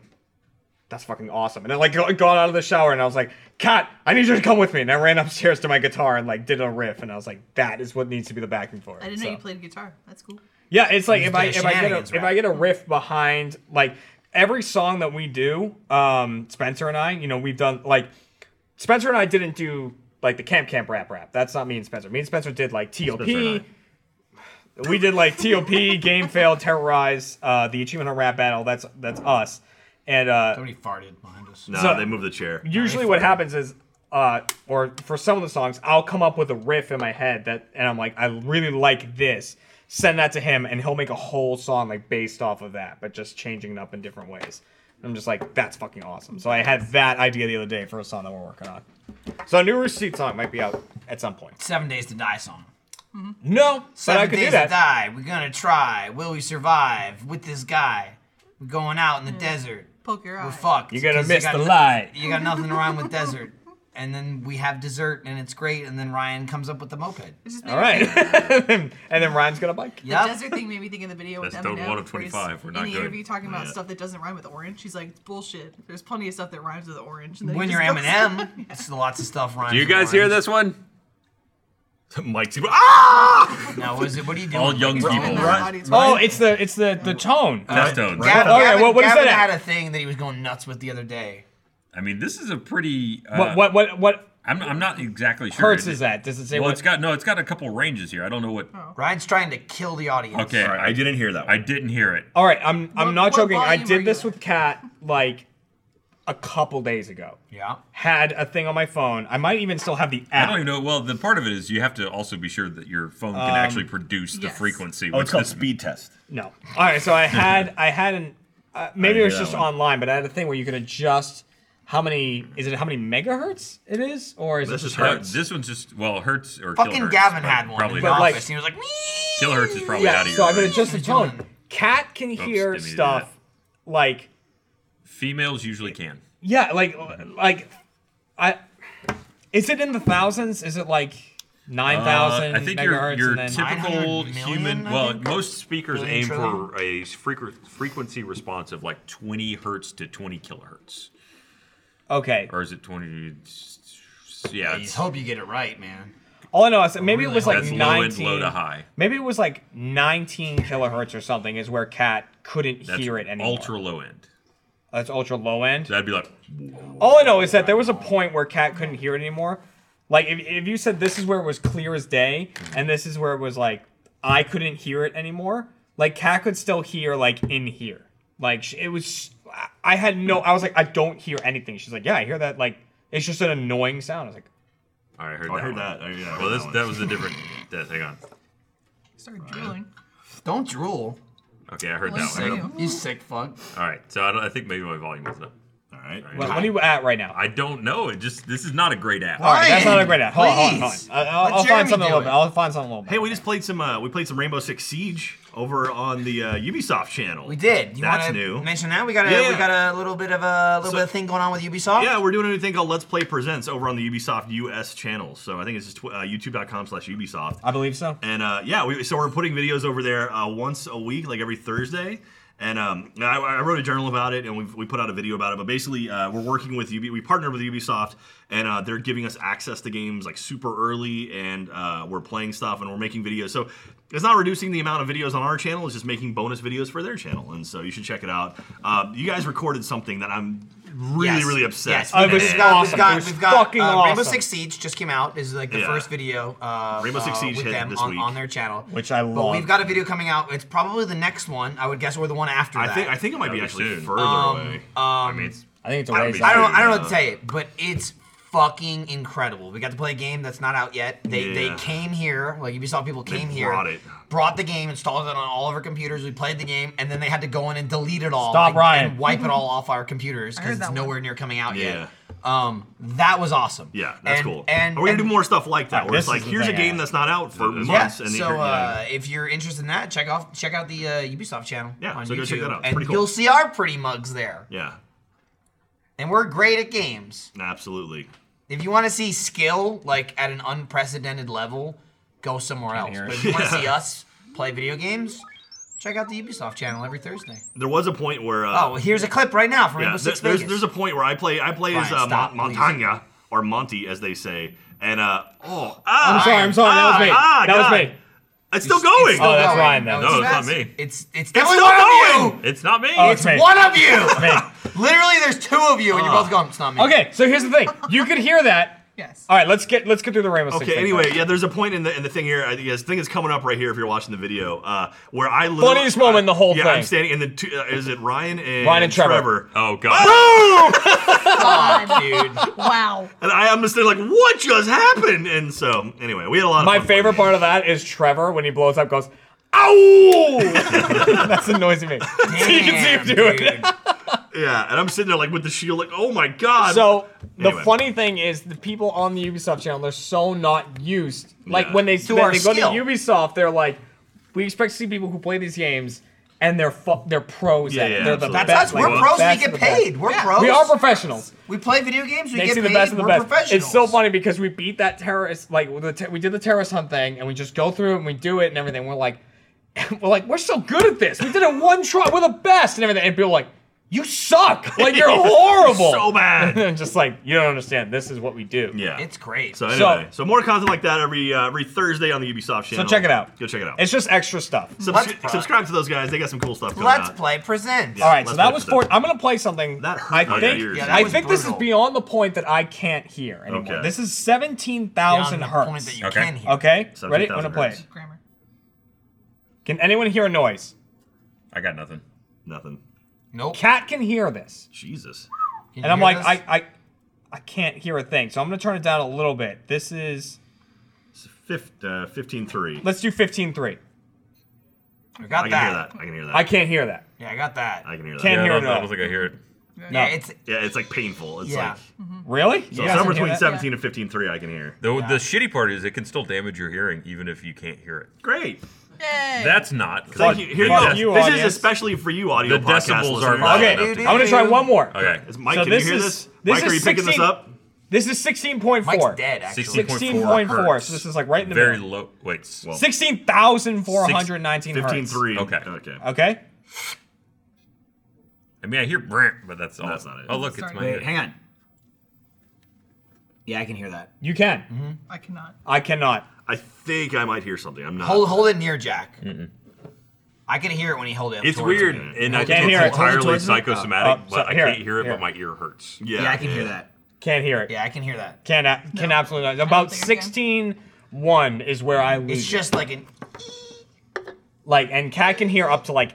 S5: "That's fucking awesome!" And then like go- got out of the shower and I was like, "Cat, I need you to come with me." And I ran upstairs to my guitar and like did a riff, and I was like, "That is what needs to be the backing for it."
S4: I didn't
S5: so.
S4: know you played guitar. That's cool.
S5: Yeah, it's like
S2: You
S5: if
S2: just
S5: I
S2: did a
S5: if I get a,
S2: shenanigans
S5: if
S2: rap.
S5: I get a riff behind like every song that we do, um, Spencer and I, you know, we've done like Spencer and I didn't do like the camp camp rap rap. That's not me and Spencer. Me and Spencer did like TOP.
S6: Spencer and
S5: We did like TOP, Game Fail, Terrorize, uh, the Achievement Hunter Rap Battle. That's that's us. And uh,
S2: Somebody farted behind us.
S1: No,
S5: So-
S1: they moved the chair.
S5: usually what happens is uh or for some of the songs i'll come up with a riff in my head that and i'm like i really like this send that to him and he'll make a whole song like based off of that but just changing it up in different ways i'm just like that's fucking awesome so i had that idea the other day for a song that we're working on so a new receipt song might be out at some point
S2: Seven days to die song.
S5: no but
S2: Seven
S5: i could
S2: days
S5: do that
S2: to die. We're gonna try. Will we survive with this guy? We're going out
S4: Hmm.
S2: in the desert.
S4: Poke your eye.
S2: We're fucked.
S5: you're gonna
S2: 'cause you
S5: miss
S2: got
S5: the
S2: no-
S5: light
S2: You got nothing to rhyme with desert. And then we have dessert, and it's great. And then Ryan comes up with the moped.
S4: It just made
S5: all
S4: me
S5: right
S4: think-
S5: and then ryan's gonna bike
S4: The
S2: Yep.
S4: desert thing made me think in the video with
S6: That's
S4: Eminem.
S6: the one of
S4: where he's
S6: 25. We're not
S4: in the
S6: good.
S4: interview talking about
S1: Yeah.
S4: stuff that doesn't rhyme with orange. He's like, bullshit. There's plenty of stuff that rhymes with orange. And then he
S2: When
S4: just
S2: you're
S4: goes-
S2: Eminem, it's lots of stuff rhymes.
S6: Do you
S2: with
S6: guys hear
S2: orange.
S6: this one?
S1: Mike's ah!
S2: Now, what is it? What are you doing?
S6: All young
S4: Even
S6: people.
S4: the
S1: Right.
S4: audience-
S5: oh it's the it's the the tone
S6: Test tones.
S2: Gavin,
S5: Okay,
S2: Gavin,
S5: what- what is
S2: Gavin
S5: that
S2: had
S5: at?
S2: a thing that he was going nuts with the other day.
S6: I mean, this is a pretty. Uh,
S5: what what what what
S6: I'm, I'm not exactly sure.
S5: hurts is that does it say
S6: Well,
S5: what
S6: it's got no. It's got a couple ranges here. I don't know what.
S4: Oh.
S2: Ryan's trying to kill the audience.
S6: Okay,
S1: All right,
S6: I
S1: I
S6: did.
S1: didn't hear that.
S6: I
S1: One.
S6: didn't hear it.
S5: All right, I'm I'm
S4: What-
S5: not
S4: what
S5: joking. I
S4: volume are
S5: did
S4: you
S5: this
S4: at?
S5: with Kat like a couple days ago.
S2: Yeah.
S5: Had a thing on my phone. I might even still have the
S6: I
S5: app.
S6: don't even know. Well, the part of it is you have to also be sure that your phone
S5: Um,
S6: can actually produce the
S4: yes.
S6: frequency.
S1: Oh,
S6: which
S1: it's called
S6: this-
S1: speed test.
S5: No. All right, so I had I had an uh, maybe it
S1: hear
S5: was
S1: that
S5: just
S1: one.
S5: online, but I had a thing where you could adjust how many is it how many megahertz it is or is
S1: This
S5: it
S1: is
S5: just
S6: Uh,
S1: hurts.
S6: this one's just well hurts or
S2: Fucking
S6: kilohertz,
S2: Gavin
S6: but
S2: had one
S6: Probably
S2: in the
S5: But,
S6: not.
S5: like-
S2: office. and he was like, "Meep."
S6: kilohertz is probably
S5: yeah?
S6: out of your
S5: So I could
S6: range.
S5: adjust the
S2: What you
S5: tone.
S2: doing?
S5: Cat can hear
S6: didn't mean to do
S5: stuff like
S6: Females usually can.
S5: yeah, like like I is it in the thousands? Is it like Nine
S6: Uh,
S5: thousand.
S6: I think your,
S5: megahertz
S6: your
S5: and then
S6: typical
S2: 900 million,
S6: human.
S2: I
S6: Well,
S2: think?
S6: most speakers
S2: Billion,
S6: aim
S2: trillion?
S6: for a frequ- frequency response of like 20 hertz to 20 kilohertz,
S5: okay.
S6: or is it 20? Yeah,
S2: Just
S6: it's,
S2: hope you get it right, man.
S5: All I know is maybe it was like
S6: that's low end,
S5: nineteen.
S6: low to high.
S5: Maybe it was like nineteen kilohertz or something is where Cat couldn't
S6: That's
S5: hear it anymore.
S6: ultra low end.
S5: That's ultra low end.
S6: So that'd be like
S5: All I know is that there was a point where Cat couldn't hear it anymore. Like if, if you said this is where it was clear as day, and this is where it was like I couldn't hear it anymore. Like Cat could still hear like in here. Like sh- it was, I had no. I was like I don't hear anything. She's like yeah, I hear that. Like it's just an annoying sound. I was like
S6: All right, I heard
S1: Oh, I
S6: that.
S1: heard
S6: one.
S1: that. I, yeah, I heard
S6: Well, this,
S1: one.
S6: that was a different. that- hang on.
S4: Started drooling.
S2: Don't drool.
S6: Okay, I heard
S4: Well,
S6: that one.
S4: you.
S2: You sick fuck.
S6: All right, so I, don't, I think maybe my volume is up.
S1: All right.
S5: what, what are you at right now?
S6: I don't know. It just this is not a great app.
S5: All right, that's not a great
S2: Ryan,
S5: idea. Hold on, hold on, hold
S2: please.
S5: on. I- I'll,
S2: Let
S5: I'll
S2: Jeremy
S5: find something a
S2: do
S5: little bit.
S2: it.
S5: I'll find something a little bit.
S1: Hey, we just played some. Uh, we played some Rainbow Six Siege over on the uh, Ubisoft channel.
S2: We did. You
S1: That's
S2: wanna
S1: new.
S2: Mention that we got a
S1: Yeah.
S2: we got a little bit of a little
S1: So-
S2: bit of thing going on with Ubisoft.
S1: Yeah, we're doing a new thing called Let's Play Presents over on the Ubisoft US channel. So I think it's just tw- uh, YouTube.com/slash Ubisoft.
S5: I believe so.
S1: And uh, yeah, we, so we're putting videos over there uh, once a week, like every Thursday. And um, I, I wrote a journal about it, and we we put out a video about it. But basically, uh, we're working with Ubi. We partnered with Ubisoft, and uh, they're giving us access to games like super early, and uh, we're playing stuff, and we're making videos. So it's not reducing the amount of videos on our channel; it's just making bonus videos for their channel. And so you should check it out. Uh, you guys recorded something that I'm really,
S2: Yes.
S1: really obsessed.
S2: Yes,
S5: It was
S2: we've got,
S5: awesome.
S2: we've got,
S5: It was
S2: we've got
S5: fucking
S2: uh, Rainbow
S5: awesome.
S2: Six Siege just came out. Is like the
S1: Yeah.
S2: first video uh,
S1: Rainbow Six
S2: uh,
S1: Siege
S2: with
S1: hit
S2: them
S1: this
S2: on,
S1: week.
S2: on their channel,
S5: Which I
S2: But
S5: love.
S2: we've got a video coming out. It's probably the next one, I would guess, or the one after
S1: I
S2: that. Um,
S1: think I think it might be
S6: That'd be
S1: actually
S6: soon. Um,
S1: further away.
S6: I mean, it's,
S5: I think it's a
S6: I don't
S5: ways
S6: be-
S5: out.
S2: I don't. I don't know
S1: Yeah.
S2: what to tell you, but it's fucking incredible. We got to play a game that's not out yet. They
S1: Yeah.
S2: they came here, like Ubisoft people came here,
S1: brought it.
S2: brought the game, installed it on all of our computers. We played the game, and then they had to go in and delete it all,
S5: Stop,
S2: and,
S5: Ryan.
S2: and wipe it all off our computers
S4: heard
S2: because it's
S4: that one.
S2: nowhere near coming out
S1: Yeah.
S2: yet. Um, that was awesome.
S1: Yeah, that's
S2: And-
S1: cool.
S2: And
S1: And we're gonna
S2: and-
S1: do more stuff like that, where
S5: This
S1: it's like,
S5: is the
S1: here's a
S5: thing,
S1: game
S5: yeah.
S1: that's not out for
S6: Yeah.
S2: Yeah.
S1: months, and
S2: so
S1: here- yeah.
S2: uh, if you're interested in that, check off check out the uh, Ubisoft channel.
S1: Yeah,
S2: on
S1: so
S2: YouTube,
S1: go check that out. It's
S2: and
S1: pretty cool.
S2: you'll see our pretty mugs there.
S1: yeah,
S2: And we're great at games.
S1: absolutely.
S2: If you want to see skill like at an unprecedented level, go somewhere else.
S5: hear
S2: But if you want to see us play video games, check out the Ubisoft channel every Thursday.
S1: There was a point where uh,
S2: Oh, well, here's a clip right now from
S1: yeah,
S2: Rainbow
S1: there-
S2: Six
S1: there's
S2: Vegas.
S1: there's a point where I play I play as
S2: Ryan,
S1: uh,
S2: stop,
S1: Mon-
S2: please.
S1: Montagna or Monty as they say, and uh, oh ah,
S5: I'm sorry. I'm sorry. That was me.
S1: Ah,
S5: that was
S1: God.
S5: me.
S1: it's still going.
S5: Oh, that's
S2: going.
S5: Ryan then.
S2: No,
S6: No,
S2: it's
S6: it's not
S2: fast.
S6: me.
S2: It's it's
S1: it's
S2: definitely
S1: still
S2: one of you.
S1: going.
S6: it's not me.
S5: Oh,
S2: It's
S5: me.
S2: one of you.
S5: Hey.
S2: Literally, there's two of you, and you're
S1: Ah.
S2: both going. It's not me.
S5: Okay, so here's the thing. You could hear that.
S4: Yes.
S5: All right, let's get let's get through the Rainbow Six.
S1: Okay.
S5: thing
S1: Anyway,
S5: first.
S1: yeah. There's a point in the in the thing here. I think I think it's coming up right here if you're watching the video. Uh, where I literally-
S5: Funniest moment in the whole
S1: yeah,
S5: thing.
S1: I'm standing and the two, uh, is it Ryan and
S5: Ryan and Trevor.
S6: Oh god.
S4: God,
S2: dude.
S4: wow.
S1: And I, I'm just there like, what just happened? And so, anyway, we had a lot of
S5: My
S1: fun
S5: favorite
S1: playing
S5: part of that is Trevor when he blows up goes, "Ow!" That's the noise he makes. so you can see him do
S2: Damn,
S5: it.
S2: dude.
S1: it. Yeah, and I'm sitting there like with the shield, like, oh my god.
S5: So the
S1: Anyway.
S5: funny thing is, the people on the Ubisoft channel they're so not used. Like
S1: Yeah.
S5: when they,
S2: To
S5: when
S2: our
S5: they go to
S2: skill.
S5: Ubisoft, they're like, we expect to see people who play these games, and they're fu- they're pros. at
S1: Yeah,
S5: it.
S1: yeah,
S5: They're the
S1: absolutely.
S5: best.
S2: That's us.
S5: like,
S2: We're pros. We
S5: best of
S2: get
S5: the best.
S2: paid. We're pros.
S5: We are professionals.
S2: We play video games. We
S5: They
S2: get
S5: see
S2: paid.
S5: the best of the
S2: we're
S5: best.
S2: professionals.
S5: It's so funny because we beat that terrorist, like the te- we did the terrorist hunt thing, and we just go through it and we do it and everything. We're like, we're like, we're so good at this. We did it one try. We're the best and everything. And people are like, you suck. Like you're horrible.
S1: So bad.
S5: And just like you don't understand. This is what we do.
S1: yeah.
S2: It's great.
S1: so
S5: So-
S1: anyway, so, more content like that every uh, every Thursday on the Ubisoft channel.
S5: check it out.
S1: Go check it out.
S5: It's just extra stuff.
S1: Subscri-
S2: Let's play.
S1: subscribe to those guys. They got some cool stuff coming
S2: Let's
S1: out.
S2: play presents.
S5: All right, so
S1: Let's
S5: that
S1: play
S5: was
S1: for
S5: four.
S1: that.
S5: I'm gonna play something.
S1: That hurt
S5: I
S1: my
S5: think.
S1: ears.
S2: Yeah, that
S5: I
S2: was
S5: think this is
S2: brutal.
S5: beyond the point that I can't hear anymore.
S1: Okay.
S5: This is seventeen thousand
S2: Beyond the point that
S5: hertz.
S2: you
S6: Okay.
S2: can hear.
S5: Okay, ready?
S1: 17,000
S5: I'm gonna play
S1: hertz.
S5: it.
S4: Grammar.
S5: Can anyone hear a noise?
S6: I got nothing.
S1: Nothing.
S2: Nope.
S5: Cat can hear this.
S1: Jesus.
S2: Can
S5: And
S2: you
S5: I'm
S2: hear
S5: like,
S2: this?
S5: I, I I can't hear a thing. So I'm gonna turn it down a little bit. This is
S1: Fif- uh, 15.3.
S5: let's do 15.3.
S2: I
S1: I
S2: got
S1: can
S2: that.
S1: hear that. I can hear that.
S5: I can't hear that.
S2: Yeah, I got that.
S1: I can hear that.
S5: Can't
S6: I
S5: hear
S6: don't,
S5: it
S6: I
S5: at
S6: don't
S5: all.
S6: think I hear it.
S2: yeah, it's
S1: yeah, it's like painful. It's
S2: Yeah.
S1: like
S5: Really? You
S1: so
S5: guys
S1: somewhere
S5: can hear
S1: between
S5: that?
S1: 17 and 15.3 I can hear.
S6: The, the shitty part is it can still damage your hearing even if you can't hear it.
S1: Great.
S4: Yay.
S6: That's not. 'cause
S1: Thank
S6: I-
S1: you. Here you
S5: Fuck
S1: go.
S5: you,
S1: this is
S5: audience.
S1: especially for you audio
S6: The
S1: podcast
S6: decibels are
S1: listeners.
S6: not
S5: Okay,
S6: enough
S5: I'm gonna try one more.
S6: Okay.
S1: Is Mike,
S5: So
S1: can you
S5: this
S1: hear
S5: is-
S1: this?
S5: this
S1: Mike,
S5: is
S1: are you picking this
S5: 16
S1: up?
S5: This is 16.4.
S2: Mike's dead, actually.
S5: 16.4,
S6: hertz.
S5: so this is, like, right in the
S6: Very
S5: middle.
S6: low. Wait. s-
S1: Well,
S5: 16,419
S1: 15
S5: hertz.
S1: 3.
S6: Okay.
S1: Okay.
S5: Okay?
S6: I mean, I hear brant, but that's all.
S1: That's not it.
S6: Oh, look, it's
S4: Sorry.
S6: my.
S2: Wait, hang on. Yeah, I can hear that.
S5: You can.
S2: Mm-hmm.
S4: I cannot.
S5: I cannot.
S1: I think I might hear something. I'm not.
S2: Hold hold it near Jack. I can hear it when he hold it. up
S6: It's
S2: towards
S6: weird,
S2: me.
S6: and I
S5: can't
S6: think
S5: hear it.
S6: it's entirely
S1: Towards me?
S6: psychosomatic,
S5: Oh, oh,
S6: but
S5: so- here,
S6: I can't hear it,
S5: here.
S6: but my ear hurts.
S1: Yeah,
S2: Yeah, I can hear that.
S5: Can't hear it.
S2: Yeah, I can hear that.
S5: Can, a- can
S4: No.
S5: absolutely not.
S4: don't
S5: About
S4: think I can.
S5: 16 1 is where I lose.
S2: It's
S5: it.
S2: just like an.
S5: Mm, Like, and Cat can hear up to like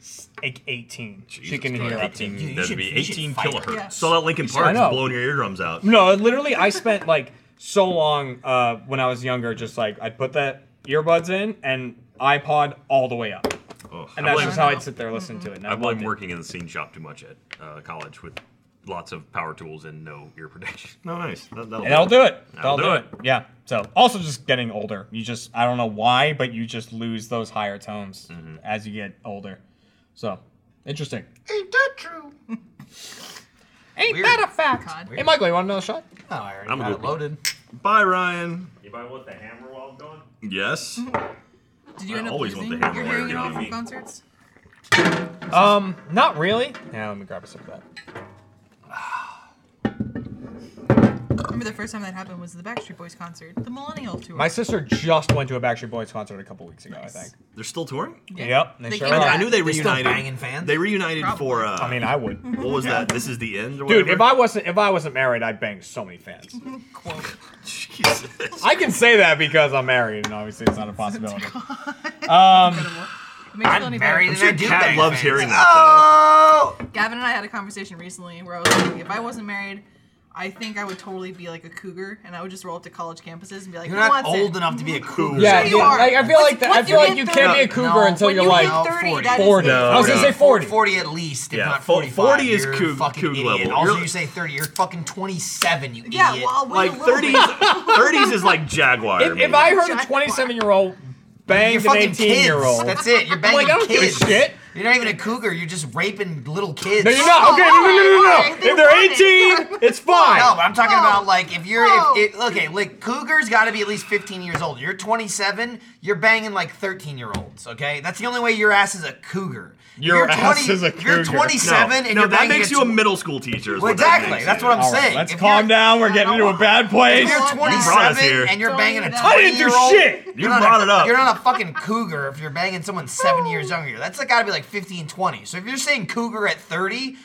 S5: s- like 18. she can hear up to.
S2: Dude, you
S6: That'd
S2: should-
S6: be
S2: you should
S6: 18
S2: fight.
S6: kilohertz.
S4: Yeah.
S1: So that Lincoln
S5: I
S1: Park's
S5: know.
S1: blowing your eardrums out.
S5: No, literally, I spent like so long uh, when I was younger, just like I'd put the earbuds in and iPod all the way up.
S1: Oh,
S5: And
S6: I
S5: that's
S6: blame-
S5: just how I'd sit there listening to it. and
S6: I
S5: loved
S6: blame
S5: it.
S6: working in the scene shop too much at uh, college with lots of power tools and no ear protection.
S1: no, nice. That, that'll,
S5: And that'll do it.
S6: That'll
S5: That'll,
S6: do
S5: do it. Yeah. So also just getting older. You just I don't know why, but you just lose those higher tones
S6: Mm-hmm.
S5: as you get older. So interesting.
S2: Ain't that true?
S5: Ain't
S2: Weird.
S5: that a fact?
S4: God.
S5: Hey Michael, you want another shot?
S2: No, Oh, I already
S6: I'm
S2: got it
S6: good.
S2: loaded.
S1: Bye, Ryan.
S6: Anybody want the hammer while I'm gone?
S1: Yes.
S4: Did you
S1: I
S4: end up
S1: always want
S4: losing?
S1: the
S4: You're
S1: hammer
S4: hearing it
S1: wired
S4: all
S1: in
S4: from
S1: me.
S4: concerts?
S5: Um, not really. Yeah, let me grab a sip of that.
S4: Remember the first time that happened was the Backstreet Boys concert, the Millennial Tour.
S5: My sister just went to a Backstreet Boys concert a couple weeks ago, I think.
S1: They're still touring.
S5: Yep, they sure
S4: came
S5: are.
S1: I
S4: back.
S1: knew they
S2: Oh, They're still
S1: reunited.
S2: banging fans?
S1: They reunited for. Uh,
S5: I mean, I would.
S1: what was that? This is the end. Or
S5: Dude,
S1: whatever?
S5: if I wasn't if I wasn't married, I'd bang so many fans.
S4: Quote.
S1: Jesus.
S5: I can say that because I'm married, and obviously it's not a possibility.
S4: Incredible. It makes me feel any better.
S2: married and I do
S1: Cat
S2: bang
S1: loves
S2: fans. Um,
S1: hearing that.
S4: Gavin and I had a conversation recently where I was like, if I wasn't married, I think I would totally be like a cougar, and I would just roll up to college campuses and be like,
S2: You're
S4: "Who
S2: not
S4: wants
S2: old
S4: it?"
S2: enough to be a cougar.
S5: Yeah,
S4: Sure you
S5: yeah,
S4: are.
S5: like I feel
S4: Once-
S5: like that, I
S4: once
S5: feel
S4: you
S5: like
S4: hit
S5: you can't be a
S4: thirty-
S5: cougar
S2: no,
S5: until
S4: when
S5: you're
S4: you
S5: like
S4: hit thirty,
S2: 40.
S4: that is
S5: 40. I was gonna say 40.
S2: 40 at least, if
S1: Yeah,
S2: not
S1: fo-
S2: 45.
S1: 40 is
S2: You're a
S1: Coug-
S2: fucking
S1: Coug
S2: idiot.
S1: level.
S2: And Also,
S1: You're-
S2: you say 30. You're fucking 27, you
S4: Yeah,
S2: idiot.
S4: well, I'll wait
S1: Like
S4: a little
S1: 30s,
S4: bit.
S1: 30s is like Jaguar.
S5: If, if
S1: maybe.
S5: I heard a
S4: Jackpot.
S5: 27 year old bang
S2: you're
S5: an
S2: fucking
S5: 18
S2: kids.
S5: year old,
S2: That's it. You're banging
S5: like, I don't give a
S2: kids.
S5: shit.
S2: You're not even a cougar. You're just raping little kids.
S5: no, you're not.
S4: Oh,
S5: Okay, no, no,
S4: alright,
S5: no, no, no.
S4: alright,
S5: If
S4: they
S5: they're 18, it's fine.
S2: No, but I'm talking
S4: No.
S2: about like if you're
S4: No.
S2: if, it, okay, like cougars got to be at least 15 years old. You're 27, you're banging like 13 year olds. Okay, that's the only way your ass is a cougar. If
S5: Your
S2: you're
S5: ass is a
S2: if You're
S5: cougar.
S2: 27
S1: no,
S2: and
S1: no,
S2: you're
S1: that
S2: banging
S1: makes
S2: a
S1: you a
S2: tw-
S1: middle school teacher. is
S2: Well,
S1: what that
S2: exactly.
S1: makes
S2: That's
S1: you.
S2: what I'm
S5: All right,
S2: saying.
S5: let's
S2: If
S5: calm
S2: you're-
S5: down. We're getting into a bad place.
S2: If you're
S4: Don't do that.
S2: 27 and you're
S4: Don't
S2: banging a
S4: do that. I
S2: 20
S5: didn't do
S2: year old,
S5: shit.
S1: You brought it up.
S2: You're not a fucking cougar if you're banging someone seven years younger. That's like, gotta be like 15, 20. So if you're saying cougar at 30,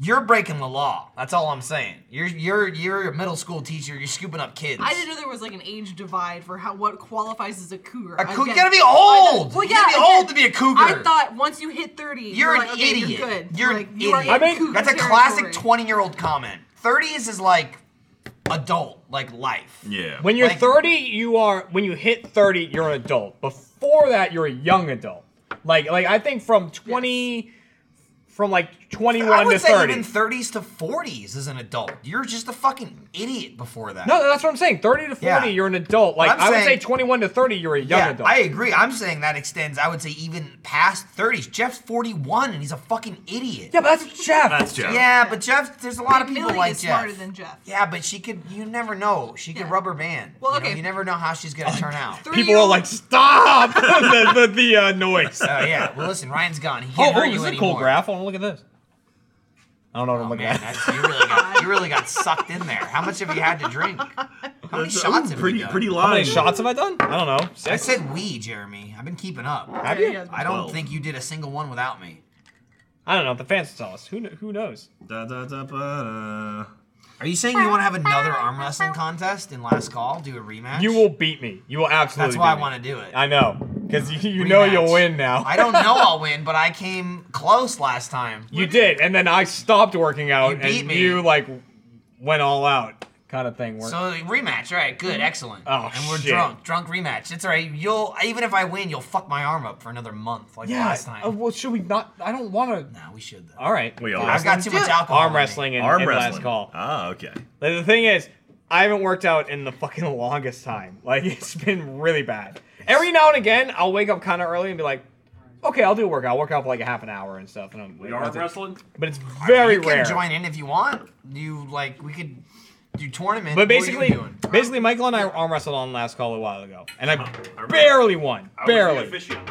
S2: you're breaking the law. That's all I'm saying. You're you're you're a middle school teacher. You're scooping up kids.
S4: I didn't know there was like an age divide for how what qualifies as a cougar.
S2: A cou-
S4: Again,
S2: you gotta be
S4: I thought-
S2: old!
S4: Well,
S2: You
S4: yeah,
S2: gotta be
S4: again,
S2: old to be a cougar.
S4: I thought once you hit thirty,
S2: You're an
S4: like, okay,
S2: idiot.
S4: You're good.
S2: You're
S4: like,
S2: an
S4: you are
S2: idiot.
S4: in
S5: I mean-
S4: cougar
S2: That's a classic
S4: territory.
S2: 20 year old comment. 30s is like adult, like life.
S1: Yeah.
S5: When you're
S2: Like-
S5: 30, you are. When you hit 30, you're an adult. Before that, you're a young adult. Like, like I think from 20, from like 21
S2: I would
S5: to
S2: say
S5: 30.
S2: even 30s to 40s is an adult. You're just a fucking idiot before that.
S5: no, that's what I'm saying. 30 to 40,
S2: Yeah.
S5: you're an adult. Like
S2: I'm
S5: I would say
S2: saying-
S5: 21 to 30, you're a young
S2: yeah,
S5: adult.
S2: I agree. I'm saying that extends. I would say even past 30s. Jeff's 41 and he's a fucking idiot.
S5: yeah, but that's Jeff.
S1: That's Jeff.
S2: Yeah, but Jeff, there's a lot of
S4: Millie
S2: people like
S4: is smarter
S2: Jeff.
S4: than Jeff.
S2: Yeah, but she could. You never know. She could
S4: Yeah.
S2: rubber band.
S4: Well,
S2: you know,
S4: okay.
S2: you never know how she's gonna turn out. Oh
S5: People are like, stop the, the, the uh, noise.
S2: Oh, yeah. Well, listen, Ryan's gone. He
S5: Oh,
S2: can't
S5: oh,
S2: hurt
S5: this
S2: you
S5: is a
S2: anymore. Oh,
S5: cool graph. Oh, look at this. I don't know what I'm looking
S2: Man,
S5: at.
S2: that's, you really got you really got sucked in there. How much have you had to drink? How many
S1: That's- uh,
S2: shots
S1: ooh,
S2: have you
S1: pretty,
S2: done?
S1: pretty
S5: How
S1: line.
S5: many shots have I done? I don't know.
S2: I
S5: Six.
S2: said we, Jeremy. I've been keeping up.
S5: Have
S4: Yeah,
S5: you?
S4: he has been-
S2: I don't
S1: Twelve.
S2: think you did a single one without me.
S5: I don't know. The fans will tell us. Who kn- who knows?
S1: Da, da, da, ba, da.
S2: Are you saying you want to have another arm wrestling contest in last call? Do a rematch?
S5: You will beat me. You will absolutely.
S2: That's why I
S5: beat me.
S2: want to do it.
S5: I know, because you, you know
S2: Rematch.
S5: you'll win now.
S2: I don't know I'll win, but I came close last time.
S5: You did, and then I stopped working out,
S2: You beat
S5: and
S2: me.
S5: you like went all out, kind of thing. Work.
S2: So rematch, all right, good, excellent.
S5: Oh,
S2: and we're
S5: shit.
S2: drunk, drunk rematch. It's all right. You'll even if I win, you'll fuck my arm up for another month like
S5: yeah.
S2: last time.
S5: uh, well, should we not? I don't want to.
S2: nah, we should though.
S5: All right.
S1: Wait, arm
S2: I've got too
S4: do
S2: much
S4: it.
S2: alcohol. in
S5: arm
S2: me.
S5: wrestling and,
S1: Arm
S5: and
S1: wrestling.
S5: last call.
S1: Ah, okay.
S5: Like, the thing is, I haven't worked out in the fucking longest time. Like it's been really bad. Every now and again, I'll wake up kind of early and be like, "Okay, I'll do a workout. I'll work out for like a half an hour and stuff." And I'm
S6: Arm
S5: that's it.
S6: wrestling?
S5: but it's very
S2: you
S5: rare.
S2: can join in if you want. You like we could do tournament.
S5: But
S2: what are you
S5: basically,
S2: doing?
S5: basically, Michael and I arm wrestled on last call a while ago, and I barely won,
S1: I was the
S5: barely.
S1: officiant.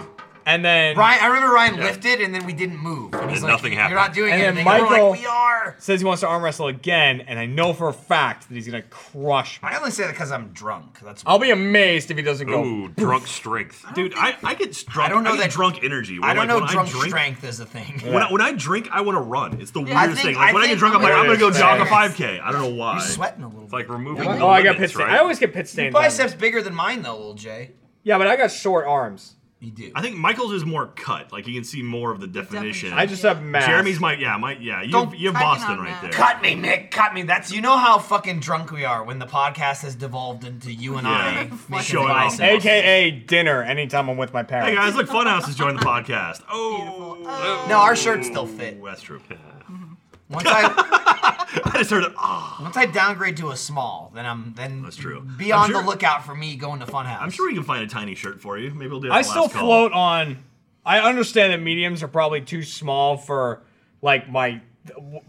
S5: And then
S2: Ryan, I remember Ryan lifted and then we didn't move. And he's
S6: And
S2: like,
S6: nothing happened.
S2: You're not doing
S5: And then
S2: anything. And we're
S5: Michael-
S2: like, we are.
S5: says he wants to arm wrestle again, and I know for a fact that he's gonna crush me.
S2: I only say that because I'm drunk. That's
S5: I'll be amazed if he doesn't go.
S6: Ooh, drunk strength.
S1: Dude, I, I get drunk. I
S2: don't know
S1: get
S2: that-
S1: drunk energy. where,
S2: I
S1: like,
S2: don't know
S1: when
S2: drunk
S1: drink-
S2: strength is a thing.
S1: When I, when I drink, I want to run. It's the weirdest
S2: I think-
S1: thing. Like
S2: I
S1: when I get
S2: think
S1: drunk, I'm like, I'm gonna go
S5: I'm
S1: jog a
S5: gonna-
S1: 5K. I don't know why.
S2: You're sweating a little
S6: It's
S2: bit.
S6: like removing. the
S5: Oh, I got pit
S6: limits,
S5: stains.
S6: right?
S5: I always get pit stains. on me.
S2: Biceps bigger than mine though, little Jay.
S5: Yeah, but I got short arms.
S2: You do.
S1: I think Michael's is more cut. Like you can see more of the definition.
S4: definition.
S5: I just have mass.
S1: Jeremy's my yeah my yeah. You
S2: Don't
S1: you have
S4: I cannot
S1: Boston right
S4: now.
S1: there.
S2: Cut me, Nick. Cut me. That's you know how fucking drunk we are when the podcast has devolved into you and
S1: Yeah.
S2: I making
S1: Showing off.
S2: biceps.
S5: AKA dinner anytime I'm with my parents.
S1: Hey guys, look, Funhouse has joined the podcast. Oh,
S4: Beautiful. Oh.
S2: No, our shirts still fit.
S1: that's true.
S2: Once I
S1: I just heard it. Ah,
S2: once I downgrade to a small, then I'm then
S1: That's true.
S2: Be
S1: I'm
S2: on
S1: sure-
S2: the lookout for me going to Funhouse.
S1: I'm sure we can find a tiny shirt for you. Maybe we'll do. That
S5: I
S1: last
S5: still
S1: call.
S5: float on. I understand that mediums are probably too small for like my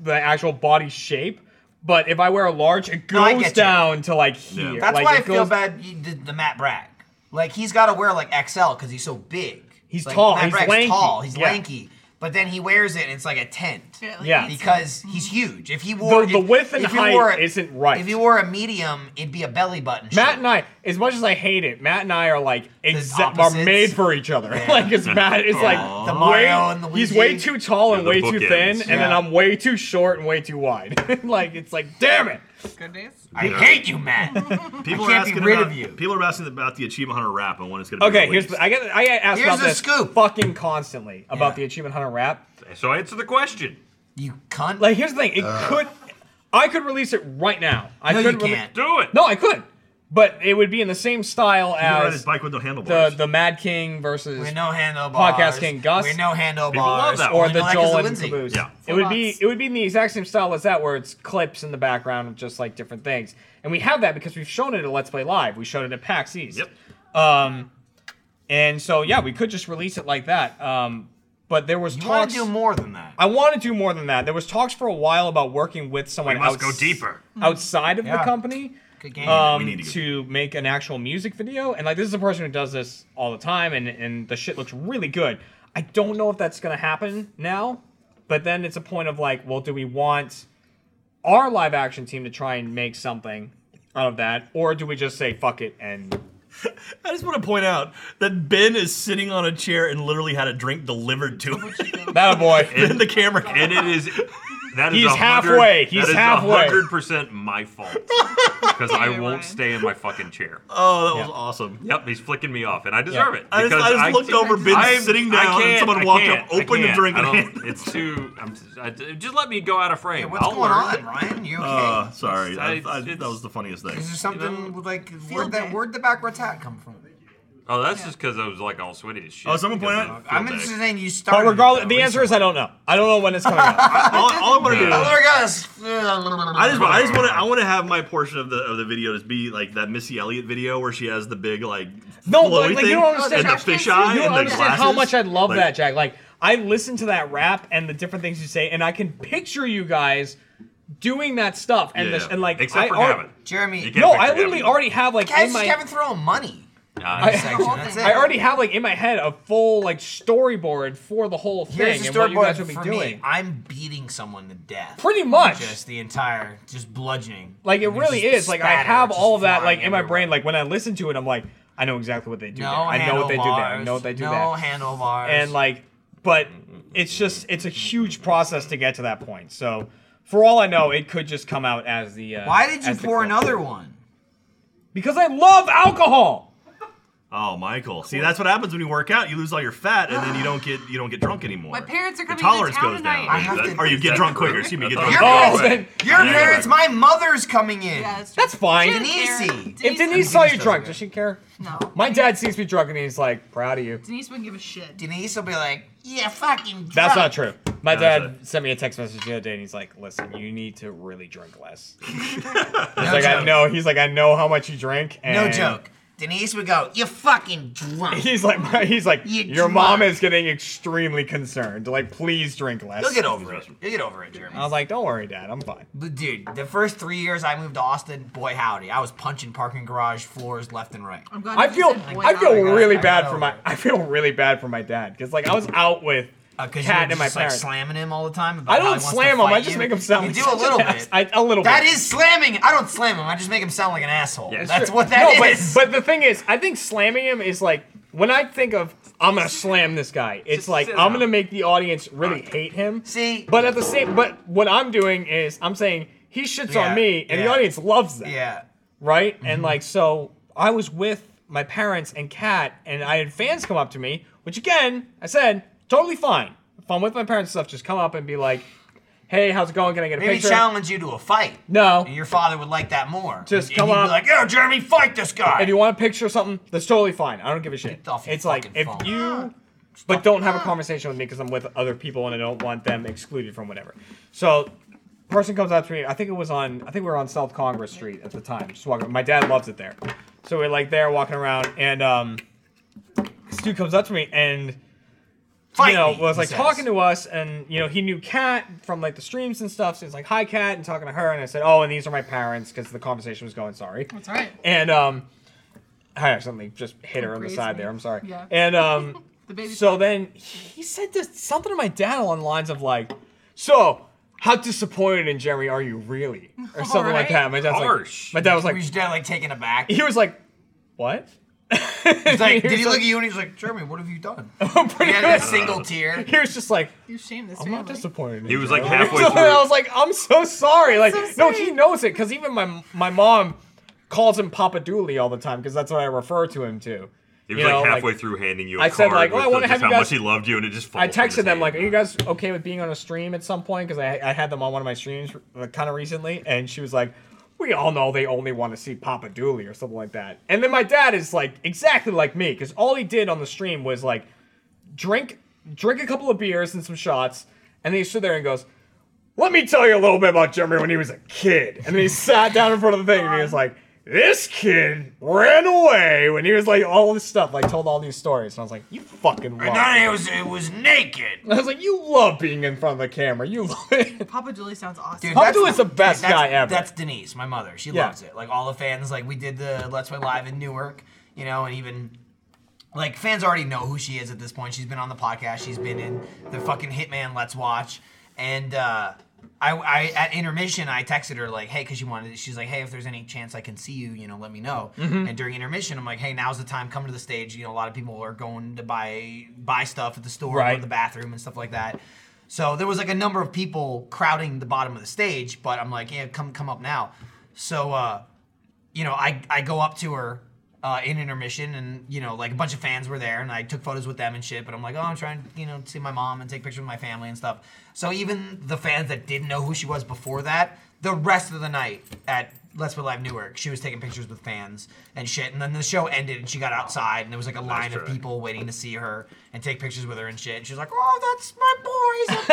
S5: the actual body shape, but if I wear a large, it
S2: No, I
S5: goes
S2: get you.
S5: down to like here.
S1: Yeah.
S2: That's
S5: Like,
S2: why I
S5: it
S2: feel
S5: goes-
S2: bad you did the Matt Bragg. Like he's got to wear like XL because he's so big.
S5: He's
S2: Like,
S5: tall,
S2: Matt
S5: he's
S2: Bragg's
S5: lanky,
S2: tall. He's
S5: yeah.
S2: lanky. But then he wears it and it's like a tent.
S4: Yeah, like,
S5: Yeah.
S4: he's-
S2: because he's huge. If he wore
S5: The, the
S2: if-
S5: width and
S2: if he
S5: height
S2: wore a-
S5: isn't right.
S2: If he wore a medium, it'd be a belly button.
S5: Matt
S2: shirt.
S5: and I, as much as I hate it, Matt and I are like exa- are
S2: opposites.
S5: made for each other.
S2: Yeah.
S5: like it's Matt, it's like
S2: The
S5: way-
S2: Mario and
S5: He's
S2: Luigi.
S5: way too tall and
S6: the
S5: way too
S6: bookends.
S5: thin, and then
S2: Yeah.
S5: I'm way too short and way too wide. like it's like, damn it.
S4: Good days.
S2: I hate you, Matt.
S1: People
S2: I can't
S1: are
S2: be
S1: asking
S2: rid
S1: about,
S2: of you.
S1: People are asking about the Achievement Hunter rap and when it's gonna.
S5: Okay,
S1: be
S5: here's
S1: released.
S5: the, I get I get asked
S2: Here's
S5: about
S2: the
S5: this
S2: scoop.
S5: fucking constantly about
S2: Yeah.
S5: the achievement hunter rap.
S6: So answer the question.
S2: you cunt.
S5: Like here's the thing, it could I could release it right now. I
S2: no,
S5: could
S2: you
S5: rele-
S2: can't.
S6: Do it.
S5: No, I could. But it would be in the same style
S1: You can ride his
S5: as
S1: bike with no handlebars.
S5: the the Mad King versus
S2: We're no handlebars.
S5: Podcast King Gus.
S2: We're no
S6: love
S2: handlebars.
S6: that
S5: or
S2: Only
S5: the
S2: like is
S5: Joel
S2: a
S5: and
S2: Lindsay.
S5: Caboose.
S6: Yeah.
S5: It would be
S4: Full-ons.
S5: it would be in the exact same style as that, where it's clips in the background of just like different things, and we have that because we've shown it at Let's Play Live. We showed it at PAX East. Yep. Um, and so yeah, we could just release it like that. Um, but there was
S2: You want
S5: talks.
S2: to do more than that?
S5: I want to do more than that. There was talks for a while about working with someone
S6: We must
S5: outs-
S6: go deeper.
S5: Hmm. outside of the
S2: Yeah.
S5: company
S2: Good game.
S6: Uh,
S5: um,
S1: need
S5: to,
S1: to go-
S5: make an actual music video. And like, this is a person who does this all the time, and and the shit looks really good. I don't know if that's gonna happen now, but then it's a point of like, well, do we want our live action team to try and make something out of that, or do we just say fuck it and
S1: I just want to point out that Ben is sitting on a chair and literally had a drink delivered to him.
S5: that a boy?
S1: then the camera
S6: And it is. That is
S5: He's
S6: 100
S5: halfway. He's
S6: that is
S5: halfway.
S6: 100% my fault. Because I
S4: You're
S6: won't
S4: right.
S6: stay in my fucking chair.
S1: Oh, that was awesome.
S6: Yep, he's flicking me off, and I deserve
S5: Yeah.
S6: it.
S1: I just, I just looked over, Ben
S6: I'm-
S1: sitting
S6: I
S1: down, and
S6: can't,
S1: someone
S6: I
S1: walked
S6: can't,
S1: up,
S6: I
S1: opened a
S6: can't.
S1: drink,
S6: I
S1: in
S6: don't-
S1: hand.
S6: It's too. I'm, I, just let me go out of frame.
S2: Hey, what's
S6: I'll
S2: going
S6: learn.
S2: on, Ryan? You okay?
S1: Uh, sorry, I,
S6: It's-
S1: I,
S6: it's-
S1: that was the funniest thing.
S2: is there something
S6: you know,
S2: like
S4: field
S2: where'd that
S4: day.
S2: where'd the backwards hat come from?
S6: Oh, that's just because I was like all sweaty as shit.
S1: Oh, someone
S6: because
S1: pointed
S6: of
S1: out-
S6: field
S2: I'm
S6: day.
S2: just saying you started.
S5: But regardless,
S2: it,
S5: the
S2: though,
S5: answer is I don't know. I don't know when it's coming out.
S1: all, all I want to do.
S2: recently.
S1: Is,
S2: Oh, there it goes. I
S1: I just, I just want to, I want to have my portion of the of the video just be like that Missy Elliott video where she has the big like
S5: No,
S1: flowy
S5: like- like, you
S1: thing
S5: don't understand
S1: and
S5: how-
S1: the fish eye
S5: You don't
S1: and the
S5: understand
S1: glasses.
S5: how much I love
S1: Like,
S5: that, Jack. Like I listen to that rap and the different things you say, and I can picture you guys doing that stuff. And,
S1: Yeah,
S5: the,
S1: yeah.
S5: and like,
S6: Except
S5: I
S6: for
S5: alre-
S6: Gavin.
S2: Jeremy,
S6: can't-
S5: no,
S6: picture
S5: I literally
S6: Gavin.
S5: already have like
S2: guys
S5: in
S2: just
S5: my.
S2: haven't thrown money.
S6: Nice.
S5: I,
S2: Section. That's it.
S5: I already have like in my head a full like storyboard for the whole
S2: Here's
S5: thing
S2: the
S5: and what you guys
S2: storyboard
S5: would be
S2: for
S5: doing.
S2: me. I'm beating someone to death.
S5: Pretty much.
S2: Just the entire, just bludgeoning.
S5: like it
S2: Just
S5: really is. Like I
S2: spatter,
S5: have
S2: just
S5: all of that like
S2: flying
S5: in my brain.
S2: everywhere.
S5: Like when I listen to it, I'm like, I know exactly what they do.
S2: no
S5: there. I know what they do there. I
S2: handlebars,
S5: know what they do
S2: no
S5: there.
S2: handlebars.
S5: and like but it's just it's a huge process to get to that point so for all i know it could just come out as the uh,
S2: why did you
S5: as the
S2: pour
S5: clip.
S2: another one?
S5: because i love alcohol
S1: Oh, Michael. See, that's what happens when you work out. You lose all your fat, and then you don't get you don't get drunk anymore.
S4: My parents are
S1: Your
S4: coming to
S1: tolerance
S4: town
S1: goes
S4: tonight.
S1: down,
S2: I have
S1: That-
S2: to-
S1: or you
S6: Is
S1: get
S6: that
S1: drunk
S6: true?
S1: quicker. Excuse me,
S6: I
S1: get
S6: thought
S1: drunk.
S6: it
S2: Your
S1: quicker.
S6: was-
S5: oh
S2: parents,
S5: then
S2: your parents. My mother's coming in.
S4: Yeah, that's true.
S5: that's fine
S4: Denise-
S2: Denise.
S4: Denise-
S5: if denise saw you
S2: doesn't
S5: drunk
S2: get
S5: does she care
S4: No.
S5: my dad sees me drunk and he's like proud of you
S4: Denise wouldn't give a shit.
S2: Denise will be like, "Yeah, fucking." Drunk.
S5: that's not true my
S1: No,
S5: dad
S1: that's
S5: sent me a text message the other day and he's like listen you need to really drink less he's
S2: No
S5: like i
S2: joke.
S5: know he's like i know how much you drink and
S2: No joke. Denise would go, "You fucking drunk."
S5: He's like, my, he's like,
S2: You
S5: your mom
S2: drunk."
S5: is getting extremely concerned. Like, please drink less.
S2: You'll get over it. You'll get over it, Jeremy.
S5: I was like, don't worry, Dad, I'm fine.
S2: But dude, the first three years I moved to Austin, boy howdy, I was punching parking garage floors left and right.
S4: I'm glad
S5: I
S4: you
S5: feel,
S4: said boy,
S5: I
S4: not
S5: feel
S4: a girl.
S5: really
S2: I
S5: bad
S2: know.
S5: for my, I feel really bad for my dad because like I was out with
S2: Because Uh, you were
S5: Cat and my
S2: just like
S5: parents.
S2: slamming him all the time. About
S5: I
S2: how he
S5: don't
S2: wants to
S5: slam him. I
S2: fight
S5: just
S2: you.
S5: make him sound.
S2: You do
S5: like
S2: a
S5: such an
S2: little
S5: ass-
S2: bit.
S5: I, a little
S2: That
S5: bit.
S2: is slamming. I don't slam him. I just make him sound like an asshole.
S6: Yeah,
S2: That's
S6: sure.
S2: what that is.
S5: no, But, but the thing is, I think slamming him is like when I think of I'm gonna slam this guy. It's
S6: Just
S5: like
S6: sit
S5: I'm
S6: down.
S5: gonna make the audience really hate him.
S2: See?
S5: but at the same, but what I'm doing is I'm saying he shits
S2: Yeah,
S5: on me, and
S2: yeah.
S5: the audience loves that.
S2: yeah.
S5: Right.
S2: Mm-hmm.
S5: And like so, I was with my parents and Kat, and I had fans come up to me, which again I said totally fine. If I'm with my parents and stuff, just come up and be like, "Hey, how's it going? Can I get a
S2: Maybe
S5: picture?"
S2: challenge you to a fight.
S5: No.
S2: And your father would like that more.
S5: Just
S2: and,
S5: come
S2: and he'd
S5: up.
S2: Be like, yo, Jeremy, fight this guy.
S5: if you want a picture or something, that's totally fine. I don't give a shit.
S2: off your
S5: It's like
S2: fucking
S5: if
S2: phone.
S5: you, but don't have a conversation with me because I'm with other people and I don't want them excluded from whatever. So, person comes up to me. I think it was on. I think we were on South Congress Street at the time. Just walking. My dad loves it there. So we're like there walking around, and um, this dude comes up to me and
S2: fight
S5: you know,
S2: me,
S5: was
S2: he
S5: like
S2: says.
S5: talking to us, and you know, he knew Kat from like the streams and stuff. So he's like, "Hi, Kat," and talking to her, and I said, "Oh, and these are my parents," because the conversation was going. Sorry.
S4: That's right.
S5: And um, I accidentally just hit her on the
S4: Grazed
S5: side
S4: me.
S5: there. I'm sorry.
S4: Yeah.
S5: And um,
S4: The baby.
S5: so then he said this, something to my dad along the lines of like, "So, how disappointed in Jeremy are you really?" or something like
S4: Alright.
S5: that. My dad's
S6: Harsh.
S5: like, my dad was
S2: He
S5: like,
S2: was dead, like taken aback.
S5: he was like, "What?"
S2: He's like, did he look at you and he's like, Jeremy, what have you done? He
S5: Pretty
S2: had a
S5: much.
S2: single tear.
S5: He was just like.
S4: You shame this
S5: I'm not
S4: family.
S5: disappointed. in
S6: He was,
S5: you.
S6: like, halfway
S5: So
S6: through.
S5: I was like, I'm so sorry. Like,
S4: That's
S5: no,
S4: so
S5: he
S4: sweet.
S5: knows it because even my my mom calls him Papa Dooley all the time because that's what I refer to him to.
S6: He was
S5: You
S6: like
S5: know,
S6: halfway through handing you a
S5: I said,
S6: card
S5: like, oh,
S6: with
S5: I wanna
S6: just
S5: have you
S6: how
S5: guys-
S6: much he loved you, and it just falls
S5: I
S6: in his
S5: texted them
S6: hand.
S5: like, "Are you guys okay with being on a stream at some point?" Because I, I had them on one of my streams kind of recently, and she was like, "We all know they only want to see Papa Dooley or something like that." And then my dad is like exactly like me because all he did on the stream was like drink drink a couple of beers and some shots, and then he stood there and goes, "Let me tell you a little bit about Jeremy when he was a kid." And then he sat down in front of the thing and he was like. This kid ran away when he was like all this stuff, like told all these stories, and I was like, "You fucking."
S2: And
S5: lost
S2: then
S5: it."
S2: it was, it was naked.
S5: I was like, you love being in front of the camera. You love it.
S4: Papa Julie sounds awesome.
S2: Dude,
S5: Papa
S2: that's-
S5: Dooley's the best
S2: that's-
S5: guy ever.
S2: That's Denise, my mother. She
S5: Yeah.
S2: loves it. Like all the fans, like we did the Let's Play Live in Newark, you know, and even like fans already know who she is at this point. She's been on the podcast. She's been in the fucking Hitman Let's Watch, and uh, I, I at intermission I texted her like, hey, because she wanted. She's like, hey, if there's any chance I can see you, you know, let me know. And during intermission, I'm like, hey, now's the time. Come to the stage. You know, a lot of people are going to buy buy stuff at the store, go to
S5: Right.
S2: the bathroom, and stuff like that. So there was like a number of people crowding the bottom of the stage, but I'm like, yeah, come come up now. So. uh you know, I, I go up to her uh, in intermission, and you know, like a bunch of fans were there, and I took photos with them and shit. But I'm like, oh, I'm trying, you know, to see my mom and take pictures with my family and stuff. So even the fans that didn't know who she was before that, the rest of the night at Let's Play Live Newark, she was taking pictures with fans and shit. And then the show ended, and she got outside, and there was like a line of
S6: try.
S2: people waiting to see her and take pictures with her and shit. And she was like, oh, that's my boys up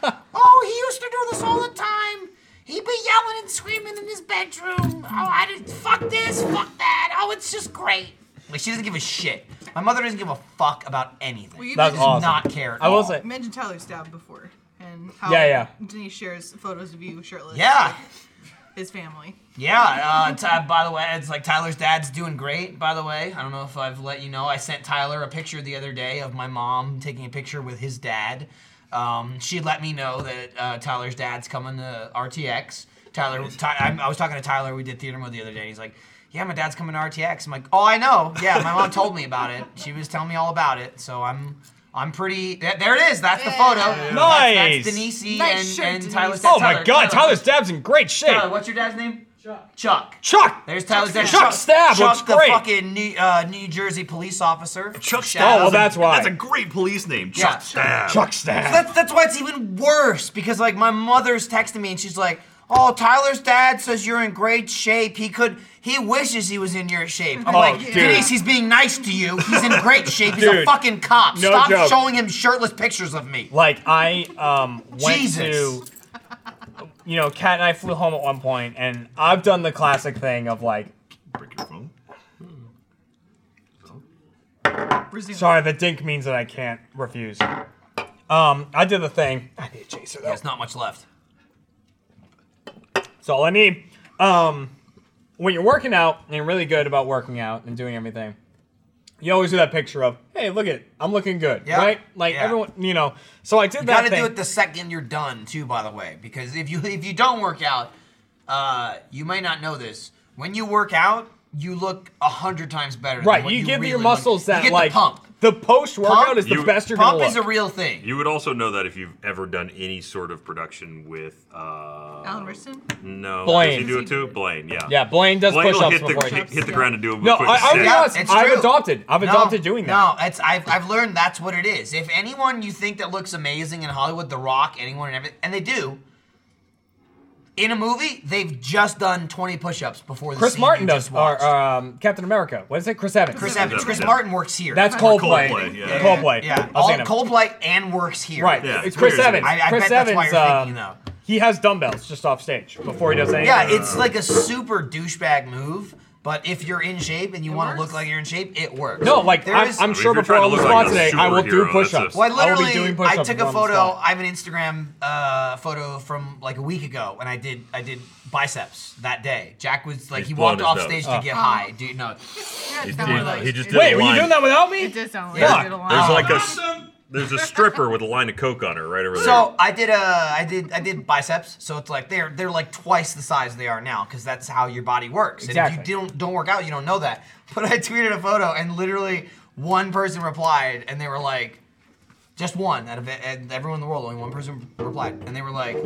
S2: there. oh, he used to do this all the time. He'd be yelling and screaming in his bedroom. Oh, I did fuck this, fuck that. Oh, it's just great. Like she doesn't give a shit. My mother doesn't give a fuck about anything.
S4: Well,
S2: She
S4: you
S5: That's
S2: does
S4: mentioned-
S5: awesome.
S2: not care. At
S5: I will
S2: all.
S5: say-
S4: You mentioned Tyler Stab before, and how
S5: Yeah, yeah.
S4: Denise shares photos of you shirtless.
S2: Yeah,
S4: with his family.
S2: yeah. Uh, Ty- by the way, it's like Tyler's dad's doing great. By the way, I don't know if I've let you know. I sent Tyler a picture the other day of my mom taking a picture with his dad. Um, she let me know that uh, Tyler's dad's coming to RTX. Tyler, Ty, I'm, I was talking to Tyler. We did theater mode the other day. And he's like, "Yeah, my dad's coming to RTX." I'm like, "Oh, I know. Yeah, my mom told me about it. She was telling me all about it. So I'm, I'm pretty. There, there it is. That's the photo. That's,
S5: Nice.
S2: that's Denise
S4: Nice
S2: and,
S4: shirt,
S2: and
S4: Denise.
S2: Tyler's dad.
S5: Oh my
S2: Tyler,
S5: god, Tyler Stab's in great shape.
S2: Tyler, Uh, what's your dad's name? Chuck. Chuck.
S5: Chuck!
S2: There's Tyler's dad.
S5: Chuck Stab
S2: Chuck
S5: looks
S2: the
S5: great.
S2: fucking New, uh, New Jersey police officer.
S1: Chuck
S2: Shout
S1: Stab.
S5: Oh, well,
S2: out.
S5: that's why.
S1: That's a great police name,
S2: Yeah.
S1: Chuck Stab.
S5: Chuck Stab.
S2: That's, that's why it's even worse because like my mother's texting me and she's like, "Oh, Tyler's dad says you're in great shape. He could, he wishes he was in your shape." I'm
S5: Oh,
S2: like,
S5: dude.
S2: Denise, he's being nice to you. He's in great shape. He's a
S5: Dude.
S2: fucking cop.
S5: No
S2: Stop
S5: joke.
S2: showing him shirtless pictures of me.
S5: Like, I um, went
S2: Jesus.
S5: to, you know, Kat and I flew home at one point, and I've done the classic thing of like,
S1: Break your phone.
S4: resume.
S5: Sorry, the dink means that I can't refuse. Um, I did the thing. I need a chaser though.
S2: There's not much left.
S5: That's all I need. Um, when you're working out and you're really good about working out and doing everything, you always do that picture of, hey, look at I'm looking good,
S2: Yeah.
S5: right? Like
S2: Yeah.
S5: everyone, you know. So I did
S2: You
S5: that
S2: gotta
S5: thing.
S2: do it the second you're done, too. By the way, because if you if you don't work out, uh, you may not know this. When you work out, you look a hundred times better. than
S5: right,
S2: what
S5: you, give
S2: really
S5: your
S2: look-
S5: muscles that
S2: you get
S5: like
S2: the pump.
S5: post workout
S2: Pump?
S5: is the
S6: You-
S5: best you're
S2: Pump
S5: gonna
S2: is a
S5: look.
S2: real thing.
S6: You would also know that if you've ever done any sort of production with uh
S4: Alan Richardson?
S6: No,
S5: Blaine.
S6: Does he do it too? Blaine, yeah.
S5: yeah, Blaine does
S6: Blaine
S5: push
S6: will
S5: ups
S6: hit the
S5: before he
S6: hit,
S5: takes.
S6: hit the
S4: yeah.
S6: ground and do a
S5: No,
S6: quick
S5: I, I
S6: set.
S5: realized
S2: it's
S5: I've
S2: true.
S5: adopted. I've
S2: No,
S5: adopted doing that.
S2: No, it's I've I've learned that's what it is. If anyone you think that looks amazing in Hollywood, The Rock, anyone and everything, and they do. In a movie, they've just done 20 push-ups before the
S5: Chris
S2: scene
S5: Martin
S2: you
S5: does,
S2: just
S5: or
S2: watched.
S5: um, Captain America. What is it? Chris Evans.
S2: Chris Evans. Chris
S6: Yeah.
S2: Martin works here.
S5: That's
S1: Coldplay,
S5: Coldplay. Coldplay.
S1: yeah.
S2: Yeah,
S5: I was
S2: all
S5: thinking of-
S2: Coldplay and works here.
S5: Right.
S1: Yeah,
S5: it's
S1: it's
S5: Chris
S1: weird, isn't it?
S5: Evans.
S2: I- I
S5: Chris
S2: bet that's why
S5: Evans.
S2: you're
S5: uh,
S2: thinking, though.
S5: He has dumbbells just off stage before he does anything.
S2: Yeah, it's like a super douchebag move, but if you're in shape and you
S4: It
S2: want to
S4: works.
S2: look like you're in shape, it works.
S5: no, like
S2: There
S5: I'm,
S2: is-
S5: I'm
S6: mean,
S5: sure
S6: if you're
S5: before I
S6: trying to
S5: leave
S6: look like a
S5: today, I will do
S6: superhero,
S5: push-ups.
S6: that's a-
S2: Well, I
S5: will
S2: literally,
S5: be doing
S2: I
S5: push-ups.
S2: took
S5: on
S2: a
S5: the
S2: photo.
S5: spot.
S2: I have an Instagram uh, photo from like a week ago, and I did I did biceps that day. Jack was like,
S6: He's
S2: he walked
S6: blowing his
S2: off
S6: nose.
S2: stage
S5: Uh.
S2: to get high. Dude, no,
S4: Yeah,
S6: He
S4: don't
S6: did-
S4: worry.
S6: he just
S4: It-
S6: did
S5: Wait,
S6: a
S5: were you
S6: line.
S5: doing that without me?
S4: It just sound like
S5: Fuck.
S4: it did a lot.
S6: There's like a s- there's a stripper with a line of coke on her right over there.
S2: So I did uh I did I did biceps. So it's like they're they're like twice the size they are now because that's how your body works. And if
S5: Exactly.
S2: you don't don't work out, you don't know that. But I tweeted a photo and literally one person replied and they were like, just one out of it, and everyone in the world, only one person replied, and they were like.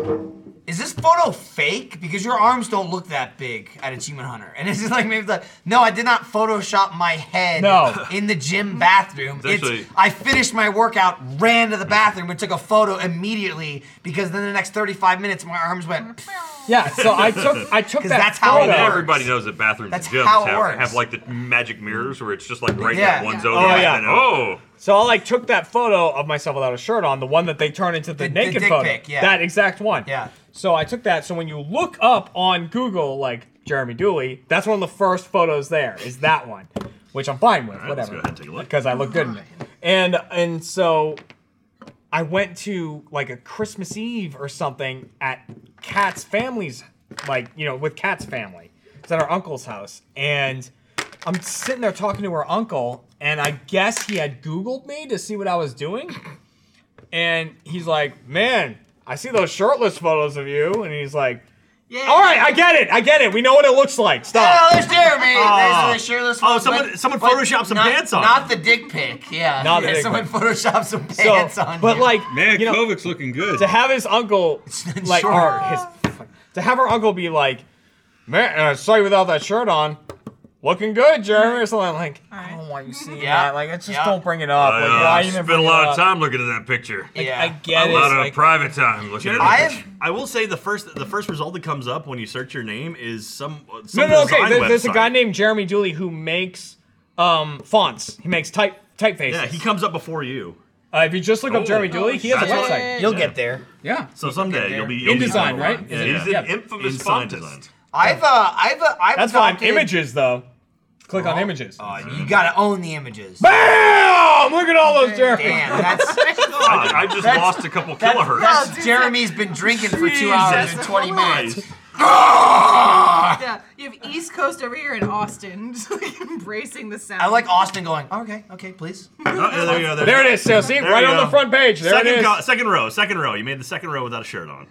S2: Is this photo fake? Because your arms don't look that big at Achievement Hunter. And it's just like maybe like, no, I did not Photoshop my head
S5: No.
S2: in the gym bathroom.
S6: It's
S2: It's,
S6: actually-
S2: I finished my workout, ran to the bathroom, and took a photo immediately because then the next 35 minutes my arms went.
S5: Yeah. So I took I took
S2: 'Cause
S5: that
S2: that's how
S5: photo.
S2: it
S6: Now
S2: works.
S6: everybody knows that bathrooms
S2: That's
S6: and gyms
S2: how it
S6: have,
S2: works.
S6: have like the magic mirrors where it's just like right
S2: Yeah.
S6: in one's
S4: Yeah.
S6: own.
S5: Oh,
S6: eye.
S5: yeah.
S6: And, oh,
S5: So I like took that photo of myself without a shirt on, the one that they turn into the,
S2: The- the
S5: naked
S2: dick
S5: photo.
S2: pic, yeah.
S5: That exact one.
S2: Yeah.
S5: So I took that. So when you look up on Google, like Jeremy Dooley, that's one of the first photos there. Is that one, which I'm fine with.
S1: let's
S5: whatever.
S1: go ahead and take a look.
S5: Because I look good in it. And and so I went to like a Christmas Eve or something at Kat's family's, like you know, with Kat's family. It's at our uncle's house, and I'm sitting there talking to her uncle, and I guess he had Googled me to see what I was doing, and he's like, "Man, I see those shirtless photos of you," and he's like,
S4: Yeah.
S5: "All right, I get it, I get it. We know what it looks like.
S2: Oh,
S5: Stop."
S2: there's Jeremy. there's the shirtless
S1: Oh,
S2: photo,
S1: someone-
S2: but-
S1: someone
S2: but
S1: photoshopped some
S2: not-
S1: pants on.
S2: Not the dick pic, yeah.
S5: Not the
S2: Yeah,
S5: dick
S2: someone
S5: pic.
S2: photoshopped some
S5: So,
S2: pants on.
S5: but
S2: you.
S5: like,
S10: Man,
S5: you know,
S10: Kovic's looking good.
S5: to have his uncle
S2: not
S5: like
S2: short.
S5: or his to have her uncle be like, man, I saw you without that shirt on, looking good, Jeremy, or something I'm like.
S4: All
S5: I
S4: right.
S2: Oh
S5: don't want you seeing
S2: Yeah.
S5: that. Like, it's just
S2: Yeah.
S5: don't bring it up.
S6: I,
S5: Like,
S6: uh,
S5: why even
S6: spent
S5: bring
S6: a
S5: it
S6: lot
S5: up?
S6: of time looking at that picture.
S2: yeah.
S5: I get
S6: a
S5: it.
S6: lot of
S5: like,
S6: private time looking at
S2: I
S6: that
S2: have-
S6: picture.
S1: I will say the first the first result that comes up when you search your name is some, uh, some
S5: no, no, okay.
S1: design
S5: There, there's a
S1: website.
S5: guy named Jeremy Dooley who makes um, fonts. He makes type typefaces.
S1: Yeah, he comes up before you.
S5: uh, if you just look up
S6: Oh.
S5: Jeremy Dooley, he has a
S1: shit.
S5: website.
S2: You'll get there.
S5: Yeah.
S1: So someday you'll be you'll be
S5: InDesign,
S1: one.
S5: right?
S1: Yeah,
S5: Is it-
S1: yeah.
S6: He's
S5: Yeah.
S6: an infamous
S1: InDesign
S6: fontist.
S1: design.
S2: I've uh, I've uh, I've
S5: That's fine.
S2: adopted-
S5: Images though. Click on images.
S2: Oh, you gotta own the images.
S5: Bam! Look at all those Jeremy.
S2: Damn, that's
S6: I, I just lost a couple kilohertz.
S2: That's Jeremy's been drinking for two hours and
S1: Jesus
S2: 20 minutes.
S1: Christ.
S4: Yeah, you have East Coast over here in Austin, just like embracing the sound.
S2: I like Austin going, "Oh, okay, okay, please.
S1: Oh, yeah, there you go.
S5: There it is. So see, right
S1: you
S5: on
S1: go.
S5: the front page. There
S1: second,
S5: it is.
S1: co- second row, second row. You made the second row without a shirt on.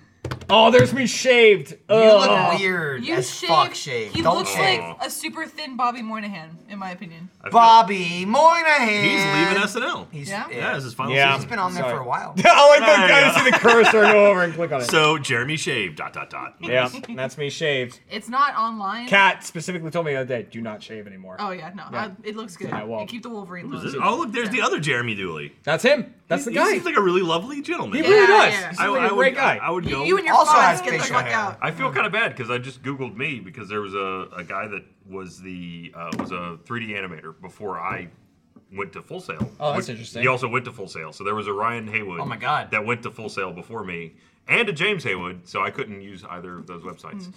S5: Oh, there's me shaved.
S2: You
S5: Ugh.
S2: look weird
S4: You
S2: as
S4: shave.
S2: fuck shave.
S4: He
S2: Don't
S4: looks
S2: shave.
S4: like a super thin Bobby Moynihan, in my opinion.
S6: I feel-
S2: Bobby Moynihan.
S1: He's leaving SNL.
S2: He's,
S4: Yeah?
S1: yeah, this is his final
S5: Yeah.
S2: He's
S1: season.
S2: been on there
S5: Sorry.
S2: for a while.
S5: I like
S1: There
S5: that guy
S1: you
S5: to see the cursor go over and click on it.
S1: So Jeremy shaved. Dot dot dot.
S5: yeah, that's me shaved.
S4: It's not online.
S5: Cat specifically told me the other day, do not shave anymore.
S4: Oh yeah, no,
S5: Yeah.
S4: I, it looks good.
S5: Yeah, well,
S4: You keep the Wolverine
S1: What
S4: look.
S1: is this? Oh look, there's the other Jeremy Dooley.
S5: That's him. That's the
S1: He
S5: guy.
S1: seems like a really lovely gentleman.
S5: he really
S4: Yeah,
S5: does.
S4: yeah.
S5: He's
S1: I,
S5: like
S1: I
S5: a
S1: would,
S5: great guy.
S1: I would
S4: You,
S1: go.
S4: you and your
S2: Also has
S4: thoughts get the
S2: facial
S4: fuck
S2: hair.
S4: out.
S6: I feel kind of bad because I just Googled me because there was a, a guy that was the uh, was a 3D animator before I went to Full Sail.
S5: Oh, that's
S6: Which-
S5: interesting.
S6: He also went to Full Sail, so there was a Ryan Haywood.
S2: Oh my God.
S6: That went to Full Sail before me, and a James Haywood, so I couldn't use either of those websites.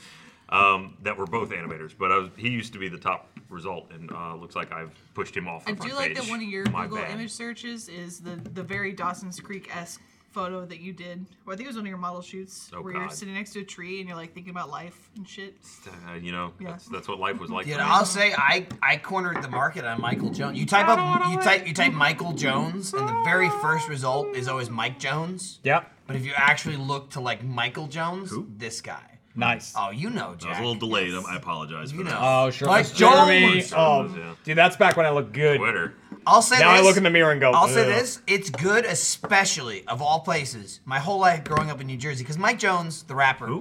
S6: um, that were both animators. But I was, he used to be the top result, and uh, looks like I've pushed him off. the
S4: I
S6: front
S4: do like
S6: page.
S4: that one of your
S6: My
S4: Google
S6: bad.
S4: image searches is the the very Dawson's Creek esque photo that you did. Or I think it was one of your model shoots
S6: Oh,
S4: where you're
S6: God.
S4: sitting next to a tree and you're like thinking about life and shit.
S6: Uh, you know,
S4: Yeah.
S6: that's, that's what life was like.
S2: Dude,
S6: for me.
S2: I'll say I, I cornered the market on Michael Jones. You type up you type you type Michael Jones, and the very first result is always Mike Jones.
S5: Yep.
S2: But if you actually look to like Michael Jones, this guy.
S5: Nice.
S2: Oh, you know,
S1: I was
S2: Jack.
S1: a little delayed. I apologize for
S2: you know.
S1: that.
S5: Oh, sure.
S2: Mike
S5: That's Jeremy.
S2: Jones.
S5: Oh,
S6: Yeah.
S5: dude, that's back when I looked good.
S6: Twitter.
S2: I'll say
S5: Now I
S2: this.
S5: look in the mirror and go,
S2: I'll say
S5: "Ugh."
S2: this: it's good, especially of all places. My whole life growing up in New Jersey, because Mike Jones, the rapper,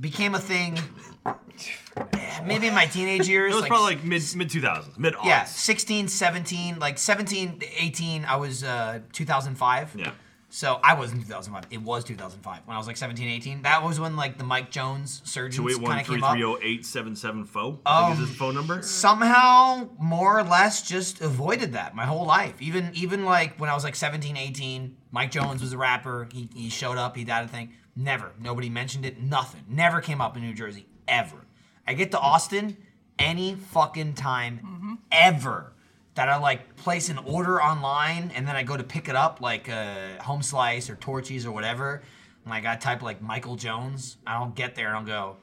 S2: became a thing. eh, Maybe in my teenage years,
S1: It was
S2: like,
S1: probably like mid mid 2000s, mid aughts.
S2: yeah, 16, 17, like 17, 18. I was uh, 2005.
S1: Yeah.
S2: So I wasn't 2005. It was 2005 when I was like 17, 18. That was when like the Mike Jones surgeons kind of came up.
S1: 281-330-8774. I think is his phone number.
S2: somehow more or less just avoided that my whole life even even like when i was like 17 18 mike jones was a rapper he, he showed up he did a thing never nobody mentioned it nothing never came up in new jersey ever i get to austin any fucking time ever that i like place an order online and then i go to pick it up like uh, home slice or torchies or whatever and like i type like michael jones i don't get there and i'll go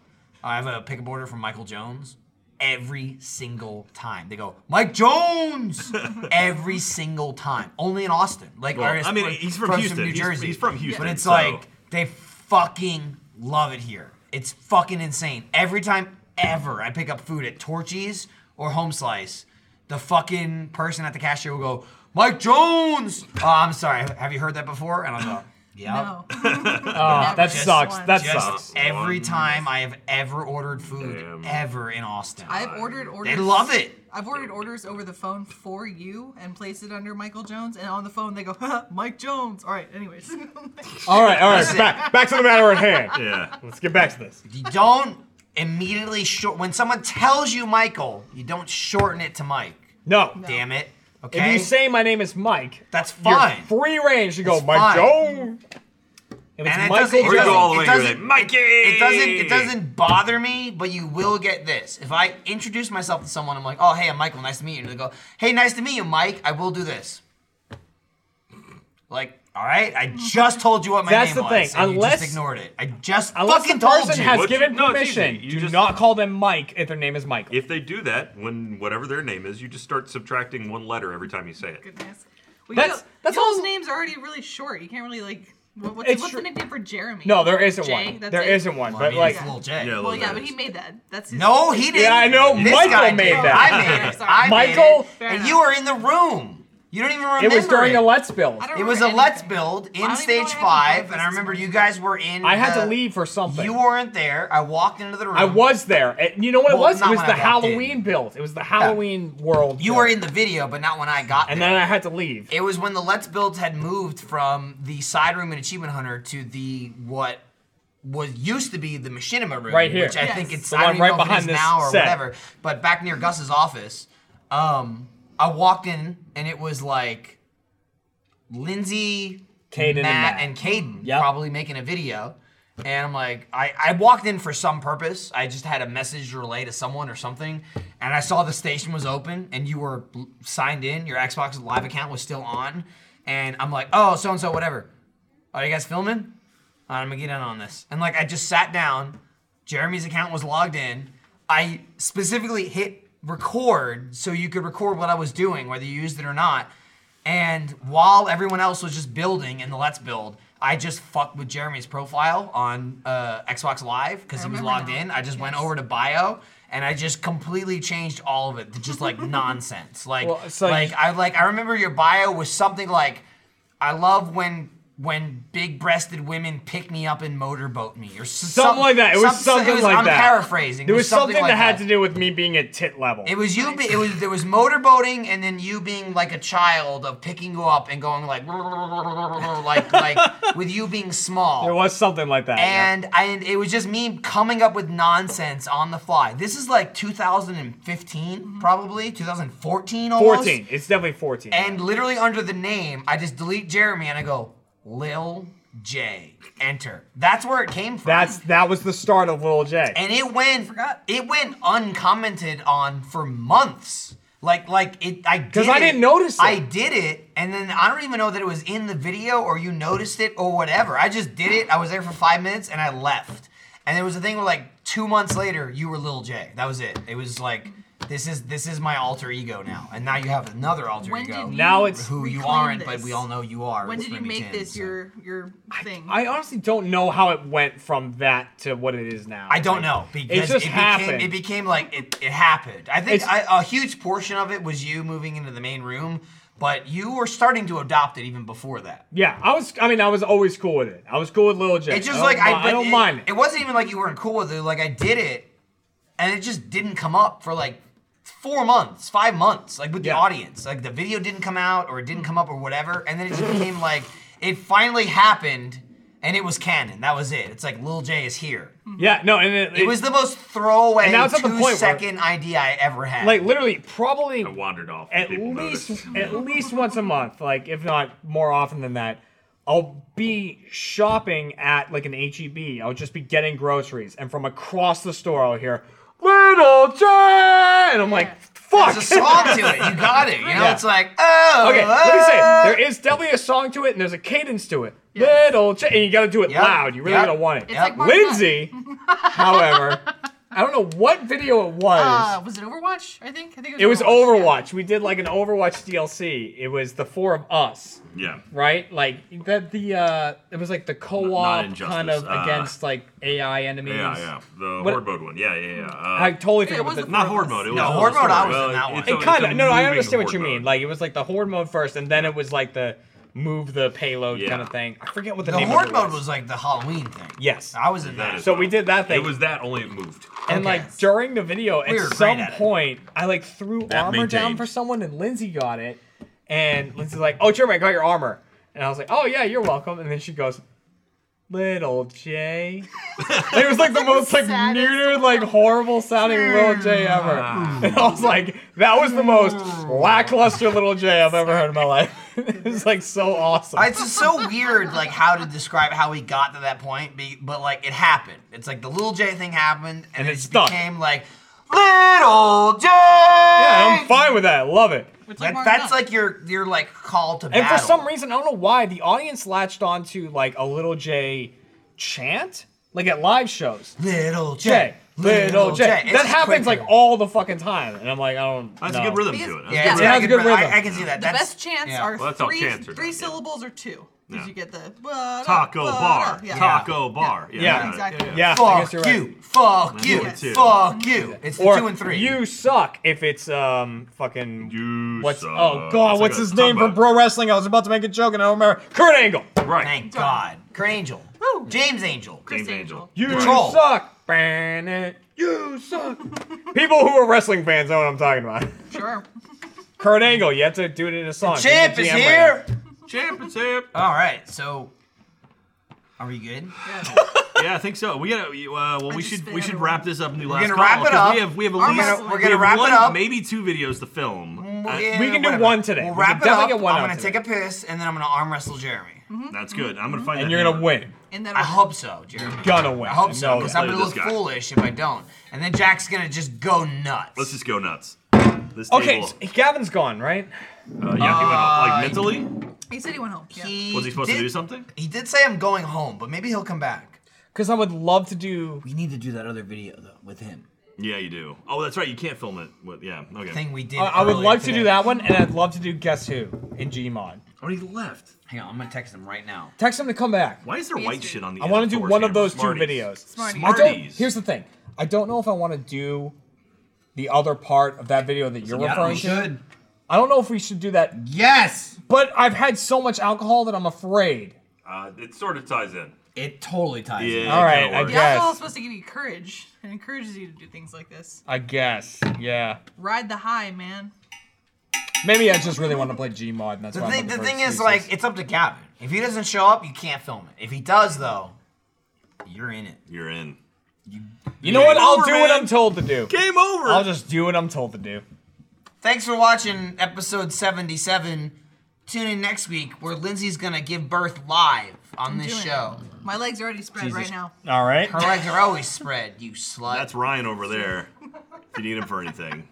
S2: i have a pickup order from michael jones every single time. They go, Mike Jones! every single time. Only in Austin. Like,
S1: Well,
S2: or it's-
S1: I mean,
S2: or
S1: he's from
S2: or it's
S1: Houston.
S2: New
S1: He's-
S2: Jersey.
S1: he's from Houston,
S2: But it's
S1: so-
S2: like, they fucking love it here. It's fucking insane. Every time ever I pick up food at Torchy's or Home Slice, the fucking person at the cashier will go, Mike Jones! oh, I'm sorry. Have you heard that before? And I'll go, yeah.
S4: No.
S5: Oh, that
S4: Just
S5: sucks.
S4: one.
S5: That
S4: Just-
S5: sucks.
S2: Every time I have ever ordered food
S6: Damn.
S2: ever in Austin.
S4: I've ordered orders.
S2: They love it.
S4: I've ordered orders over the phone for you and placed it under Michael Jones, and on the phone they go, Mike Jones. All right, anyways. Oh,
S5: All right, all right.
S2: Listen.
S5: Back, back to the matter at hand.
S1: Yeah.
S5: Let's get back to this.
S2: You don't immediately short when someone tells you Michael, you don't shorten it to Mike.
S5: No.
S2: Damn it. Okay.
S5: If you say my name is Mike,
S2: That's
S5: you're
S2: fine.
S5: free range to go,
S2: It's
S5: Mike
S2: fine.
S5: Jones. If
S2: And
S5: it's
S2: it doesn't- it
S5: Michael
S6: Or you
S5: Jones,
S6: go all the way
S2: It
S6: and you're
S2: doesn't-
S6: like, Mikey!
S2: it doesn't it doesn't bother me, but you will get this. If I introduce myself to someone, I'm like, oh hey, I'm Michael, nice to meet you. And they go, hey, nice to meet you, Mike. I will do this. Like, all right, I just told you what my
S5: That's
S2: name
S5: the
S2: was,
S5: thing,
S2: and you just
S5: unless-
S2: ignored it. I just
S5: unless
S2: fucking
S5: the
S2: told
S5: person
S2: you.
S5: has
S6: What you-
S5: given
S6: no, it's
S5: permission,
S6: easy.
S5: do
S6: You just-
S5: not call them Mike if their name is Michael.
S6: If they do that, when whatever their name is, you just start subtracting one letter every time you say it.
S4: Goodness. Well,
S5: That's-
S4: you,
S5: that's
S4: y'all's
S5: all-
S4: names are already really short. You can't really like. What, what's
S5: It's
S4: what's the
S5: true.
S4: nickname for Jeremy?
S5: no, there isn't
S4: Jay,
S5: one.
S4: that's
S5: There
S4: it?
S5: not one.
S2: Well, I
S5: but
S2: mean,
S5: like,
S2: it's Little J.
S1: Yeah,
S4: Well, yeah, but
S1: Lewis.
S4: he made that. That's his
S2: No, he didn't.
S5: yeah, I know
S2: This guy
S5: Michael made
S2: did.
S5: that.
S2: I made it.
S4: Sorry.
S2: I made it.
S5: Michael-
S4: Fair
S2: and
S4: enough.
S2: you were in the room. You don't even remember.
S5: it was during a Let's Build.
S4: I don't
S2: It was a
S4: remember
S2: Let's
S4: anything.
S2: Build
S4: I don't
S2: in
S4: even know
S2: stage
S4: what happened
S2: five,
S4: to
S2: and
S4: this
S2: I remember
S4: morning.
S2: you guys were in.
S5: I had to
S2: the-
S5: leave for something.
S2: You weren't there. I walked into the room.
S5: I was there. And you know what
S2: Well,
S5: it was? It
S2: not
S5: was
S2: when
S5: the
S2: I walked in.
S5: Halloween build. It was the Halloween world.
S2: You
S5: build.
S2: were in the video, but not when I got
S5: And
S2: there.
S5: then I had to leave.
S2: it was when the Let's Builds had moved from the side room in Achievement Hunter to the what was used to be the machinima room,
S5: Right here.
S2: which I
S4: Yes.
S2: think it's
S5: The
S2: I don't
S5: one
S2: even
S5: right
S2: know if it
S5: behind
S2: is
S5: this
S2: now or
S5: set.
S2: whatever. But back near Gus's office, um, I walked in and it was like Lindsay,
S5: Caden and
S2: Matt,
S5: Matt.
S2: and Caden
S5: Yep.
S2: probably making a video. And I'm like, I, I walked in for some purpose. I just had a message to relay to someone or something. And I saw the station was open and you were l- signed in. Your Xbox Live account was still on. And I'm like, oh, so and so, whatever. Are you guys filming? All right, I'm gonna get in on this. And like, I just sat down. Jeremy's account was logged in. I specifically hit record so you could record what I was doing, whether you used it or not. And while everyone else was just building in the Let's Build, I just fucked with Jeremy's profile on uh, Xbox Live because he was
S4: remember
S2: logged
S4: now.
S2: in. I just went over to bio and I just completely changed all of it to just like nonsense. Like,
S5: Well, it's like-
S2: like I like I remember your bio was something like, "I love when." When big-breasted women pick me up and motorboat me, or s-
S5: Something like that. It was
S2: some-
S5: something
S2: it was-
S5: like
S2: I'm
S5: that.
S2: paraphrasing.
S5: There
S2: It
S5: was something,
S2: like
S5: that had to do with me being at tit level.
S2: It was you. Be, it was there was motorboating, and then you being like a child of picking you up and going like, like, like with you being small.
S5: there was something like that. yeah.
S2: and I, and it was just me coming up with nonsense on the fly. This is like 2015, probably 2014, almost.
S5: 14. It's definitely 14.
S2: And literally under the name, I just delete Jeremy and I go Lil J. Enter. That's where it came from.
S5: That's that was the start of Little J.
S2: and it went
S4: Forgot.
S2: it went uncommented on for months. Like like it I did
S5: 'Cause I
S2: it,
S5: didn't notice it.
S2: I did it and then I don't even know that it was in the video or you noticed it or whatever. I just did it. I was there for 5 minutes and I left. And there was a thing where like 2 months later you were Lil J. That was it. It was like this is this is my alter ego now. And now you have another alter
S4: When
S2: ego.
S4: did you
S5: Now it's-
S2: who you
S4: reclaim
S2: aren't,
S4: this?
S2: but we all know you are.
S4: When
S2: with
S4: did you
S2: Remy Tim,
S4: make this
S2: so.
S4: your your thing?
S5: I honestly don't know how it went from that to what it is now.
S2: I don't know because it,
S5: just
S2: became
S5: happened.
S2: it became like it, it happened. I think I,
S5: It's-
S2: a huge portion of it was you moving into the main room, but you were starting to adopt it even before that.
S5: Yeah, I was. I mean, I was always cool with it. I was cool with Little J.
S2: It's just
S5: I
S2: like
S5: don't,
S2: I,
S5: mi- Oh, I
S2: but
S5: don't
S2: it,
S5: mind it.
S2: It wasn't even like you weren't cool with it. Like I did it, and it just didn't come up for like four months, five months, like with the
S5: Yeah.
S2: audience. Like the video didn't come out, or it didn't come up, or whatever. And then it just became like it finally happened, and it was canon. That was it. It's like Lil J is here.
S5: Yeah, no, and it,
S2: It was the most throwaway
S5: And now it's at the point where-
S2: two-second idea I ever had.
S5: like literally probably
S6: I wandered off.
S5: at
S6: people
S5: least
S6: noticed.
S5: at least once a month, like if not more often than that, I'll be shopping at like an HEB. I'll just be getting groceries, and from across the store, I'll hear Little J, and I'm like, fuck.
S2: There's a song to it. You got it. You know,
S5: Yeah.
S2: it's like, oh.
S5: Okay, let me say
S2: oh.
S5: there is definitely a song to it, and there's a cadence to it. Little J, and you gotta do it
S2: Yep,
S5: loud. You really
S2: yep.
S5: gotta want it.
S4: It's like Mark
S5: Lindsay, however, I don't know what video it was.
S4: Uh,
S6: Oh.
S4: was it Overwatch? I think. I think
S5: it was
S4: Overwatch. yeah.
S5: Overwatch. We did like an Overwatch DLC. It was the four of us.
S6: yeah.
S5: right? Like that the uh it was like the
S6: not
S5: co-op
S6: Injustice,
S5: kind of
S6: uh,
S5: against like AI enemies.
S6: Yeah, yeah. The
S5: What-
S6: horde mode one. Yeah, yeah, yeah. Uh,
S5: I totally
S4: Yeah,
S5: forget
S4: it
S5: what
S4: was
S5: the
S4: the
S6: not
S4: Four of
S6: horde
S4: Us.
S6: mode. It was
S2: No,
S6: a
S2: horde
S6: story.
S2: mode, I was
S6: Well,
S2: in that one.
S6: it's
S2: It
S6: a-
S5: it
S6: it's
S5: kind
S6: a
S5: of no, I
S6: moving
S5: understand what you
S6: horde
S5: mean.
S6: mode.
S5: Like it was like the horde mode first, and then it was like the move the payload
S6: Yeah.
S5: kind of thing. I forget what the,
S2: The
S5: name
S2: horde
S5: of it
S2: mode was like the Halloween thing.
S5: Yes.
S2: I was in that.
S6: That is
S5: So
S6: what-
S5: we did that thing.
S6: It was that only it moved.
S5: and
S2: okay.
S5: like during the video, at
S2: We were
S5: some
S2: great at it.
S5: point, I like threw
S6: That
S5: armor down
S6: maintained.
S5: for someone, and Lindsay got it. And Lindsay's like, "Oh, Jeremy, I got your armor," and I was like, "Oh yeah, you're welcome." And then she goes, "Little Jay," And it was like the most like
S4: Saddest
S5: neutered, like horrible sounding Little Jay ever. And I was like, that was the most lackluster Little Jay I've ever heard in my life. it was like so awesome.
S2: It's just so weird, like how to describe how we got to that point, be- but like it happened. It's like the little J thing happened, and,
S5: And it
S2: it,
S5: stuck.
S2: became like little J. Yeah,
S5: yeah, I'm fine with that. I love it.
S4: It's
S2: That,
S4: Mark
S2: that's
S4: Knopfler.
S2: like your your like call to
S5: And
S2: battle.
S5: for some reason, I don't know why, the audience latched onto like a little J chant, like at live shows.
S2: little
S5: J,
S2: J,
S5: little J.
S2: It's
S5: That
S2: just
S5: happens
S2: quicker.
S5: like all the fucking time, and I'm like, I don't.
S6: That's
S5: know.
S6: a good rhythm
S4: Because-
S6: to it. That's
S2: Yeah,
S6: a
S2: it's
S6: good
S5: Yeah,
S2: got
S5: it's
S2: a
S5: good
S2: rhythm.
S5: rhythm.
S2: I, I can see that.
S4: The
S2: That's,
S4: best chants
S2: yeah.
S4: are
S6: Well, that's how
S4: three,
S6: chants are
S4: three
S6: done, yeah.
S4: syllables or two. Because
S6: Yeah.
S4: you get the blah,
S6: Taco
S4: blah,
S6: bar.
S4: blah. Yeah.
S6: Taco bar. Yeah.
S5: Yeah.
S6: yeah,
S4: Exactly.
S5: Yeah, I guess
S2: Fuck
S5: you're
S2: you.
S5: right.
S2: Fuck you.
S6: Number two.
S2: Fuck you. It's the
S5: Or
S2: two and three.
S5: You suck if it's um fucking.
S6: You
S5: what's
S6: suck.
S5: oh god,
S6: It's
S5: what's
S6: like a
S5: his name for
S6: tugboat.
S5: pro wrestling? I was about to make a joke and I don't remember. Kurt Angle.
S6: Right.
S2: Thank God. Kurt Angel.
S4: Woo.
S2: James Angel.
S4: Chris
S6: James
S4: Angel.
S6: Angel.
S5: You
S2: Troll.
S5: suck. Ban it. You suck. People who are wrestling fans know what I'm talking about.
S4: Sure.
S5: Kurt Angle, you have to do it in a song.
S2: Champ
S5: He's
S2: is
S5: the GM right now.
S2: here.
S6: Championship.
S2: All right. So, are we good?
S6: yeah, I think so. We gotta. you, Uh, well,
S4: I
S6: we
S4: just
S6: should
S4: spit
S6: we should
S4: everywhere.
S6: wrap this up and do last
S2: gonna
S6: call,
S2: wrap it
S6: 'cause
S2: up.
S6: We have we have at
S4: Our
S6: least
S4: wrestling-
S2: We're
S6: we
S2: gonna
S6: have
S2: wrap
S6: one,
S2: it up.
S6: maybe two videos to film.
S2: We'll
S6: Uh,
S2: get-
S5: we can do
S2: whatever.
S5: one today.
S2: We'll
S5: We
S2: wrap
S5: can
S2: it
S5: definitely
S2: up.
S5: get one
S2: I'm
S5: out
S2: gonna
S5: today.
S2: take a piss and then I'm gonna arm wrestle Jeremy.
S4: Mm-hmm.
S6: That's good. I'm gonna find.
S5: And
S6: that
S5: you're gonna
S6: hammer.
S5: win.
S4: And then
S2: I hope so, Jeremy.
S5: Gonna win.
S2: I hope so,
S5: No,
S2: because
S5: yeah.
S2: I'm gonna
S6: Look
S2: look
S6: at this guy.
S2: foolish if I don't. And then Jack's gonna just go nuts.
S6: Let's just go nuts. This
S5: Okay,
S6: table-
S5: so Gavin's gone, right?
S6: Uh, yeah, he went off like mentally.
S4: he said he went home. Yeah.
S2: He
S6: Was he supposed
S2: did-
S6: to do something?
S2: He did say I'm going home, but maybe he'll come back.
S5: Because I would love to do.
S2: We need to do that other video though with him.
S6: Yeah, you do. Oh, that's right. You can't film it. What? Yeah. Okay.
S2: Thing we did.
S5: I, I would
S2: earlier
S5: love to
S2: today.
S5: do that one, and I'd love to do Guess Who in Gmod.
S6: Oh, he left.
S2: Hang on, I'm gonna text him right now.
S5: Text him to come back.
S6: Why is there
S4: Yes,
S6: white
S4: dude.
S6: shit on the?
S5: I
S6: end
S5: want to do
S6: Thor's
S5: one of
S6: hammer?
S5: those two
S6: Smarties.
S5: videos.
S4: Smarties.
S5: I don't,
S6: Smarties.
S5: here's the thing. I don't know if I want to do the other part of that video that you're referring to. I don't know if we should do that,
S2: Yes.
S5: but I've had so much alcohol that I'm afraid.
S6: Uh, it sort of ties in.
S2: It totally ties. in.
S6: Yeah.
S5: All right, I
S6: I
S4: The alcohol is
S5: guess.
S4: supposed to give you courage and encourages you to do things like this.
S5: I guess, yeah.
S4: Ride the high, man.
S5: Maybe I just really want to play Gmod, and that's
S2: The
S5: why. I'm
S2: thing, the
S5: looking for
S2: thing is,
S5: excuses.
S2: like, it's up to Gavin. If he doesn't show up, you can't film it. If he does, though, you're in it.
S6: You're in.
S5: you know what?
S6: Game
S5: I'll
S6: over,
S5: do what
S6: man.
S5: I'm told to do.
S6: Game over.
S5: I'll just do what I'm told to do.
S2: Thanks for watching episode 77. Tune in next week where Lindsay's gonna give birth live. on this
S4: doing
S2: show.
S4: My legs are already spread right now.
S10: All right.
S2: Her legs are always spread, you slut.
S1: That's Ryan over there. If you need him for anything.